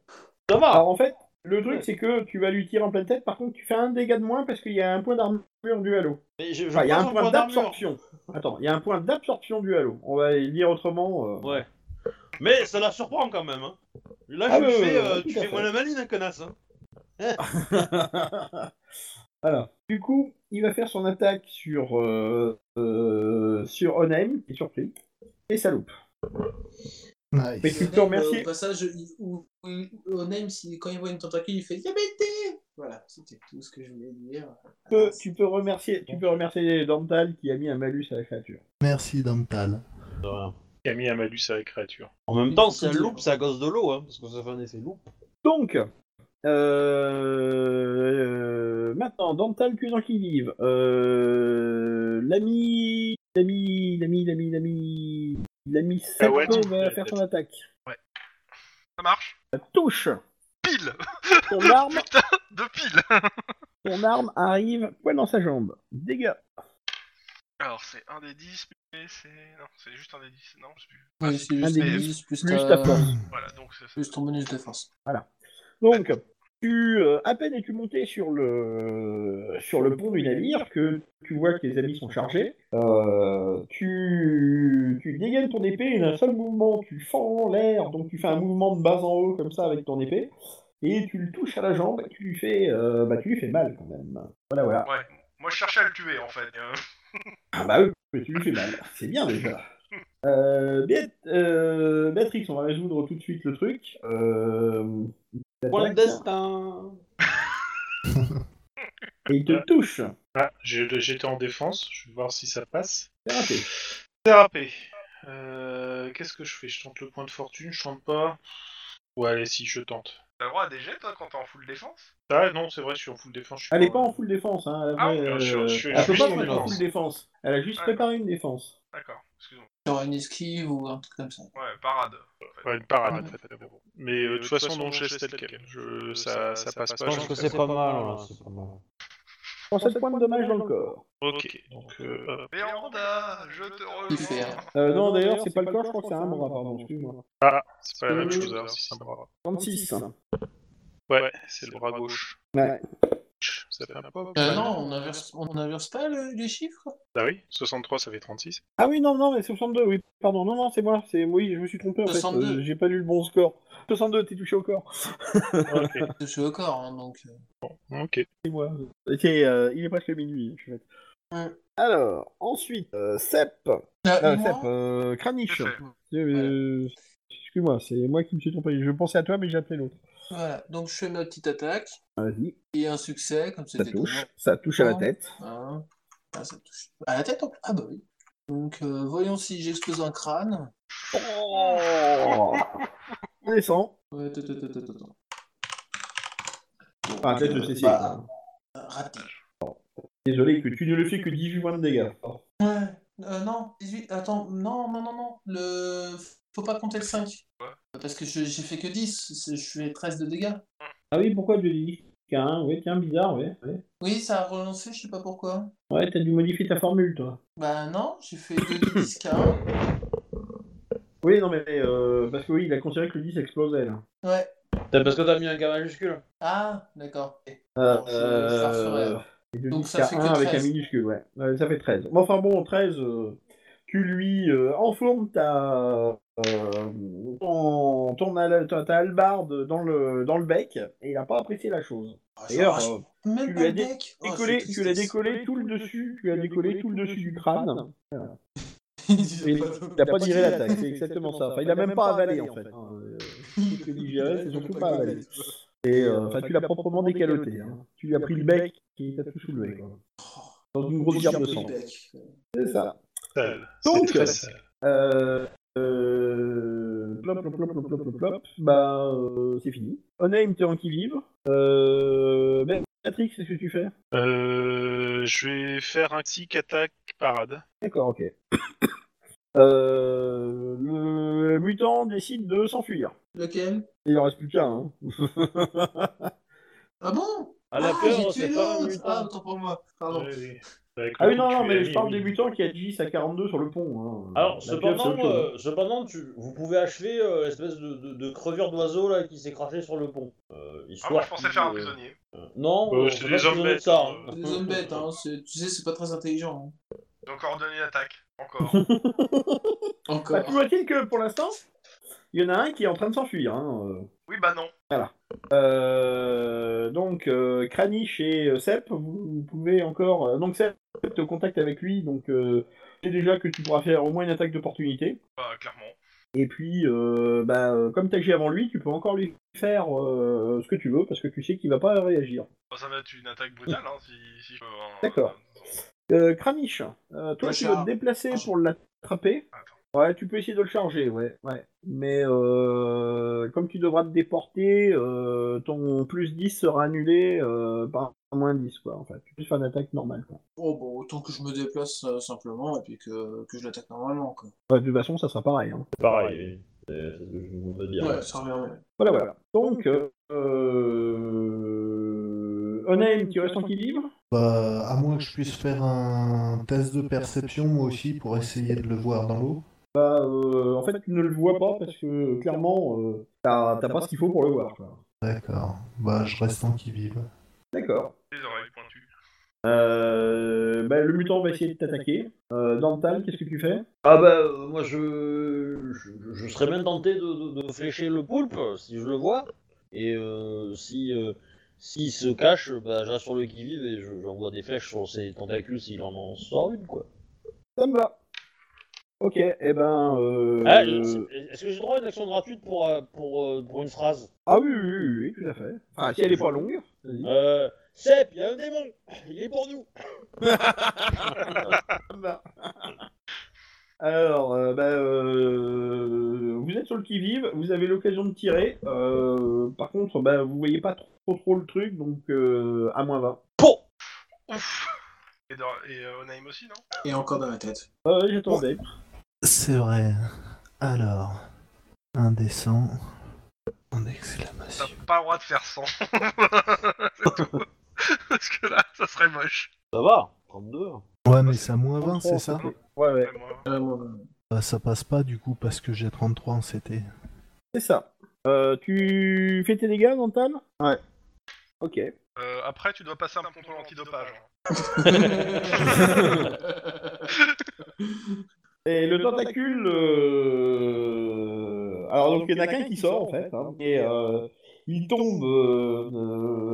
Speaker 5: Ça va.
Speaker 2: Alors, en fait, le truc, c'est que tu vas lui tirer en pleine tête. Par contre, tu fais un dégât de moins parce qu'il y a un point d'armure du halo.
Speaker 5: Mais je, je
Speaker 2: Enfin, bah, il y a un
Speaker 5: prends son
Speaker 2: point
Speaker 5: d'armure.
Speaker 2: d'absorption. Attends, il y a un point d'absorption du halo. On va le dire autrement. euh,
Speaker 5: Ouais. Mais ça la surprend quand même. Hein. Là,
Speaker 2: Ah
Speaker 5: je
Speaker 2: ouais,
Speaker 5: fais,
Speaker 2: ouais,
Speaker 5: euh,
Speaker 2: ouais,
Speaker 5: tu
Speaker 2: tout à
Speaker 5: fais
Speaker 2: fait.
Speaker 5: moins la maline, hein, connasse. hein.
Speaker 2: voilà. Du coup, il va faire son attaque sur, euh, euh, sur Onheim, qui est surpris. Et ça loupe.
Speaker 6: Nice.
Speaker 2: Mais tu peux remercier.
Speaker 1: Euh, Au passage, il- où- où- Onem, si- quand il voit une tentacule, il fait Diabété Voilà, c'était tout ce que je voulais dire.
Speaker 2: Tu peux, tu peux remercier, tu peux remercier Dormtal qui a mis un malus à la créature.
Speaker 6: Merci, Dantal.
Speaker 5: De rien.
Speaker 7: Qui a mis un malus à la créature.
Speaker 5: En même temps,
Speaker 1: Il faut
Speaker 5: si elle
Speaker 1: dire.
Speaker 5: loupe, c'est à cause de l'eau, hein, parce que ça fait un effet loupe.
Speaker 2: Donc, euh, euh, maintenant, Dormtal, que dans qui vive. Euh, l'ami, l'ami, l'ami, l'ami, l'ami, l'ami Seppo
Speaker 7: Eh ouais, tu-
Speaker 2: va faire son attaque.
Speaker 4: Ça marche
Speaker 2: Ça touche.
Speaker 4: Pile
Speaker 2: Ton arme,
Speaker 4: De pile
Speaker 2: ton arme arrive poil dans sa jambe. Dégâts.
Speaker 4: Alors c'est un des 10, mais c'est. Non, c'est juste un des 10. Non, je sais plus.
Speaker 1: Oui, c'est
Speaker 2: Un
Speaker 1: juste
Speaker 2: des
Speaker 1: tes
Speaker 2: dix,
Speaker 1: dix, plus,
Speaker 2: plus ta force.
Speaker 4: Voilà, donc c'est ça.
Speaker 1: plus ton bonus de force.
Speaker 2: Donc, tu, euh, à peine es-tu monté sur le, sur le pont du navire que tu vois que tes amis sont chargés. Euh, tu, tu dégaines ton épée et d'un seul mouvement, tu fends l'air, donc tu fais un mouvement de bas en haut comme ça avec ton épée. Et tu le touches à la jambe et tu lui fais, euh, bah, tu lui fais mal quand même. Voilà, voilà.
Speaker 4: Ouais. Moi je cherchais à le tuer en fait. Euh,
Speaker 2: Ah bah oui, mais tu lui fais mal. C'est bien déjà. Euh, Béat- euh, Béatrix, on va résoudre tout de suite le truc. Euh,
Speaker 5: Point de
Speaker 2: l'attaque.
Speaker 5: destin.
Speaker 2: et il te touche.
Speaker 7: Ah, j'ai- j'étais en défense, je vais voir si ça passe.
Speaker 2: C'est raté.
Speaker 7: C'est râpé. Euh, Qu'est-ce que je fais Je tente le point de fortune, je tente pas. Ouais, allez, si, je tente.
Speaker 4: T'as le droit à des jets, toi, quand t'es en full défense
Speaker 7: Ah non, c'est vrai, je suis en full défense. je suis
Speaker 2: Elle est pas en full défense, hein.
Speaker 4: Ah,
Speaker 2: Elle,
Speaker 7: je- je- je-
Speaker 2: elle
Speaker 7: je
Speaker 2: peut
Speaker 7: suis
Speaker 2: pas
Speaker 7: en
Speaker 2: se mettre en
Speaker 7: défense.
Speaker 2: full défense. Elle a juste
Speaker 4: Ah.
Speaker 2: préparé une défense.
Speaker 4: D'accord, excuse-moi.
Speaker 1: Genre une esquive ou un truc comme ça.
Speaker 4: Ouais, parade.
Speaker 7: Ouais, une parade, en fait. mais bon. Mais euh, de toute façon, non, je tel quel. Je, Euh, ça, ça passe
Speaker 5: Je
Speaker 7: pas.
Speaker 5: pense
Speaker 7: j'en
Speaker 5: que
Speaker 7: fais
Speaker 5: c'est pas
Speaker 7: pas.
Speaker 5: mal, là, c'est pas mal.
Speaker 2: Prends 7 points de dommage dans le corps.
Speaker 7: Ok, donc... euh, hop.
Speaker 4: Béanda, je te rejoins.
Speaker 1: Super.
Speaker 2: Euh, non, d'ailleurs, c'est pas le corps, je crois que c'est un bras, pardon, excuse-moi.
Speaker 7: Ah, c'est pas la
Speaker 2: Euh,
Speaker 7: même chose, alors, si c'est un bras.
Speaker 2: 36.
Speaker 7: Ouais, c'est le bras gauche.
Speaker 2: Ouais.
Speaker 7: Ça fait un peu...
Speaker 1: Euh, non, on inverse, on inverse pas le- les chiffres
Speaker 7: Ah oui, 63, ça fait 36.
Speaker 2: Ah oui, non, non, mais c'est 62, oui, pardon, non, non, c'est moi, c'est oui, je me suis trompé en
Speaker 1: 62.
Speaker 2: fait, euh, j'ai pas lu le bon score. 62, t'es touché au corps.
Speaker 7: Ok.
Speaker 1: Je suis au corps, hein, donc. euh.
Speaker 7: ok.
Speaker 2: C'est moi. Ok, euh, il est presque minuit, je suis bête.
Speaker 1: Ouais.
Speaker 2: Alors, ensuite, euh, Sep,
Speaker 1: Ah,
Speaker 2: euh,
Speaker 1: moi
Speaker 2: Sep, euh, Kranich.
Speaker 4: C'est fait.
Speaker 2: Euh, Excuse-moi, c'est moi qui me suis trompé, je pensais à toi, mais j'ai appelé l'autre.
Speaker 1: Voilà, donc je fais ma petite attaque.
Speaker 2: Vas-y,
Speaker 1: Et un succès, comme
Speaker 2: ça
Speaker 1: c'était
Speaker 2: touche, ça touche à la tête.
Speaker 1: toujours. Hein. Ah, ça touche. À la tête en plus Ah bah oui. Donc euh, voyons si j'explose un crâne.
Speaker 2: Oh On descend.
Speaker 1: Ouais, attends, attends, attends, attends, attends.
Speaker 2: Enfin, tête de Cécile.
Speaker 1: Bah, Raté.
Speaker 2: Désolé que tu ne le fais que 18 points de dégâts.
Speaker 1: Ouais, euh, non, 18, attends, non, non, non, non, le... faut pas compter le 5.
Speaker 4: Pourquoi
Speaker 1: Parce que je- j'ai fait que 10, c'est- je fais 13 de dégâts.
Speaker 2: Ah oui, pourquoi tu dis Qu'un, oui, tiens, bizarre, oui. Ouais,
Speaker 1: Oui, ça a relancé, je sais pas pourquoi.
Speaker 2: ouais t'as dû modifier ta formule, toi.
Speaker 1: Bah non, j'ai fait 2 de 10 carrément.
Speaker 2: Oui, non, mais euh, parce que oui, il a considéré que le 10 explosait, là.
Speaker 1: Ouais,
Speaker 5: Peut-être parce que t'as mis un K majuscule.
Speaker 1: ah, d'accord. Ok.
Speaker 2: Euh,
Speaker 1: Bon, je- je la referai, alors.
Speaker 2: et de
Speaker 1: Donc
Speaker 2: 10
Speaker 1: ça fait
Speaker 2: à
Speaker 1: que
Speaker 2: 1 avec un
Speaker 1: 13.
Speaker 2: minuscule, ouais. Ouais, Ça fait 13. Bon, enfin bon, 13, euh, tu lui euh, enfournes ta, euh, ton, ton al- ta, ta hallebarde dans le, dans le bec et il n'a pas apprécié la chose.
Speaker 1: Ah, je
Speaker 2: D'ailleurs,
Speaker 1: l'arrache
Speaker 2: euh,
Speaker 1: même
Speaker 2: tu
Speaker 1: pas
Speaker 2: lui as
Speaker 1: le
Speaker 2: dé-
Speaker 1: bec. Oh,
Speaker 2: décollé-
Speaker 1: c'est
Speaker 2: tu l'as
Speaker 1: tristesse.
Speaker 2: décollé tout le dessus, tu l'as décollé tout le dessus du crâne.
Speaker 1: Ils
Speaker 2: Il
Speaker 1: ont
Speaker 2: n'a pas digéré l'attaque, c'est exactement ça. Enfin, il n'a même pas avalé en fait. Euh, il peut digérer, c'est surtout pas avalé. Et euh, enfin, tu l'as proprement décaloté. hein. Tu lui as pris le bec qui t'a tout soulevé. quoi. Dans une grosse
Speaker 1: J'ai
Speaker 2: gerbe de
Speaker 1: pris le
Speaker 2: sang.
Speaker 1: bec.
Speaker 2: C'est ça.
Speaker 7: Sale.
Speaker 2: Donc,
Speaker 7: C'est très sale.
Speaker 2: Euh, euh, plop, plop, plop, plop, plop, plop, plop. Bah, euh, c'est fini. Onaim, t'es en qui livre. Euh, ben, Patrick, c'est ce que tu fais
Speaker 7: Euh, je vais faire un tic attaque parade.
Speaker 2: D'accord, ok. Euh, le mutant décide de s'enfuir.
Speaker 1: Lequel
Speaker 2: Il en reste plus qu'un. hein.
Speaker 1: Ah bon
Speaker 5: À la
Speaker 1: Ah,
Speaker 5: peur,
Speaker 1: j'ai tué
Speaker 5: c'est pas un
Speaker 1: l'autre Ah,
Speaker 5: mutant.
Speaker 1: autant pour moi, pardon.
Speaker 2: Ah oui, non, non, mais je parle des mutants qui a 10 à 42 sur le pont. hein.
Speaker 5: Alors,
Speaker 2: La pieuvre, c'est autre
Speaker 5: cependant,
Speaker 2: chose.
Speaker 5: euh, cependant tu, vous pouvez achever euh, l'espèce de, de, de crevure d'oiseau là qui s'est crachée sur le pont. Euh,
Speaker 4: Ah, moi,
Speaker 5: histoire
Speaker 4: je pensais
Speaker 5: qu'il,
Speaker 4: faire un
Speaker 5: euh,
Speaker 4: prisonnier.
Speaker 5: euh, non,
Speaker 7: Euh,
Speaker 5: on
Speaker 7: c'est
Speaker 5: peut
Speaker 7: des
Speaker 5: pas
Speaker 7: hommes
Speaker 5: prisonnier de
Speaker 7: bêtes,
Speaker 5: ça, hein.
Speaker 1: C'est des hommes bêtes, hein. c'est- tu sais, c'est pas très intelligent.
Speaker 4: Donc, ordonner l'attaque. Encore.
Speaker 1: hein.
Speaker 2: Bah,
Speaker 1: Encore.
Speaker 2: toujours est-il que pour l'instant, il y en a un qui est en train de s'enfuir. hein, euh.
Speaker 4: oui, bah non.
Speaker 2: Euh, donc, euh, Kranich et euh, Sep, vous, vous pouvez encore. euh, donc, Sep, te contacte avec lui. Donc, euh, tu sais déjà que tu pourras faire au moins une attaque d'opportunité.
Speaker 4: Bah, clairement.
Speaker 2: Et puis, euh, bah, euh, comme t'as agi avant lui, tu peux encore lui faire euh, ce que tu veux parce que tu sais qu'il va pas réagir.
Speaker 4: Bah, ça va être une attaque brutale, hein, si, si je peux. hein.
Speaker 2: D'accord. Euh, Kranich, euh, toi,
Speaker 1: Le
Speaker 2: tu vas
Speaker 1: char.
Speaker 2: te déplacer pour l'attraper. Ouais, tu peux essayer de le charger, ouais. ouais. Mais euh, comme tu devras te déporter, euh, ton plus 10 sera annulé euh, par moins 10, quoi, en fait. Tu peux faire une attaque normale, quoi.
Speaker 1: Oh, bon, autant que je me déplace euh, simplement et puis que, que je l'attaque normalement, quoi.
Speaker 2: Bah, de toute façon, ça sera pareil. hein.
Speaker 5: Pareil, oui. c'est c'est ce que je voulais dire.
Speaker 1: Ouais, ça revient au même.
Speaker 2: Voilà, voilà. Donc, euh, euh, Onaim, tu restes en qui libre
Speaker 6: Bah, à moins que je puisse faire un test de perception moi aussi pour essayer de le voir dans l'eau.
Speaker 2: Bah, euh, en fait, tu ne le vois pas parce que, clairement, euh, t'as t'as pas ce qu'il faut pour le voir, quoi.
Speaker 6: D'accord. Bah, je reste en qui vive.
Speaker 2: D'accord.
Speaker 4: Les oreilles pointues.
Speaker 2: Euh, bah, le mutant va essayer de t'attaquer. Euh, Dantal, qu'est-ce que tu fais
Speaker 5: Ah bah, euh, moi je, je, je serais bien tenté de, de- de flécher le poulpe si je le vois. Et euh, si euh, s'il se cache, bah, je reste sur le qui-vive et je- j'envoie des flèches sur ses tentacules s'il en, en sort une quoi.
Speaker 2: Ça me va. Ok, et eh ben. euh,
Speaker 5: Ah, je- Est-ce que j'ai le droit à une action gratuite pour, euh, pour, euh, pour une phrase
Speaker 2: ah oui, oui, oui, oui, tout à fait. Enfin, Ah, si elle est pas longue. vas-y.
Speaker 5: euh, Sep, il y a un démon Il est pour nous
Speaker 2: Alors, euh, bah, euh, vous êtes sur le qui-vive, vous avez l'occasion de tirer. euh, par contre, bah, vous voyez pas trop trop le truc, donc euh, à moins 20.
Speaker 4: Ouf Et, dans- et euh, Onaim aussi, non
Speaker 1: Et encore dans la tête.
Speaker 2: Euh, J'attendais.
Speaker 6: C'est vrai. Alors, indécent. En exclamation.
Speaker 4: T'as pas le droit de faire 100. C'est tout. Parce que là, ça serait moche.
Speaker 5: Ça va, 32.
Speaker 6: Ouais, mais c'est à moins 20, c'est ça
Speaker 2: Ouais, ouais,
Speaker 4: Ouais, moi.
Speaker 1: Ouais, moi, euh,
Speaker 6: Bah, ça passe pas du coup parce que j'ai 33 en CT.
Speaker 2: c'est ça. Euh, tu fais tes dégâts, Dantal Ouais. Ok.
Speaker 4: Euh, après, tu dois passer un contrôle antidopage.
Speaker 2: Et le tentacule. euh, Alors, donc, il y en a qu'un qui sort, en fait. hein, et euh, il tombe euh,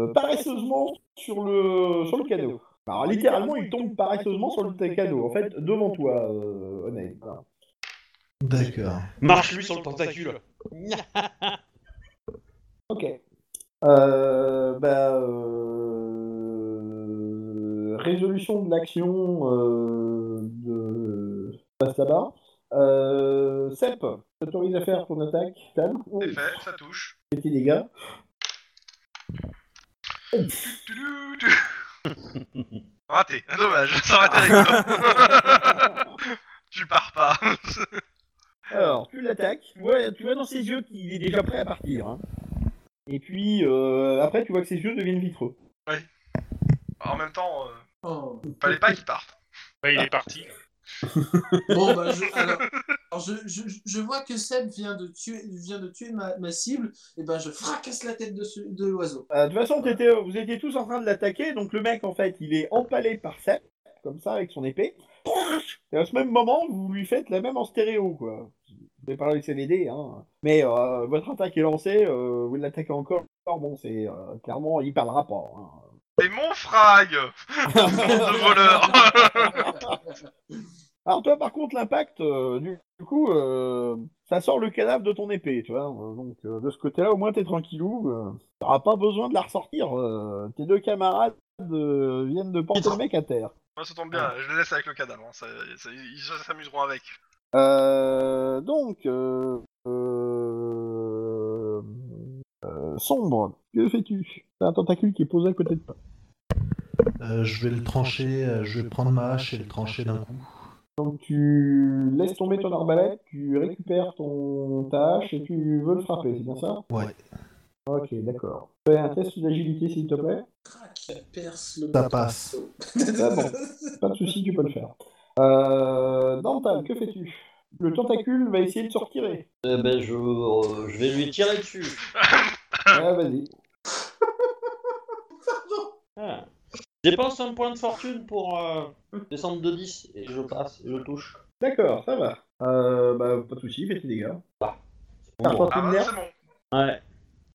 Speaker 2: euh, paresseusement sur le, Euh, sur le cadeau. Alors, littéralement, il tombe paresseusement sur le cadeau, en fait, devant toi, euh, Onaim. Voilà.
Speaker 6: D'accord.
Speaker 5: Marche-lui sur le tentacule.
Speaker 2: Ok. Euh, bah, euh, Résolution de l'action euh, de passe là-bas. Euh, Sep, t'autorises à faire ton attaque, Tan.
Speaker 4: C'est fait, ça touche.
Speaker 2: Petit dégât.
Speaker 4: Tudu, tudu. Raté. Dommage, ça aurait été rigolo. Tu pars pas.
Speaker 2: Alors, tu l'attaques, tu vois, tu vois dans ses yeux qu'il est déjà prêt à partir. hein. Et puis, euh, après, tu vois que ses yeux deviennent vitreux.
Speaker 4: En même temps, euh,
Speaker 1: Oh.
Speaker 4: fallait pas qu'il parte.
Speaker 7: Bah, il est parti.
Speaker 1: Bon, bah, je, alors, alors, je, je- je vois que Seb vient de tuer, vient de tuer ma, ma cible, et ben je fracasse la tête de, ce- de l'oiseau.
Speaker 2: Euh, de toute façon, t'étais- vous étiez tous en train de l'attaquer, donc le mec, en fait, il est empalé par Sep, comme ça, avec son épée. Et à ce même moment, vous lui faites la même en stéréo, quoi. Je vais parler de CVD, hein. Mais euh, votre attaque est lancée, euh, vous l'attaquez encore. Bon, c'est euh, clairement, il parlera pas. hein.
Speaker 4: C'est mon frag De voleur
Speaker 2: Alors toi, par contre, l'impact, euh, du, du coup, euh, ça sort le cadavre de ton épée, tu vois. euh, Donc euh, de ce côté-là, au moins t'es tranquillou. euh, T'auras pas besoin de la ressortir. euh, tes deux camarades euh, viennent de porter le mec à terre.
Speaker 4: Moi, ça tombe bien, je le laisse avec le cadavre. hein, ça- ça- ils s'amuseront avec.
Speaker 2: Euh, donc, euh, euh, euh, sombre, que fais-tu T'as un tentacule qui est posé à côté de toi.
Speaker 6: Euh, je vais le trancher, euh, je vais prendre ma hache et le trancher d'un coup.
Speaker 2: Donc tu laisses tomber ton arbalète, tu récupères ton ta hache et tu veux le frapper, c'est bien ça
Speaker 6: Ouais.
Speaker 2: Ok, d'accord. Fais un test d'agilité, s'il te plaît.
Speaker 1: Crac, elle perce le.
Speaker 6: Ça passe.
Speaker 2: Ah bon. Pas de souci, tu peux le faire. Euh, Dantal, que fais-tu Le tentacule va essayer de se retirer.
Speaker 5: Eh ben, je, euh, je vais lui tirer dessus.
Speaker 2: Ah, vas-y.
Speaker 5: Ah. Dépense un point de fortune pour euh, descendre de 10 et je passe, et je touche.
Speaker 2: D'accord, ça va. Euh, bah, pas de souci, fais tes dégâts.
Speaker 5: Bon,
Speaker 2: Par
Speaker 5: bon.
Speaker 2: contre,
Speaker 4: Ah,
Speaker 2: une
Speaker 4: bah,
Speaker 2: nerf.
Speaker 4: c'est bon.
Speaker 5: Ouais.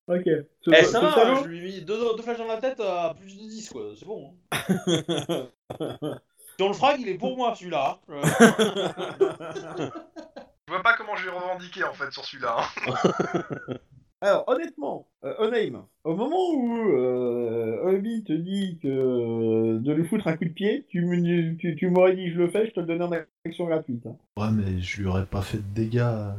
Speaker 2: Ok. Ce-
Speaker 5: Eh,
Speaker 2: ce
Speaker 5: ça va,
Speaker 2: salaud-
Speaker 5: je lui ai mis deux, deux flèches dans la tête euh, à plus de 10, quoi. C'est bon. hein. Dans le frag, il est pour moi, celui-là. hein. Euh,
Speaker 4: Je vois pas comment je vais revendiquer en fait sur celui-là. hein.
Speaker 2: Alors, honnêtement, euh, Onaim, au moment où euh, Obi te dit que euh, de lui foutre un coup de pied, tu, me- tu, tu m'aurais dit je le fais, je te le donne en action gratuite. hein.
Speaker 6: Ouais, mais je lui aurais pas fait de dégâts. euh.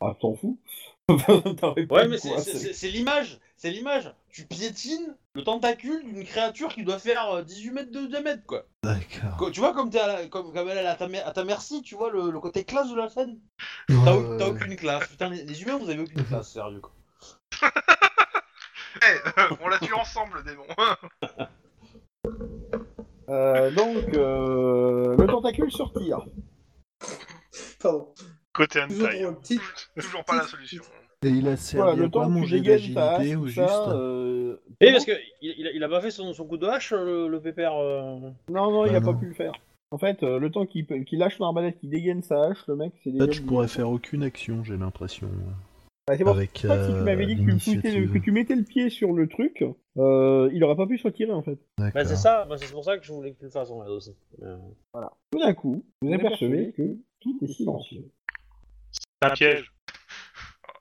Speaker 2: Ah, t'en fous Euh, T'aurais pas
Speaker 5: Ouais,
Speaker 2: de
Speaker 5: mais c'est-
Speaker 2: quoi,
Speaker 5: c'est c'est- c'est l'image. C'est l'image. Tu piétines le tentacule d'une créature qui doit faire euh, 18 mètres de diamètre, quoi.
Speaker 6: D'accord.
Speaker 5: Co- Tu vois, comme, t'es à la- comme, comme elle est à ta, mer- à ta merci, tu vois, le, le côté classe de la scène. T'as
Speaker 6: Ouais,
Speaker 5: au- t'as
Speaker 6: ouais,
Speaker 5: aucune classe. Putain, les, les humains, vous avez aucune classe, sérieux, quoi.
Speaker 4: Eh, on l'a tué ensemble, le démon.
Speaker 2: Euh, donc, euh, le tentacule se retire.
Speaker 1: Pardon.
Speaker 7: Côté
Speaker 1: Toujours
Speaker 7: hentai.
Speaker 1: drôle. Petite-
Speaker 4: Toujours pas la solution.
Speaker 6: Et il a
Speaker 2: Voilà,
Speaker 6: servi
Speaker 2: le
Speaker 6: à quoi
Speaker 2: temps que
Speaker 6: mon
Speaker 2: tu
Speaker 6: jet
Speaker 2: dégaines ta hache,
Speaker 6: d'agilité
Speaker 2: tout
Speaker 6: ou
Speaker 2: ça,
Speaker 6: juste
Speaker 2: euh,
Speaker 5: Eh, parce que il, il a, il a pas fait son, son coup de hache, le, le pépère. euh.
Speaker 2: Non, non, il a
Speaker 6: Ah
Speaker 2: pas
Speaker 6: non.
Speaker 2: pu le faire. En fait, euh, le temps qu'il peut- qu'il lâche l'arbalète, qu'il dégaine sa hache, le mec, c'est déjà...
Speaker 6: Là, je pourrais faire aucune action, j'ai l'impression.
Speaker 2: Bah, c'est pour
Speaker 6: Avec
Speaker 2: ça que si tu
Speaker 6: euh,
Speaker 2: m'avais dit que tu, me foutais-
Speaker 6: l'initiative.
Speaker 2: que tu mettais le pied sur le truc, euh, il aurait pas pu se retirer, en fait.
Speaker 5: Bah, c'est
Speaker 6: D'accord.
Speaker 5: ça, bah, c'est pour ça que je voulais que tu le fasses en vrai aussi. Euh,
Speaker 2: Tout d'un coup, vous apercevez que tout est silencieux.
Speaker 7: C'est un piège.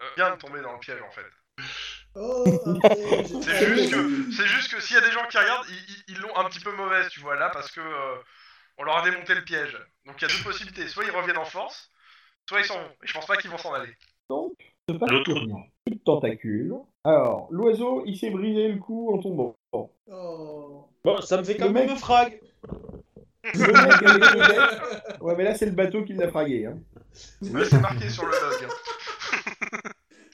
Speaker 4: Euh, Bien de tomber dans le piège en fait.
Speaker 1: Oh, un piège.
Speaker 4: C'est juste que, c'est juste que s'il y a des gens qui regardent, ils ils- ils l'ont un petit peu mauvaise, tu vois là, parce que euh, On leur a démonté le piège. Donc il y a deux possibilités. Soit ils reviennent en force, soit ils s'en vont. Et je pense pas qu'ils vont s'en aller.
Speaker 2: Il se passe
Speaker 5: L'autre-
Speaker 2: plus rien. Plus de tentacules. Alors, l'oiseau, il s'est brisé le cou en tombant.
Speaker 1: Oh.
Speaker 5: Bon, ça me fait quand
Speaker 2: Le
Speaker 5: même
Speaker 2: mec-
Speaker 5: un frag.
Speaker 2: Le mec avec le bec- Ouais, mais là, c'est le bateau qui l'a fragué. Hein.
Speaker 4: C'est marqué sur le log. hein.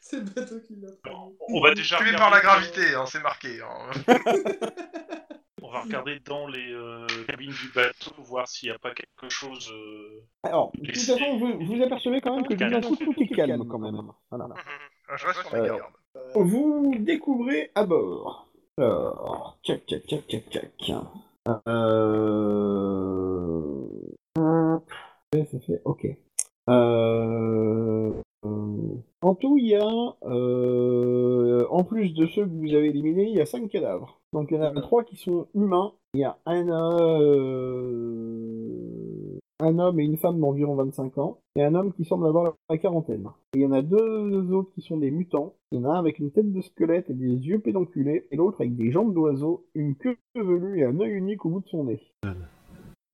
Speaker 1: C'est le bateau qui l'a fait.
Speaker 7: On va déjà
Speaker 4: Tué
Speaker 7: regarder
Speaker 4: par la
Speaker 7: dans-
Speaker 4: gravité, hein, c'est marqué. hein.
Speaker 7: On va regarder dans les euh, cabines du bateau, voir s'il n'y a pas quelque chose. euh,
Speaker 2: Alors, de toute façon, vous, vous apercevez quand même que tout d'un coup, tout est calme quand même. Voilà.
Speaker 4: Je reste sur mes
Speaker 2: Alors.
Speaker 4: gardes.
Speaker 2: Vous découvrez à bord. Alors, tchac, tchac, tchac, tchac, tchac. Euh... Ouais, ça fait, ok. Euh... euh, En tout, il y a, euh, en plus de ceux que vous avez éliminés, il y a 5 cadavres. Donc il y en a 3 qui sont humains. Il y a un, euh, un homme et une femme d'environ 25 ans, et un homme qui semble avoir la quarantaine. Et il y en a deux autres qui sont des mutants. Il y en a un avec une tête de squelette et des yeux pédonculés, et l'autre avec des jambes d'oiseau, une queue velue et un œil unique au bout de son nez.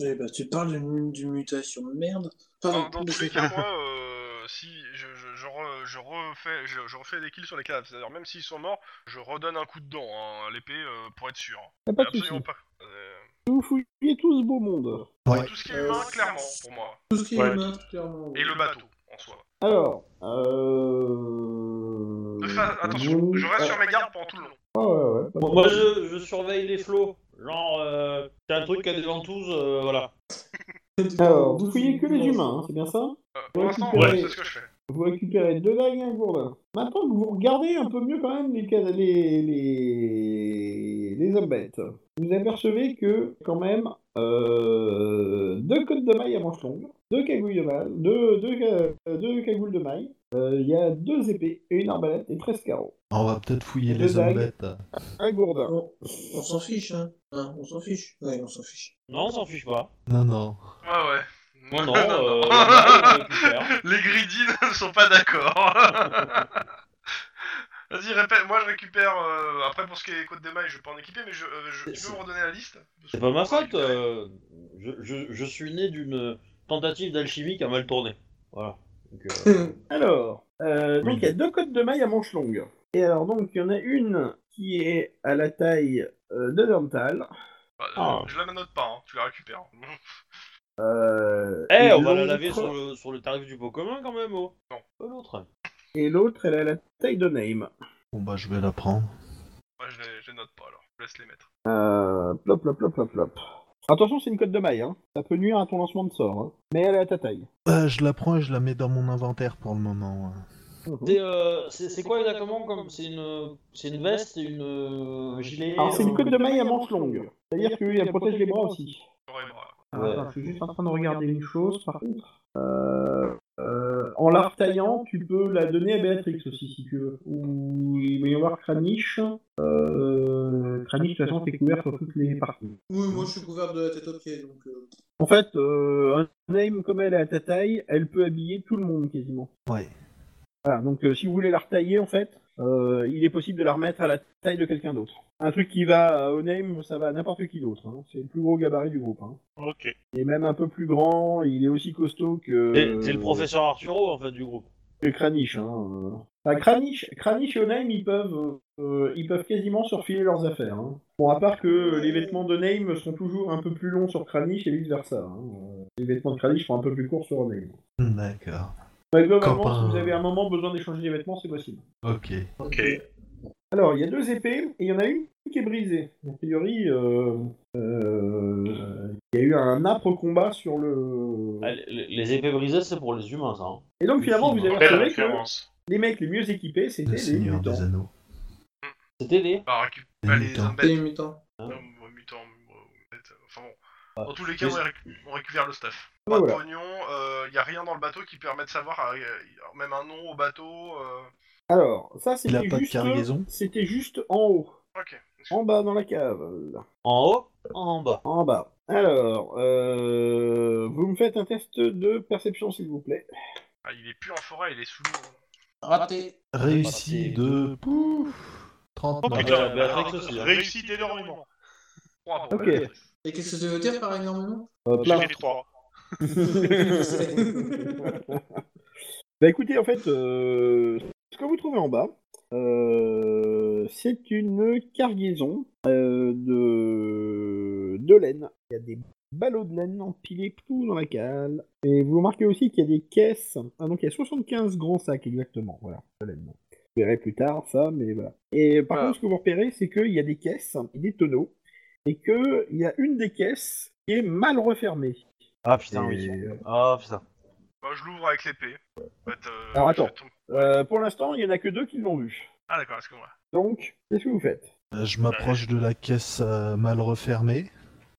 Speaker 1: Eh ben, tu parles d'une d'une mutation de merde.
Speaker 4: Dans,
Speaker 1: Pardon,
Speaker 4: dans tous les cas, moi, euh, si je, je, je, re- je refais, je, je refais des kills sur les cadavres, c'est-à-dire même s'ils sont morts, je redonne un coup de dent hein, à l'épée euh, pour être sûr.
Speaker 2: Y a pas de souci.
Speaker 4: Absolument pas. Euh,
Speaker 2: Vous fouillez tout ce beau monde.
Speaker 6: Ouais.
Speaker 4: Tout ce qui est humain, clairement, pour moi.
Speaker 1: tout ce qui est
Speaker 7: Ouais.
Speaker 1: humain, clairement.
Speaker 4: Et le bateau, en soi.
Speaker 2: Alors, euh...
Speaker 4: De fa- Ah, attention, je reste sur mes gardes pendant tout le long.
Speaker 2: Ah ouais, ouais, pas
Speaker 5: Moi,
Speaker 2: mal.
Speaker 5: je, je surveille les flots. Genre, euh, t'as un truc à des ventouses, euh, voilà.
Speaker 2: Alors, Oh, vous fouillez que les humains, hein, c'est bien ça
Speaker 4: Euh, pour
Speaker 2: Ouais,
Speaker 4: l'instant,
Speaker 2: super.
Speaker 4: c'est ce que je fais.
Speaker 2: Vous récupérez deux dagues et un gourdin. Maintenant que vous regardez un peu mieux quand même les, cas- les, les, les hommes bêtes, vous apercevez que quand même euh, deux côtes de maille à manche longue, deux cagouilles de maille, deux, deux, ca- euh, deux cagoules de maille, euh, il y a deux épées et une arbalète et 13 carreaux.
Speaker 6: On va peut-être fouiller
Speaker 2: Deux
Speaker 6: les hommes
Speaker 2: dagues.
Speaker 6: bêtes.
Speaker 2: Un gourdin.
Speaker 1: On, on s'en fiche, hein. Hein, On s'en fiche. Ouais, on s'en fiche.
Speaker 5: Non, on s'en fiche pas.
Speaker 6: Non, non.
Speaker 4: Ouais, ouais.
Speaker 5: Moi, non. Euh, y a pas de récupère.
Speaker 4: Les greedy ne sont pas d'accord. Vas-y, répète. Moi, je récupère. euh, après, pour ce qui est côte des mailles, je vais pas en équiper, mais je, euh, je- tu peux me redonner la liste Parce que-
Speaker 5: C'est pas ma faute. euh, je, je, je suis né d'une tentative d'alchimie qui a mal tourné. Voilà. Donc, euh,
Speaker 2: Alors, euh, donc il y a deux côtes de maille à manche longue. Et alors donc, il y en a une qui est à la taille euh, de Dental.
Speaker 4: Bah, euh,
Speaker 2: Ah.
Speaker 4: Je la note pas, hein, tu la récupères.
Speaker 2: Euh,
Speaker 5: Eh,
Speaker 2: et
Speaker 5: on va la
Speaker 2: l'autre-
Speaker 5: laver sur le, sur le tarif du pot commun quand même, oh. Non, pas l'autre.
Speaker 2: Et l'autre, elle a la taille de Name.
Speaker 6: Bon, bah, je vais la prendre.
Speaker 4: Moi, je les, je les note pas alors. Je laisse les mettre.
Speaker 2: Euh, plop, plop, plop, plop, plop. Attention, c'est une cote de maille, hein. Ça peut nuire à ton lancement de sort, hein. Mais elle est à ta taille.
Speaker 6: Euh, je la prends et je la mets dans mon inventaire pour le moment. hein.
Speaker 5: C'est euh, c'est- c'est quoi exactement comme C'est une, c'est une veste et une euh, un gilet
Speaker 2: Alors, c'est
Speaker 5: euh,
Speaker 2: une cote de maille à manche longue. C'est-à-dire qu'elle protège les bras aussi.
Speaker 4: J'aurai les bras.
Speaker 5: Ouais.
Speaker 2: Ah, je suis juste en train de regarder une chose, par contre. Euh, euh, en la retaillant, tu peux la donner à Béatrix aussi, si tu veux. Ou il va y avoir Kranich. Euh, Kranich, de toute façon, t'es couvert sur toutes les parties.
Speaker 1: Oui, moi je suis couvert de la tête aux pieds, donc. euh,
Speaker 2: En fait, euh, un name comme elle est à ta taille, elle peut habiller tout le monde quasiment.
Speaker 6: Ouais.
Speaker 2: Voilà, donc euh, si vous voulez la retailler, en fait, euh, il est possible de la remettre à la taille de quelqu'un d'autre. Un truc qui va euh, au name, ça va à n'importe qui d'autre. hein. C'est le plus gros gabarit du groupe. Hein.
Speaker 7: Ok.
Speaker 2: Il est même un peu plus grand, il est aussi costaud que...
Speaker 5: T'es t'es le professeur Arturo en fait du groupe.
Speaker 2: Que Kranich. Hein. euh. Enfin, Kranich, Kranich et Onaim, ils peuvent, euh, ils peuvent quasiment surfiler leurs affaires. hein. Bon, à part que les vêtements de Naim sont toujours un peu plus longs sur Kranich et vice-versa. hein. Euh, Les vêtements de Kranich sont un peu plus courts sur Onaim.
Speaker 6: D'accord.
Speaker 2: Mais globalement,
Speaker 6: Copain.
Speaker 2: si vous avez un moment besoin d'échanger des vêtements, c'est possible.
Speaker 6: Ok.
Speaker 7: Ok.
Speaker 2: Alors, il y a deux épées, et il y en a une qui est brisée. A priori, euh, euh, il y a eu un âpre combat sur le...
Speaker 5: Ah, Les, les épées brisées, c'est pour les humains, ça. hein.
Speaker 2: Et donc, finalement, vous avez
Speaker 7: Belle
Speaker 2: retrouvé que
Speaker 7: référence.
Speaker 2: les mecs les mieux équipés, c'était
Speaker 6: Le
Speaker 2: les
Speaker 6: Seigneur
Speaker 2: mutants.
Speaker 6: des Anneaux.
Speaker 5: C'était les.
Speaker 4: Bah, récup...
Speaker 6: Les
Speaker 4: bah, les
Speaker 6: mutants.
Speaker 1: et les
Speaker 4: zombies.
Speaker 1: mutants.
Speaker 4: Euh, mutants, euh, peut-être, euh, Enfin bon. Dans tous les cas,
Speaker 5: Mais-
Speaker 4: on, récu- on récupère le stuff.
Speaker 2: Ouais, Ah, bah
Speaker 4: Pas de
Speaker 2: voilà.
Speaker 4: pognon, il n'y a rien dans le bateau qui permet de savoir euh, même un nom au bateau. euh.
Speaker 2: Alors, ça,
Speaker 6: Il a
Speaker 2: c'était
Speaker 6: pas de
Speaker 2: juste...
Speaker 6: cargaison.
Speaker 2: C'était juste en haut.
Speaker 4: Ok.
Speaker 2: En bas, dans la cave. là.
Speaker 5: En haut, en bas.
Speaker 2: En bas. Alors, euh, vous me faites un test de perception, s'il vous plaît.
Speaker 4: Ah, il est plus en forêt, il est sous l'eau. hein.
Speaker 1: Raté.
Speaker 6: Réussi de. Pouf 39.
Speaker 2: Euh,
Speaker 5: putain. bah, Béatrix aussi, hein.
Speaker 7: Réussit énormément.
Speaker 4: Trois pour
Speaker 2: Ok. Bah,
Speaker 4: Béatrix.
Speaker 1: Et qu'est-ce que ça veut dire par énormément
Speaker 2: Euh,
Speaker 7: J'ai
Speaker 2: plein.
Speaker 7: fait les trois.
Speaker 2: Bah écoutez, en fait, euh, ce que vous trouvez en bas, euh, c'est une cargaison euh, de... de laine. Il y a des ballots de laine empilés tout dans la cale. Et vous remarquez aussi qu'il y a des caisses. Ah donc il y a 75 grands sacs exactement, voilà, de laine. Vous verrez plus tard ça, mais voilà. Et par
Speaker 4: Ah.
Speaker 2: contre, ce que vous repérez, c'est qu'il y a des caisses et des tonneaux. Et qu'il y a une des caisses qui est mal refermée.
Speaker 5: Ah putain, oui.
Speaker 2: Et, euh,
Speaker 5: Ah putain.
Speaker 4: Bah, je l'ouvre avec l'épée. En fait, euh,
Speaker 2: Alors,
Speaker 4: je
Speaker 2: attends.
Speaker 4: tombe-
Speaker 2: euh, pour l'instant, il y en a que deux qui l'ont vu.
Speaker 4: Ah d'accord, excuse-moi.
Speaker 2: Donc, qu'est-ce que vous faites
Speaker 6: Euh, Je m'approche de la caisse euh, mal refermée.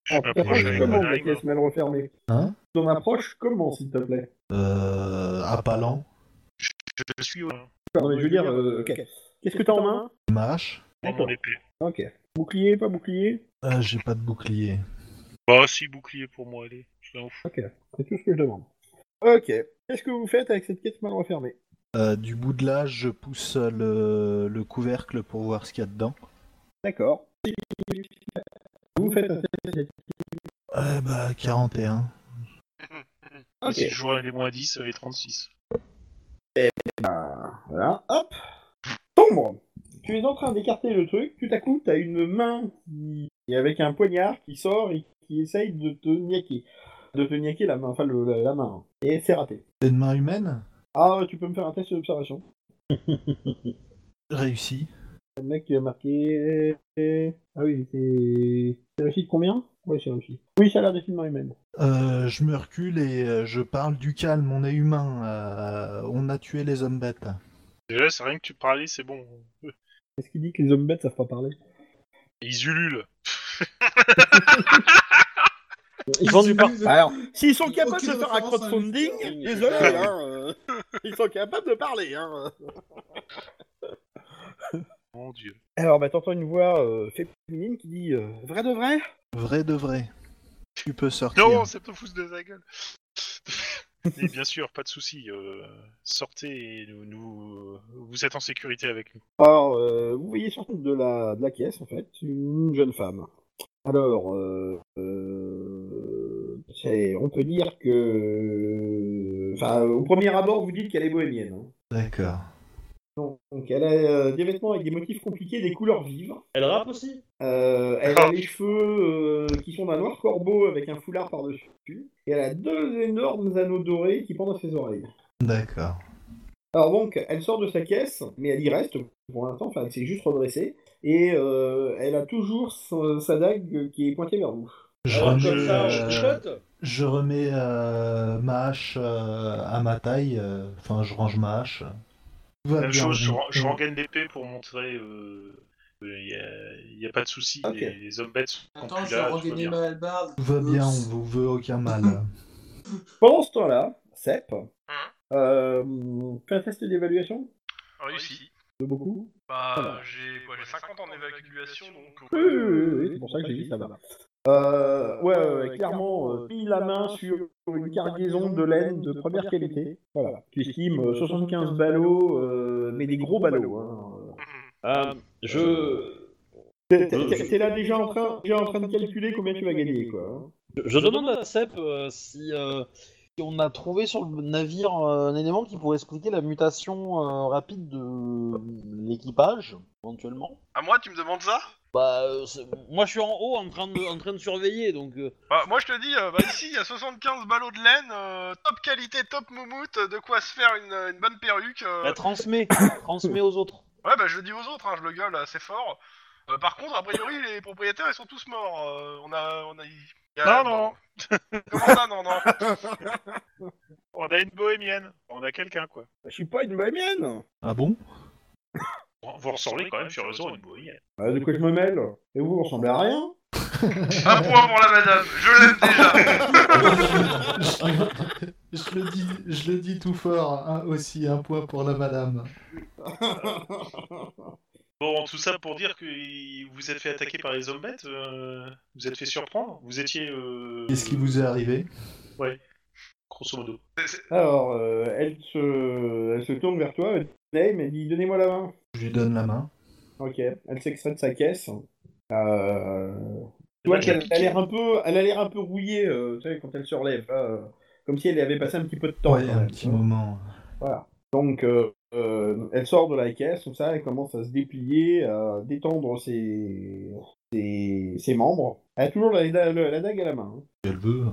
Speaker 7: Je m'approche avec
Speaker 2: comment
Speaker 7: ma
Speaker 2: la
Speaker 7: dague.
Speaker 2: caisse mal refermée
Speaker 6: Hein
Speaker 2: Ton approche, comment, s'il te plaît
Speaker 6: Euh, à pas lent.
Speaker 7: Je suis au...
Speaker 2: Enfin, mais Je veux dire, euh, ok. qu'est-ce que t'as en main
Speaker 6: Ma hache.
Speaker 7: dans mon épée.
Speaker 2: Ok. Bouclier, pas bouclier
Speaker 6: Euh, J'ai pas de bouclier.
Speaker 7: Bah si, bouclier pour moi, allez. Je m'en fous.
Speaker 2: Ok, c'est tout ce que je demande. Ok. Qu'est-ce que vous faites avec cette caisse mal refermée
Speaker 6: Euh, du bout de l'âge, je pousse euh, le, le couvercle pour voir ce qu'il y a dedans.
Speaker 2: D'accord. Vous faites un test.
Speaker 6: Eh bah, 41.
Speaker 2: Ok.
Speaker 7: Si je joue à des moins euh, 10, ça fait 36.
Speaker 2: Ah, Voilà, hop Sombre Tu es en train d'écarter le truc, tout à coup, t'as une main qui... et avec un poignard qui sort et qui essaye de te niaquer. De te niaquer la main, enfin le- la, la main. Et c'est raté.
Speaker 6: C'est une main humaine
Speaker 2: Ah, tu peux me faire un test d'observation.
Speaker 6: Réussi.
Speaker 2: Le mec qui a marqué... Ah oui, c'est... C'est réussi de combien Oui, c'est réussi. Oui, ça a l'air défilement humaine.
Speaker 6: Euh, je me recule et euh, je parle du calme, on est humain, euh, on a tué les hommes bêtes.
Speaker 7: Déjà, c'est rien que tu parlais, c'est bon.
Speaker 2: Est-ce qu'il dit que les hommes bêtes savent pas parler
Speaker 7: Ils ululent.
Speaker 5: Ils vendent du pain.
Speaker 2: Ah, Alors, s'ils sont
Speaker 1: Aucune
Speaker 2: capables de faire un
Speaker 1: référence à un
Speaker 2: crowdfunding,
Speaker 1: Wikipédia.
Speaker 2: désolé, hein, euh, ils sont capables de parler, hein
Speaker 7: Mon dieu.
Speaker 2: Alors, bah, t'entends une voix euh, féminine qui dit euh, Vrai de vrai
Speaker 6: Vrai de vrai. Tu peux sortir.
Speaker 7: Non, ça te fout de la gueule. Et bien sûr, pas de souci. euh, sortez et nous, nous- euh, vous êtes en sécurité avec nous.
Speaker 2: Alors, euh, vous voyez sortir de la, de la caisse, en fait, une jeune femme. Alors, euh, euh, c'est- on peut dire que. Enfin, au premier abord, vous dites qu'elle est bohémienne. hein.
Speaker 6: D'accord.
Speaker 2: Donc, donc, elle a euh, des vêtements avec des motifs compliqués, des couleurs vives.
Speaker 5: Elle rappe aussi
Speaker 2: Euh, elle a les cheveux euh, qui sont d'un noir corbeau avec un foulard par-dessus. Et elle a deux énormes anneaux dorés qui pendent à ses oreilles.
Speaker 6: D'accord.
Speaker 2: Alors donc, elle sort de sa caisse, mais elle y reste pour l'instant, enfin, elle s'est juste redressée, et euh, elle a toujours sa, sa dague qui est pointée vers vous.
Speaker 6: Je
Speaker 5: Alors,
Speaker 6: remets,
Speaker 5: Ah, comme ça,
Speaker 6: euh,
Speaker 5: on chuchote
Speaker 6: je remets euh, ma hache euh, à ma taille, euh, enfin je range ma hache. Tout va
Speaker 7: Même
Speaker 6: bien,
Speaker 7: chose, je,
Speaker 6: on-
Speaker 7: ren- je rengaine l'épée pour montrer euh, qu'il n'y a, il y a pas de souci.
Speaker 2: Ok.
Speaker 7: Les, les hommes bêtes sont
Speaker 1: Attends,
Speaker 7: plus
Speaker 1: je vais
Speaker 7: là, tout va
Speaker 1: regagner
Speaker 7: bien.
Speaker 1: ma hallebarde.
Speaker 6: Tout va bien, on
Speaker 1: Oups.
Speaker 6: vous veut aucun mal.
Speaker 2: Pendant ce temps-là, Sep, euh, fais un test d'évaluation
Speaker 4: Réussi.
Speaker 2: de beaucoup.
Speaker 4: Bah,
Speaker 2: Voilà.
Speaker 4: j'ai quoi, j'ai 50 en évacuation, donc... euh,
Speaker 2: Oui, oui, oui, oui, c'est pour ça que j'ai dit ça va. Euh, ouais, ouais, ouais, clairement, euh, pile la main sur une cargaison de laine de première qualité. Voilà, tu estimes euh, 75 ballots, euh, mais des gros ballots. Hein.
Speaker 5: Euh, Je.
Speaker 2: T'es- T'es t'es là déjà en, train, déjà en train de calculer combien tu vas gagner, quoi. hein.
Speaker 5: Je demande à Sep euh, si, euh, si on a trouvé sur le navire euh, un élément qui pourrait expliquer la mutation euh, rapide de l'équipage, éventuellement.
Speaker 4: À Ah, moi, tu me demandes ça
Speaker 5: Bah, euh, c'est- moi je suis en haut en train de, en train de surveiller, donc euh,
Speaker 4: Bah, moi je te dis, euh, bah, ici il y a 75 ballots de laine, euh, top qualité, top moumoute, euh, de quoi se faire une, euh, une bonne perruque. euh.
Speaker 5: la transmet, transmet aux autres.
Speaker 4: Ouais, bah je le dis aux autres, hein, je le gueule assez fort. Euh, par contre, a priori, les propriétaires ils sont tous morts. euh, on a. On a, il y a-
Speaker 7: Non, non.
Speaker 4: Comment ça, non, non
Speaker 7: On a une bohémienne. On a quelqu'un, quoi.
Speaker 2: Je suis pas une bohémienne
Speaker 6: ah bon
Speaker 7: Vous vous ressemblez quand même sur le à une bohémienne.
Speaker 2: Bah, De quoi je me mêle Et vous, vous ressemblez à rien
Speaker 4: Un point pour la madame, je l'aime déjà
Speaker 6: je, je le dis, je le dis tout fort, hein, aussi un point pour la madame.
Speaker 7: Bon, tout ça pour dire que y- vous êtes fait attaquer par les hommes bêtes, euh, vous êtes fait surprendre, vous étiez. euh,
Speaker 6: Qu'est-ce qui vous est arrivé
Speaker 7: Grosso modo.
Speaker 2: Alors, euh, elle, se... elle se tourne vers toi, elle t'aime, elle dit Donnez-moi la main.
Speaker 6: Je lui donne la main.
Speaker 2: Ok, elle s'extrait de sa caisse. Euh, Tu vois qu'elle elle a l'air un peu, elle a l'air un peu rouillée, euh, tu sais, quand elle se relève, là, euh, comme si elle avait passé un petit peu de temps.
Speaker 6: Ouais,
Speaker 2: quand
Speaker 6: un
Speaker 2: même,
Speaker 6: petit
Speaker 2: tu vois.
Speaker 6: moment.
Speaker 2: Voilà. Donc, euh, euh, elle sort de la caisse, comme ça, elle commence à se déplier, à détendre ses, ses, ses membres. Elle a toujours la, la- la dague à la main. hein.
Speaker 6: Elle veut.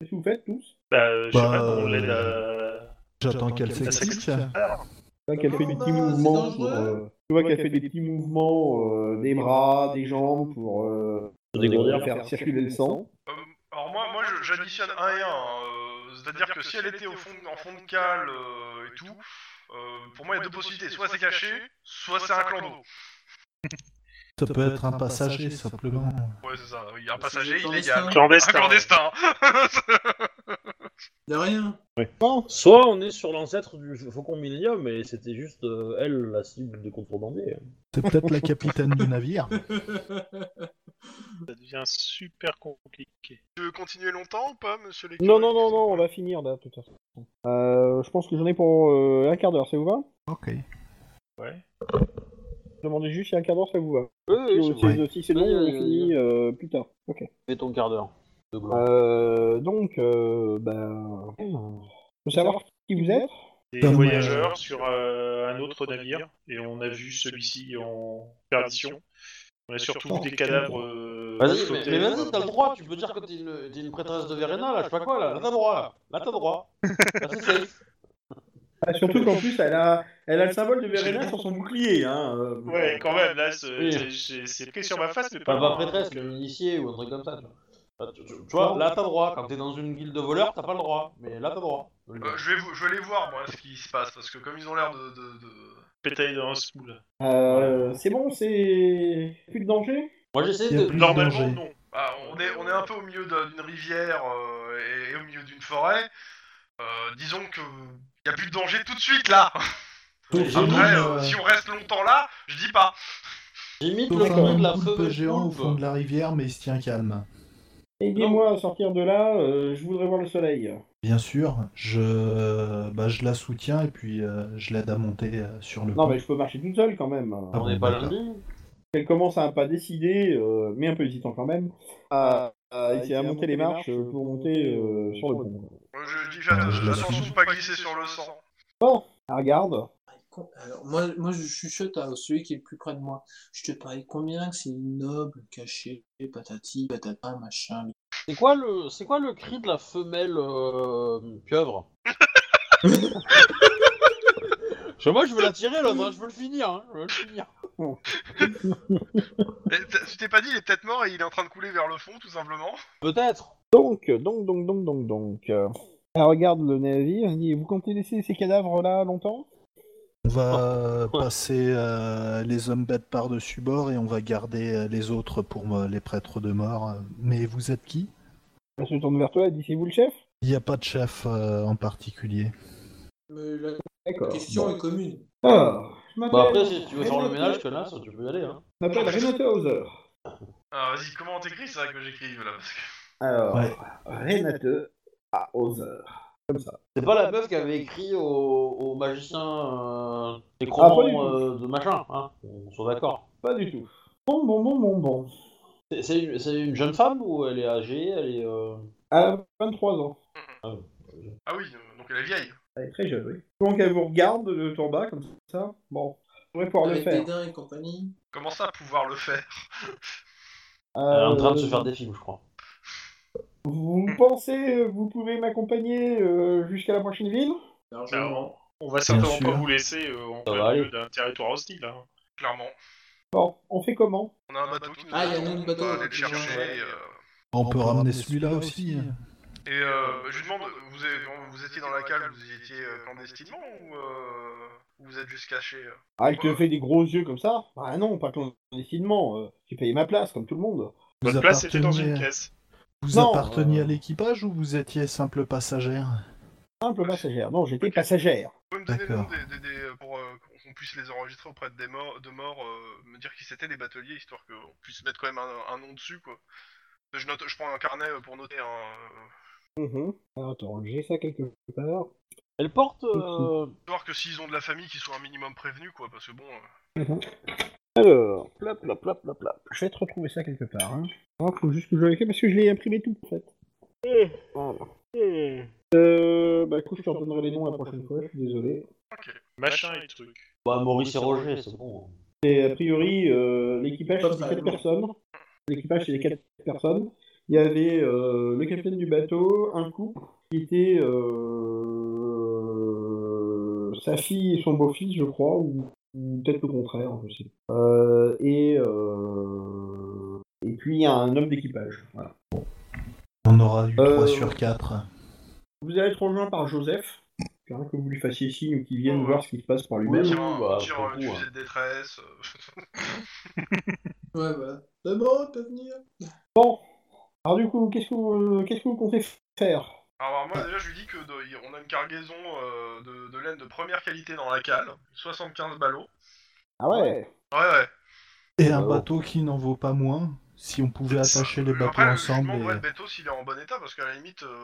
Speaker 2: Qu'est-ce que vous faites tous
Speaker 7: Bah, euh, je sais
Speaker 6: Bah,
Speaker 7: pas, on l'aide
Speaker 6: euh,
Speaker 7: à.
Speaker 6: J'attends qu'elle
Speaker 7: qu'elle
Speaker 6: s'explique.
Speaker 2: Tu vois qu'elle fait des petits
Speaker 1: Bah, c'est
Speaker 2: mouvements pour,
Speaker 1: dangereux.
Speaker 2: euh, tu vois qu'elle fait des petits mouvements euh, des bras, des jambes pour euh, euh,
Speaker 5: Dégourdir.
Speaker 2: faire circuler le sang.
Speaker 4: Euh, alors moi, moi je- j'additionne un et un. hein, euh, C'est-à-dire que si elle était au fond, en fond de cale euh, et tout, euh, pour moi il y a deux possibilités. Soit c'est caché, soit c'est un clan d'eau.
Speaker 6: Ça peut être un passager, simplement.
Speaker 4: Ouais, c'est ça. Oui, un passager
Speaker 1: C'est
Speaker 4: illégal. Un
Speaker 7: Ah, Clandestin.
Speaker 4: clandestin.
Speaker 1: De rien.
Speaker 5: Soit on est sur l'ancêtre du Faucon Millennium et c'était juste euh, elle la cible des contrebandiers.
Speaker 6: C'est peut-être la capitaine du navire.
Speaker 7: Ça devient super compliqué.
Speaker 4: Tu veux continuer longtemps ou pas, monsieur le
Speaker 2: Non, non, non, non, on va finir là, de toute façon. Euh, je pense que j'en ai pour euh, un quart d'heure, ça vous va
Speaker 6: Ok.
Speaker 2: Je demandais juste si un quart d'heure, ça vous va.
Speaker 5: Oui,
Speaker 2: Si-
Speaker 6: c'est
Speaker 2: si- si c'est bon,
Speaker 5: Oui,
Speaker 2: on
Speaker 5: oui, oui,
Speaker 2: finit
Speaker 5: oui.
Speaker 2: euh, plus tard. Ok.
Speaker 5: Fais ton quart d'heure. de gloire.
Speaker 2: Euh, donc, euh, ben, faut savoir qui vous êtes.
Speaker 7: Des
Speaker 6: Comme,
Speaker 7: voyageurs sur euh, un autre navire, et on a vu celui-ci en perdition. On a surtout des cadavres. euh,
Speaker 5: Vas-y, mais,
Speaker 7: flottés.
Speaker 5: mais vas-y, t'as le droit, tu peux dire que t'es une, t'es une prêtresse de Verena, là, je sais pas quoi, là, là t'as le droit, là, là t'as le droit. Là c'est safe.
Speaker 2: Ah, surtout qu'en plus, elle a, elle a le symbole de Verena sur son bouclier. Hein. euh.
Speaker 7: Ouais, quand même, là, c'est
Speaker 5: Oui.
Speaker 7: c'est- c'est- c'est pris sur ma face, mais
Speaker 5: Enfin,
Speaker 7: pas
Speaker 5: pas
Speaker 7: moi. hein.
Speaker 5: prêtresse, mais une initiée ou un truc comme ça, tu vois. Là, tu, tu- tu vois, là t'as le droit, quand t'es dans une guilde de voleurs, t'as pas le droit, mais là t'as le droit.
Speaker 4: Euh, je, vais, vous- je vais les voir, moi, ce qui se passe, parce que comme ils ont l'air de. de, de...
Speaker 7: Pétaille dans un smoule.
Speaker 2: Euh, c'est bon, c'est plus de danger.
Speaker 5: Moi j'essaie
Speaker 6: Il y a
Speaker 5: de.
Speaker 6: plus de
Speaker 7: Normalement,
Speaker 6: danger.
Speaker 7: non.
Speaker 4: Ah, on, est, on est un peu au milieu de- d'une rivière euh, et, et au milieu d'une forêt. Euh, disons que. Il n'y a plus de danger tout de suite là!
Speaker 6: Sauf
Speaker 5: Après,
Speaker 4: Après,
Speaker 6: une,
Speaker 4: euh,
Speaker 6: euh,
Speaker 4: si on reste longtemps là, je dis pas!
Speaker 5: J'imite
Speaker 6: sauf
Speaker 5: le
Speaker 6: un
Speaker 5: son de la
Speaker 6: poulpe
Speaker 5: feu
Speaker 6: géant au fond de la rivière, mais il se tient calme.
Speaker 2: Aidez-moi à sortir de là, euh, je voudrais voir le soleil.
Speaker 6: Bien sûr, je, euh, bah, je la soutiens et puis euh, je l'aide à monter euh, sur le
Speaker 2: Non,
Speaker 6: pont.
Speaker 2: mais je peux marcher toute seule quand même.
Speaker 5: On n'est pas lundi.
Speaker 2: Elle commence à un pas décidé, euh, mais un peu hésitant quand même, à, Euh, à essayer à monter les marches pour monter euh, sur le pont.
Speaker 4: Euh, Je dis
Speaker 6: Ouais, je
Speaker 4: j'attends
Speaker 6: la
Speaker 4: attention
Speaker 6: suis.
Speaker 4: de pas glisser sur le sang.
Speaker 2: Elle Ah, regarde.
Speaker 1: Alors, moi, moi, je chuchote à celui qui est le plus près de moi. Je te parie combien que c'est noble, caché, patati, patata, machin.
Speaker 5: C'est quoi le, c'est quoi le cri de la femelle euh, pieuvre Je- Moi je veux la tirer l'autre, hein, je veux le finir, hein, je veux le finir.
Speaker 4: Et t- Tu t'es pas dit, il est peut-être mort et il est en train de couler vers le fond, tout simplement?
Speaker 5: Peut-être.
Speaker 2: Donc, donc, donc, donc, donc, donc. euh, Elle regarde le navire, elle dit Vous comptez laisser ces cadavres là longtemps
Speaker 6: On va euh, passer euh, les hommes bêtes par-dessus bord et on va garder euh, les autres pour euh, les prêtres de mort. Mais vous êtes qui
Speaker 2: Elle se tourne vers toi, elle dit C'est vous le chef
Speaker 6: Il n'y a pas de chef euh, en particulier.
Speaker 1: Mais la
Speaker 2: D'accord.
Speaker 1: question
Speaker 2: Bon.
Speaker 1: est commune.
Speaker 2: Ah, je
Speaker 5: Bah
Speaker 2: m'appelle
Speaker 5: après si tu veux faire le ménage, connasse, tu peux y aller. Hein.
Speaker 2: je m'appelle Renata Hauser.
Speaker 4: Ah, vas-y, comment t'écris ça que j'écrive là? Parce que...
Speaker 2: Alors,
Speaker 6: Ouais.
Speaker 2: Renate à Hauser.
Speaker 5: C'est pas la meuf qui avait écrit au, au magicien euh,
Speaker 2: Ah, pas
Speaker 5: des
Speaker 2: du
Speaker 5: cromans euh, de machin, hein On soit d'accord.
Speaker 2: Pas du tout. Bon, bon, bon, bon, bon.
Speaker 5: C'est- C'est une, c'est une jeune femme ou elle est âgée Elle est. euh,
Speaker 2: Elle a 23 ans.
Speaker 4: Ah oui, euh, donc elle est vieille.
Speaker 2: Elle est très jeune, oui. Donc elle vous regarde de ton bas comme ça. Bon, je pourrais pouvoir le
Speaker 1: Avec
Speaker 2: faire.
Speaker 1: Dédain et compagnie.
Speaker 4: Comment ça, pouvoir le faire?
Speaker 5: Elle est
Speaker 2: Euh,
Speaker 5: en train de se faire des films, je crois.
Speaker 2: Vous pensez euh, vous pouvez m'accompagner euh, jusqu'à la prochaine ville
Speaker 7: Ah
Speaker 1: Largement.
Speaker 7: On va certainement
Speaker 6: sûr.
Speaker 7: pas vous laisser euh, en
Speaker 5: Ça
Speaker 7: plein
Speaker 5: va
Speaker 7: milieu
Speaker 5: aller.
Speaker 7: d'un territoire hostile. hein.
Speaker 4: Clairement.
Speaker 2: Bon, on fait comment
Speaker 4: On a un bateau qui nous
Speaker 1: Ah, il y a
Speaker 4: attend,
Speaker 1: un autre
Speaker 4: on
Speaker 1: bateau,
Speaker 4: va aller le
Speaker 1: ouais.
Speaker 4: chercher.
Speaker 1: Ouais.
Speaker 4: Et, euh,
Speaker 6: Bah, On peut ramener celui-là aussi. hein.
Speaker 4: et, euh, je lui demande, vous, avez- vous étiez dans la cale, vous y étiez euh, clandestinement ou euh, vous êtes juste caché euh
Speaker 2: Ah, il te fait des gros yeux comme ça Ah non, pas clandestinement. euh, J'ai payé ma place, comme tout le monde.
Speaker 6: Vous
Speaker 7: Votre place était dans
Speaker 6: appartenez-
Speaker 7: une caisse.
Speaker 6: Vous
Speaker 2: Non,
Speaker 6: apparteniez
Speaker 2: euh,
Speaker 6: à l'équipage ou vous étiez simple passagère
Speaker 2: Simple passagère. Non, j'étais passagère.
Speaker 4: Vous pouvez me donner le nom
Speaker 6: D'accord.
Speaker 4: des, des- des- pour euh, qu'on puisse les enregistrer auprès de, des morts, de morts, euh, me dire qui c'était les bateliers, histoire qu'on puisse mettre quand même un, un nom dessus, quoi. Je, note, je prends un carnet euh, pour noter. hein, euh,
Speaker 2: Mhm. Alors, attends, j'ai ça quelque part.
Speaker 5: Elle porte. euh,
Speaker 4: Histoire que s'ils ont de la famille, qu'ils soient un minimum prévenus, quoi, parce que bon. euh,
Speaker 2: Alors, plop, plop, plop, plop, plop. Je vais te retrouver ça quelque part. Hein. Alors, faut juste que je vérifie parce que je l'ai imprimé tout en fait. Voilà. Euh, bah écoute, je te redonnerai les noms la prochaine fois, je suis désolé.
Speaker 7: Machin et truc.
Speaker 5: Bah, Maurice et Roger, c'est bon.
Speaker 2: Et a priori, euh, l'équipage c'est 4 personnes. L'équipage c'est les 4 personnes. Il y avait euh, le capitaine du bateau, un couple qui était euh, sa fille et son beau-fils, je crois, ou, ou peut-être le contraire, je sais. pas. Euh, et euh, et puis un homme d'équipage. Voilà.
Speaker 6: On aura eu
Speaker 2: Euh,
Speaker 6: 3 sur 4.
Speaker 2: Vous allez être rejoint par Joseph, hein, que vous lui fassiez signe ou qu'il vienne voir ce qui se passe par lui-même.
Speaker 4: Tire un-
Speaker 2: Bah,
Speaker 4: tire
Speaker 2: pour
Speaker 4: un
Speaker 2: le coup,
Speaker 4: fusil de détresse. euh,
Speaker 1: Ouais, voilà. Maman, tu peux venir
Speaker 2: Bon, alors du coup, qu'est-ce que vous, euh, qu'est-ce que vous comptez faire
Speaker 4: Alors moi déjà je lui dis que de- y- on a une cargaison euh, de, de laine de première qualité dans la cale, 75 ballots.
Speaker 2: Ah ouais
Speaker 4: Ouais ouais.
Speaker 6: Et un
Speaker 2: Oh.
Speaker 6: bateau qui n'en vaut pas moins. Si on pouvait attacher les
Speaker 4: Après,
Speaker 6: bateaux
Speaker 4: Je
Speaker 6: ensemble. euh.
Speaker 4: demanderais
Speaker 6: et-
Speaker 4: le bateau s'il est en bon état parce qu'à la limite euh,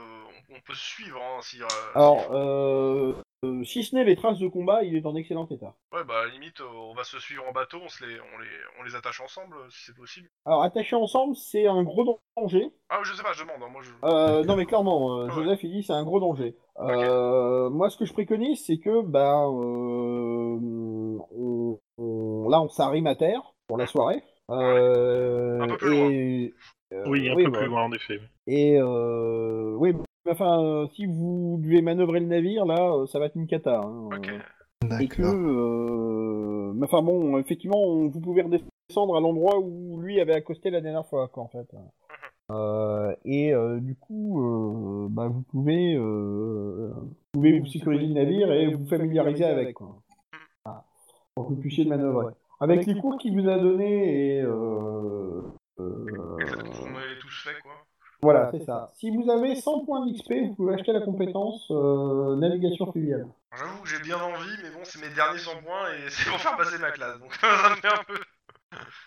Speaker 4: on, on peut se suivre. Hein, si, euh,
Speaker 2: Alors, euh, euh, si ce n'est les traces de combat, il est en excellent état.
Speaker 4: Ouais bah à la limite euh, on va se suivre en bateau, on se les on les on les attache ensemble euh, si c'est possible.
Speaker 2: Alors, attaché ensemble, c'est un gros danger.
Speaker 4: Ah je sais pas, je demande. hein, moi je.
Speaker 2: Euh, non mais clairement, euh,
Speaker 4: Ouais.
Speaker 2: Joseph il dit c'est un gros danger. Euh, Moi ce que je préconise c'est que bah euh, on- on- là on s'arrime à terre pour la soirée. Euh,
Speaker 4: Un peu plus loin.
Speaker 2: et, euh,
Speaker 7: oui, un peu
Speaker 2: bah,
Speaker 7: plus loin en effet.
Speaker 2: Et euh, oui, mais enfin euh, si vous devez manœuvrer le navire là, euh, ça va être une cata. hein.
Speaker 4: Ok.
Speaker 2: Et que,
Speaker 6: D'accord.
Speaker 2: euh, mais enfin bon, effectivement, on- vous pouvez redescendre à l'endroit où lui avait accosté la dernière fois, quoi, en fait. Euh, et euh, du coup, euh, bah, vous pouvez, euh, vous pouvez vous sécuriser le navire et vous familiariser avec, quoi. Voilà. pour que vous puissiez le manœuvrer. Avec les cours qu'il vous a donnés et euh, euh,
Speaker 4: on est tous faits quoi.
Speaker 2: voilà, c'est ça. Si vous avez 100 points d'XP, vous pouvez acheter la compétence euh, navigation fluviale.
Speaker 4: J'avoue que j'ai bien envie, mais bon, c'est mes derniers 100 points et c'est pour faire passer ma classe, donc ça me fait un peu.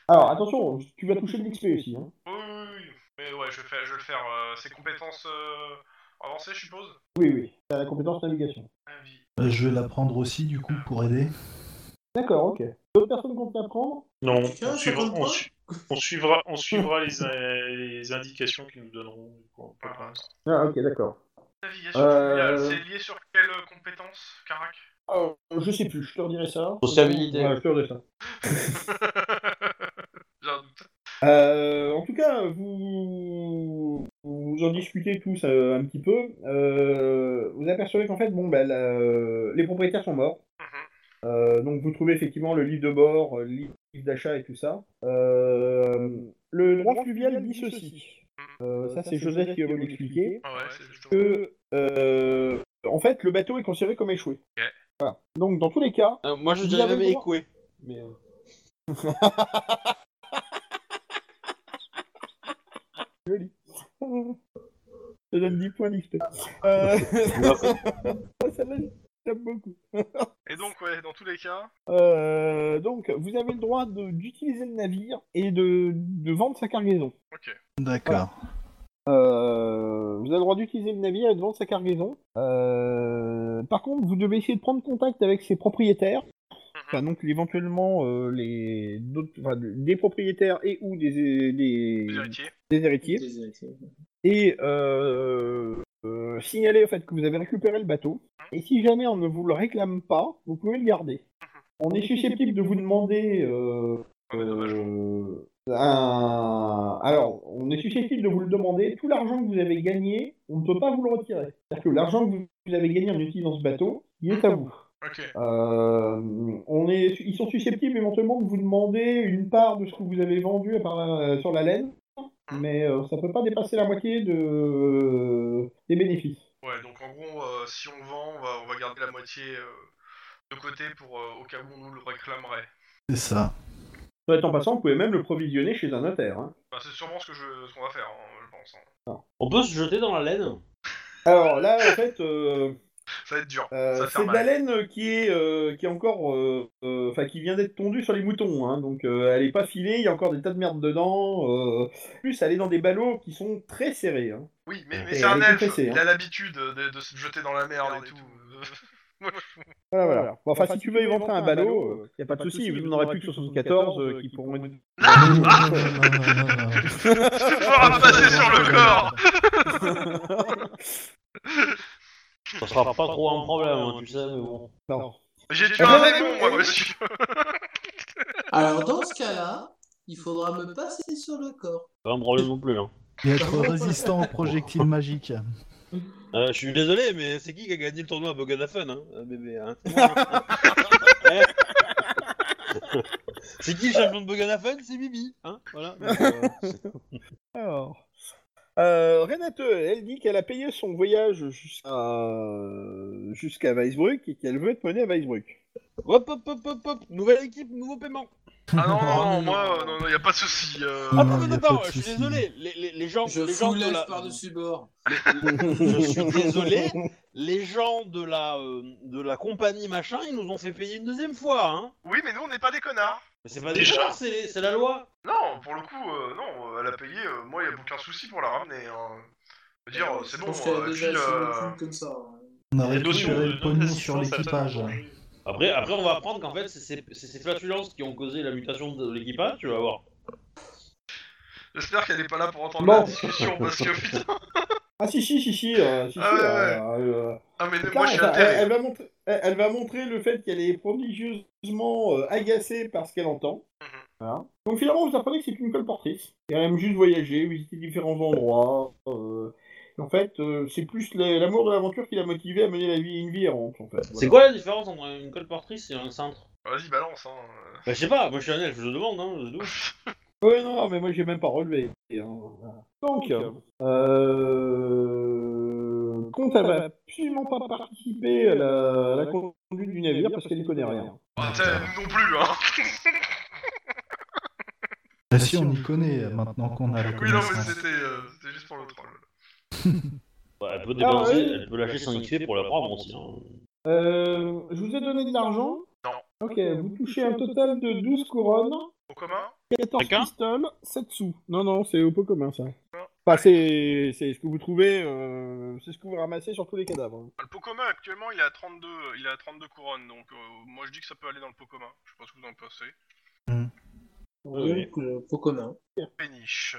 Speaker 2: Alors attention, tu vas toucher de l'XP aussi. Hein.
Speaker 4: Oui, oui, oui. Mais ouais, je vais, faire- je vais le faire. euh, c'est compétences euh, avancées, je suppose
Speaker 2: Oui, oui, t'as la compétence navigation.
Speaker 4: Ah oui.
Speaker 6: Euh, Je vais la prendre aussi, du coup, pour aider.
Speaker 2: D'accord, ok. D'autres personnes comptent l'apprendre
Speaker 7: Non,
Speaker 1: Quelqu'un,
Speaker 7: on suivra,
Speaker 1: ça compte
Speaker 7: on,
Speaker 1: pas
Speaker 7: su- on suivra, on suivra les, euh, les indications qu'ils nous donneront. quoi.
Speaker 4: Ah,
Speaker 2: Ah, ok, d'accord.
Speaker 4: Navigation
Speaker 2: Euh,
Speaker 4: fluviale, c'est lié sur quelle euh, compétence, Carac
Speaker 2: Alors, Euh, je sais plus, je te redirai ça.
Speaker 5: Sociabilité.
Speaker 2: Ouais, je te redirai ça.
Speaker 4: J'ai un doute.
Speaker 2: Euh, en tout cas, vous vous en discutez tous euh, un petit peu. Euh, vous apercevez qu'en fait, bon, bah, la- les propriétaires sont morts.
Speaker 4: Mhm.
Speaker 2: Euh, donc vous trouvez effectivement le livre de bord, euh, le livre d'achat et tout ça. Euh, le droit fluvial dit ceci. Euh, ça, c'est Joseph qui va vous l'expliquer.
Speaker 4: Ah ouais, c'est justement.
Speaker 2: que euh, en fait le bateau est considéré comme échoué.
Speaker 4: Ok.
Speaker 2: Voilà. Donc dans tous les cas,
Speaker 5: moi, je
Speaker 2: Vous
Speaker 5: dirais
Speaker 2: avez
Speaker 5: même
Speaker 2: le droit.
Speaker 5: écoué. Mais, euh,
Speaker 2: je donne 10 points d'XP. Euh... Celle-là, j'aime beaucoup.
Speaker 4: Et donc, ouais, dans tous les cas.
Speaker 2: Euh, donc vous avez le droit de- d'utiliser le navire et de, de vendre sa cargaison.
Speaker 6: D'accord.
Speaker 2: Ah. Euh, vous avez le droit d'utiliser le navire et de vendre sa cargaison. Euh, par contre, vous devez essayer de prendre contact avec ses propriétaires. Enfin, donc éventuellement euh, les d'autres- enfin, des propriétaires et ou des, des,
Speaker 4: Les héritiers.
Speaker 2: des héritiers. et euh, euh, signaler au fait que vous avez récupéré le bateau. Et si jamais on ne vous le réclame pas, vous pouvez le garder. On est susceptible de vous demander euh,
Speaker 4: Ah, mais dommage.
Speaker 2: euh, un- Alors, on est susceptible de vous le demander. Tout l'argent que vous avez gagné, on ne peut pas vous le retirer. C'est-à-dire que l'argent que vous- vous avez gagné en utilisant ce bateau, il est à vous.
Speaker 4: Ok.
Speaker 2: Euh, on est, ils sont susceptibles éventuellement de vous demander une part de ce que vous avez vendu à part, euh, sur la laine,
Speaker 4: Hein
Speaker 2: mais euh, ça peut pas dépasser la moitié de, euh, des bénéfices.
Speaker 4: Ouais, donc en gros, euh, si on vend, on va, on va garder la moitié euh, de côté pour euh, au cas où on nous le réclamerait.
Speaker 6: C'est ça.
Speaker 2: Soit Bah, en passant, vous pouvez même le provisionner chez un notaire. hein.
Speaker 4: Bah, c'est sûrement ce que je, ce qu'on va faire, hein, je pense. hein.
Speaker 5: On peut se jeter dans la laine.
Speaker 2: Alors là, en fait, euh,
Speaker 4: Ça va être dur.
Speaker 2: euh,
Speaker 4: ça va
Speaker 2: c'est
Speaker 4: faire
Speaker 2: de la
Speaker 4: mal.
Speaker 2: laine qui est, euh, qui est encore, euh, euh, enfin, qui vient d'être tondue sur les moutons, hein, donc euh, elle est pas filée, il y a encore des tas de merde dedans. euh, plus, elle est dans des ballots qui sont très serrés. hein.
Speaker 4: Oui, mais, mais
Speaker 2: Et
Speaker 4: c'est un
Speaker 2: elle est
Speaker 4: elfe,
Speaker 2: compressée,
Speaker 4: il
Speaker 2: hein.
Speaker 4: a l'habitude de, de se jeter dans la merde et tout.
Speaker 2: Ah, Voilà, voilà. Bon, enfin, si tu veux éventer un ballot, il n'y a pas de souci, vous n'en aurez plus que 74 euh, qui pourront être...
Speaker 4: Ah,
Speaker 6: Non, non, non, non, non.
Speaker 4: Tu pourras passer sur le corps
Speaker 5: Ça sera pas trop un problème, hein, tu sais, mais bon.
Speaker 2: Non.
Speaker 4: J'ai tué un démon, moi, monsieur
Speaker 1: Alors, dans ce cas-là, il faudra me passer sur le corps.
Speaker 5: Pas un problème non plus, hein.
Speaker 6: Et être résistant aux projectiles magiques.
Speaker 5: Euh, je suis désolé, mais c'est qui qui a gagné le tournoi à Boganafun, hein, euh, bébé hein Eh. C'est qui le champion de Boganafun C'est Bibi, hein Voilà. donc, euh,
Speaker 2: Alors. Euh, Renate, elle dit qu'elle a payé son voyage jusqu'à jusqu'à Weisbruck et qu'elle veut être menée à Weisbruck.
Speaker 5: Hop, hop, hop, hop, hop, nouvelle équipe, nouveau paiement.
Speaker 4: Ah non, non, non, moi, euh, non, non, y a pas de souci. euh.
Speaker 5: Ah non,
Speaker 6: Non, non,
Speaker 5: non,
Speaker 6: y a pas
Speaker 5: non,
Speaker 6: de
Speaker 5: je suis
Speaker 6: souci.
Speaker 5: désolé, les, les, les gens,
Speaker 1: Je
Speaker 5: les gens
Speaker 1: fous
Speaker 5: de
Speaker 1: l'œuf
Speaker 5: la...
Speaker 1: par-dessus bord.
Speaker 5: je suis désolé, les gens de la, euh, de la compagnie machin, ils nous ont fait payer une deuxième fois, hein.
Speaker 4: Oui, mais nous, on n'est pas des connards.
Speaker 5: Mais c'est pas
Speaker 3: Déjà
Speaker 5: déjà, c'est c'est la loi.
Speaker 4: Non, pour le coup, euh, non, euh, elle a payé, euh, moi, il n'y a aucun souci pour la ramener. Hein. Je veux dire, euh, c'est
Speaker 1: Je
Speaker 4: bon,
Speaker 1: pense qu'elle
Speaker 4: euh,
Speaker 1: a
Speaker 4: et
Speaker 1: déjà
Speaker 4: puis,
Speaker 1: assez
Speaker 4: euh,
Speaker 1: beaucoup comme ça. hein.
Speaker 6: On a
Speaker 3: Les notions
Speaker 6: récupéré
Speaker 3: de-
Speaker 6: le pognon sur
Speaker 3: d'assistance à
Speaker 6: l'équipage.
Speaker 3: personne en danger.
Speaker 5: Après, après on va apprendre qu'en fait, c'est ces- c'est ces flatulences qui ont causé la mutation de l'équipage, tu vas voir.
Speaker 4: J'espère qu'elle n'est pas là pour entendre
Speaker 2: Bon.
Speaker 4: la discussion, parce que putain...
Speaker 2: Ah si, si, si, si, euh, si, si,
Speaker 4: Ah ouais,
Speaker 2: euh, euh,
Speaker 4: Ah, mais
Speaker 2: Putain,
Speaker 4: moi, je suis
Speaker 2: elle, elle
Speaker 4: atterré.
Speaker 2: va montrer, elle, elle va montrer le fait qu'elle est prodigieusement euh, agacée par ce qu'elle entend.
Speaker 4: Mhm.
Speaker 2: Voilà. Donc finalement, vous apprenez que c'est une colportrice. Et elle aime juste voyager, visiter différents endroits. euh, et en fait, euh, c'est plus la- l'amour de l'aventure qui l'a motivée à mener la vie, une vie errante. En fait. Voilà.
Speaker 5: C'est quoi la différence entre une colportrice et un cintre
Speaker 4: Vas-y, balance, hein.
Speaker 6: Ah,
Speaker 5: Bah, je sais pas, moi je suis un elfe, je demande, hein, je doute.
Speaker 2: Ouais, non, mais moi j'ai même pas relevé. Et, euh, voilà. Donc, euh... Comte, elle va absolument pas participer à la, à la conduite du navire parce qu'elle n'y connaît rien.
Speaker 4: Ah, t'sais, nous non plus, hein.
Speaker 6: Bah si, on y connaît maintenant qu'on a Ah, la
Speaker 4: Oui, non, mais
Speaker 6: connaissance.
Speaker 4: c'était euh, c'était juste pour le troll.
Speaker 5: Bah, elle peut dépenser,
Speaker 2: ouais.
Speaker 5: elle peut lâcher son XP pour la prendre aussi. Hein.
Speaker 2: Euh, je vous ai donné de l'argent
Speaker 4: Non.
Speaker 2: Ok, vous touchez un total de 12 couronnes,
Speaker 4: Au commun
Speaker 2: 14
Speaker 5: Chacun
Speaker 2: pistoles, 7 sous. Non, non, c'est au pot commun ça. Enfin, c'est c'est ce que vous trouvez, euh, c'est ce que vous ramassez sur tous les cadavres. hein.
Speaker 4: Bah, Le pot commun, actuellement, il est à 32, il est à 32 couronnes, donc euh, moi, je dis que ça peut aller dans le pot commun. Je sais pas ce que vous en pensez.
Speaker 5: Oui.
Speaker 1: Donc, euh, pot commun.
Speaker 4: Péniche.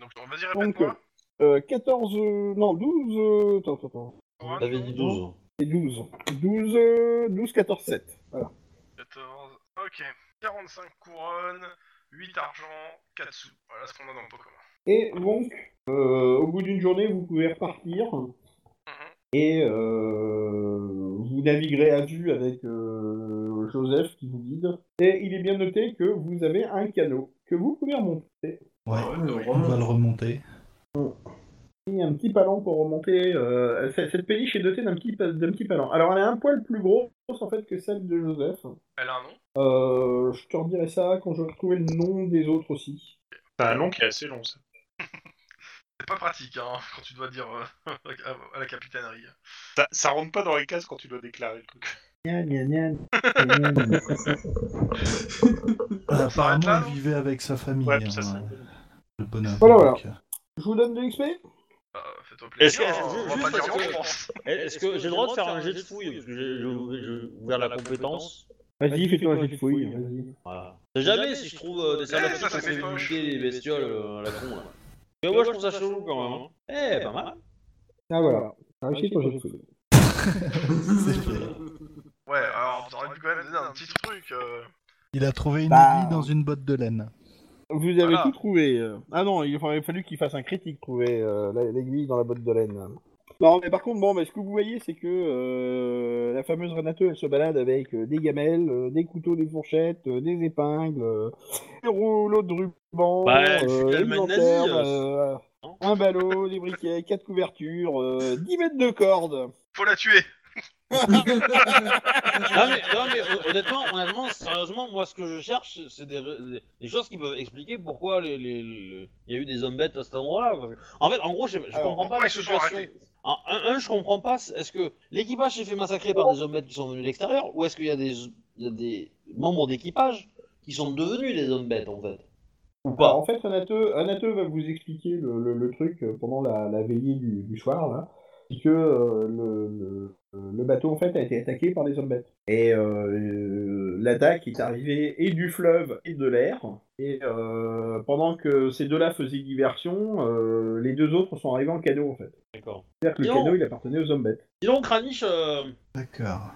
Speaker 4: Donc, vas-y,
Speaker 2: Donc,
Speaker 4: répète-moi.
Speaker 2: euh, 14, euh, non, 12, euh, attends, attends, attends.
Speaker 4: Couronnes,
Speaker 5: T'avais dit 12.
Speaker 2: C'est 12. 12, euh, 12, 14, 7. Voilà.
Speaker 4: 14. Ok. 45 couronnes, 8 argent, 4 sous. Voilà ce qu'on a dans le pot commun.
Speaker 2: Et donc, euh, au bout d'une journée, vous pouvez repartir
Speaker 4: Mhm.
Speaker 2: et euh, vous naviguerez à vue avec euh, Joseph qui vous guide. Et il est bien noté que vous avez un canot que vous pouvez remonter.
Speaker 6: Ouais,
Speaker 1: Ouais,
Speaker 6: on va
Speaker 1: vraiment.
Speaker 6: le remonter.
Speaker 2: Il y a un petit palan pour remonter. euh, cette, cette péniche est dotée d'un petit, pa- d'un petit palan. Alors, elle est un poil plus grosse en fait que celle de Joseph.
Speaker 4: Elle a un nom
Speaker 2: Euh, je te redirai ça quand je retrouverai le nom des autres aussi.
Speaker 7: C'est un long qui est assez long, ça.
Speaker 4: C'est pas pratique, hein, quand tu dois dire euh, à- à la capitainerie.
Speaker 7: ça. ça rentre pas dans les cases quand tu dois déclarer le truc.
Speaker 2: Gna, gna, gna, gna, gna.
Speaker 4: s'arrête là,
Speaker 6: Apparemment,
Speaker 4: non
Speaker 6: il vivait avec sa famille.
Speaker 7: Ouais, ça, ça-
Speaker 6: hein, Le bonhomme.
Speaker 2: Voilà, voilà.
Speaker 6: Donc, euh,
Speaker 2: je vous donne de l'XP
Speaker 4: Bah, fais-toi
Speaker 5: Est-ce
Speaker 4: plaisir,
Speaker 5: que-
Speaker 4: hein, on
Speaker 5: juste
Speaker 4: va pas
Speaker 5: parce
Speaker 4: dire non,
Speaker 5: que-
Speaker 4: je pense.
Speaker 5: Eh, Est-ce que j'ai le droit de faire un jet de fouille Parce que j'ai- j'ai j'ai ouvert la compétence.
Speaker 2: Vas-y, fais-toi un jet de fouille. vas-y.
Speaker 5: Voilà. Jamais si je trouve euh, des
Speaker 4: Eh, ça,
Speaker 5: salopes
Speaker 4: c'est
Speaker 5: qui
Speaker 4: mes
Speaker 5: fait
Speaker 4: poches.
Speaker 5: buter les bestioles euh, à la con là. Mais moi je trouve ça chelou quand même. hein. Eh, pas mal.
Speaker 2: Ah voilà, t'as réussi ton jet de fouille.
Speaker 6: c'est fait.
Speaker 4: Ouais, alors t'aurais pu quand même donner un petit truc. euh.
Speaker 6: Il a trouvé une
Speaker 2: Bah.
Speaker 6: aiguille dans une botte de laine.
Speaker 2: Vous avez
Speaker 4: Voilà.
Speaker 2: tout trouvé. euh. Ah non, il aurait fallu qu'il fasse un critique, trouver euh, la- l'aiguille dans la botte de laine. Non, mais par contre, bon, mais ce que vous voyez, c'est que euh, la fameuse Renate, elle se balade avec euh, des gamelles, euh, des couteaux, des fourchettes, euh, des épingles, euh, des rouleaux de ruban, euh,
Speaker 5: Bah, je suis
Speaker 2: une
Speaker 5: l'Allemagne nazie,
Speaker 2: lanterne,
Speaker 5: euh.
Speaker 2: euh, un ballot, des briquets, quatre couvertures, euh, 10 mètres de corde.
Speaker 4: Faut la tuer
Speaker 5: Non mais, non, mais, euh, honnêtement, honnêtement, sérieusement, moi ce que je cherche, c'est des, des- des choses qui peuvent expliquer pourquoi les, les- les- il y a eu des hommes bêtes à cet endroit-là. parce que- En fait, en gros, je, je
Speaker 2: Alors,
Speaker 5: comprends pas
Speaker 4: pourquoi
Speaker 5: la
Speaker 4: ils se sont
Speaker 5: situation.
Speaker 4: arrêtés
Speaker 5: En- Un, un, je comprends pas, c'est- est-ce que l'équipage s'est fait massacrer par des hommes bêtes qui sont venus de l'extérieur, ou est-ce qu'il y a des, il y a des membres d'équipage qui sont devenus des hommes bêtes en fait Ou pas
Speaker 2: Alors, en fait, Renate, Renate va vous expliquer le, le- le truc euh, pendant la, la veillée du, du soir. là. C'est que euh, le, le- le bateau en fait a été attaqué par des hommes bêtes. Et euh, l'attaque est arrivée et du fleuve et de l'air. Et euh, pendant que ces deux-là faisaient diversion, euh, les deux autres sont arrivés en canot en fait.
Speaker 5: D'accord.
Speaker 2: C'est-à-dire que le
Speaker 5: Non.
Speaker 2: canot il appartenait aux hommes bêtes.
Speaker 5: Dis donc, Kranich, euh,
Speaker 6: D'accord.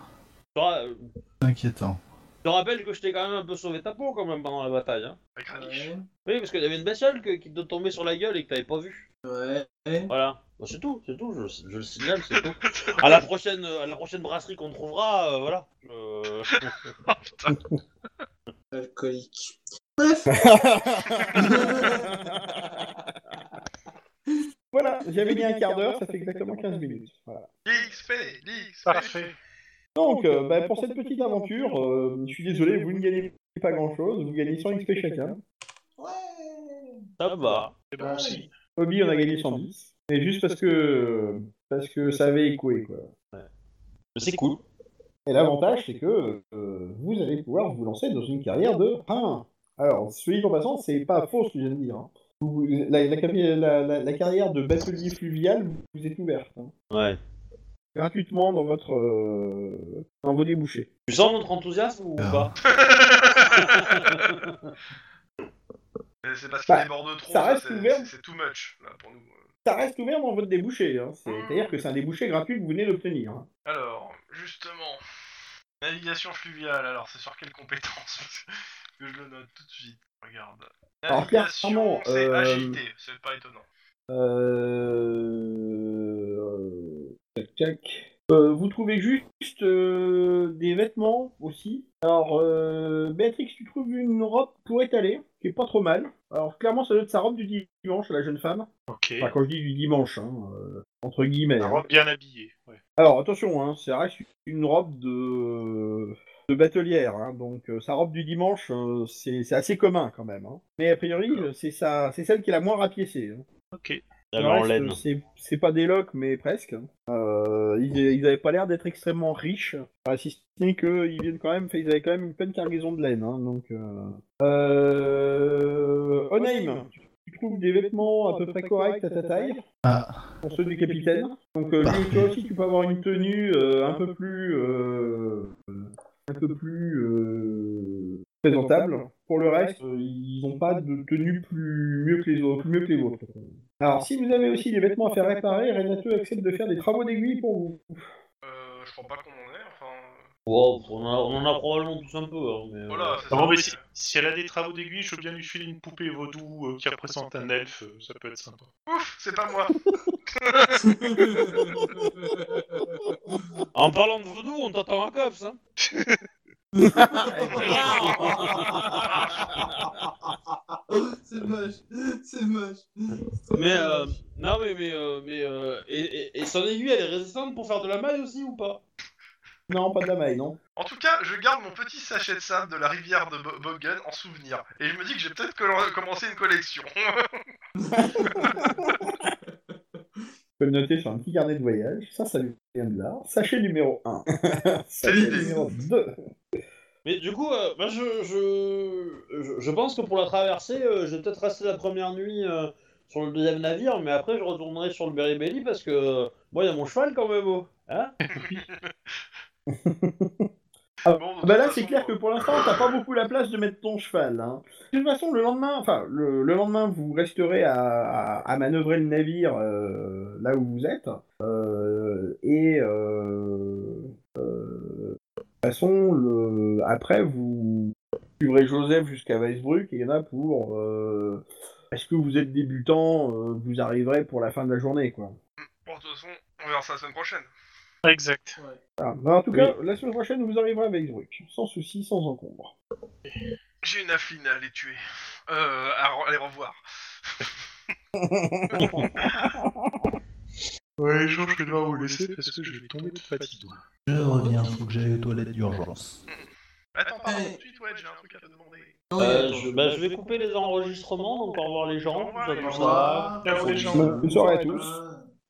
Speaker 5: je ra- je
Speaker 6: Inquiétant.
Speaker 5: te rappelle que je t'ai quand même un peu sauvé ta peau quand même pendant la bataille. Hein.
Speaker 4: Avec un niche.
Speaker 1: Ouais.
Speaker 5: Oui, parce qu'il y avait une bestiole que- qui te tombait sur la gueule et que t'avais pas vu.
Speaker 1: Ouais.
Speaker 5: Voilà. Bah, c'est tout, c'est tout, je, je le signale, c'est tout. À la prochaine, à la prochaine brasserie qu'on trouvera, euh, voilà. Euh,
Speaker 1: Alcoolique. Bref.
Speaker 2: Voilà, j'avais mis un quart d'heure, ça fait exactement 15 minutes. Voilà.
Speaker 4: L'XP, l'XP.
Speaker 7: Parfait.
Speaker 2: Donc, euh, bah, pour cette petite aventure, euh, je suis désolé, vous ne gagnez pas grand-chose, vous gagnez 100 XP chacun.
Speaker 1: ouais.
Speaker 5: ça va.
Speaker 7: C'est bon aussi.
Speaker 2: Hobby, on a gagné 110. Mais juste parce que, parce que ça avait écoué, quoi.
Speaker 5: C'est cool.
Speaker 2: Et l'avantage, c'est que euh, vous allez pouvoir vous lancer dans une carrière de 1. Alors, celui en passant, c'est pas faux ce que je viens de dire. hein. Vous- la, la carrière- la- la- la carrière de batelier fluvial vous est ouverte. hein.
Speaker 5: Ouais.
Speaker 2: Gratuitement dans votre euh, dans vos débouchés.
Speaker 5: Tu sens notre enthousiasme ou
Speaker 6: Ah.
Speaker 5: pas
Speaker 4: Mais C'est parce qu'il
Speaker 2: Bah,
Speaker 4: déborde
Speaker 2: ça
Speaker 4: trop, ça,
Speaker 2: reste
Speaker 4: c'est-
Speaker 2: ouvert.
Speaker 4: c'est c'est too much là, pour nous.
Speaker 2: Ça reste ouvert dans votre débouché. hein. C'est- C'est-à-dire que c'est un débouché gratuit que vous venez d'obtenir. hein.
Speaker 4: Alors, justement, navigation fluviale, alors c'est sur quelle compétence Parce que je le note tout de suite, regarde.
Speaker 2: Alors,
Speaker 4: Navigation,
Speaker 2: clairement,
Speaker 4: c'est
Speaker 2: euh,
Speaker 4: agilité, c'est pas étonnant.
Speaker 2: Euh... Tac, tac. Euh, vous trouvez juste euh, des vêtements aussi. Alors, euh, Béatrix, tu trouves une robe pour étaler, qui est pas trop mal. Alors, clairement, ça doit être sa robe du dimanche à la jeune femme.
Speaker 7: Ok.
Speaker 2: Enfin, quand je dis du dimanche, hein, euh, entre guillemets.
Speaker 7: La
Speaker 2: hein.
Speaker 7: robe bien habillée. Ouais.
Speaker 2: Alors, attention, hein, ça reste une robe de, de batelière. hein. donc, euh, sa robe du dimanche, euh, c'est c'est assez commun quand même. hein. Mais a priori, euh, c'est sa- c'est celle qui est la moins rapiécée. hein.
Speaker 7: Ok.
Speaker 5: Alors
Speaker 2: Le reste, c'est- C'est pas des locs, mais presque. Euh, ils, ils avaient pas l'air d'être extrêmement riches. Enfin, si ce n'est qu'ils viennent quand même, ils avaient quand même une pleine cargaison de laine. hein, donc, euh... Euh... Onaim, tu, tu trouves des vêtements à peu près corrects à ta taille,
Speaker 6: Ah,
Speaker 2: pour ceux du capitaine. Donc, euh, lui, toi aussi, tu peux avoir une tenue euh, un peu plus, euh, un peu plus euh, présentable. Pour le reste, euh, ils n'ont pas de tenue plus mieux que les autres, mieux que les vôtres. Alors, si vous avez aussi des vêtements à faire réparer, Renato accepte de faire des travaux d'aiguille pour vous.
Speaker 4: Euh, je crois pas qu'on en est, enfin.
Speaker 5: Wow, on, en a- on en a probablement tous un peu. hein, mais, euh,
Speaker 4: Voilà, c'est
Speaker 7: Non, Ah mais
Speaker 4: ça.
Speaker 7: si, si elle a des travaux d'aiguille, je veux bien lui filer une poupée vaudou euh, qui représente un elfe. euh, Ça peut être sympa.
Speaker 4: Ouf, c'est pas moi
Speaker 5: En parlant de vaudou, on t'entend un cops. Hein
Speaker 1: Oh, c'est moche, c'est moche.
Speaker 5: mais euh, non, mais mais euh, mais euh, et, et, et son aiguille, elle est résistante pour faire de la maille aussi ou pas
Speaker 2: Non, pas de la maille, non.
Speaker 4: En tout cas, je garde mon petit sachet de sable de la rivière de Bo- Bogen en souvenir. Et je me dis que j'ai peut-être colo- commencé une collection.
Speaker 2: Tu peux le noter sur un petit carnet de voyage. Ça, ça vient de là. Sachet numéro 1.
Speaker 4: l'idée.
Speaker 2: numéro 2.
Speaker 5: Mais du coup, euh, moi, je, je, je je pense que pour la traversée, euh, je vais peut-être rester la première nuit euh, sur le deuxième navire, mais après je retournerai sur le Beribelli parce que euh, moi, il y a mon cheval quand même. oh. Hein
Speaker 4: Bon, de
Speaker 2: Bah là, c'est
Speaker 4: toute façon, euh,
Speaker 2: clair que pour l'instant, t'as pas beaucoup la place de mettre ton cheval. hein. De toute façon, le lendemain, enfin, le, le lendemain, vous resterez à, à- à manœuvrer le navire euh, là où vous êtes. Euh, et euh, euh, de toute façon, le, après, vous suivrez Joseph jusqu'à Weisbruck. Et il y en a pour. euh, Est-ce que vous êtes débutant euh, Vous arriverez pour la fin de la journée, quoi.
Speaker 4: Bon, de toute façon, on verra ça la semaine prochaine.
Speaker 7: Exact.
Speaker 2: Voilà. Bah, en tout cas, la semaine prochaine, vous arriverez à Weisbruck, sans souci, sans encombre.
Speaker 4: J'ai une affine à les tuer. Euh, à re- à les revoir.
Speaker 7: Ouais, Jean, je vais devoir vous laisser parce que je vais tomber de fatigue.
Speaker 6: je reviens, faut que j'aille aux toilettes d'urgence.
Speaker 4: Attends, pardon,
Speaker 1: Ouais.
Speaker 4: tout de suite, ouais, j'ai un truc à te demander.
Speaker 1: Ouais,
Speaker 5: Euh,
Speaker 1: attends.
Speaker 5: je, bah, je vais couper les enregistrements, donc au revoir les gens.
Speaker 4: Au revoir,
Speaker 5: tout ça,
Speaker 4: les
Speaker 5: tout
Speaker 4: gens.
Speaker 5: ça.
Speaker 4: Au revoir.
Speaker 7: Ciao, les gens.
Speaker 2: Bonne soirée à tous.
Speaker 1: Ah.